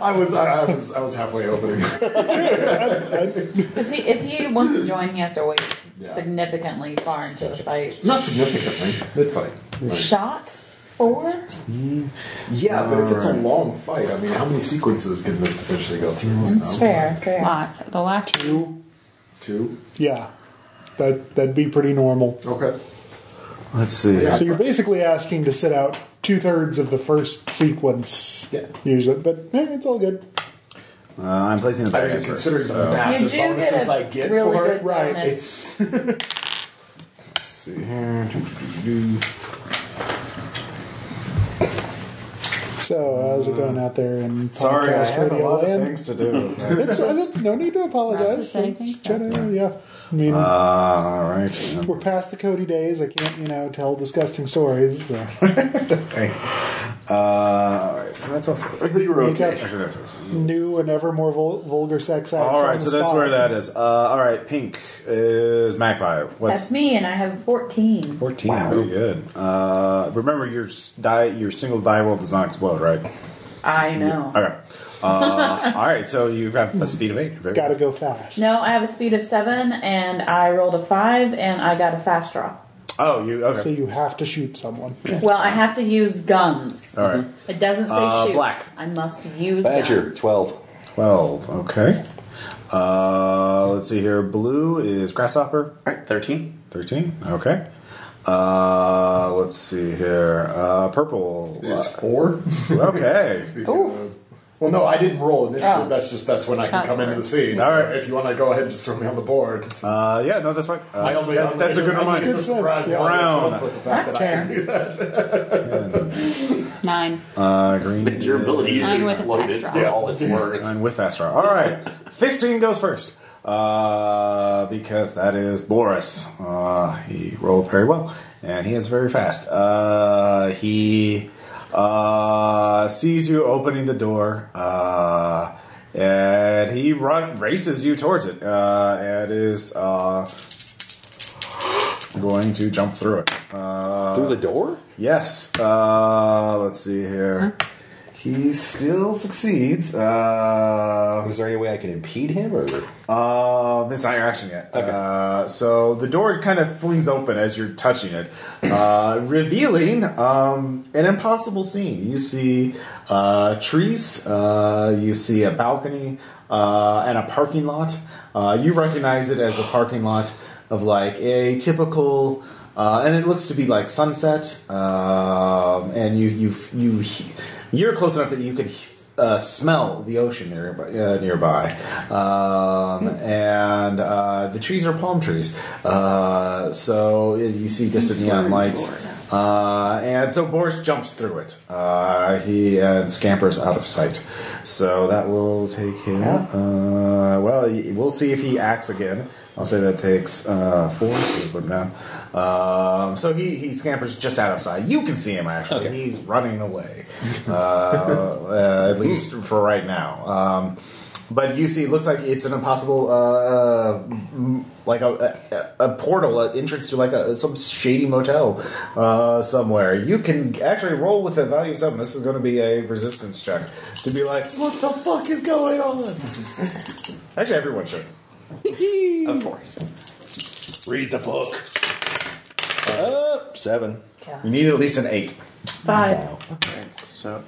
Speaker 6: I was I, I was I was halfway opening.
Speaker 4: Because he, if he wants to join, he has to wait
Speaker 6: Yeah.
Speaker 4: significantly far into the fight.
Speaker 6: Not significantly. Mid fight.
Speaker 4: Shot four.
Speaker 6: Yeah, but if it's a long fight, I mean, how many sequences can this potentially go through?
Speaker 4: It's fair. Fair.
Speaker 3: Lots. The last one.
Speaker 6: Two. Two.
Speaker 7: Yeah, that that'd be pretty normal.
Speaker 6: Okay.
Speaker 1: Let's see.
Speaker 7: So you're basically asking to sit out two thirds of the first sequence,
Speaker 6: Yeah.
Speaker 7: usually, but eh, it's all good.
Speaker 1: Uh, I'm placing the
Speaker 6: I
Speaker 1: bad
Speaker 6: mean,
Speaker 1: guys first.
Speaker 6: considering the
Speaker 4: You
Speaker 6: massive
Speaker 4: do get a
Speaker 6: bonuses I get
Speaker 4: really
Speaker 6: for it,
Speaker 4: good
Speaker 6: right?
Speaker 4: bonus.
Speaker 6: It's
Speaker 1: Let's see here. Do-do-do-do.
Speaker 7: So how's it going out there in
Speaker 1: Sorry, I
Speaker 7: podcast
Speaker 1: have a
Speaker 7: radio
Speaker 1: lot of
Speaker 7: land?
Speaker 1: things to do.
Speaker 7: It's no need to apologize.
Speaker 3: Process anything,
Speaker 7: It's kinda- yeah, I mean.
Speaker 1: Uh, all right.
Speaker 7: we're past the Cody days. I can't, you know, tell disgusting stories. So.
Speaker 1: Okay. Uh, all right. So that's also. You were
Speaker 7: okay. New and ever more vul- vulgar sex acts.
Speaker 1: All
Speaker 7: on
Speaker 1: right.
Speaker 7: the
Speaker 1: So that's
Speaker 7: spot.
Speaker 1: where that is. Uh, all right. Pink is magpie. What's
Speaker 4: That's me, and I have fourteen.
Speaker 1: fourteen? Very good. Uh, remember your s- die. Your single die roll does not explode, right?
Speaker 4: I know.
Speaker 1: Okay. Uh, all right. So you have a speed of eight. Very
Speaker 7: Gotta
Speaker 1: good.
Speaker 7: go fast.
Speaker 4: No, I have a speed of seven, and I rolled a five, and I got a fast draw.
Speaker 1: Oh, you okay?
Speaker 7: So you have to shoot someone.
Speaker 4: Well, I have to use guns.
Speaker 1: all right.
Speaker 4: It doesn't say
Speaker 1: Uh,
Speaker 4: shoot.
Speaker 1: black.
Speaker 4: I must use
Speaker 5: Badger
Speaker 4: guns.
Speaker 5: twelve.
Speaker 1: Twelve. Okay. Uh, let's see here. Blue is grasshopper.
Speaker 2: All right, thirteen.
Speaker 1: 13 okay uh let's see here uh purple
Speaker 6: is four.
Speaker 1: Uh, okay
Speaker 6: Because- Well, no, I didn't roll initiative.
Speaker 3: Oh.
Speaker 6: That's just that's when I can come into the scene. So
Speaker 1: All right.
Speaker 6: If you want to go ahead, and just throw me on the board.
Speaker 1: uh yeah no that's fine uh,
Speaker 6: I only,
Speaker 1: that- that's a good
Speaker 6: I just get
Speaker 1: reminder
Speaker 6: the
Speaker 7: Good
Speaker 6: surprise
Speaker 7: sense.
Speaker 6: the audience
Speaker 1: Brown.
Speaker 6: went with the fact
Speaker 4: That's
Speaker 6: that I can
Speaker 4: fair.
Speaker 6: do that.
Speaker 3: Nine.
Speaker 1: uh green
Speaker 8: it's your ability is
Speaker 3: Mine
Speaker 8: just
Speaker 3: with a
Speaker 8: loaded
Speaker 3: fast
Speaker 8: for
Speaker 3: draw.
Speaker 8: all it's worth.
Speaker 1: and with Astra. all right 15 goes first uh because that is boris uh he rolled very well and he is very fast uh he uh sees you opening the door uh and he run, races you towards it uh and is uh going to jump through it uh
Speaker 5: Through the door?
Speaker 1: Yes. Uh, let's see here. He still succeeds. Uh,
Speaker 5: Is there any way I can impede him or
Speaker 1: uh, it's not your action yet. Uh, so the door kind of flings open as you're touching it, uh, revealing um, an impossible scene. You see uh, trees, uh, you see a balcony, uh, and a parking lot. Uh, you recognize it as the parking lot of like a typical. Uh, and it looks to be like sunset, um, and you you you he- you're close enough that you could uh, smell the ocean nearby. Uh, nearby. Um, and uh, the trees are palm trees. Uh, so you see distant neon lights. Uh, and so Boris jumps through it. Uh, he uh, scampers out of sight. So that will take him. Uh, well, y- we'll see if he acts again. I'll say that takes uh, four. So we put him down. Um, so he, he scampers just out of sight. You can see him actually.
Speaker 5: Okay.
Speaker 1: He's running away, uh, uh, at least for right now. Um, but you see, it looks like it's an impossible, uh, m- like a, a, a portal, an entrance to like a some shady motel uh, somewhere. You can actually roll with a value of seven. This is going to be a resistance check to be like, what the fuck is going on? actually, everyone should.
Speaker 2: Of course.
Speaker 5: Read the book. Uh, seven.
Speaker 1: You need at least an eight.
Speaker 4: Five.
Speaker 2: Okay, so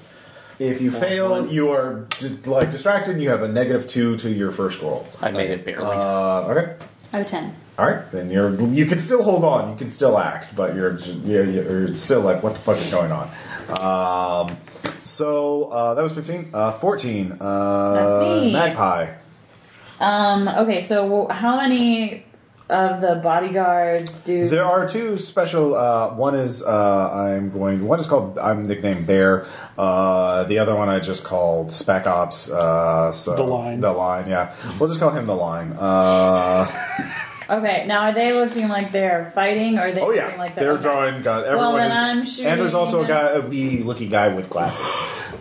Speaker 1: If you fail, you are d- like distracted. You have a negative two to your first roll.
Speaker 2: I made it barely.
Speaker 1: Uh, okay.
Speaker 3: I have a ten.
Speaker 1: All right, then you're you can still hold on, you can still act, but you're you're, you're still like, what the fuck is going on? Um, so uh, that was fifteen, uh, fourteen. Uh,
Speaker 4: That's me.
Speaker 1: Magpie.
Speaker 4: Um, okay, so how many of the bodyguard dudes?
Speaker 1: There are two special. Uh, one is uh, I'm going. One is called I'm nicknamed Bear. Uh, the other one I just called Spec Ops. Uh, so
Speaker 7: The Line.
Speaker 1: The line. Yeah, we'll just call him the line. Uh,
Speaker 4: Okay, now are they looking like they're fighting, or are they
Speaker 1: oh
Speaker 4: looking
Speaker 1: yeah,
Speaker 4: like
Speaker 1: they're
Speaker 4: okay.
Speaker 1: drawing guns. Everyone
Speaker 4: Well, then
Speaker 1: is,
Speaker 4: I'm shooting.
Speaker 1: And there's also a
Speaker 4: them.
Speaker 1: guy, a weedy looking guy with glasses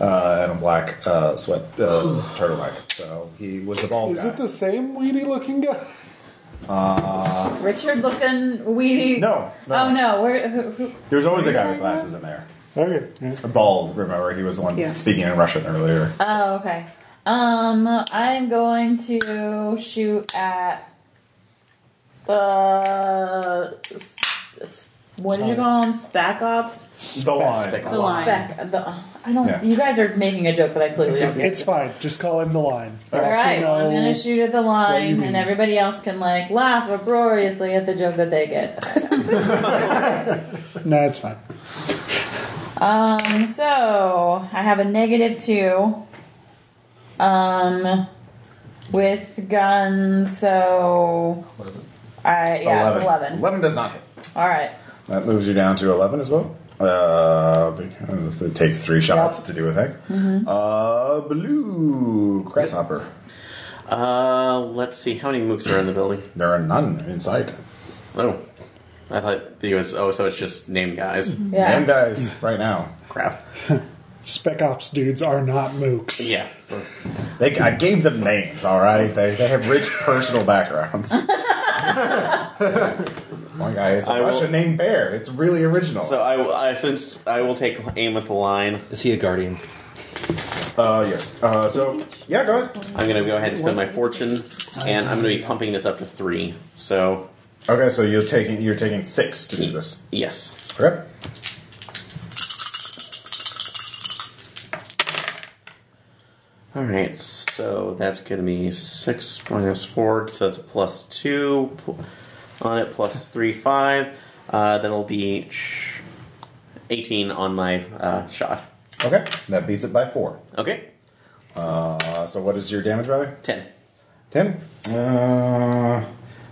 Speaker 1: uh, and a black uh, sweat uh, turtleneck. So he was the bald
Speaker 7: Is
Speaker 1: guy.
Speaker 7: it the same weedy looking guy?
Speaker 4: Richard looking weedy.
Speaker 1: No, no.
Speaker 4: Oh no. Where? Who, who?
Speaker 1: There's always a guy with glasses in there.
Speaker 7: Okay. yeah.
Speaker 1: Bald, remember? He was the one
Speaker 9: Yeah.
Speaker 1: speaking in Russian earlier.
Speaker 4: Oh okay. Um, I'm going to shoot at. Uh, s- s- what did you call them? Spac ops.
Speaker 1: The line.
Speaker 3: The line.
Speaker 4: Spec. The, I don't.
Speaker 1: Yeah.
Speaker 4: You guys are making a joke, but I clearly don't get
Speaker 7: It's
Speaker 4: it.
Speaker 7: fine. Just call him the line.
Speaker 4: All right, well, I'm gonna shoot at the
Speaker 7: What you
Speaker 4: line,
Speaker 7: mean.
Speaker 4: and everybody else can like laugh uproariously at the joke that they get.
Speaker 7: No, it's fine.
Speaker 4: Um, so I have a negative two. Um, with guns, so I yeah, it's eleven.
Speaker 1: does not hit.
Speaker 4: All right,
Speaker 1: That moves you down to 11 as well. Uh, because it takes three shots to do a thing.
Speaker 4: Mm-hmm.
Speaker 1: Uh, blue grasshopper.
Speaker 2: Uh, let's see. How many mooks are in the building?
Speaker 1: There are none in sight.
Speaker 2: Oh, I thought he was. Oh, so it's just name guys.
Speaker 4: yeah.
Speaker 1: Damn guys, right now.
Speaker 2: Crap.
Speaker 7: Spec Ops dudes are not mooks.
Speaker 2: Yeah. So
Speaker 1: They, I gave them names, all right? They, they have rich personal backgrounds. One guy is a
Speaker 2: I will-
Speaker 1: Russian named Bear. It's really original.
Speaker 2: So I, will- I since I will take aim with the line.
Speaker 5: Is he a guardian?
Speaker 1: uh, yes. Uh, so, yeah, go ahead.
Speaker 2: I'm gonna go ahead and spend my fortune, and I'm gonna be pumping this up to three. So
Speaker 1: Okay, so you're taking you're taking six to do this.
Speaker 2: yes,
Speaker 1: Okay.
Speaker 2: all right. So that's gonna be six minus four, so that's plus two pl- on it, plus three five. Uh, that'll be sh- eighteen on my uh, shot.
Speaker 1: Okay, that beats it by four.
Speaker 2: Okay,
Speaker 1: Uh, so what is your damage value?
Speaker 2: ten.
Speaker 1: 10. Uh,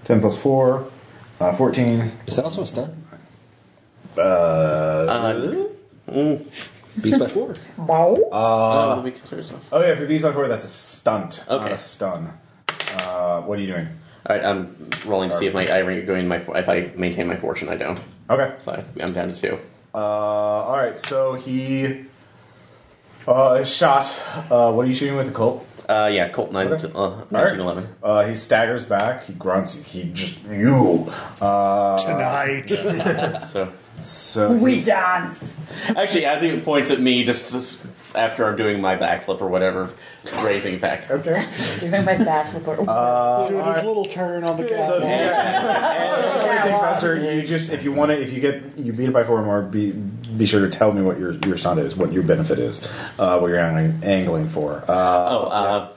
Speaker 1: 10 plus 4. Uh, 14.
Speaker 5: Is that also a stun?
Speaker 2: Uh,
Speaker 5: Beats by four.
Speaker 2: uh, let me consider some.
Speaker 1: Oh, yeah, if it beats by 4, that's a stunt. not
Speaker 2: Okay.
Speaker 1: a stun. Uh, what are you doing?
Speaker 2: All right, I'm rolling to see if my I go in my fo- if I maintain my fortune. I don't,
Speaker 1: Okay.
Speaker 2: so I, I'm down to two.
Speaker 1: Uh, alright, so he uh, is shot. Uh, what are you shooting with, a Colt?
Speaker 2: Uh, yeah, Colt 9
Speaker 1: Okay.
Speaker 2: to, uh,
Speaker 1: All right.
Speaker 2: 1911.
Speaker 1: Uh, he staggers back. He grunts. He just, you. Uh,
Speaker 7: Tonight.
Speaker 2: So,
Speaker 1: so he-
Speaker 4: We dance.
Speaker 2: actually, as he points at me, just, just after I'm doing my backflip or whatever, raising back.
Speaker 1: Okay.
Speaker 4: Doing my back report.
Speaker 7: Doing his little turn on the
Speaker 1: So if you,
Speaker 7: catwalk.
Speaker 2: Oh,
Speaker 1: and just for anything, Professor, you just if you want to, if you get you beat it by four or more, be be sure to tell me what your your stunt is, what your benefit is, uh, what you're angling, angling for. Uh,
Speaker 2: Oh, uh,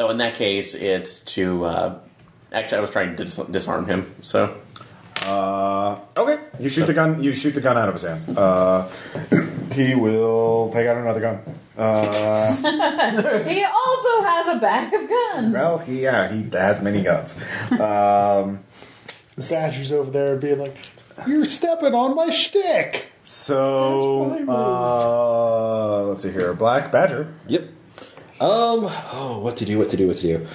Speaker 2: oh, in that case, it's to. Uh, actually, I was trying to dis- disarm him, so.
Speaker 1: uh, okay, you shoot the gun. You shoot the gun out of his hand. Uh, He will take out another gun. Uh,
Speaker 4: He also has a bag of guns.
Speaker 1: well, he, yeah, he has many guns. Um,
Speaker 7: The Badger's over there being like, You're stepping on my shtick!
Speaker 1: so, uh, let's see here. Black Badger.
Speaker 5: Yep. Um. Oh, what to do? What to do? What to do?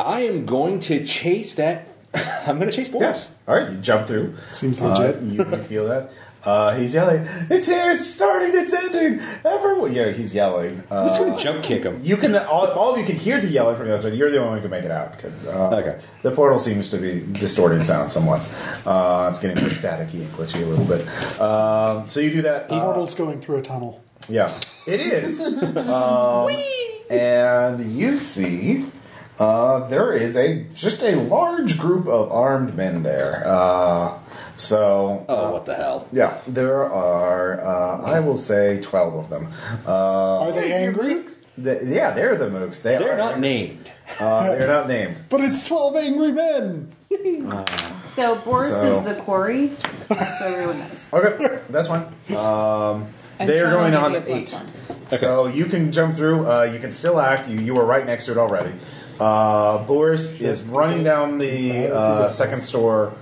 Speaker 5: I am going to chase that. I'm going to chase Boris.
Speaker 1: Yes. All right, you jump through.
Speaker 7: Seems
Speaker 1: Uh,
Speaker 7: legit.
Speaker 1: you, you feel that? Uh, he's yelling, "It's here! It's starting! It's ending!" Everyone, yeah, he's yelling.
Speaker 5: I'm
Speaker 1: Uh,
Speaker 5: just going to jump kick him.
Speaker 1: you can all, all of you can hear the yelling from the other side. You're the only one who can make it out. 'Cause, Uh,
Speaker 5: Okay.
Speaker 1: The portal seems to be distorting sound somewhat. Uh, it's getting staticky and glitchy a little bit. Uh, so you do that. uh,
Speaker 7: Portal's going through a tunnel.
Speaker 1: yeah, it is. um, and you see, uh, there is a just a large group of armed men there. Uh, so,
Speaker 5: Oh, what the hell?
Speaker 1: yeah, there are. Uh, I will say twelve of them. Uh,
Speaker 7: Are they angry?
Speaker 1: th- yeah, they're the mooks. They
Speaker 5: They're
Speaker 1: are
Speaker 5: not named.
Speaker 1: Uh, they're not named.
Speaker 7: But it's 12 angry men!
Speaker 3: So Boris
Speaker 1: So-
Speaker 3: is the quarry, so everyone knows.
Speaker 1: Okay, that's fine. Um,
Speaker 9: And
Speaker 1: they are
Speaker 9: try
Speaker 1: going
Speaker 9: not
Speaker 1: on
Speaker 9: to be a plus
Speaker 1: eight.
Speaker 9: one.
Speaker 1: So you can jump through. Uh, you can still act. You, you were right next to it already. Uh, Boris is running down the uh, second store.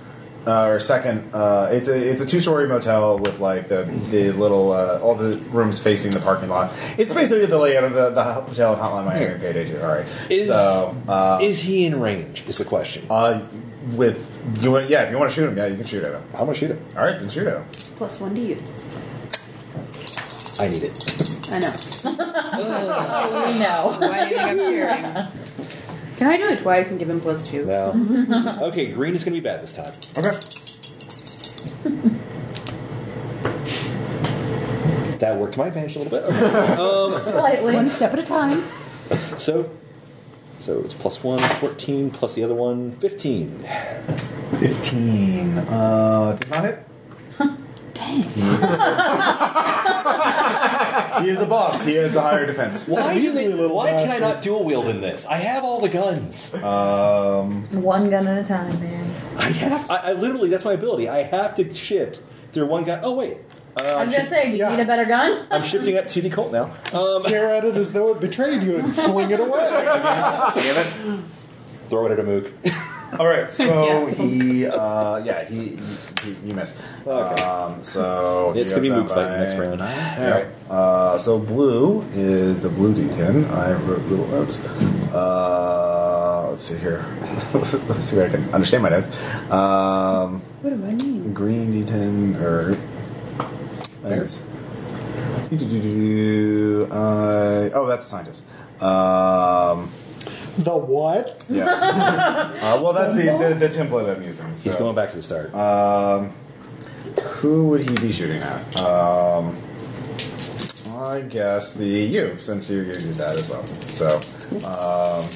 Speaker 1: Uh, or second, uh, it's a it's a two story motel with like the the little uh, all the rooms facing the parking lot. It's basically the layout of the, the hotel in Hotline Miami and Payday Two. All right,
Speaker 5: Is
Speaker 1: so uh,
Speaker 5: is he in range? Is the question.
Speaker 1: uh, with you want yeah if you want to shoot him yeah you can shoot at him.
Speaker 5: I'm going to shoot him.
Speaker 1: All right, then shoot at him.
Speaker 3: Plus one to you.
Speaker 5: I need it.
Speaker 3: I know.
Speaker 4: Oh, we know.
Speaker 9: Why do you think I'm cheering?
Speaker 3: Can I do it twice and give him plus two?
Speaker 5: No. okay, green is going to be bad this time.
Speaker 1: Okay.
Speaker 5: That worked to my advantage a little bit. Okay.
Speaker 4: Slightly.
Speaker 3: One step at a time.
Speaker 5: um, so, so it's plus one, 14, plus the other one, 15.
Speaker 1: 15. Uh, does not hit. Dang. he is a boss. He has a higher defense.
Speaker 5: Why, does
Speaker 7: Really
Speaker 5: it,
Speaker 7: little
Speaker 5: why can I
Speaker 7: bastard.
Speaker 5: not dual wield in this? I have all the guns.
Speaker 1: Um,
Speaker 4: One gun at a time, man.
Speaker 5: I have. I, I literally, that's my ability. I have to shift through one gun. Oh wait, uh,
Speaker 4: I
Speaker 5: I'm,
Speaker 4: was gonna
Speaker 5: shif-
Speaker 4: say, do you
Speaker 7: Yeah.
Speaker 4: need a better gun?
Speaker 5: I'm shifting up to the Colt now. Um,
Speaker 7: Stare at it as though it betrayed you and fling it away.
Speaker 1: damn it.
Speaker 5: throw it at a mook.
Speaker 1: All right. So he, uh, yeah, he, he, he missed.
Speaker 5: Okay.
Speaker 1: Um, so
Speaker 5: It's
Speaker 1: he
Speaker 5: gonna be
Speaker 1: goes
Speaker 5: mook
Speaker 1: down
Speaker 5: fighting
Speaker 1: by-
Speaker 5: next round.
Speaker 1: All right. Uh, so blue is the blue D10. I wrote little notes. Uh, let's see here. let's see if I can understand my notes. Um,
Speaker 3: What do I need?
Speaker 1: Green D10 or
Speaker 5: Bears.
Speaker 1: Uh, oh, that's a scientist. Um,
Speaker 7: the what?
Speaker 1: yeah. uh, well, that's the, the the template I'm using. So.
Speaker 5: He's going back to the start.
Speaker 1: Um, who would he be shooting at? Um, I guess the you, since you you did that as well. So, um,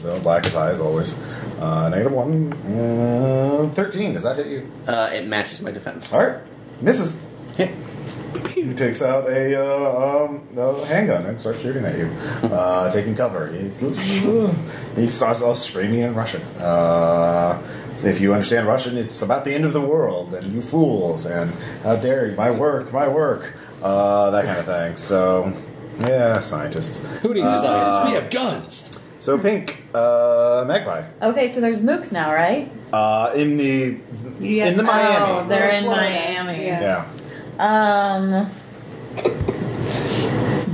Speaker 1: so black as high as always. Uh, negative one, uh, thirteen. Does that hit you?
Speaker 2: Uh, it matches my defense.
Speaker 1: All right, misses. He takes out a, uh, um, a handgun and starts shooting at you, uh, taking cover. He's, he starts all screaming in Russian. Uh, so if you understand Russian, it's about the end of the world, and you fools, and how dare you, my work, my work, uh, that kind of thing. So, yeah, scientists. Uh,
Speaker 5: Who needs science? We have guns.
Speaker 1: So, Pink, uh, Magpie,
Speaker 4: Okay, so there's mooks now, right?
Speaker 1: uh, in the in the Miami.
Speaker 4: Oh, they're in
Speaker 3: Florida.
Speaker 4: Miami.
Speaker 3: Yeah.
Speaker 1: yeah.
Speaker 4: Um.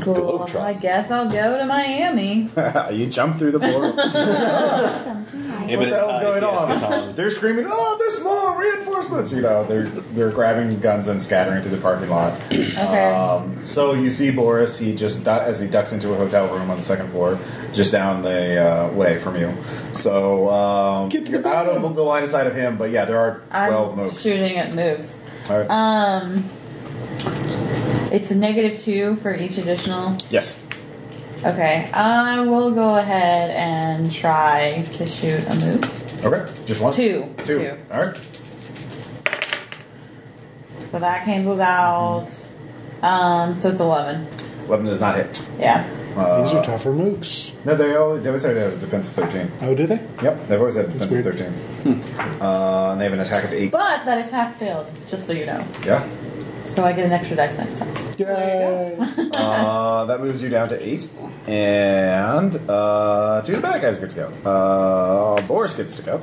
Speaker 4: Cool.
Speaker 5: Globetrot.
Speaker 4: I guess I'll go to Miami.
Speaker 1: you jump through the portal. what the hell's going on? They're screaming, "Oh, there's more reinforcements!" You know, they're they're grabbing guns and scattering through the parking lot.
Speaker 4: Okay.
Speaker 1: Um, so you see Boris. He just du- as he ducks into a hotel room on the second floor, just down the uh, way from you. So um,
Speaker 7: Get to the
Speaker 1: you're out of
Speaker 7: bathroom.
Speaker 1: the line of sight of him. But yeah, there are
Speaker 4: I'm
Speaker 1: twelve mooks.
Speaker 4: shooting at mooks.
Speaker 1: All right.
Speaker 4: Um. It's a negative two for each additional.
Speaker 1: yes.
Speaker 4: Okay, I will go ahead and try to shoot a mook.
Speaker 1: Okay. Just one.
Speaker 4: Two.
Speaker 1: Two. All right.
Speaker 4: So that cancels out. Um, so it's 11.
Speaker 1: Eleven does not hit.
Speaker 4: Yeah.
Speaker 7: These are tougher mooks.
Speaker 1: No, they always they always had a defensive thirteen.
Speaker 7: Oh, do they?
Speaker 1: Yep, they've always had a
Speaker 7: That's
Speaker 1: defensive thirteen.
Speaker 3: Hmm.
Speaker 1: Uh, and they have an attack of eight.
Speaker 4: But that attack failed, just so you know.
Speaker 1: Yeah.
Speaker 4: so I get an extra dice next time.
Speaker 1: Uh, that moves you down to eight, and uh, two of the bad guys get to go. Uh, Boris gets to go.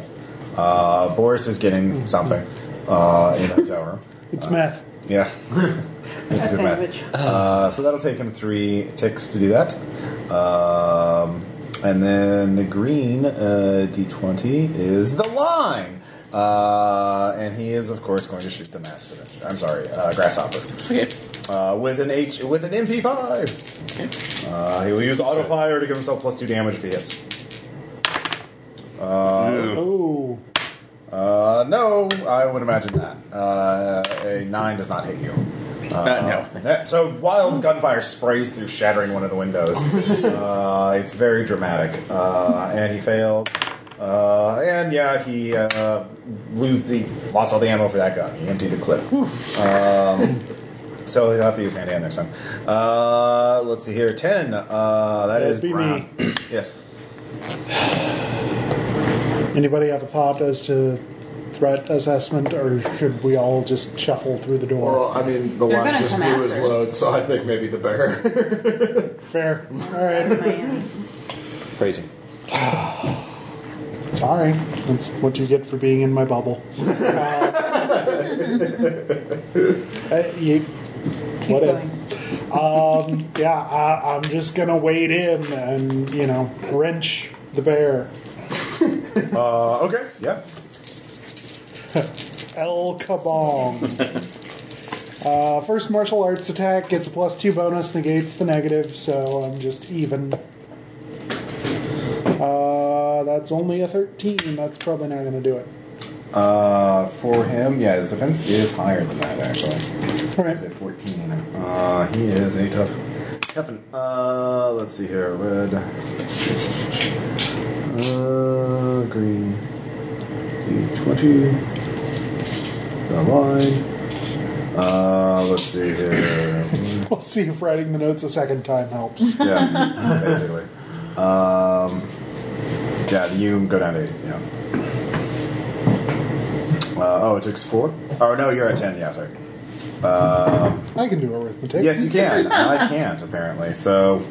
Speaker 1: Uh, Boris is getting something uh, in the hotel room.
Speaker 7: It's math.
Speaker 1: Yeah.
Speaker 3: A
Speaker 1: Good math.
Speaker 3: sandwich.
Speaker 1: Uh, so that'll take him three ticks to do that. Um, and then the green uh, d20 is the line. Uh, and he is, of course, going to shoot the master. I'm sorry, uh, grasshopper.
Speaker 17: Okay.
Speaker 1: Uh, with an H, with an MP5. Uh, he will use auto fire to give himself plus two damage if he hits.
Speaker 7: Oh,
Speaker 1: Uh, no, I would imagine that uh, a nine does not hit you. Uh, no. so wild gunfire sprays through, shattering one of the windows. uh, it's very dramatic, uh, and he failed. Uh, and yeah, he uh, lose the lost all the ammo for that gun. He emptied the clip. Um, so he'll have to use hand to hand next time. Uh, let's see here, ten. Uh,
Speaker 7: That'd
Speaker 1: That'd
Speaker 7: be me.
Speaker 1: yes.
Speaker 7: anybody have a thought as to threat assessment, or should we all just shuffle through the door?
Speaker 6: Well, I mean, the
Speaker 3: They're
Speaker 6: line
Speaker 3: gonna
Speaker 6: just
Speaker 3: come
Speaker 6: blew his
Speaker 3: after us.
Speaker 6: load, Uh, so I think maybe the bear.
Speaker 7: Fair. All right.
Speaker 3: Miami.
Speaker 5: Phrasing.
Speaker 7: Sorry. That's what you get for being in my bubble. Uh, uh, you-
Speaker 3: Keep
Speaker 7: what if?
Speaker 3: going.
Speaker 7: Um, yeah, I, I'm just gonna wade in and you know wrench the bear.
Speaker 1: Uh, okay. Yeah.
Speaker 7: El Kabong. Uh, first martial arts attack gets a plus two bonus, negates the negative, so I'm just even. Uh, that's only a 13. That's probably not going to do it.
Speaker 1: Uh, for him, yeah, his defense is higher than that actually.
Speaker 7: All right.
Speaker 1: He's at fourteen. Uh, he is a tough, tough. un- Uh, let's see here, red, uh, green, D twenty, the line. Uh, let's see here.
Speaker 7: We'll see if writing the notes a second time helps.
Speaker 1: Yeah, basically. Um, yeah, you go down to eight. Yeah. Uh, oh, it takes four. Oh no, you're at ten. Yeah, sorry. Um,
Speaker 7: I can do arithmetic.
Speaker 1: yes, you can. I can't apparently. So,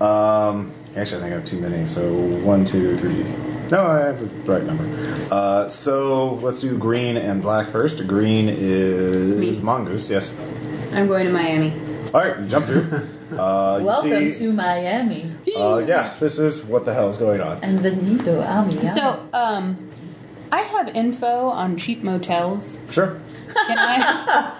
Speaker 1: um, actually, I think I have too many. So one, two, three. No, I have the right number. Uh, so let's do green and black first. Green is
Speaker 3: Me.
Speaker 1: mongoose. Yes.
Speaker 3: I'm going to Miami.
Speaker 1: All right, you jump through. Uh, you
Speaker 4: Welcome
Speaker 1: see-
Speaker 4: to Miami
Speaker 1: uh, yeah, this is what the hell is going on.
Speaker 4: and Benito Almiano.
Speaker 3: So, um, I have info on cheap motels.
Speaker 1: Sure.
Speaker 3: Can I?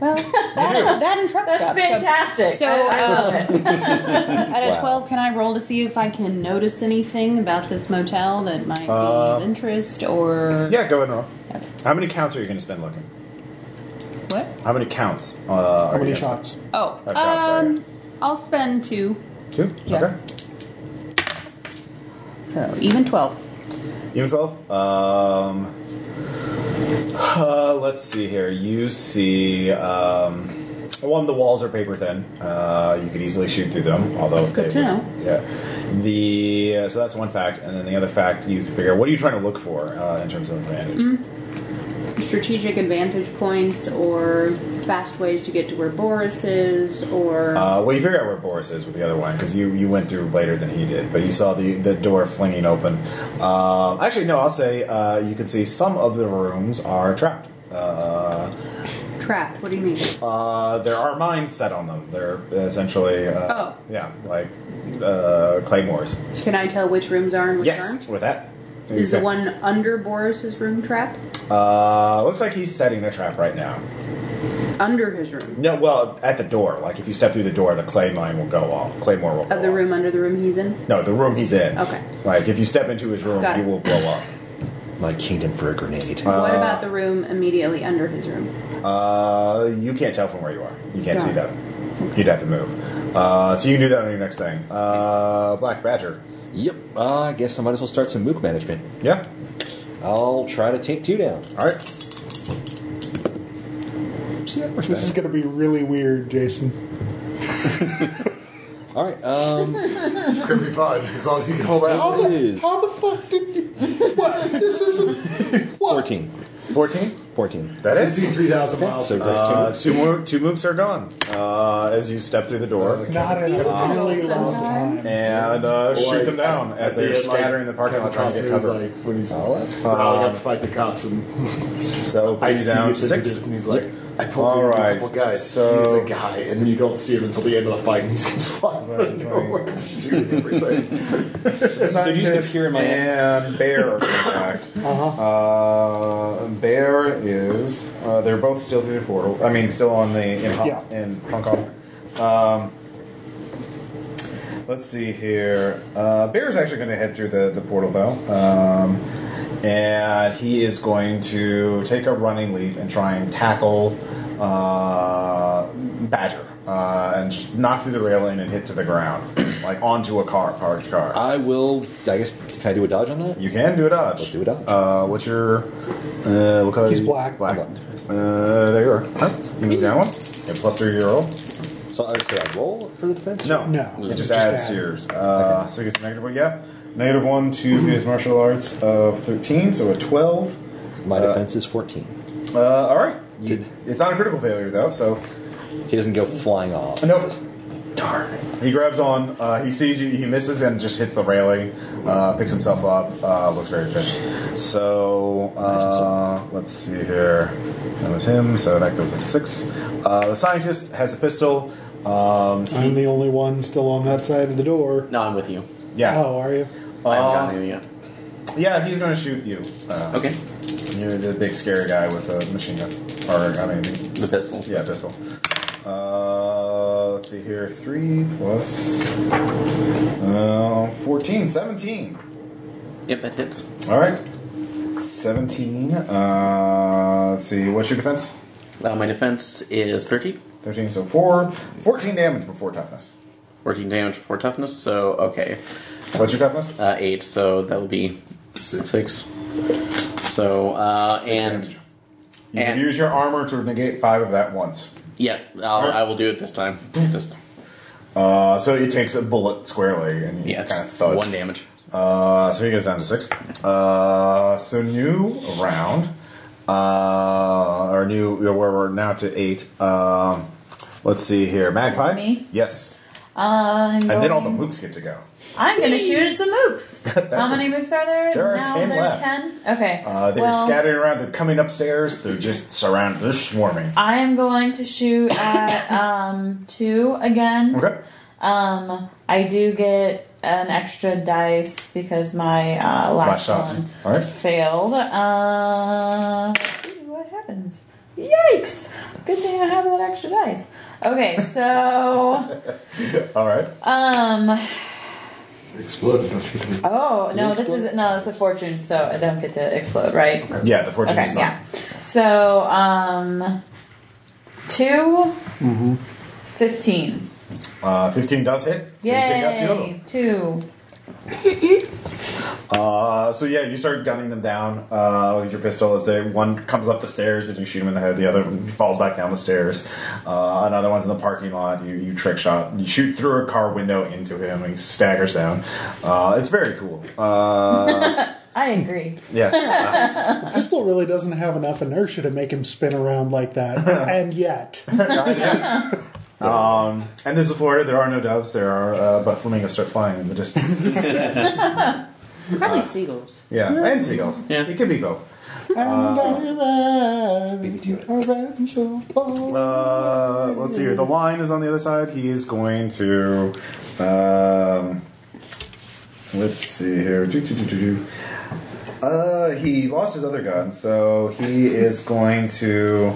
Speaker 3: well, that, and- that and truck
Speaker 4: that's
Speaker 3: stops.
Speaker 4: fantastic.
Speaker 3: So,
Speaker 4: I, I love
Speaker 3: um,
Speaker 4: it.
Speaker 3: At a 12, can I roll to see if I can notice anything about this motel that might be of interest or.
Speaker 1: Yeah, go ahead and roll. How many counts are you going to spend looking?
Speaker 3: What?
Speaker 1: How many counts? Uh, are
Speaker 7: How many
Speaker 1: you gonna
Speaker 7: shots?
Speaker 3: Oh,
Speaker 1: Oh, shots, sorry.
Speaker 3: um, I'll spend two.
Speaker 1: spend? Two.
Speaker 3: Yeah.
Speaker 1: Okay.
Speaker 3: So, even 12.
Speaker 1: Even twelve. Um. uh, let's see here. You see. Um, one, the walls are paper thin. Uh, you could easily shoot through them. Although they
Speaker 3: Good to
Speaker 1: would-
Speaker 3: know.
Speaker 1: Yeah. The uh, so that's one fact, and then the other fact you can figure out what are you trying to look for uh, in terms of advantage.
Speaker 3: Strategic advantage points or fast ways to get to where Boris is or.
Speaker 1: Uh, well, you figure out where Boris is with the other one because you, you went through later than he did, but you saw the, the door flinging open. Um actually, no, I'll say uh, you can see some of the rooms are trapped. Uh,
Speaker 3: trapped. What do you mean?
Speaker 1: uh, there are mines set on them. They're essentially, uh,
Speaker 3: Oh.
Speaker 1: yeah, like uh, claymores.
Speaker 3: Can I tell which rooms are and which
Speaker 1: Yes,
Speaker 3: aren't?
Speaker 1: with that.
Speaker 3: Is the
Speaker 1: Okay.
Speaker 3: one under Boris's room trapped?
Speaker 1: Uh, looks like he's setting a trap right now.
Speaker 3: Under his room.
Speaker 1: No, well, at the door. Like, if you step through the door, the clay mine will go off. Claymore will go
Speaker 3: Of the
Speaker 1: off.
Speaker 3: room under the room he's in?
Speaker 1: No, the room he's in.
Speaker 3: Okay.
Speaker 1: Like, if you step into his room,
Speaker 3: Got
Speaker 1: he
Speaker 3: it.
Speaker 1: will blow up.
Speaker 5: My kingdom for a grenade.
Speaker 3: what about the room immediately under his room?
Speaker 1: Uh, you can't tell from where you are. You can't
Speaker 3: Got
Speaker 1: see
Speaker 3: it.
Speaker 1: them. You'd have to move. Uh, so you can do that on your next thing. Uh, Black Badger.
Speaker 5: Yep. Uh, I guess I might as well start some mook management.
Speaker 1: Yeah.
Speaker 5: I'll try to take two down.
Speaker 1: All right.
Speaker 5: See, that works
Speaker 7: This is
Speaker 5: better.
Speaker 7: going to be really weird, Jason.
Speaker 5: All right. Um,
Speaker 6: it's gonna be fun as long as you can hold out.
Speaker 5: it is
Speaker 7: How the fuck did you. What? This isn't. What?
Speaker 5: fourteen.
Speaker 1: Fourteen.
Speaker 5: 14.
Speaker 1: That
Speaker 6: You see
Speaker 1: is.
Speaker 6: 3,000 miles.
Speaker 5: So that's
Speaker 1: Uh, two more, two mooks are gone uh, as you step through the door
Speaker 7: Not in a really long time.
Speaker 1: and uh,
Speaker 6: Or
Speaker 1: shoot
Speaker 6: like,
Speaker 1: them down
Speaker 6: at
Speaker 1: as
Speaker 6: the
Speaker 1: they're
Speaker 6: end, like,
Speaker 1: scattering the parking lot
Speaker 6: Kevin
Speaker 1: trying to get
Speaker 6: Costner was
Speaker 1: cover.
Speaker 6: Like, when he's
Speaker 5: All right.
Speaker 6: rallying up to fight the cops and
Speaker 1: so brings
Speaker 6: Ice
Speaker 1: you
Speaker 6: T
Speaker 1: down
Speaker 6: gets
Speaker 1: to
Speaker 6: introduced
Speaker 1: six.
Speaker 6: and he's like, I told
Speaker 1: All
Speaker 6: you to
Speaker 1: right,
Speaker 6: a couple guys.
Speaker 1: so-
Speaker 6: he's a guy, and then you don't see him until the end of the fight, and he's just flying right,
Speaker 1: Right,
Speaker 6: nowhere, and shooting everything.
Speaker 5: used to
Speaker 1: Scientist
Speaker 5: appear in my-
Speaker 1: and Bear are attacked. Uh, Bear is. Uh, they're both still through the portal. I mean, still on the in Hong,
Speaker 7: Yeah.
Speaker 1: in Hong Kong. Um, let's see here. Uh, Bear's actually going to head through the, the portal though, um, and he is going to take a running leap and try and tackle uh, Badger. Uh, and just knock through the railing and hit to the ground, like onto a car, parked car.
Speaker 5: I will, I guess, can I do a dodge on that?
Speaker 1: You can do a dodge.
Speaker 5: Let's do a dodge.
Speaker 1: Uh, what's your? Uh, what color?
Speaker 7: He's
Speaker 1: is-
Speaker 7: black.
Speaker 1: Black.
Speaker 5: I'm
Speaker 1: Uh, there you are. Huh? You move down one. And plus three to your roll.
Speaker 5: So I would say I roll for the defense?
Speaker 1: No,
Speaker 7: No.
Speaker 1: It just
Speaker 7: Just
Speaker 1: adds
Speaker 7: add.
Speaker 1: to yours. Uh, So he gets a negative one. Yeah, negative one to his martial arts of thirteen, so a twelve.
Speaker 5: My
Speaker 1: Uh,
Speaker 5: defense is 14.
Speaker 1: Uh, all right.
Speaker 5: Did-
Speaker 1: It's not a critical failure though, so
Speaker 5: He doesn't go flying off.
Speaker 1: Nope.
Speaker 5: Just- darn.
Speaker 1: He grabs on. Uh, he sees you. He misses and just hits the railing. Uh, picks himself up. Uh, looks very pissed. So uh, let's see here. That was him. So that goes into six. Uh, the scientist has a pistol. Um,
Speaker 7: I'm the only one still on that side of the door.
Speaker 2: No, I'm with you.
Speaker 1: yeah.
Speaker 7: Oh, are you?
Speaker 2: I haven't
Speaker 1: Uh,
Speaker 2: gotten any yet.
Speaker 1: yeah. He's going to shoot you. Uh,
Speaker 2: Okay.
Speaker 1: You're the big scary guy with the machine gun, or I mean,
Speaker 2: The pistols.
Speaker 1: Yeah, pistol. Uh, let's see here. 3 plus uh, 14, 17.
Speaker 2: Yep, that hits.
Speaker 1: All right. 17. Uh, let's see. What's your defense?
Speaker 2: Uh, my defense is 30.
Speaker 1: 13, so 4. 14 damage before toughness.
Speaker 2: 14 damage before toughness, so okay.
Speaker 1: What's your toughness?
Speaker 2: Uh, 8, so that will be 6. So, uh,
Speaker 1: Six
Speaker 2: and.
Speaker 1: damage. You
Speaker 2: and-
Speaker 1: can use your armor to negate 5 of that once.
Speaker 2: Yeah, I'll, I will do it this time.
Speaker 1: Mm-hmm.
Speaker 2: Just,
Speaker 1: Uh, so it takes a bullet squarely and you
Speaker 2: yeah,
Speaker 1: kind of
Speaker 2: just
Speaker 1: thud.
Speaker 2: one damage.
Speaker 1: Uh, so he goes down to six. Uh, so new round, uh, or new where we're now to eight. Um, let's see here, Magpie.
Speaker 4: That's me?
Speaker 1: Yes,
Speaker 4: I'm
Speaker 1: and then all the
Speaker 4: going-
Speaker 1: mooks get to go.
Speaker 4: I'm gonna shoot at some mooks. How
Speaker 1: a-
Speaker 4: many mooks are there?
Speaker 1: There are
Speaker 4: now
Speaker 1: 10
Speaker 4: there
Speaker 1: left.
Speaker 4: ten. Okay.
Speaker 1: Uh, they're
Speaker 4: well,
Speaker 1: scattering around. They're coming upstairs. They're just surrounded. They're swarming.
Speaker 4: I am going to shoot at um two again.
Speaker 1: Okay.
Speaker 4: Um, I do get an extra dice because my uh,
Speaker 1: Last
Speaker 4: last,
Speaker 1: shot.
Speaker 4: one
Speaker 1: All right.
Speaker 4: failed. Uh, let's see what happens. Yikes! Good thing I have that extra dice. Okay, so
Speaker 1: All right.
Speaker 4: um,
Speaker 6: Exploded. don't you think?
Speaker 4: oh no, this is no, it's a fortune, so I don't get to explode, right?
Speaker 1: Yeah, the fortune
Speaker 4: Okay,
Speaker 1: is not.
Speaker 4: yeah. So um, 2
Speaker 1: Mm-hmm.
Speaker 4: fifteen.
Speaker 1: Uh, Fifteen does hit. So you take out two of them.
Speaker 4: Yay! Two.
Speaker 1: Uh, so yeah, you start gunning them down uh, with your pistol as they one comes up the stairs and you shoot him in the head. The other one falls back down the stairs. Uh, another one's in the parking lot. You you trick shot. You shoot through a car window into him and he staggers down. Uh, it's very cool. Uh,
Speaker 4: I agree.
Speaker 1: yes. Uh,
Speaker 7: The pistol really doesn't have enough inertia to make him spin around like that. and yet,
Speaker 1: um, and this is Florida. There are no doves. There are, uh, but flamingos start flying in the distance. uh,
Speaker 3: Probably seagulls.
Speaker 1: Yeah, and seagulls.
Speaker 2: Yeah.
Speaker 1: it could be both.
Speaker 7: and I
Speaker 5: Baby, do it.
Speaker 7: ran, I ran so far.
Speaker 1: Uh, let's see here. The line is on the other side. He is going to. Um, let's see here. Do, do, do, do, do. Uh, he lost his other gun, so he is going to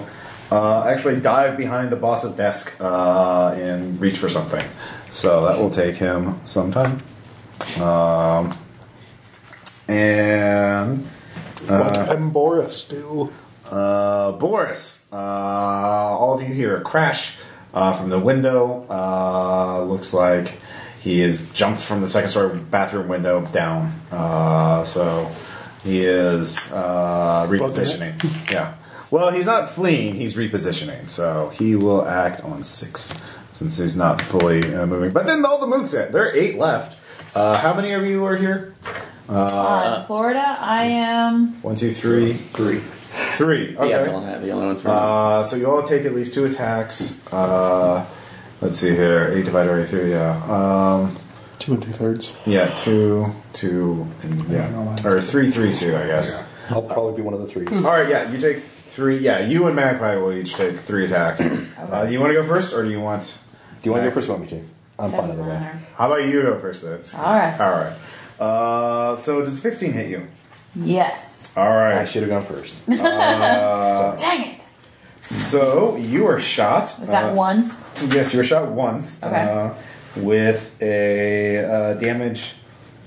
Speaker 1: uh, actually dive behind the boss's desk uh, and reach for something. So that will take him some time. Um, and.
Speaker 7: What can Boris do?
Speaker 1: Uh, Boris, uh, all of you hear a crash uh, from the window. Uh, looks like he is jumped from the second story bathroom window down. Uh, so he is uh, repositioning. Yeah. Well, he's not fleeing, he's repositioning. So he will act on six since he's not fully uh, moving. But then all the mooks in. There are eight left. Uh, how many of you are here?
Speaker 4: Uh, in Florida, I am
Speaker 1: One, two, three,
Speaker 6: Three.
Speaker 1: Three. Okay.
Speaker 2: Yeah, the only, the only ones who are
Speaker 1: Uh, so you all take at least two attacks. Uh, let's see here. Eight divided by three. Yeah. Um,
Speaker 7: Two and two thirds.
Speaker 1: yeah. Two. Two. And yeah. Or three. Three. Two. I guess.
Speaker 5: I'll probably be one of the threes.
Speaker 1: All right. Yeah. You take three. Yeah. You and Magpie will each take three attacks. Uh, you want to go first, or do you want?
Speaker 5: Do you want to go first? Or want me to? I'm fine
Speaker 4: Doesn't
Speaker 5: either way.
Speaker 4: matter.
Speaker 1: How about you go first? Then. It's-
Speaker 4: All right.
Speaker 1: All right. Uh, so does fifteen hit you?
Speaker 4: Yes.
Speaker 1: All
Speaker 5: I
Speaker 1: right.
Speaker 5: should have gone first.
Speaker 1: Uh,
Speaker 4: Dang it.
Speaker 1: So you are shot.
Speaker 4: Was that
Speaker 1: Uh,
Speaker 4: once?
Speaker 1: Yes, you were shot once.
Speaker 4: Okay.
Speaker 1: Uh, with a uh, damage.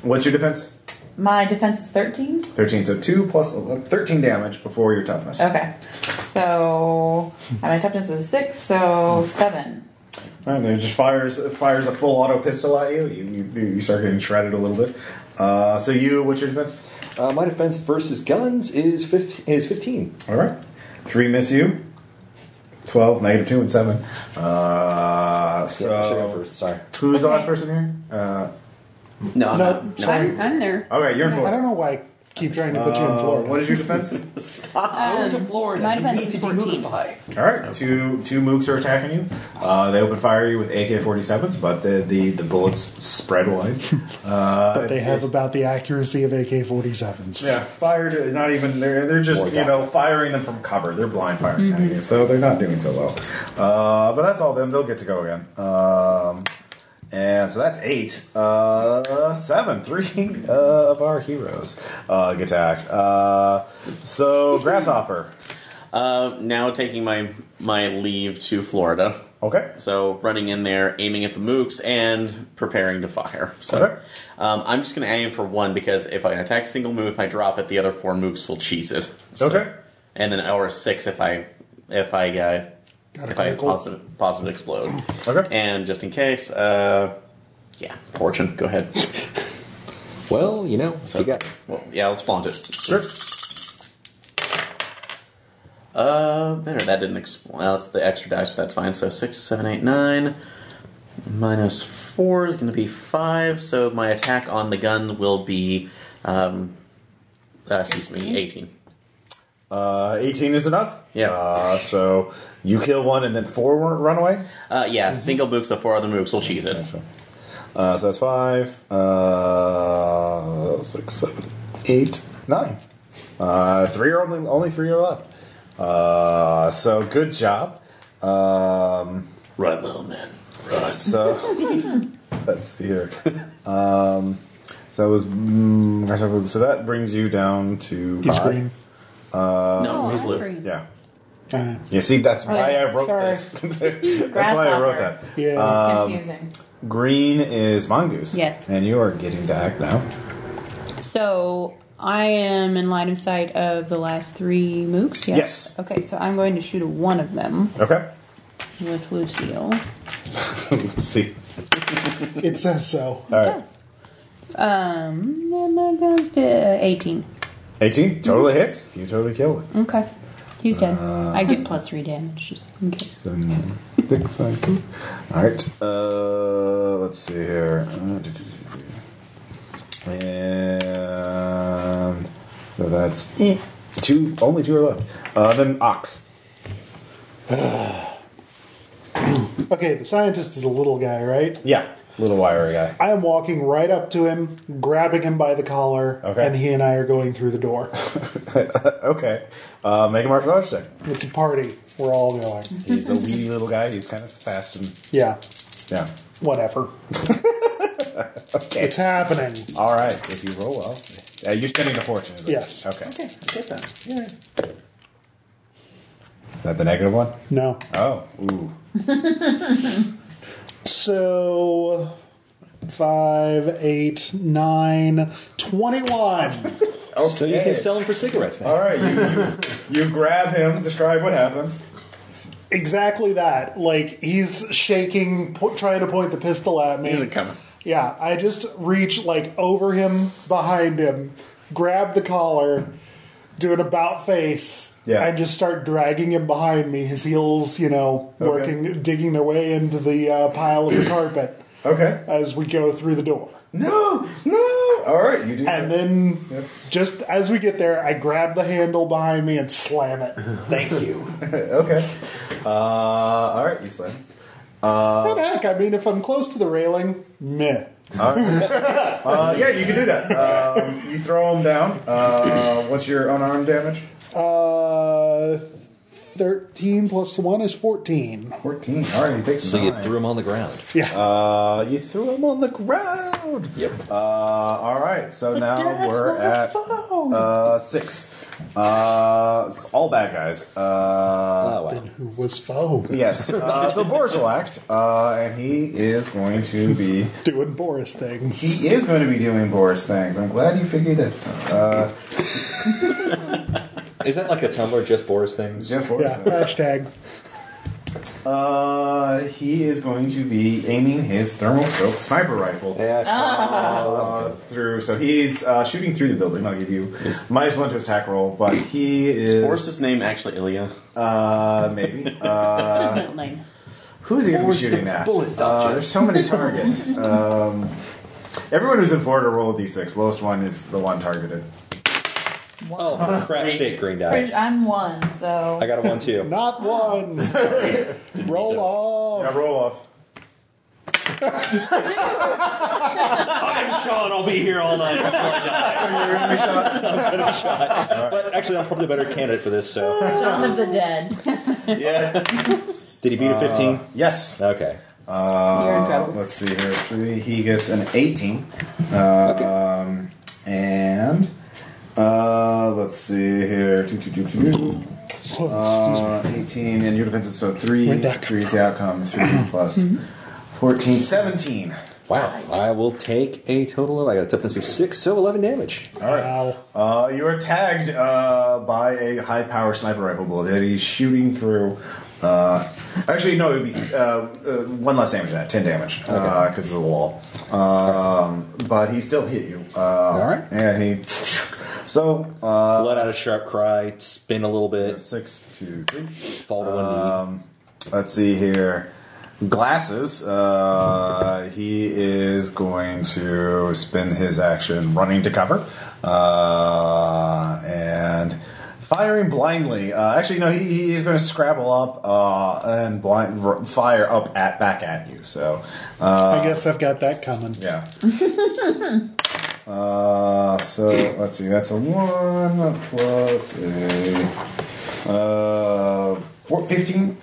Speaker 1: What's your defense?
Speaker 4: My defense is 13.
Speaker 1: 13. So 2 plus 11, 13 damage before your toughness.
Speaker 4: Okay. So, and my toughness is 6, so 7.
Speaker 1: And it just fires fires a full auto pistol at you. You, you, you start getting shredded a little bit. Uh, so you, what's your defense?
Speaker 5: Uh, my defense versus guns is 15, is 15.
Speaker 1: All right. 3 miss you. 12, negative 2, and 7. Uh,
Speaker 5: Yeah, I should have gone
Speaker 1: so.
Speaker 5: first. Sorry.
Speaker 1: Who's the last person here? Uh,
Speaker 2: not. No, I'm
Speaker 7: No,
Speaker 2: not.
Speaker 3: I'm, I'm there.
Speaker 1: okay, you're in
Speaker 7: I don't
Speaker 1: Florida.
Speaker 7: know why I keep trying to put you in Florida.
Speaker 1: What is your defense?
Speaker 3: Um, my defense is 14.
Speaker 1: All right, two two mooks are attacking you. Uh, they open fire at you with AK-47s, but the the, the bullets spread wide. Uh,
Speaker 7: But they have about the accuracy of AK 47s.
Speaker 1: yeah, fired. Not even they're they're just
Speaker 5: More
Speaker 1: you know firing them from cover. They're blind firing at you, so they're not doing so well. Uh, but that's all them. They'll get to go again. Um, and so that's eight, uh, seven, three uh, of our heroes uh, get attacked. Uh, so grasshopper.
Speaker 2: Uh, now taking my my leave to Florida.
Speaker 1: Okay.
Speaker 2: So running in there, aiming at the mooks, and preparing to fire. So
Speaker 1: Okay.
Speaker 2: um, I'm just going to aim for one because if I attack a single mook, if I drop it, the other four mooks will cheese it. So-
Speaker 1: Okay.
Speaker 2: And then or six if I if I uh,
Speaker 7: Got a
Speaker 2: if I
Speaker 7: critical.
Speaker 2: positive positive explode.
Speaker 1: Okay.
Speaker 2: And just in case, uh, yeah, fortune. Go ahead.
Speaker 5: Well, you know, so you got
Speaker 2: Well, yeah, let's flaunt it.
Speaker 1: Sure.
Speaker 2: Uh, better. That didn't explain. Well, that's the extra dice, but that's fine. So six, seven, eight, nine. Minus four is going to be five. So my attack on the gun will be, um, uh, excuse me, eighteen.
Speaker 1: Uh, 18 is enough.
Speaker 2: Yeah.
Speaker 1: Uh, so you kill one and then four won't run away.
Speaker 2: Uh, yeah, single mooks. The four other mooks will cheese it.
Speaker 1: Uh, so that's five, uh, six, seven, eight, nine. Uh, three are only, only three are left. Uh, so good job. Um,
Speaker 8: Run, little man.
Speaker 1: so let's see here. Um, so that was mm, so that brings you down to
Speaker 7: He's
Speaker 1: five.
Speaker 7: green.
Speaker 2: no, he's
Speaker 3: I'm
Speaker 2: blue.
Speaker 3: green.
Speaker 1: Yeah.
Speaker 7: Uh,
Speaker 1: You see, that's why
Speaker 4: yeah.
Speaker 1: I wrote
Speaker 4: Sorry.
Speaker 1: this. that's why I wrote that.
Speaker 7: yeah.
Speaker 1: Uh,
Speaker 4: It's
Speaker 1: Um,
Speaker 4: confusing.
Speaker 1: Green is mongoose.
Speaker 3: Yes.
Speaker 1: And you are getting to act now.
Speaker 3: So I am in line of sight of the last three mooks. Yes.
Speaker 1: Yes.
Speaker 3: Okay, so I'm going to shoot at one of them
Speaker 1: Okay.
Speaker 3: with Lucille.
Speaker 1: see.
Speaker 7: it says so.
Speaker 1: All right.
Speaker 3: Um, am I going to- 18.
Speaker 1: 18 totally hits. You totally kill it.
Speaker 3: Okay. He's dead. I get plus three damage just in case.
Speaker 1: Seven, six, five, two. All right. Uh, let's see here. Uh, do, do, do, do. And so that's two. Only two are left. Uh, then ox.
Speaker 7: Okay, the scientist is a little guy, right?
Speaker 1: Yeah, little wiry guy.
Speaker 7: I am walking right up to him, grabbing him by the collar,
Speaker 1: Okay.
Speaker 7: and he and I are going through the door.
Speaker 1: okay. Uh, make a martial arts check.
Speaker 7: It's a party. We're all going.
Speaker 1: He's a weedy little guy. He's kind of fast and
Speaker 7: Yeah,
Speaker 1: yeah.
Speaker 7: whatever. It's happening.
Speaker 1: All right. If you roll well, uh, you're spending a fortune. is it?
Speaker 7: Yes.
Speaker 1: Okay. Okay. Is that the negative one?
Speaker 7: No.
Speaker 1: Oh. Ooh.
Speaker 7: So, five, eight, nine, twenty-one.
Speaker 1: Okay.
Speaker 5: So you can sell them for cigarettes now.
Speaker 1: All right. You, you, you grab him. Describe what happens.
Speaker 7: exactly that. Like he's shaking, po- trying to point the pistol at me.
Speaker 2: He's coming.
Speaker 7: Yeah, I just reach like over him, behind him, grab the collar, do an about face,
Speaker 1: Yeah.
Speaker 7: and just start dragging him behind me. His heels, you know,
Speaker 1: Okay.
Speaker 7: working, digging their way into the uh, pile of the carpet.
Speaker 1: Okay.
Speaker 7: as we go through the door.
Speaker 1: No, no. All right, you do.
Speaker 7: And
Speaker 1: so.
Speaker 7: then,
Speaker 1: Yep.
Speaker 7: just as we get there, I grab the handle behind me and slam it. Thank you.
Speaker 1: okay. Uh, all right, you slam.
Speaker 7: But heck, I mean, if I'm close to the railing, meh.
Speaker 1: Uh, yeah, you can do that. Um, you throw him down. Uh, what's your unarmed damage?
Speaker 7: Uh, 13 plus 1 is 14.
Speaker 1: Fourteen. All right, he takes.
Speaker 5: So you
Speaker 1: nine.
Speaker 5: threw him on the ground.
Speaker 7: Yeah.
Speaker 1: Uh, you threw him on the ground. Yep. Uh, all right. So now we're at uh, six. Uh, it's all bad guys. Uh,
Speaker 5: Oh, wow.
Speaker 7: Who was foe?
Speaker 1: yes. Uh, so Boris will act, uh, and he is going to be
Speaker 7: Doing Boris things.
Speaker 1: he is going to be doing Boris things. I'm glad you figured it. Uh,
Speaker 5: Is that like a Tumblr just Boris things?
Speaker 1: just Boris.
Speaker 7: Yeah, hashtag.
Speaker 1: Uh, he is going to be aiming his thermal scope sniper rifle.
Speaker 5: Yeah, sure.
Speaker 7: Ah.
Speaker 1: uh, through. So he's uh, shooting through the building. I'll give you minus one to his hack roll, but he
Speaker 2: Is
Speaker 1: is.
Speaker 2: Boris's name actually Ilya?
Speaker 1: Uh, maybe. Uh,
Speaker 9: His middle name.
Speaker 1: who's he going to be
Speaker 5: Boris
Speaker 1: shooting
Speaker 5: the
Speaker 1: at?
Speaker 5: bullet
Speaker 1: Uh,
Speaker 5: dodger.
Speaker 1: there's so many targets. Um, everyone who's in Florida roll a d6. Lowest one is the one targeted.
Speaker 5: Oh, crap shit, green die.
Speaker 4: I'm one, so.
Speaker 5: I got a one too.
Speaker 7: Not one. Roll off.
Speaker 1: Now roll off.
Speaker 5: I'm Sean. I'll be here all night. But actually, I'm probably the better candidate for this. So,
Speaker 7: Ah.
Speaker 4: Shaun of the Dead.
Speaker 5: did he beat a 15?
Speaker 1: Yes.
Speaker 7: Ah.
Speaker 5: Okay.
Speaker 1: Uh,
Speaker 9: You're in trouble.
Speaker 1: Let's see here. Three. He gets an 18. Uh, um, and uh, let's see here. Two, two, two, two, two. Uh, 18 and your defense is so 3.
Speaker 7: We're back.
Speaker 1: 3 is the outcome. 3 plus 14. 17.
Speaker 5: Wow. I will take a total of, I got a toughness of 6, so 11 damage.
Speaker 7: Wow.
Speaker 1: Uh, you are tagged uh, by a high power sniper rifle bullet that he's shooting through. Uh, actually, no, it would be uh, uh, one less damage than that, 10 damage, because of the wall. Um, but he still hit you. Uh, All
Speaker 5: right.
Speaker 1: And he. So, uh,
Speaker 5: Let out a sharp cry, spin a little bit,
Speaker 1: six, two, three.
Speaker 5: fall to
Speaker 1: Um,
Speaker 5: one knee.
Speaker 1: Let's see here. Glasses. Uh, he is going to spin his action running to cover uh, and firing blindly. Uh, actually, no, he, he is going to scrabble up uh, and blind r- fire up at back at you. So, uh,
Speaker 7: I guess I've got that coming.
Speaker 1: yeah. uh, so let's see. That's a one plus a uh, four, 15.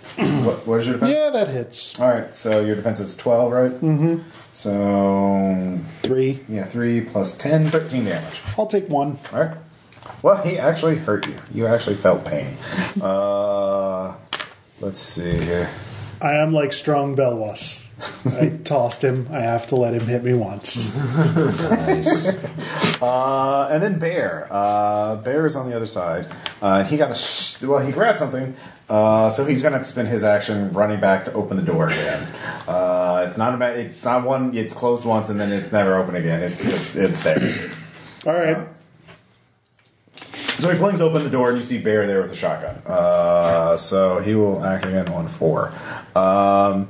Speaker 1: what, what is your defense?
Speaker 7: Yeah, that hits.
Speaker 1: All right. So your defense is twelve, right? Mm-hmm. So
Speaker 7: Three.
Speaker 1: yeah, three plus 10, 13 damage.
Speaker 7: I'll take one.
Speaker 1: All right. Well, he actually hurt you. You actually felt pain. uh, let's see here.
Speaker 7: I am like strong Belwas. I tossed him. I have to let him hit me once.
Speaker 1: Uh, and then Bear. Uh, Bear is on the other side. Uh, he got a sh- well. He grabbed something, uh, so he's gonna have to spend his action running back to open the door again. Uh, it's not a ma- it's not one. It's closed once and then it's never open again. It's it's it's there.
Speaker 7: All right.
Speaker 1: So he flings open the door and you see Bear there with a shotgun. Uh, so he will act again on four. Um,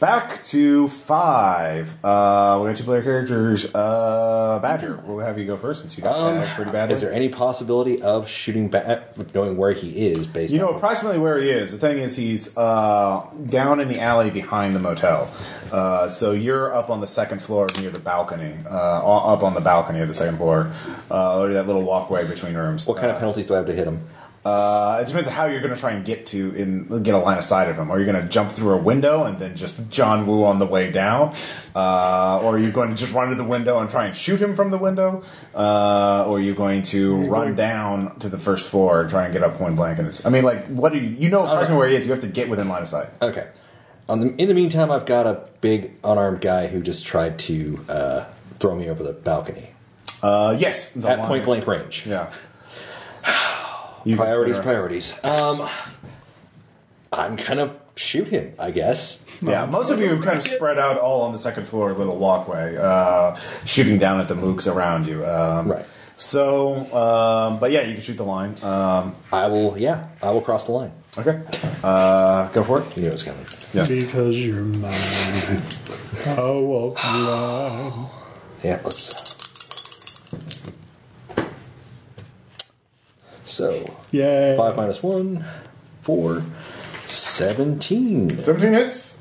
Speaker 1: back to five. Uh, we got two player characters. Uh, Badger. We'll have you go first since you got
Speaker 5: Um,
Speaker 1: tagged pretty badly.
Speaker 5: is there any possibility of shooting back, knowing where he is based
Speaker 1: You know
Speaker 5: on
Speaker 1: approximately where he is. The thing is, he's uh, down in the alley behind the motel. Uh, so you're up on the second floor near the balcony, uh, o- up on the balcony of the second floor, uh, over that little walkway between rooms.
Speaker 5: what kind of penalties do I have to hit him?
Speaker 1: Uh, it depends on how you're going to try and get to in get a line of sight of him. Are you going to jump through a window and then just John Woo on the way down, uh, or are you going to just run to the window and try and shoot him from the window, uh, or are you going to run down to the first floor and try and get up point blank? In this, I mean, like, what do you you know approximately where he is? You have to get within line of sight.
Speaker 5: Okay. On the, in the meantime, I've got a big unarmed guy who just tried to uh, throw me over the balcony
Speaker 1: Uh, yes, the
Speaker 5: at
Speaker 1: line
Speaker 5: point
Speaker 1: is-
Speaker 5: blank range.
Speaker 1: Yeah. You can
Speaker 5: Priorities,
Speaker 1: spin around.
Speaker 5: priorities. Um, I'm gonna shoot him, I guess.
Speaker 1: Yeah, most of you have kind of spread out all on the second floor little walkway, uh, shooting down at the mooks around you. Um,
Speaker 5: Right.
Speaker 1: So, um, but yeah, you can shoot the line. Um,
Speaker 5: I will. Yeah, I will cross the line.
Speaker 1: okay. Uh, go for it.
Speaker 5: You knew it was coming.
Speaker 1: Yeah.
Speaker 7: Because you're mine. Oh, I walk the line.
Speaker 5: Yeah, let's. So,
Speaker 7: Yay.
Speaker 5: 5 minus 1, 4, 17.
Speaker 1: 17 hits.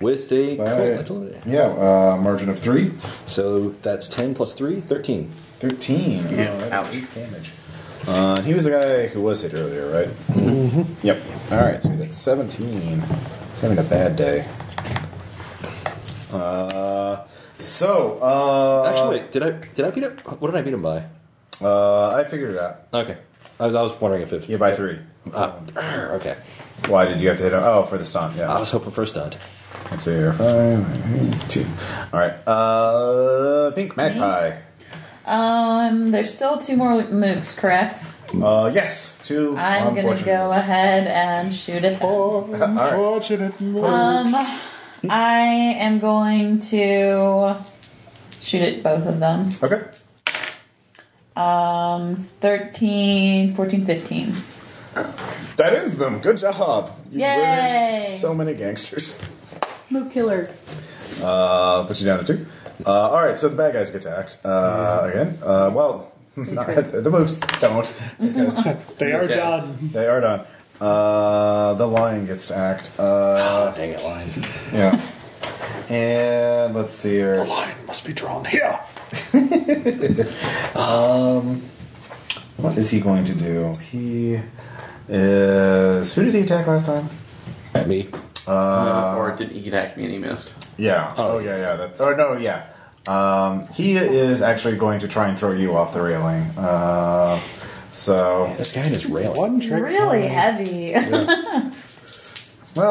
Speaker 5: With a
Speaker 1: Right.
Speaker 5: cold.
Speaker 1: Yeah, uh, margin of 3.
Speaker 5: So that's 10 plus 3, 13.
Speaker 1: 13. Yeah.
Speaker 2: Ouch.
Speaker 1: damage. Uh, and he was the guy who was hit earlier, right? Mm-hmm. Yep. All right, so that's 17. Having a bad day. Uh, so, uh,
Speaker 5: Actually, wait, did I did I beat him? What did I beat him by?
Speaker 1: uh, I figured it out.
Speaker 5: Okay, I was, I was wondering if it.
Speaker 1: Yeah, by three.
Speaker 5: Ah, okay,
Speaker 1: Why did you have to hit him? Oh, for the stun. Yeah.
Speaker 5: I was hoping for a stunt.
Speaker 1: Let's see here. Five, two. All right. Uh, pink magpie.
Speaker 4: Um, there's still two more mooks, correct?
Speaker 1: Uh, yes. Two.
Speaker 4: I'm gonna
Speaker 1: unfortunate
Speaker 4: go
Speaker 1: ones.
Speaker 4: ahead and shoot it.
Speaker 1: right.
Speaker 7: Unfortunate
Speaker 4: Um,
Speaker 7: mooks.
Speaker 4: I am going to shoot at both of them.
Speaker 1: Okay.
Speaker 4: Um, 13, 14, 15.
Speaker 1: That ends them. Good job. You
Speaker 4: Yay.
Speaker 1: murdered So many gangsters.
Speaker 3: Mook killer.
Speaker 1: Uh, put you down to two. Uh, all right, so the bad guys get attacked uh, again. Uh, well, not- the moves don't.
Speaker 7: They are done.
Speaker 1: They are done. Uh, the lion gets to act. Uh,
Speaker 5: Dang it, line.
Speaker 1: yeah. And let's see here.
Speaker 7: Line must be drawn here.
Speaker 1: What is he going to do? He is. Who did he attack last time?
Speaker 5: At me.
Speaker 2: Uh, or did he attack me and he missed?
Speaker 1: Yeah. Oh, yeah, yeah. That, or no, yeah. Um, he is actually going to try and throw you off the railing. Uh, so,
Speaker 5: This guy is railing.
Speaker 7: One trick.
Speaker 4: Really
Speaker 7: pony.
Speaker 4: heavy.
Speaker 1: well,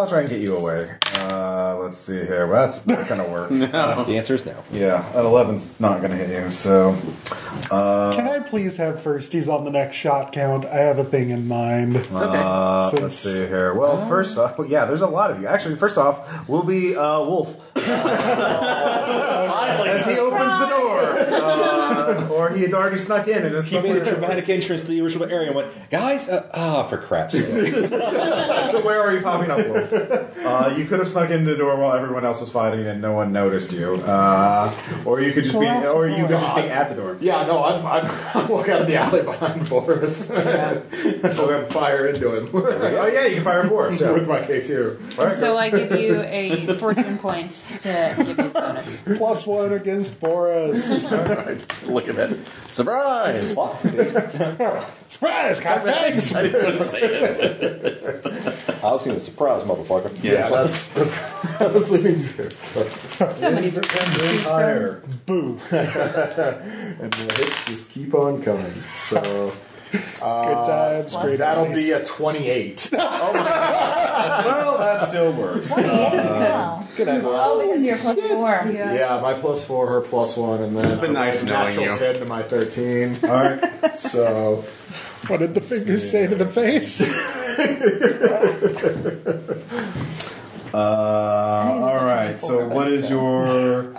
Speaker 1: I'll try and get you away. Uh, let's see here. Well, that's not going to work.
Speaker 5: The answer is no.
Speaker 1: Yeah, an 11's not going to hit you, so.
Speaker 7: Can I please have firsties on the next shot count? I have a thing in mind.
Speaker 1: Uh,
Speaker 7: Since-
Speaker 1: let's see here. Well, first off, well, yeah, there's a lot of you. Actually, first off, we'll be uh, Wolf. As he opens the door. Uh, or he had already snuck in and it's
Speaker 5: He made a
Speaker 1: somewhere.
Speaker 5: dramatic entrance to the original area and went, guys, ah, uh, ah, for crap's sake.
Speaker 1: So where are you popping up, Wolf? Uh, you could have snuck into the door while everyone else was fighting and no one noticed you. Uh, or you could just be, or you could just be at the door.
Speaker 6: Yeah, no, I'm, I'm, I walk out of the alley behind Boris. and I'm fire into him.
Speaker 1: Oh yeah, you can fire a boar.
Speaker 6: With
Speaker 1: So,
Speaker 6: my K2.
Speaker 1: All right,
Speaker 10: So I give you a fortune point to give you a bonus.
Speaker 7: Plus one against Boris.
Speaker 2: Look at that. Surprise!
Speaker 7: Surprise, Kyle Banks!
Speaker 2: I didn't want to say it.
Speaker 5: I was going to surprise, motherfucker.
Speaker 6: Yeah, that's, that's I was leaving too.
Speaker 3: So many.
Speaker 1: higher.
Speaker 7: Boo. Good
Speaker 6: And the hits just keep on coming. So
Speaker 7: times, great
Speaker 6: that'll
Speaker 7: days.
Speaker 6: be a 28.
Speaker 1: Well, that still works.
Speaker 3: Uh,
Speaker 4: Wow. oh, because you're plus four.
Speaker 6: Yeah, my plus four, her plus one, and then it's
Speaker 2: been nice knowing
Speaker 6: natural
Speaker 2: you.
Speaker 6: ten to my thirteen.
Speaker 1: All right.
Speaker 6: so
Speaker 7: What did the fingers say to the face?
Speaker 1: Uh, all right. So what is your?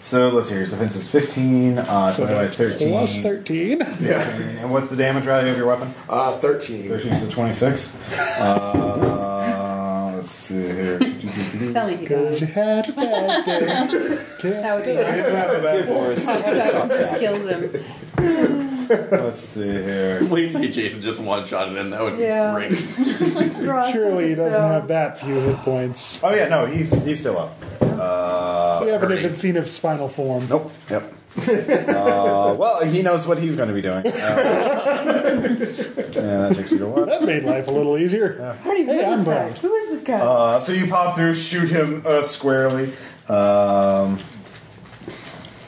Speaker 1: So let's hear. His defense is fifteen. Uh,
Speaker 7: So
Speaker 1: divided by
Speaker 7: that's
Speaker 1: thirteen.
Speaker 7: plus 13.
Speaker 1: And what's the damage value of your weapon?
Speaker 6: uh, thirteen.
Speaker 1: Thirteen to twenty-six. Uh, let's see here.
Speaker 3: Tell me he
Speaker 7: Because
Speaker 3: dies.
Speaker 7: you had a bad day.
Speaker 3: That would be nice. Just kills him.
Speaker 1: let's see here.
Speaker 2: Please say Jason just one shot it in. That would
Speaker 3: Yeah.
Speaker 2: be great.
Speaker 7: Surely he doesn't
Speaker 3: So-
Speaker 7: have that few hit points.
Speaker 1: Oh yeah, no, he's he's still up. Uh,
Speaker 7: We haven't
Speaker 2: hurting.
Speaker 7: even seen his spinal form.
Speaker 1: nope. Yep. Uh, well, he knows what he's going to be doing. Uh, and that takes you to one.
Speaker 7: That made life a little easier. Hey, I'm proud.
Speaker 3: Who is this guy?
Speaker 1: Uh, so you pop through, shoot him uh, squarely. Um,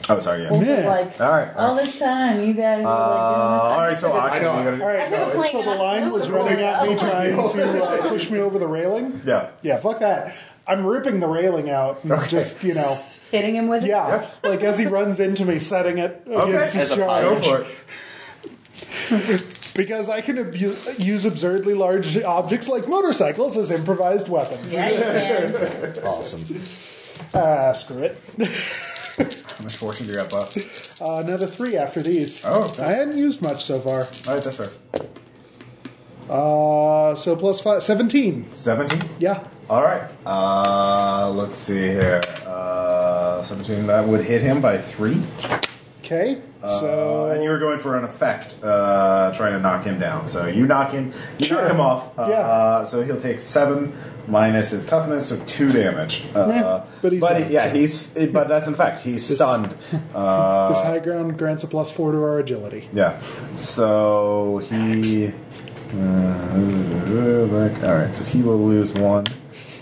Speaker 1: oh, sorry. Yeah.
Speaker 4: Wolf was
Speaker 7: Yeah.
Speaker 4: Like,
Speaker 1: All right.
Speaker 4: all this time, you guys
Speaker 1: Uh, all
Speaker 4: were like,
Speaker 1: right. So
Speaker 6: I
Speaker 1: Oxy, you
Speaker 6: know.
Speaker 1: gotta,
Speaker 7: All right,
Speaker 4: took a
Speaker 7: so
Speaker 4: point
Speaker 7: the
Speaker 4: out.
Speaker 7: line was running at me trying to uh, push me over the railing.
Speaker 1: yeah.
Speaker 7: Yeah, fuck that. I'm ripping the railing out and just, you know,
Speaker 3: Hitting him with it?
Speaker 7: yeah, like as he runs into me, setting it against
Speaker 1: Okay.
Speaker 2: As
Speaker 7: his
Speaker 2: a pile.
Speaker 1: Go
Speaker 7: charge.
Speaker 1: for it.
Speaker 7: Because I can abu- use absurdly large objects like motorcycles as improvised weapons.
Speaker 4: doing this. Yeah, you
Speaker 5: Awesome.
Speaker 7: Ah, screw it.
Speaker 1: How much fortune do you got, Buff?
Speaker 7: Uh, another three after these.
Speaker 1: Oh, okay.
Speaker 7: I hadn't used much so far.
Speaker 1: All right, that's fair.
Speaker 7: Uh, so plus five, 17.
Speaker 1: Seventeen.
Speaker 7: Yeah.
Speaker 1: All right. Uh, let's see here. Uh, 17, that would hit him by three.
Speaker 7: Okay,
Speaker 1: Uh,
Speaker 7: so
Speaker 1: and you were going for an effect, uh, trying to knock him down. So you knock him, you
Speaker 7: Sure.
Speaker 1: knock him off. Uh,
Speaker 7: Yeah.
Speaker 1: uh, so he'll take seven minus his toughness, so two damage. Uh,
Speaker 7: Yeah, but he's
Speaker 1: but
Speaker 7: not,
Speaker 1: yeah,
Speaker 7: so-
Speaker 1: he's eh, but that's in fact he's
Speaker 7: This-
Speaker 1: stunned. Uh,
Speaker 7: this high ground grants a plus four to our agility.
Speaker 1: yeah. So he. Uh, back. All right. So he will lose one.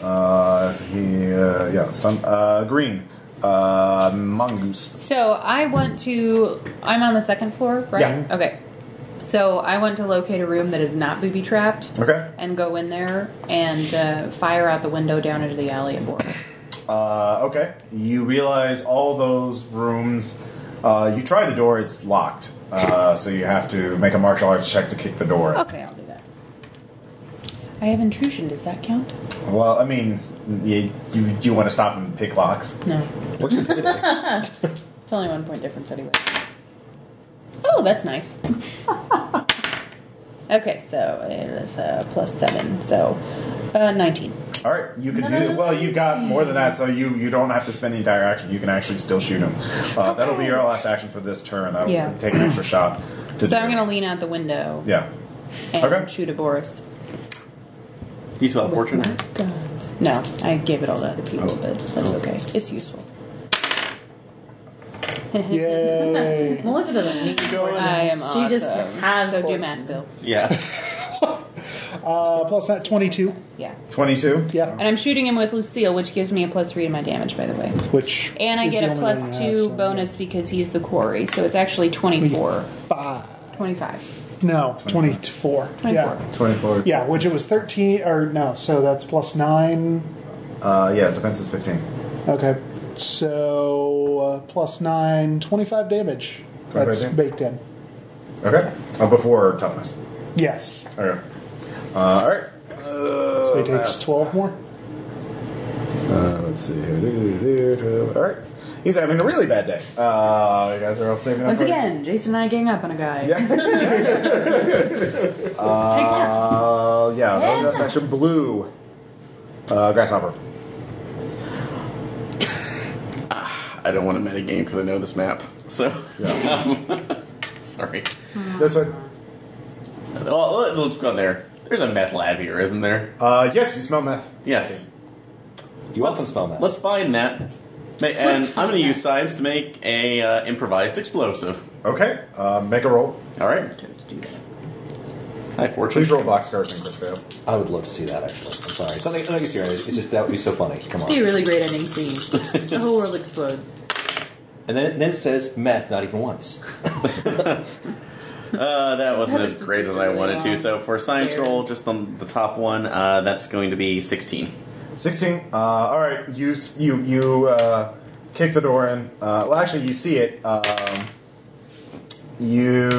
Speaker 1: Uh, so he uh, yeah. Stun, uh, green. Uh, mongoose.
Speaker 18: So I want to. I'm on the second floor, right?
Speaker 1: Yeah.
Speaker 18: Okay. So I want to locate a room that is not booby trapped
Speaker 1: Okay.
Speaker 18: and go in there and uh, fire out the window down into the alley at Boris.
Speaker 1: Uh, okay. You realize all those rooms. Uh, you try the door; it's locked. Uh, so you have to make a martial arts check to kick the door.
Speaker 18: Okay, I'll do that.
Speaker 3: I have intrusion. Does that count?
Speaker 1: Well, I mean, you, you do you want to stop and pick locks?
Speaker 3: No. it's only one point difference anyway. Oh, that's nice. okay, so it is a plus seven, so uh, 19.
Speaker 1: All right, you can do it. Well, you got more than that, so you you don't have to spend the entire action. You can actually still shoot him. Uh, That'll be your last action for this turn. That'll
Speaker 3: Yeah.
Speaker 1: take an extra shot. to do
Speaker 3: So I'm
Speaker 1: it.
Speaker 3: going to lean out the window
Speaker 1: Yeah.
Speaker 3: and
Speaker 1: Okay.
Speaker 3: shoot at Boris.
Speaker 2: You still have fortune?
Speaker 3: Guns. No, I gave it all to other people,
Speaker 1: Oh.
Speaker 3: but that's okay. It's useful.
Speaker 7: Yay!
Speaker 4: Melissa doesn't need fortune.
Speaker 3: I am
Speaker 4: she
Speaker 3: awesome.
Speaker 4: just has
Speaker 3: So do
Speaker 4: fortune.
Speaker 3: math, Bill.
Speaker 2: Yeah.
Speaker 7: Uh, plus that twenty-two.
Speaker 3: Yeah.
Speaker 1: Twenty-two.
Speaker 7: Yeah,
Speaker 3: And I'm shooting him with Lucille, which gives me a plus three to my damage, by the way.
Speaker 1: Oh.
Speaker 7: which
Speaker 3: And I
Speaker 7: is
Speaker 3: get
Speaker 7: the
Speaker 3: a
Speaker 7: only
Speaker 3: plus
Speaker 7: one I have,
Speaker 3: two
Speaker 7: so-
Speaker 3: bonus because he's the quarry, so it's actually 24.
Speaker 7: Five.
Speaker 3: 25.
Speaker 7: No, twenty-four. Yeah.
Speaker 1: 24.
Speaker 7: Yeah, which it was 13, or no, so that's plus 9.
Speaker 1: Uh, yeah, his defense is 15.
Speaker 7: Okay, so uh, plus 9, 25 damage.
Speaker 1: 25
Speaker 7: That's
Speaker 1: damage.
Speaker 7: baked in.
Speaker 1: Okay. Uh, before toughness.
Speaker 7: Yes.
Speaker 1: Okay. Uh, all right.
Speaker 7: So
Speaker 1: Uh,
Speaker 7: he takes 12 more?
Speaker 1: uh, let's see here. Do, do, do. All right. He's having a really bad day. Uh, you guys are all saving up.
Speaker 3: Once
Speaker 1: for-
Speaker 3: again, Jason and I gang up on a guy.
Speaker 1: Yeah. uh, yeah. That was your section blue. Uh, grasshopper.
Speaker 2: I don't want to metagame because I know this map. So,
Speaker 1: Yeah.
Speaker 2: sorry.
Speaker 1: That's right.
Speaker 2: Well, let's, let's go there. There's a meth lab here, isn't there?
Speaker 1: Uh, yes, you smell meth.
Speaker 2: Yes.
Speaker 5: You often smell that.
Speaker 2: Let's find that. Ma- And I'm going to use science to make a uh, improvised explosive.
Speaker 1: Okay. Uh, make a roll.
Speaker 2: All right. Hi, Fortune.
Speaker 1: Please roll box cards and crit fail.
Speaker 5: I would love to see that actually. I'm sorry. It's nothing, nothing serious. It's just that would be so funny. Come
Speaker 3: Be a
Speaker 5: on.
Speaker 3: really great ending scene. The whole world explodes.
Speaker 5: And then, then it says meth, not even once.
Speaker 2: Uh, that wasn't as
Speaker 3: That
Speaker 2: great as I
Speaker 3: really
Speaker 2: wanted to.
Speaker 3: long.
Speaker 2: So for science roll, just the, the top one, uh, that's going to be 16.
Speaker 1: 16. Uh, all right, you s- you you uh, kick the door in. Uh, well, actually, you see it. Um, you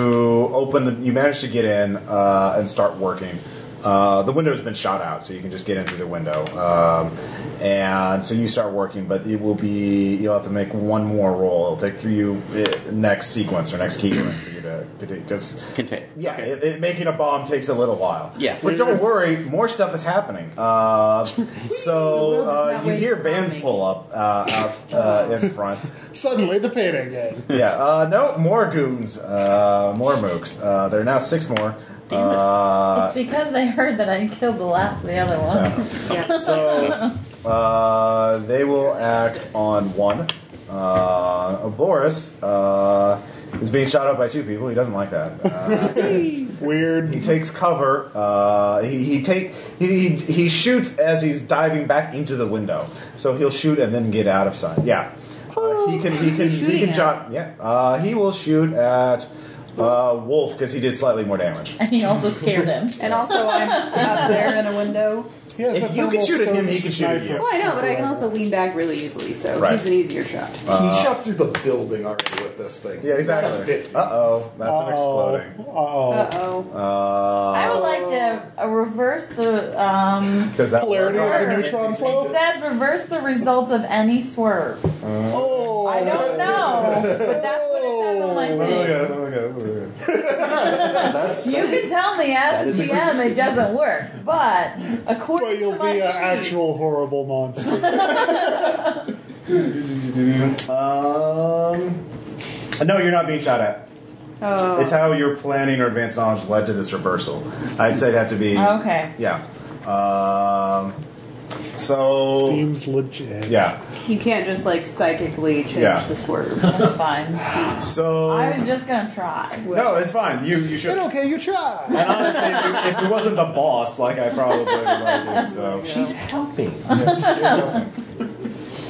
Speaker 1: open the. You manage to get in uh, and start working. Uh, the window's been shot out, so you can just get in through the window. Um, and so you start working, but it will be. You'll have to make one more roll. It'll take through you eh, next sequence or next keyword for you to because.
Speaker 2: Contain.
Speaker 1: Yeah,
Speaker 2: Okay.
Speaker 1: it, it, making a bomb takes a little while.
Speaker 2: Yeah.
Speaker 1: but don't worry, more stuff is happening. Uh, so uh, you hear vans pull up uh, out uh, in front.
Speaker 7: Suddenly the payday game.
Speaker 1: Yeah, uh, no more goons, uh, more mooks. Uh, there are now six more. Uh,
Speaker 4: It's because they heard that I killed the last of the other one.
Speaker 1: yeah. So uh, they will act on one. Uh, Boris uh, is being shot up by two people. He doesn't like that. Uh,
Speaker 7: Weird.
Speaker 1: He takes cover. Uh, he he take he, he he shoots as he's diving back into the window. So he'll shoot and then get out of sight. Yeah. Uh, he can he can he
Speaker 3: shooting
Speaker 1: can
Speaker 3: at?
Speaker 1: shot. Yeah. Uh, he will shoot at uh, Wolf because he did slightly more damage.
Speaker 4: And he also scared him.
Speaker 3: And also, I'm up there in a window.
Speaker 7: He has
Speaker 1: If
Speaker 7: a
Speaker 1: you can
Speaker 7: thermal
Speaker 1: shoot at him,
Speaker 7: stone
Speaker 1: he can shoot at
Speaker 7: sniper.
Speaker 1: you.
Speaker 3: Well, I know, but I can also lean back really easily, so
Speaker 1: Right.
Speaker 3: it's an easier shot.
Speaker 6: he shot through the building already with this thing.
Speaker 1: Yeah.
Speaker 6: It's not a
Speaker 1: Exactly.
Speaker 6: 50.
Speaker 1: Uh oh. That's an
Speaker 7: Uh-oh.
Speaker 1: exploding.
Speaker 3: Uh
Speaker 7: Uh-oh.
Speaker 3: oh.
Speaker 4: I
Speaker 1: Uh.
Speaker 4: would like to uh, reverse the. Um,
Speaker 1: Does that
Speaker 7: Polarity
Speaker 1: work?
Speaker 7: of the neutron
Speaker 4: it
Speaker 7: flow?
Speaker 4: says reverse the results of any swerve.
Speaker 7: Oh. Oh.
Speaker 4: I don't know, but that's what it says on my
Speaker 1: Look at
Speaker 4: thing.
Speaker 1: it, look at it, look at
Speaker 5: That's,
Speaker 4: You can tell me as
Speaker 5: That is a
Speaker 4: GM it doesn't work, but according
Speaker 7: But you'll
Speaker 4: to my
Speaker 7: be an
Speaker 4: sheet,
Speaker 7: actual horrible monster.
Speaker 1: Um, no, you're not being shot at.
Speaker 4: Oh.
Speaker 1: It's how your planning or advanced knowledge led to this reversal. I'd say it'd have to be.
Speaker 4: Okay.
Speaker 1: Yeah. Um, so.
Speaker 7: Seems legit.
Speaker 1: yeah.
Speaker 3: You can't just like psychically change
Speaker 1: Yeah.
Speaker 3: this word.
Speaker 4: That's fine.
Speaker 1: So.
Speaker 4: I was just gonna try.
Speaker 1: no, it's fine. You you should.
Speaker 7: Then
Speaker 1: And
Speaker 7: okay, you try.
Speaker 1: honestly, if, you- if it wasn't the boss, like I probably would have do. So.
Speaker 5: she's helping.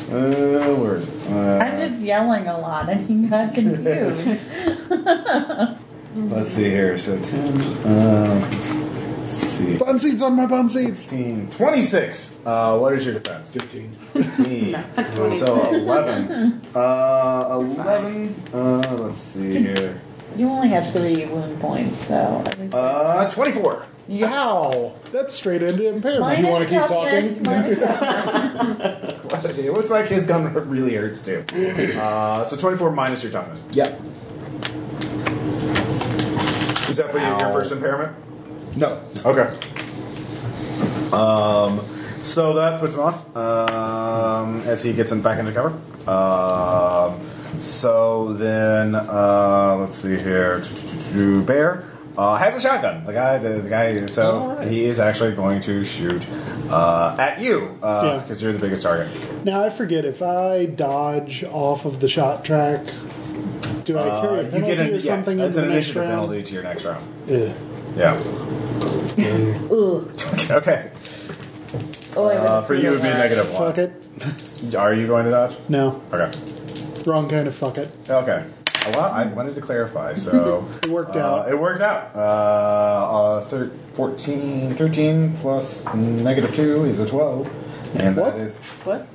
Speaker 1: Uh, where is it? Uh,
Speaker 4: I'm just yelling a lot and he got confused.
Speaker 1: Let's see here. So 10. Uh, let's, let's see.
Speaker 7: Bun seeds on my bun seeds.
Speaker 1: 16. 26. Uh, what is your defense?
Speaker 6: 15.
Speaker 1: 15. so 11. Uh, 11. Uh, let's see here.
Speaker 4: you only have three wound points, so I think-
Speaker 1: Uh, 24.
Speaker 4: Yes.
Speaker 7: Wow, that's straight into impairment.
Speaker 4: Minus
Speaker 6: wanna keep
Speaker 4: toughness,
Speaker 6: talking?
Speaker 4: minus toughness.
Speaker 1: It looks like his gun really hurts too. Uh, so 24 minus your toughness.
Speaker 6: Yeah.
Speaker 1: Is that what you- your
Speaker 5: Ow.
Speaker 1: first impairment?
Speaker 6: No.
Speaker 1: Okay. Um, so that puts him off um, as he gets in back into cover. Um, so then, uh, let's see here. Bear uh, has a shotgun. The guy, the, the guy. So he is actually going to shoot uh, at you
Speaker 7: Yeah.
Speaker 1: because you're the biggest target. Uh,
Speaker 7: Now I forget if I dodge off of the shot track. Do I carry
Speaker 1: Uh,
Speaker 7: a penalty
Speaker 1: an-
Speaker 7: or
Speaker 1: yeah,
Speaker 7: something
Speaker 1: that's
Speaker 7: in
Speaker 1: an
Speaker 7: the next
Speaker 1: initiative
Speaker 7: round?
Speaker 1: penalty to your next round.
Speaker 7: Ugh.
Speaker 1: Yeah. okay.
Speaker 4: Oh, I
Speaker 1: Uh, for you, it would be
Speaker 4: would've-
Speaker 1: negative
Speaker 7: Fuck
Speaker 1: one.
Speaker 7: it.
Speaker 1: Are you going to dodge?
Speaker 7: No,
Speaker 1: Okay.
Speaker 7: wrong kind of fuck it.
Speaker 1: Okay. Uh, Well, I wanted to clarify, so
Speaker 7: It worked
Speaker 1: uh,
Speaker 7: out.
Speaker 1: It worked out. Uh, uh, thir- 14, 13 plus negative two is a twelve, and
Speaker 7: What?
Speaker 1: that is
Speaker 3: What?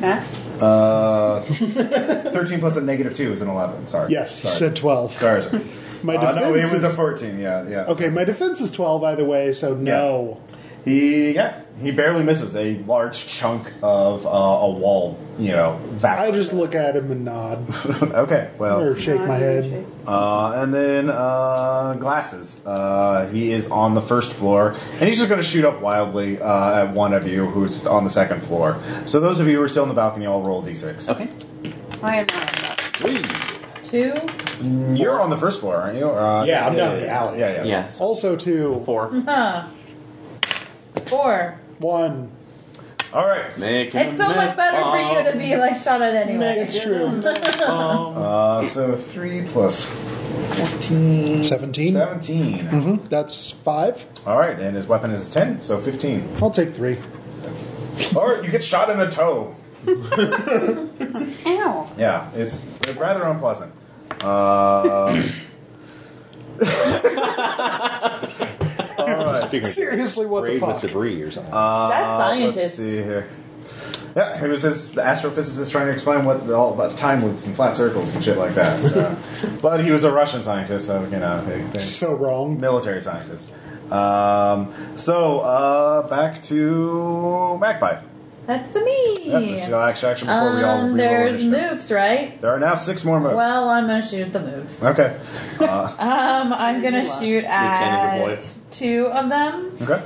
Speaker 3: Huh?
Speaker 1: uh, thirteen plus a negative two is an eleven. Sorry.
Speaker 7: Yes, he
Speaker 1: Sorry.
Speaker 7: said twelve.
Speaker 1: Sorry. sorry.
Speaker 7: My
Speaker 1: Uh,
Speaker 7: defense
Speaker 1: no, it was a
Speaker 7: is
Speaker 1: fourteen. Yeah, yeah.
Speaker 7: okay. My defense is twelve either way, so no.
Speaker 1: He yeah. He barely misses a large chunk of uh, a wall. You know,
Speaker 7: I
Speaker 1: vacuum.
Speaker 7: just look at him and nod
Speaker 1: okay. Well,
Speaker 7: or shake my head.
Speaker 3: Shake.
Speaker 1: Uh, and then uh, glasses. Uh, he is on the first floor, and he's just going to shoot up wildly uh, at one of you who's on the second floor. So those of you who are still in the balcony, all roll d6.
Speaker 2: Okay.
Speaker 3: I am not on that.
Speaker 4: Two.
Speaker 1: You're on the first floor, aren't you? Uh,
Speaker 6: Yeah, I'm down in the alley.
Speaker 1: Yeah, yeah.
Speaker 2: Yeah. So
Speaker 7: Also two,
Speaker 2: four.
Speaker 4: Huh. Four.
Speaker 7: one.
Speaker 1: All right.
Speaker 2: Make
Speaker 4: It's so much better for you
Speaker 1: um,
Speaker 4: to be like shot at anyway.
Speaker 7: It's true.
Speaker 1: Uh, so three plus fourteen.
Speaker 7: 17?
Speaker 1: 17.
Speaker 6: Mm-hmm.
Speaker 7: Mhm, That's five.
Speaker 1: All right, and his weapon is a ten, so fifteen.
Speaker 7: I'll take three.
Speaker 1: All right, you get shot in the toe.
Speaker 3: Ow.
Speaker 1: Yeah, it's rather unpleasant. Um,
Speaker 7: Seriously, what the
Speaker 5: Sprayed with
Speaker 7: fuck?
Speaker 5: debris or something.
Speaker 4: That's
Speaker 1: uh, Let's
Speaker 4: scientist.
Speaker 1: see here. Yeah, it was his the astrophysicist trying to explain what the, all about time loops and flat circles and shit like that. So. but he was a Russian scientist, so you know, they, they,
Speaker 7: So wrong.
Speaker 1: military scientist. Um, so uh, back to Magpie.
Speaker 4: That's a me.
Speaker 1: Yep, this is your action, action before we all
Speaker 4: Um,
Speaker 1: reroll
Speaker 4: there's
Speaker 1: initiative.
Speaker 4: mooks, right?
Speaker 1: There are now six more moves.
Speaker 4: Well, I'm gonna shoot the mooks.
Speaker 1: okay.
Speaker 4: Um, I'm
Speaker 3: There's
Speaker 4: gonna
Speaker 3: a lot.
Speaker 4: shoot
Speaker 2: cannon
Speaker 4: at
Speaker 2: deploys.
Speaker 4: two of them,
Speaker 1: Okay.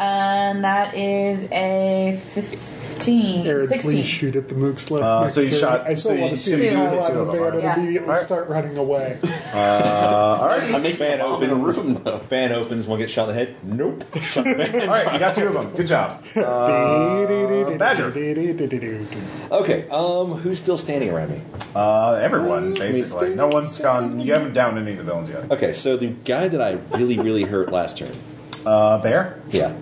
Speaker 4: and that is a 15,
Speaker 7: Aaron,
Speaker 4: 16.
Speaker 7: please shoot at the mooks left.
Speaker 1: Uh,
Speaker 7: next
Speaker 1: so you
Speaker 7: to it.
Speaker 1: shot-
Speaker 7: I still
Speaker 1: so you-
Speaker 7: want to see
Speaker 1: so
Speaker 7: him
Speaker 1: you
Speaker 7: pile
Speaker 1: hit
Speaker 7: out
Speaker 1: two
Speaker 7: of
Speaker 1: of
Speaker 7: the
Speaker 1: them,
Speaker 7: van
Speaker 1: right?
Speaker 7: and
Speaker 4: Yeah.
Speaker 7: immediately
Speaker 1: Alright.
Speaker 7: start running away.
Speaker 1: Uh, all right.
Speaker 2: I make
Speaker 5: Fan
Speaker 2: fan open a
Speaker 5: opens.
Speaker 2: room though.
Speaker 5: Fan opens, one gets shot in the head. Nope. Shot in the
Speaker 1: All
Speaker 5: head.
Speaker 1: right. You got two of them. Good job. Uh, Badger.
Speaker 5: Okay, um, who's still standing around me?
Speaker 1: Uh, everyone basically. No one's gone. You haven't downed any of the villains yet.
Speaker 5: Okay, so the guy that I really, really hurt last turn.
Speaker 1: Uh, Bear.
Speaker 5: Yeah.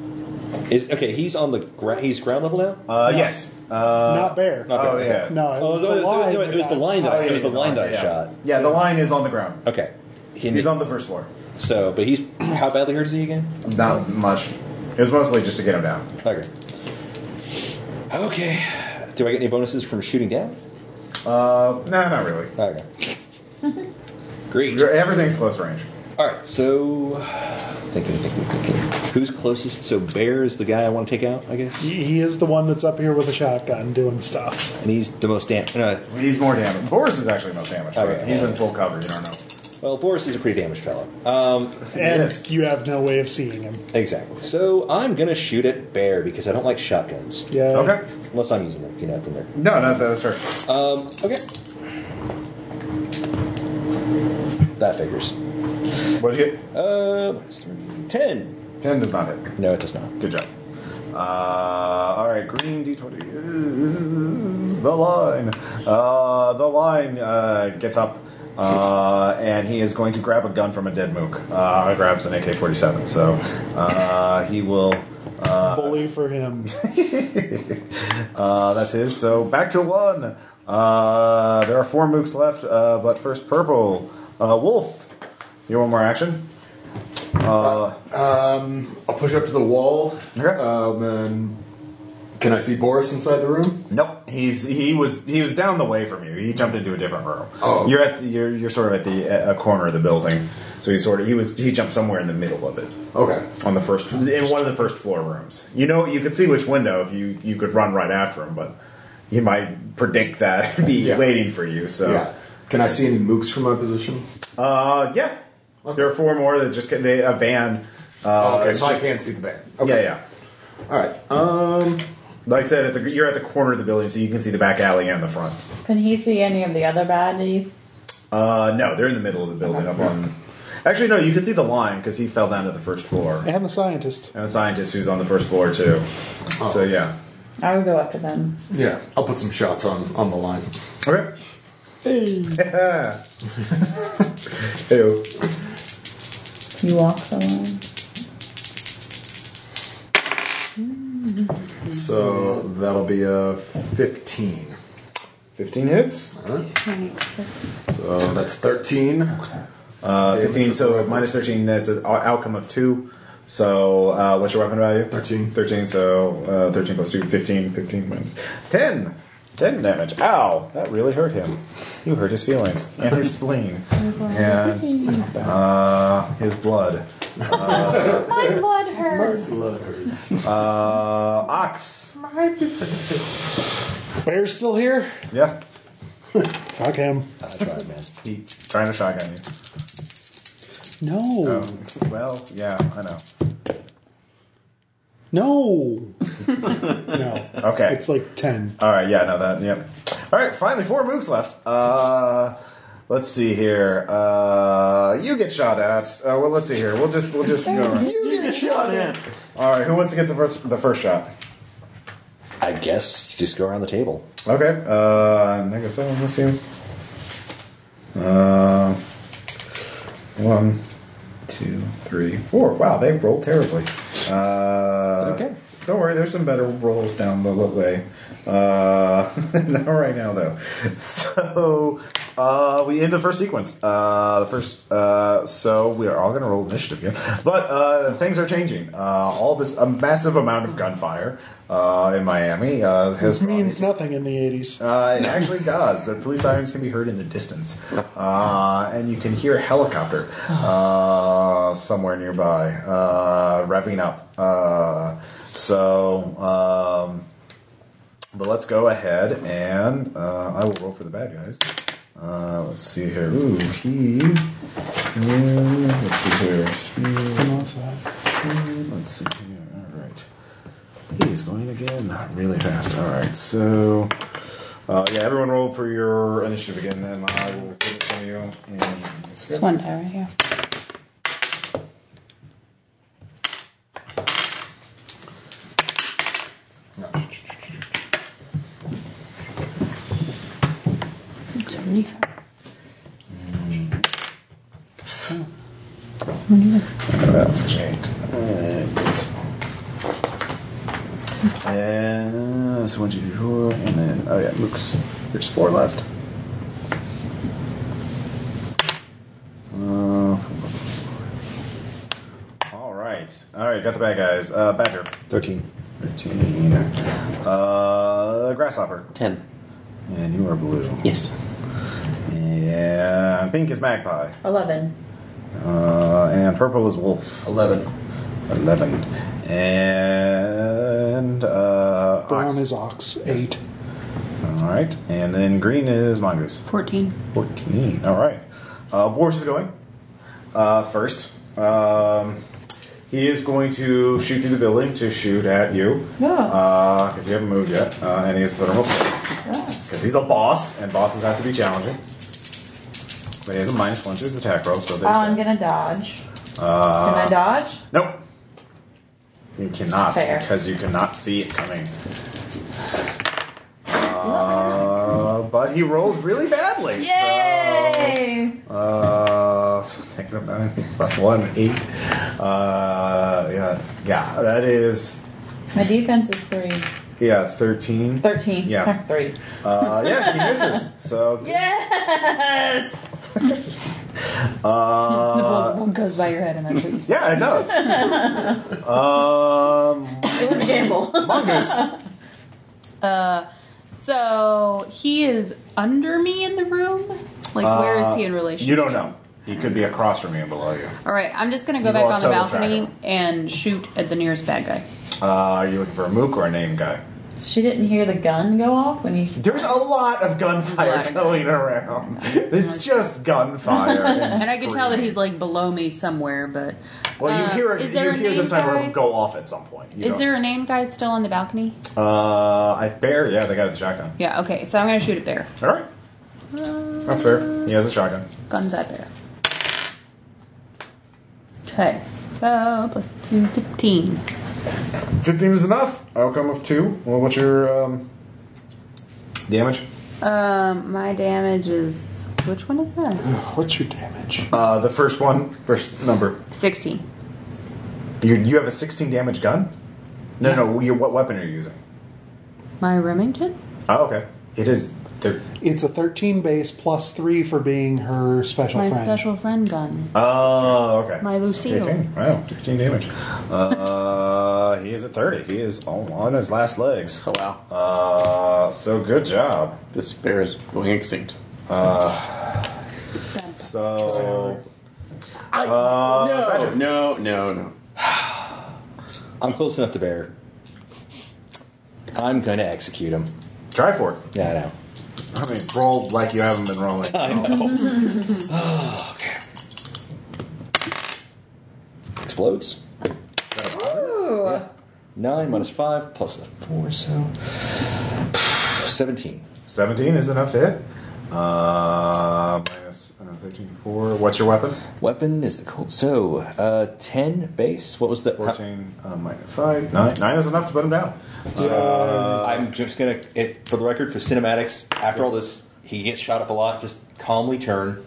Speaker 5: Is, okay, he's on the ground. He's ground level now.
Speaker 1: Uh, yes. Uh,
Speaker 7: Not bear.
Speaker 5: Not bear,
Speaker 1: oh
Speaker 5: okay.
Speaker 1: yeah.
Speaker 7: No, it
Speaker 5: Oh,
Speaker 7: was,
Speaker 5: it was, it
Speaker 7: the line
Speaker 5: was- it was- it was the
Speaker 7: that-
Speaker 5: line that
Speaker 1: Oh,
Speaker 5: I,
Speaker 1: yeah,
Speaker 5: it was the line that I
Speaker 1: yeah.
Speaker 5: shot.
Speaker 1: Yeah, the line is on the ground.
Speaker 5: Okay. He-
Speaker 1: He's on the first floor.
Speaker 5: so, but he's how badly hurt is he again?
Speaker 1: Not much. It was mostly just to get him down.
Speaker 5: Okay. Okay. Do I get any bonuses from shooting down?
Speaker 1: Uh, no, not really.
Speaker 5: Okay. Great.
Speaker 1: You're- everything's close range.
Speaker 5: All right, so thinking, thinking, thinking. Who's closest? So Bear is the guy I want to take out, I guess,
Speaker 7: He he is the one that's up here with a shotgun doing stuff.
Speaker 5: and he's the most uh, damn. No,
Speaker 1: He's more damaged. Boris is actually most damaged.
Speaker 5: Okay.
Speaker 1: but He's in full cover. You don't know.
Speaker 5: well, Boris is a pretty damaged fellow. Um,
Speaker 7: And
Speaker 1: Yes.
Speaker 7: you have no way of seeing him.
Speaker 5: exactly. So I'm gonna shoot at Bear because I don't like shotguns,
Speaker 7: Yeah.
Speaker 1: Okay.
Speaker 5: unless I'm using them. You know, then they're
Speaker 1: No, no, that's her.
Speaker 5: Um, okay. That figures.
Speaker 1: What'd you
Speaker 5: Uh, what is three? ten.
Speaker 1: get? Ten does not hit.
Speaker 5: No, it does not.
Speaker 1: Good job. Uh, all right, green d20 is the line. Uh, the line uh, gets up, uh, and he is going to grab a gun from a dead mook. Uh, grabs an AK-47, so uh, he will. Uh,
Speaker 7: Bully for him.
Speaker 1: uh, that's his. So back to one. Uh, there are four mooks left, uh, but first purple uh, wolf. You want more action? Uh,
Speaker 6: Um, I'll push up to the wall.
Speaker 1: Okay.
Speaker 6: Um, and can I see Boris inside the room?
Speaker 1: Nope, he's he was he was down the way from you. He jumped into a different room.
Speaker 6: Oh.
Speaker 1: you're at the, you're you're sort of at the a corner of the building. So he sort of he was he jumped somewhere in the middle of it
Speaker 6: Okay.
Speaker 1: on the first in one of the first floor rooms. You know you could see which window if you you could run right after him, but he might predict that he'd be
Speaker 6: Yeah.
Speaker 1: waiting for you. So
Speaker 6: Yeah. Can I see any mooks from my position?
Speaker 1: uh yeah, there are four more that just get they a van. Uh,
Speaker 6: okay, so I
Speaker 1: just-
Speaker 6: can't see the band.
Speaker 1: yeah
Speaker 6: Okay.
Speaker 1: yeah.
Speaker 6: All right. Um,
Speaker 1: Like I said, at the, you're at the corner of the building, so you can see the back alley and the front.
Speaker 4: Can he see any of the other baddies?
Speaker 1: Uh, no, they're in the middle of the building up on. Actually, no, you can see the line because he fell down to the first floor.
Speaker 7: And a scientist.
Speaker 1: And the scientist who's on the first floor, too. So, yeah.
Speaker 4: I would go after them.
Speaker 6: yeah, I'll put some shots on on the line.
Speaker 1: Okay. Hey.
Speaker 4: You walk the line.
Speaker 6: So that'll be a fifteen.
Speaker 1: 15 hits.
Speaker 6: So that's thirteen.
Speaker 1: Uh, 15, so minus 13, that's an out- outcome of 2. So, uh, what's your weapon value?
Speaker 6: 13.
Speaker 1: 13, so uh, 13 plus 2, 15, 15 minus 10. 10 damage. Ow! That really hurt him. You hurt his feelings. And his spleen. and uh, his blood.
Speaker 4: My blood hurts.
Speaker 6: Blood hurts.
Speaker 1: Uh, ox.
Speaker 7: Bear's still here?
Speaker 1: Yeah.
Speaker 7: Fuck him.
Speaker 5: I tried, Oh, man.
Speaker 1: He trying to shotgun you. Um,
Speaker 7: No.
Speaker 1: Well, yeah, I know.
Speaker 7: No. no.
Speaker 1: Okay.
Speaker 7: It's like 10.
Speaker 1: All right, yeah, no, that, yep. All right, finally, four mooks left. Uh, let's see here. Uh, you get shot at. Uh, well, let's see here. We'll just, we'll just go around.
Speaker 5: You get shot at.
Speaker 1: All right, who wants to get the first, the first shot?
Speaker 5: I guess just go around the table.
Speaker 1: Okay. Uh, I guess I'll miss you. Uh, one, two, three, four. Wow, they rolled terribly. Uh,
Speaker 5: Okay.
Speaker 1: Don't worry, there's some better rolls down the lo- way. Uh, not right now, though. So uh, we end the first sequence. Uh, the first. Uh, so we are all going to roll initiative again, but uh, things are changing. Uh, all this a massive amount of gunfire uh, in Miami uh, has
Speaker 7: This
Speaker 1: drawn-
Speaker 7: means nothing in the 80s.
Speaker 1: uh, it actually does. The police sirens can be heard in the distance, uh, and you can hear a helicopter uh, somewhere nearby uh, revving up. Uh, so, um, but let's go ahead and uh, I will roll for the bad guys. Uh, let's see here. Ooh, he. mm, Let's see here. Speed. Let's see here. All right. He's going again. Not really fast. All right. So, uh, yeah, everyone roll for your initiative again, and I will put it for you. And
Speaker 4: It's one guy right here.
Speaker 1: That's great. And so one, two, three, four, and then oh yeah, Mooks. There's four left. Uh, four, four. All right, all right, got the bad guys. Uh, Badger,
Speaker 5: Thirteen.
Speaker 1: thirteen. Uh, Grasshopper,
Speaker 2: Ten.
Speaker 1: and you are blue.
Speaker 2: Yes.
Speaker 1: Yeah, pink is Magpie.
Speaker 4: Eleven.
Speaker 1: Uh, And purple is wolf.
Speaker 2: 11.
Speaker 1: 11. And. Uh,
Speaker 7: Brown
Speaker 1: ox.
Speaker 7: is ox. Eight.
Speaker 1: All right. And then green is mongoose.
Speaker 3: 14.
Speaker 1: 14. All right. Uh, Boris is going uh, first. Um, he is going to shoot through the building to shoot at you.
Speaker 4: Yeah.
Speaker 1: Because you haven't moved yet. Uh, and he has thermal spray. Because he's a boss, and bosses have to be challenging. But he has a minus one to his attack roll, so
Speaker 4: Oh,
Speaker 1: there's.
Speaker 4: I'm
Speaker 1: that.
Speaker 4: gonna dodge.
Speaker 1: uh,
Speaker 4: Can I dodge?
Speaker 1: Nope. You cannot
Speaker 4: Fair.
Speaker 1: because you cannot see it coming. Uh, but he rolls really badly.
Speaker 4: Yay!
Speaker 1: So, uh, so thinking about it, it's plus one eight. Uh, yeah, yeah. That is
Speaker 4: My defense is three.
Speaker 1: yeah thirteen.
Speaker 4: 13.
Speaker 1: Yeah.
Speaker 4: Sorry, Three.
Speaker 1: Uh, yeah, he misses. So
Speaker 4: Yes!
Speaker 9: The
Speaker 1: uh,
Speaker 9: blood won't goes by your head, and that's what you say.
Speaker 1: yeah, it does. Um,
Speaker 4: It was a gamble.
Speaker 1: mongoose.
Speaker 10: Uh, so he is under me in the room. Like, where is he in relation?
Speaker 1: Uh, You
Speaker 10: to
Speaker 1: don't
Speaker 10: me?
Speaker 1: know. He could be across from you and below you.
Speaker 10: All right, I'm just gonna go
Speaker 1: You
Speaker 10: back
Speaker 1: lost
Speaker 10: on the
Speaker 1: total track of
Speaker 10: balcony
Speaker 1: him.
Speaker 10: and shoot at the nearest bad guy.
Speaker 1: Uh, are you looking for a mook or a name guy?
Speaker 4: She didn't hear the gun go off when you.
Speaker 1: There's a lot of gunfire
Speaker 10: Lot of
Speaker 1: going around. It's just gunfire. and,
Speaker 10: And I can tell that he's
Speaker 1: screaming.
Speaker 10: like below me somewhere, but
Speaker 1: Well, you
Speaker 10: uh,
Speaker 1: hear
Speaker 10: is
Speaker 1: you
Speaker 10: there a
Speaker 1: hear the
Speaker 10: name
Speaker 1: sniper
Speaker 10: guy?
Speaker 1: go off at some point. You
Speaker 10: is
Speaker 1: don't-
Speaker 10: there a name guy still on the balcony?
Speaker 1: Uh, I bear. Yeah, they got the shotgun.
Speaker 10: Yeah. Okay. So I'm gonna shoot it there.
Speaker 1: All right, that's fair. He has a shotgun.
Speaker 10: Guns out there. Okay. So plus two, 15.
Speaker 1: Fifteen is enough. Outcome of two. Well, what's your um, damage?
Speaker 3: Um, my damage is. Which one is that?
Speaker 7: What's your damage?
Speaker 1: Uh, the first one, first number.
Speaker 3: 16.
Speaker 1: You you have a sixteen damage gun. No, no. You, what weapon are you using?
Speaker 3: My Remington?
Speaker 1: Oh, okay. It is. They're,
Speaker 7: It's a 13 base plus 3 for being her special
Speaker 3: My
Speaker 7: friend.
Speaker 3: special friend gun.
Speaker 1: Oh, okay.
Speaker 3: My Lucille.
Speaker 1: 18. Wow, 15 damage. Uh, he is at 30. He is all on his last legs.
Speaker 2: Oh, wow.
Speaker 1: Uh, so good job.
Speaker 2: This bear is going extinct.
Speaker 1: So,
Speaker 2: no, Uh, no, no, no.
Speaker 5: I'm close enough to bear. I'm gonna execute him.
Speaker 1: try for it.
Speaker 5: Yeah, I know.
Speaker 1: I mean, roll like you haven't been rolling.
Speaker 5: I know. okay. Explodes.
Speaker 4: Ooh.
Speaker 5: Nine minus five plus a four, so seventeen.
Speaker 1: 17 is enough to hit. Uh, minus uh, 13, 4. What's your weapon?
Speaker 5: Weapon is the Colt. So, uh, ten base. What was the?
Speaker 1: 14 uh, minus 5. 9. 9 is enough to put him down.
Speaker 5: Uh, I'm just gonna, it, for the record, for cinematics. After all this, he gets shot up a lot. Just calmly turn.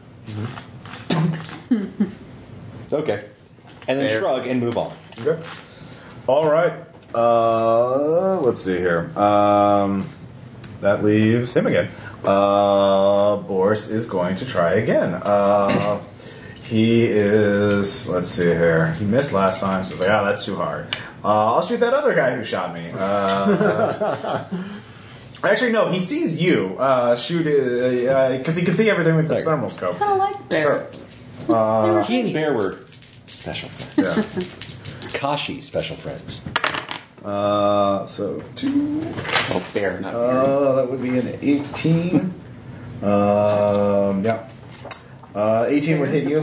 Speaker 5: okay, and then
Speaker 2: Fair.
Speaker 5: shrug and move on.
Speaker 1: Okay. All right. Uh, let's see here. Um, that leaves him again. Uh, Boris is going to try again. Uh, he is. Let's see here. He missed last time, so he's like, "Ah, that's too hard." Uh, I'll shoot that other guy who shot me. Uh, actually, no. He sees you uh, shoot because he can see everything with his
Speaker 5: There.
Speaker 1: thermal scope.
Speaker 3: Kind of like
Speaker 1: So-
Speaker 3: bear.
Speaker 5: He and Bear were special
Speaker 1: yeah.
Speaker 5: friends. Kashi special friends.
Speaker 1: Uh, so two.
Speaker 2: Oh, bear, not bear.
Speaker 1: Uh, that would be an 18. um, yeah. Uh, 18 would hit you.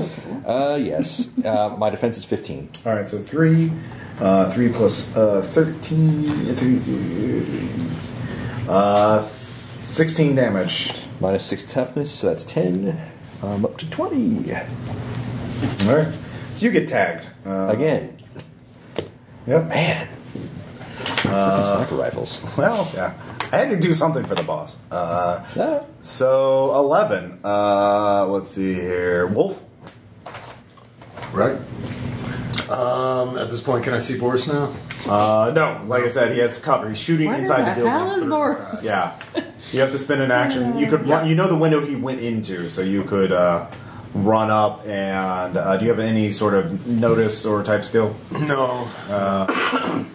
Speaker 5: Uh, yes. uh, my defense is fifteen.
Speaker 1: All right, so 3. Uh, 3 plus uh, 13. uh, three- three- Uh, 16 damage.
Speaker 5: Minus six toughness, so that's ten. I'm up to twenty
Speaker 1: All right. So you get tagged. Uh,
Speaker 5: again.
Speaker 1: Yep.
Speaker 5: Man, Freaking sniper rifles.
Speaker 1: Well, yeah. I had to do something for the boss. Uh,
Speaker 5: Ah.
Speaker 1: so 11. Uh, let's see here. Wolf.
Speaker 6: Right. Um, at this point, can I see Boris now?
Speaker 1: Uh, no, like I said, he has cover. He's shooting
Speaker 4: Where
Speaker 1: inside
Speaker 4: the
Speaker 1: the building.
Speaker 4: hell is Boris?
Speaker 1: Yeah, you have to spin an action. You could run. You know the window he went into, so you could uh, run up. And uh, do you have any sort of notice or type skill?
Speaker 6: No.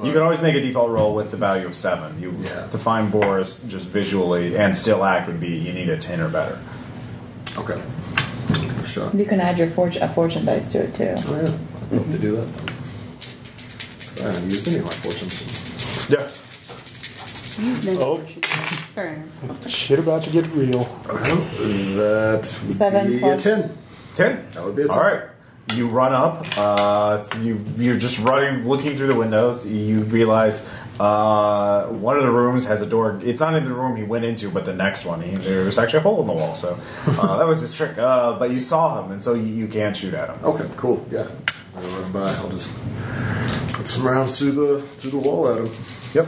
Speaker 1: You could always make a default roll with the value of seven. You
Speaker 6: Yeah.
Speaker 1: to find Boris just visually and still act would be you need a ten or better.
Speaker 6: Okay. Shot.
Speaker 4: You can add your fortune, a fortune dice to it too.
Speaker 6: Oh, yeah. I'd love to do that. I haven't used any of my fortunes.
Speaker 1: Yeah.
Speaker 3: Use them.
Speaker 7: Oh.
Speaker 3: Sorry.
Speaker 7: Shit about to get real.
Speaker 6: Well, that would
Speaker 4: Seven
Speaker 6: be
Speaker 4: plus-
Speaker 6: a 10.
Speaker 1: Ten.
Speaker 6: That would be a ten.
Speaker 1: All right. You run up. Uh, you you're just running, looking through the windows. You realize uh, one of the rooms has a door. It's not in the room he went into, but the next one. He, there was actually a hole in the wall, so uh, that was his trick. Uh, but you saw him, and so you, you can't shoot at him.
Speaker 6: Okay, cool. Yeah. I'll run by. I'll just put some rounds through the through the wall at him.
Speaker 1: Yep.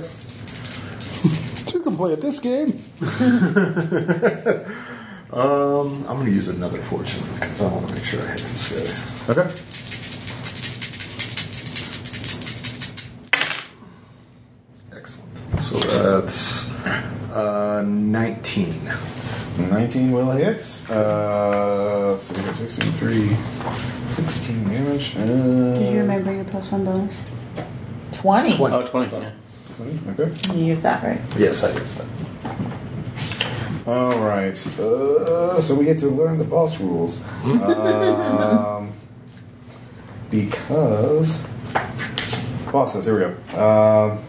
Speaker 7: Two can play at this game.
Speaker 6: Um, I'm gonna use another fortune because I want to make sure I hit this guy.
Speaker 1: Okay.
Speaker 6: Excellent. So that's uh, 19.
Speaker 1: 19 will hits. Uh, let's see, 63, 16 damage. Uh,
Speaker 3: Did you remember your plus one bonus?
Speaker 4: 20.
Speaker 2: Oh, 20. Yeah.
Speaker 1: Okay.
Speaker 4: You use that, right?
Speaker 6: Yes, I used that.
Speaker 1: All right. Uh, so we get to learn the boss rules. um, because bosses. Here we go. Um,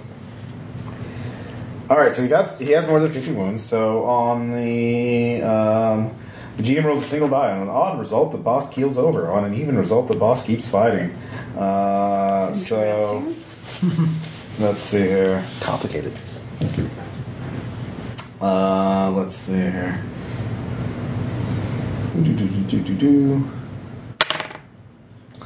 Speaker 1: all right. So he got. He has more than fifty wounds. So on the. Um, the GM rolls a single die. On an odd result, the boss keels over. On an even result, the boss keeps fighting. Uh, so, let's see here.
Speaker 5: Complicated.
Speaker 1: Uh, let's see here. Do-do-do-do-do-do.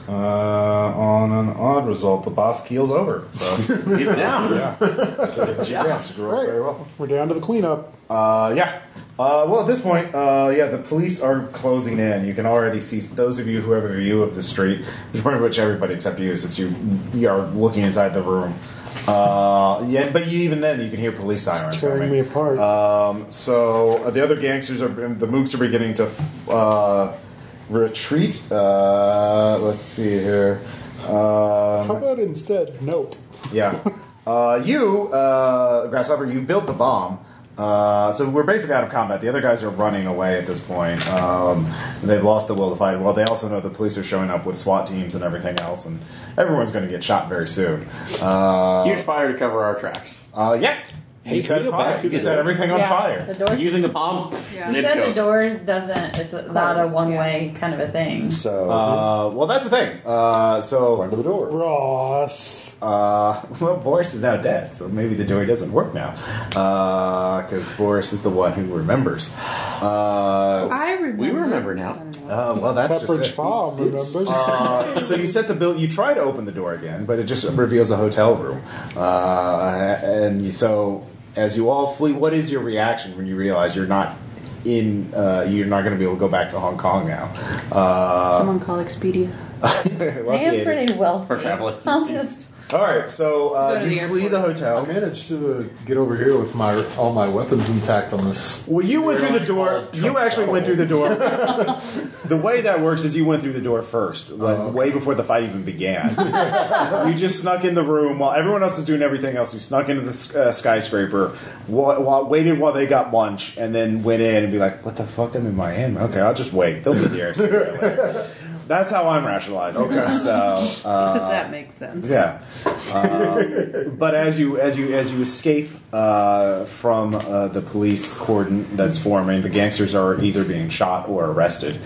Speaker 1: Uh, on an odd result, the boss keels over. So,
Speaker 2: He's down.
Speaker 1: yeah. Yes, you rolled very well.
Speaker 7: We're down to the cleanup.
Speaker 1: Uh, yeah. Uh, well, at this point, uh, yeah, the police are closing in. You can already see those of you who have a view of the street. There's pretty much everybody except you, since you you are looking inside the room. Uh, yeah, but you, even then, you can hear police sirens.
Speaker 7: Tearing
Speaker 1: coming.
Speaker 7: me apart.
Speaker 1: Um, so uh, the other gangsters are the mooks are beginning to uh, retreat. Uh, let's see here.
Speaker 7: How
Speaker 1: Um,
Speaker 7: about instead? Nope.
Speaker 1: yeah, uh, you uh, grasshopper, you built the bomb. Uh, so we're basically out of combat. The other guys are running away at this point. Um, they've lost the will to fight. Well, they also know the police are showing up with SWAT teams and everything else, and everyone's going to get shot very soon. Uh,
Speaker 2: Huge fire to cover our tracks.
Speaker 1: uh, yeah. he
Speaker 5: Hey, can
Speaker 1: set
Speaker 5: we go back
Speaker 1: fire.
Speaker 5: through
Speaker 1: He
Speaker 5: the
Speaker 1: set
Speaker 5: door?
Speaker 1: everything on
Speaker 19: Yeah.
Speaker 1: fire.
Speaker 4: The doors.
Speaker 2: Using the palm.
Speaker 3: Yeah.
Speaker 2: and
Speaker 19: You
Speaker 2: it
Speaker 19: said the
Speaker 2: goes.
Speaker 19: doors doesn't. It's not a one-way kind of a thing.
Speaker 5: So
Speaker 1: Uh, well, that's the thing. Uh, so
Speaker 5: run to the door.
Speaker 7: Ross.
Speaker 1: Uh, well, Boris is now dead, so maybe the door doesn't work now. Because Boris is the one who remembers. Uh,
Speaker 3: I remember.
Speaker 2: We remember now.
Speaker 1: uh, well, that's
Speaker 7: Pepperidge
Speaker 1: just it.
Speaker 7: Farm, remember?
Speaker 1: Uh, so you set the bill. You try to open the door again, but it just reveals a hotel room. Uh, and you, so, as you all flee, what is your reaction when you realize you're not in? Uh, you're not going to be able to go back to Hong Kong now. Uh,
Speaker 3: Someone call Expedia.
Speaker 1: well,
Speaker 4: I
Speaker 1: it
Speaker 4: am
Speaker 1: is.
Speaker 4: pretty well.
Speaker 2: Or traveling.
Speaker 4: I'll just.
Speaker 1: all right, so uh,
Speaker 20: Go to
Speaker 1: you
Speaker 20: the
Speaker 1: flee the hotel.
Speaker 6: I managed to get over here with my all my weapons intact on this.
Speaker 1: Well, you went through the
Speaker 6: You're
Speaker 1: door.
Speaker 6: like,
Speaker 1: You actually went through the door. the way that works is you went through the door first, like
Speaker 6: okay.
Speaker 1: way before the fight even began. you just snuck in the room while everyone else was doing everything else. You snuck into the uh, skyscraper, wa- wa- waited while they got lunch, and then went in and be like, "What the fuck? I'm in Miami. Okay, I'll just wait. They'll be here." sooner or later." That's how I'm rationalizing. Okay. So. Uh,
Speaker 4: Does that make sense?
Speaker 1: yeah. Um, but as you as you as you escape uh, from uh, the police cordon that's forming, the gangsters are either being shot or arrested.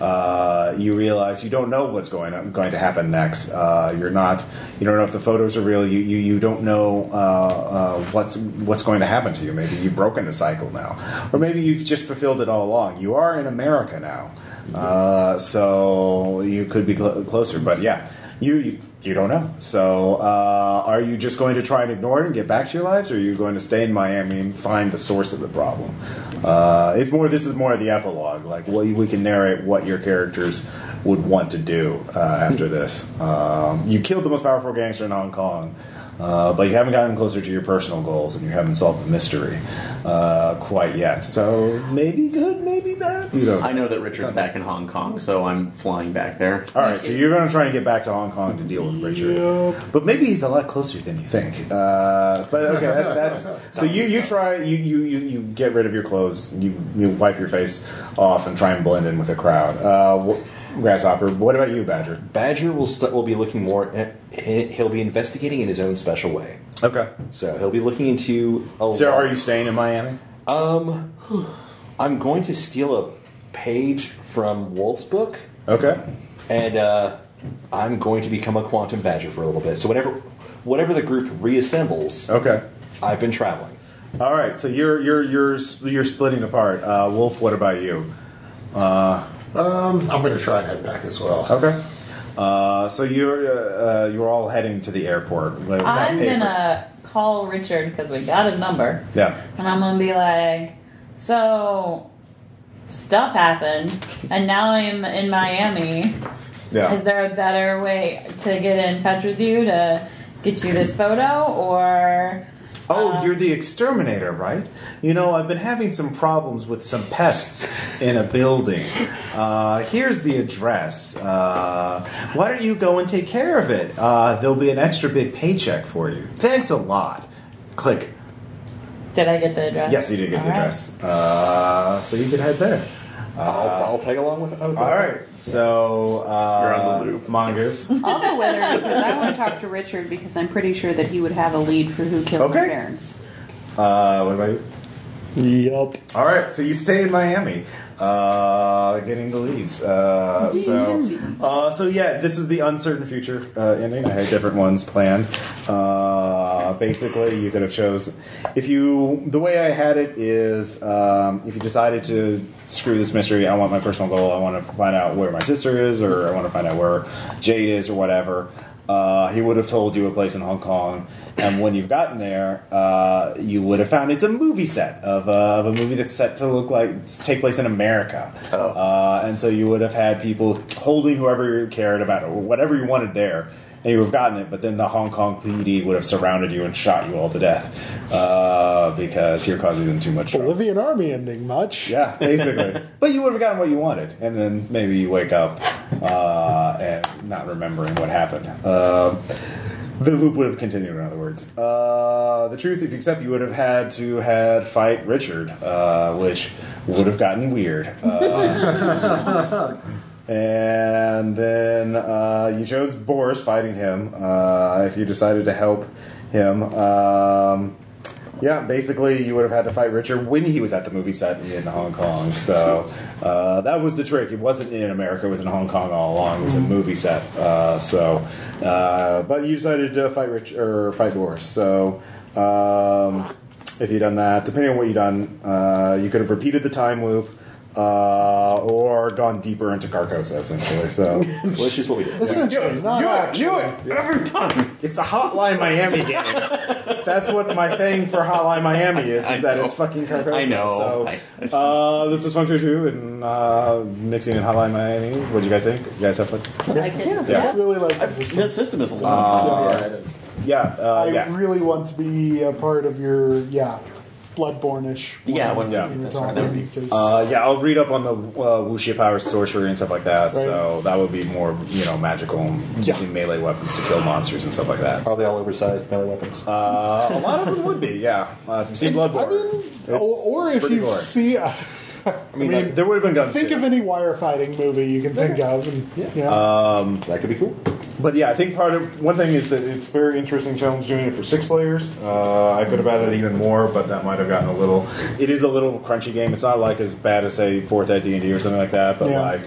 Speaker 1: Uh, you realize you don't know what's going on, going to happen next. Uh, you're not you don't know if the photos are real. You you, you don't know uh, uh, what's what's going to happen to you. Maybe you've broken the cycle now, or maybe you've just fulfilled it all along. You are in America now. Uh, so you could be cl- closer, but yeah, you, you you don't know. So uh, are you just going to try and ignore it and get back to your lives, or are you going to stay in Miami and find the source of the problem? Uh, it's more. This is more of the epilogue. Like well, we can narrate what your characters would want to do uh, after this. Um, you killed the most powerful gangster in Hong Kong. Uh, but you haven't gotten closer to your personal goals, and you haven't solved the mystery uh, quite yet. So maybe good, maybe bad. You know.
Speaker 2: I know that Richard's back in Hong Kong, so I'm flying back there.
Speaker 1: All right, so you're going to try and get back to Hong Kong to deal with Richard, but maybe he's a lot closer than you think. Uh, but okay, that, that's so you you try you, you you you get rid of your clothes, you you wipe your face off, and try and blend in with the crowd. Uh, wh- Grasshopper, what about you, Badger?
Speaker 5: Badger will st- will be looking more. At, he- he'll be investigating in his own special way.
Speaker 1: Okay.
Speaker 5: So he'll be looking into. A
Speaker 1: So are you staying in Miami?
Speaker 5: Um, I'm going to steal a page from Wolf's book,
Speaker 1: Okay.
Speaker 5: and uh, I'm going to become a quantum badger for a little bit. So whenever, whatever the group reassembles,
Speaker 1: Okay.
Speaker 5: I've been traveling.
Speaker 1: All right, so you're you're you're sp- you're splitting apart. Uh, Wolf, what about you? Uh,
Speaker 6: Um, I'm gonna try and head back as well.
Speaker 1: okay. Uh, so you're uh, uh, you're all heading to the airport. without
Speaker 4: I'm
Speaker 1: papers.
Speaker 4: gonna call Richard because we got his number,
Speaker 1: Yeah.
Speaker 4: and I'm gonna be like, "So, stuff happened, and now I'm in Miami.
Speaker 21: Yeah.
Speaker 4: Is there a better way to get in touch with you to get you this photo, or
Speaker 1: Oh,
Speaker 4: Um,
Speaker 1: you're the exterminator, right? You know, I've been having some problems with some pests in a building. Uh, here's the address. Uh, why don't you go and take care of it? Uh, there'll be an extra big paycheck for you. Thanks a lot. Click.
Speaker 4: did I get the address?
Speaker 1: Yes, you did get the
Speaker 4: All right.
Speaker 1: address. Uh, so you can head there.
Speaker 5: I'll, I'll tag along with. All
Speaker 1: All right. So uh,
Speaker 2: You're on the loop.
Speaker 1: Mongoose.
Speaker 3: I'll go with her because I want to talk to Richard because I'm pretty sure that he would have a lead for who killed
Speaker 1: Okay.
Speaker 3: my parents.
Speaker 1: Uh, what about you?
Speaker 7: Yup.
Speaker 1: All right, so you stay in Miami, uh, getting the leads. Uh, so, uh, so yeah, this is the uncertain future uh, ending. I had different ones planned. Uh, basically, you could have chose if you. The way I had it is, um, if you decided to screw this mystery, I want my personal goal. I want to find out where my sister is, or I want to find out where Jade is, or whatever. Uh, he would have told you a place in Hong Kong, and when you've gotten there, uh, you would have found it's a movie set of, uh, of a movie that's set to look like take place in America.
Speaker 2: Oh.
Speaker 1: Uh, and so you would have had people holding whoever you cared about or whatever you wanted there, and you would have gotten it. But then the Hong Kong PD would have surrounded you and shot you all to death uh, because you're causing them too much trouble.
Speaker 7: Bolivian army ending much.
Speaker 1: Yeah, basically. but you would have gotten what you wanted, and then maybe you wake up uh, and not remembering what happened. Um the loop would have continued. In other words, uh, the truth, if you accept, you would have had to had fight Richard, uh, which would have gotten weird. Uh, and then uh, you chose Boris fighting him. Uh, if you decided to help him. Um, yeah, basically, you would have had to fight Richard when he was at the movie set in Hong Kong. So uh, that was the trick. It wasn't in America; it was in Hong Kong all along. It was a movie set. Uh, so, uh, but you decided to fight Rich or fight Boris. So, um, if you'd done that, depending on what you'd done, uh, you could have repeated the time loop uh, or gone deeper into Carcosa, essentially. So
Speaker 5: This is what we did.
Speaker 7: Essentially, not actually.
Speaker 2: Every time.
Speaker 1: it's a Hotline Miami game. That's what my thing for Hotline Miami is. Is
Speaker 2: I
Speaker 1: that
Speaker 2: know.
Speaker 1: it's fucking Carcosa.
Speaker 2: I know.
Speaker 1: So,
Speaker 2: I-
Speaker 1: uh, this is Function Two and uh, mixing in Hotline Miami. What do you guys think? You guys have fun?
Speaker 22: Like it.
Speaker 1: Yeah.
Speaker 7: Really like this system.
Speaker 2: This system is a lot of fun.
Speaker 6: Yeah, it is.
Speaker 1: Yeah. Uh,
Speaker 7: I
Speaker 1: yeah.
Speaker 7: really want to be a part of your yeah, bloodborne-ish.
Speaker 2: Yeah, when-
Speaker 1: yeah,
Speaker 7: you're
Speaker 2: that's right, that would be-
Speaker 7: talking, 'cause-
Speaker 1: Uh, yeah, I'll read up on the uh, Wuxia power sorcery and stuff like that.
Speaker 7: Right.
Speaker 1: So that would be more, you know, magical and
Speaker 7: Yeah. Oh.
Speaker 1: using melee weapons to kill monsters and stuff like that.
Speaker 5: Are they all oversized melee weapons?
Speaker 1: Uh, a lot of them would be, yeah. Uh, if you've seen
Speaker 7: I
Speaker 1: Bloodborne,
Speaker 7: mean,
Speaker 1: it's
Speaker 7: or, or if
Speaker 1: pretty
Speaker 7: you
Speaker 1: gory.
Speaker 7: see, uh,
Speaker 1: I mean, like, there would have been guns.
Speaker 7: think
Speaker 1: too.
Speaker 7: of any wire fighting movie you can think of, and yeah,
Speaker 5: that could be cool.
Speaker 1: But yeah, I think part of one thing is that it's very interesting challenge doing it for six players. Uh, I could have added even more, but that might have gotten a little. It is a little crunchy game. It's not like as bad as say fourth ed D and D or something like that. But
Speaker 7: Yeah.
Speaker 1: like,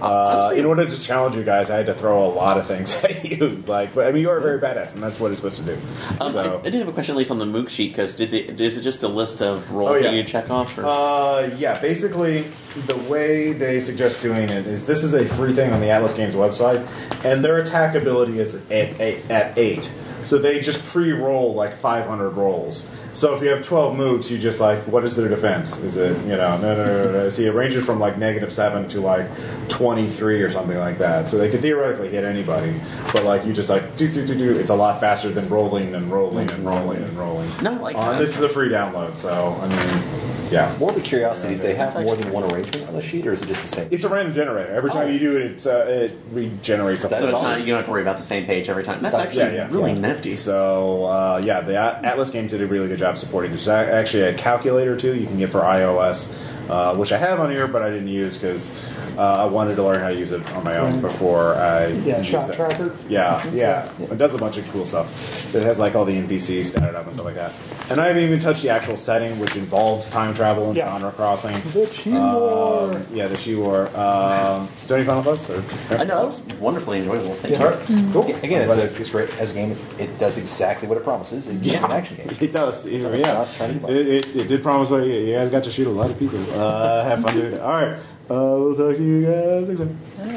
Speaker 1: uh, in order to challenge you guys, I had to throw a lot of things at you. Like, but I mean, you are very badass, and that's what it's supposed to do.
Speaker 2: Um, I, I
Speaker 1: so.
Speaker 2: did have a question, at least on the MOOC sheet, because did they, is it just a list of roles
Speaker 1: Oh, yeah.
Speaker 2: that you check off? Or?
Speaker 1: Uh, yeah, basically, the way they suggest doing it is this is a free thing on the Atlas Games website, and their attack ability is at eight. At eight. So they just pre roll like 500 rolls, So if you have 12 moves, you just like, what is their defense? Is it, you know, no, no, no, no. See, it ranges from like negative 7 to like 23 or something like that. So they could theoretically hit anybody, but like you just like, do, do, do, do. It's a lot faster than rolling and rolling and rolling and rolling.
Speaker 2: No, like
Speaker 1: Uh,
Speaker 2: that.
Speaker 1: This is a free download, so, I mean, yeah.
Speaker 5: More of a curiosity, do they have more than one arrangement on the sheet, or is it just the same?
Speaker 1: It's a random generator. Every time you do it, it's, uh, it regenerates a
Speaker 2: so it's not, you don't have to worry about the same page every time. That's, actually really nifty.
Speaker 1: So uh, yeah, the A- Atlas game did a really good job supporting. There's a- actually a calculator too you can get for iOS, uh, which I have on here, but I didn't use because uh, I wanted to learn how to use it on my own before I
Speaker 7: Yeah,
Speaker 1: used
Speaker 7: shot
Speaker 1: it.
Speaker 7: tracker.
Speaker 1: Yeah, yeah. It does a bunch of cool stuff. It has like all the NPCs statted up and stuff like that. And I haven't even touched the actual setting, which involves time travel and
Speaker 7: Yeah.
Speaker 1: genre crossing.
Speaker 7: The She-War.
Speaker 1: Um, yeah, the she war. Um, is there any final thoughts? Or-
Speaker 2: I know that was wonderfully enjoyable. Thank
Speaker 1: All right.
Speaker 2: you.
Speaker 1: Cool.
Speaker 5: Again, it's, a, it's great as a game. It does exactly what it promises. It's an action game.
Speaker 1: It does. It,
Speaker 5: It's
Speaker 1: yeah.
Speaker 5: not trying to be.
Speaker 1: It, it, it did promise what you, you guys got to shoot a lot of people. Uh, have fun doing it. All right. Uh, we'll talk to you guys next time.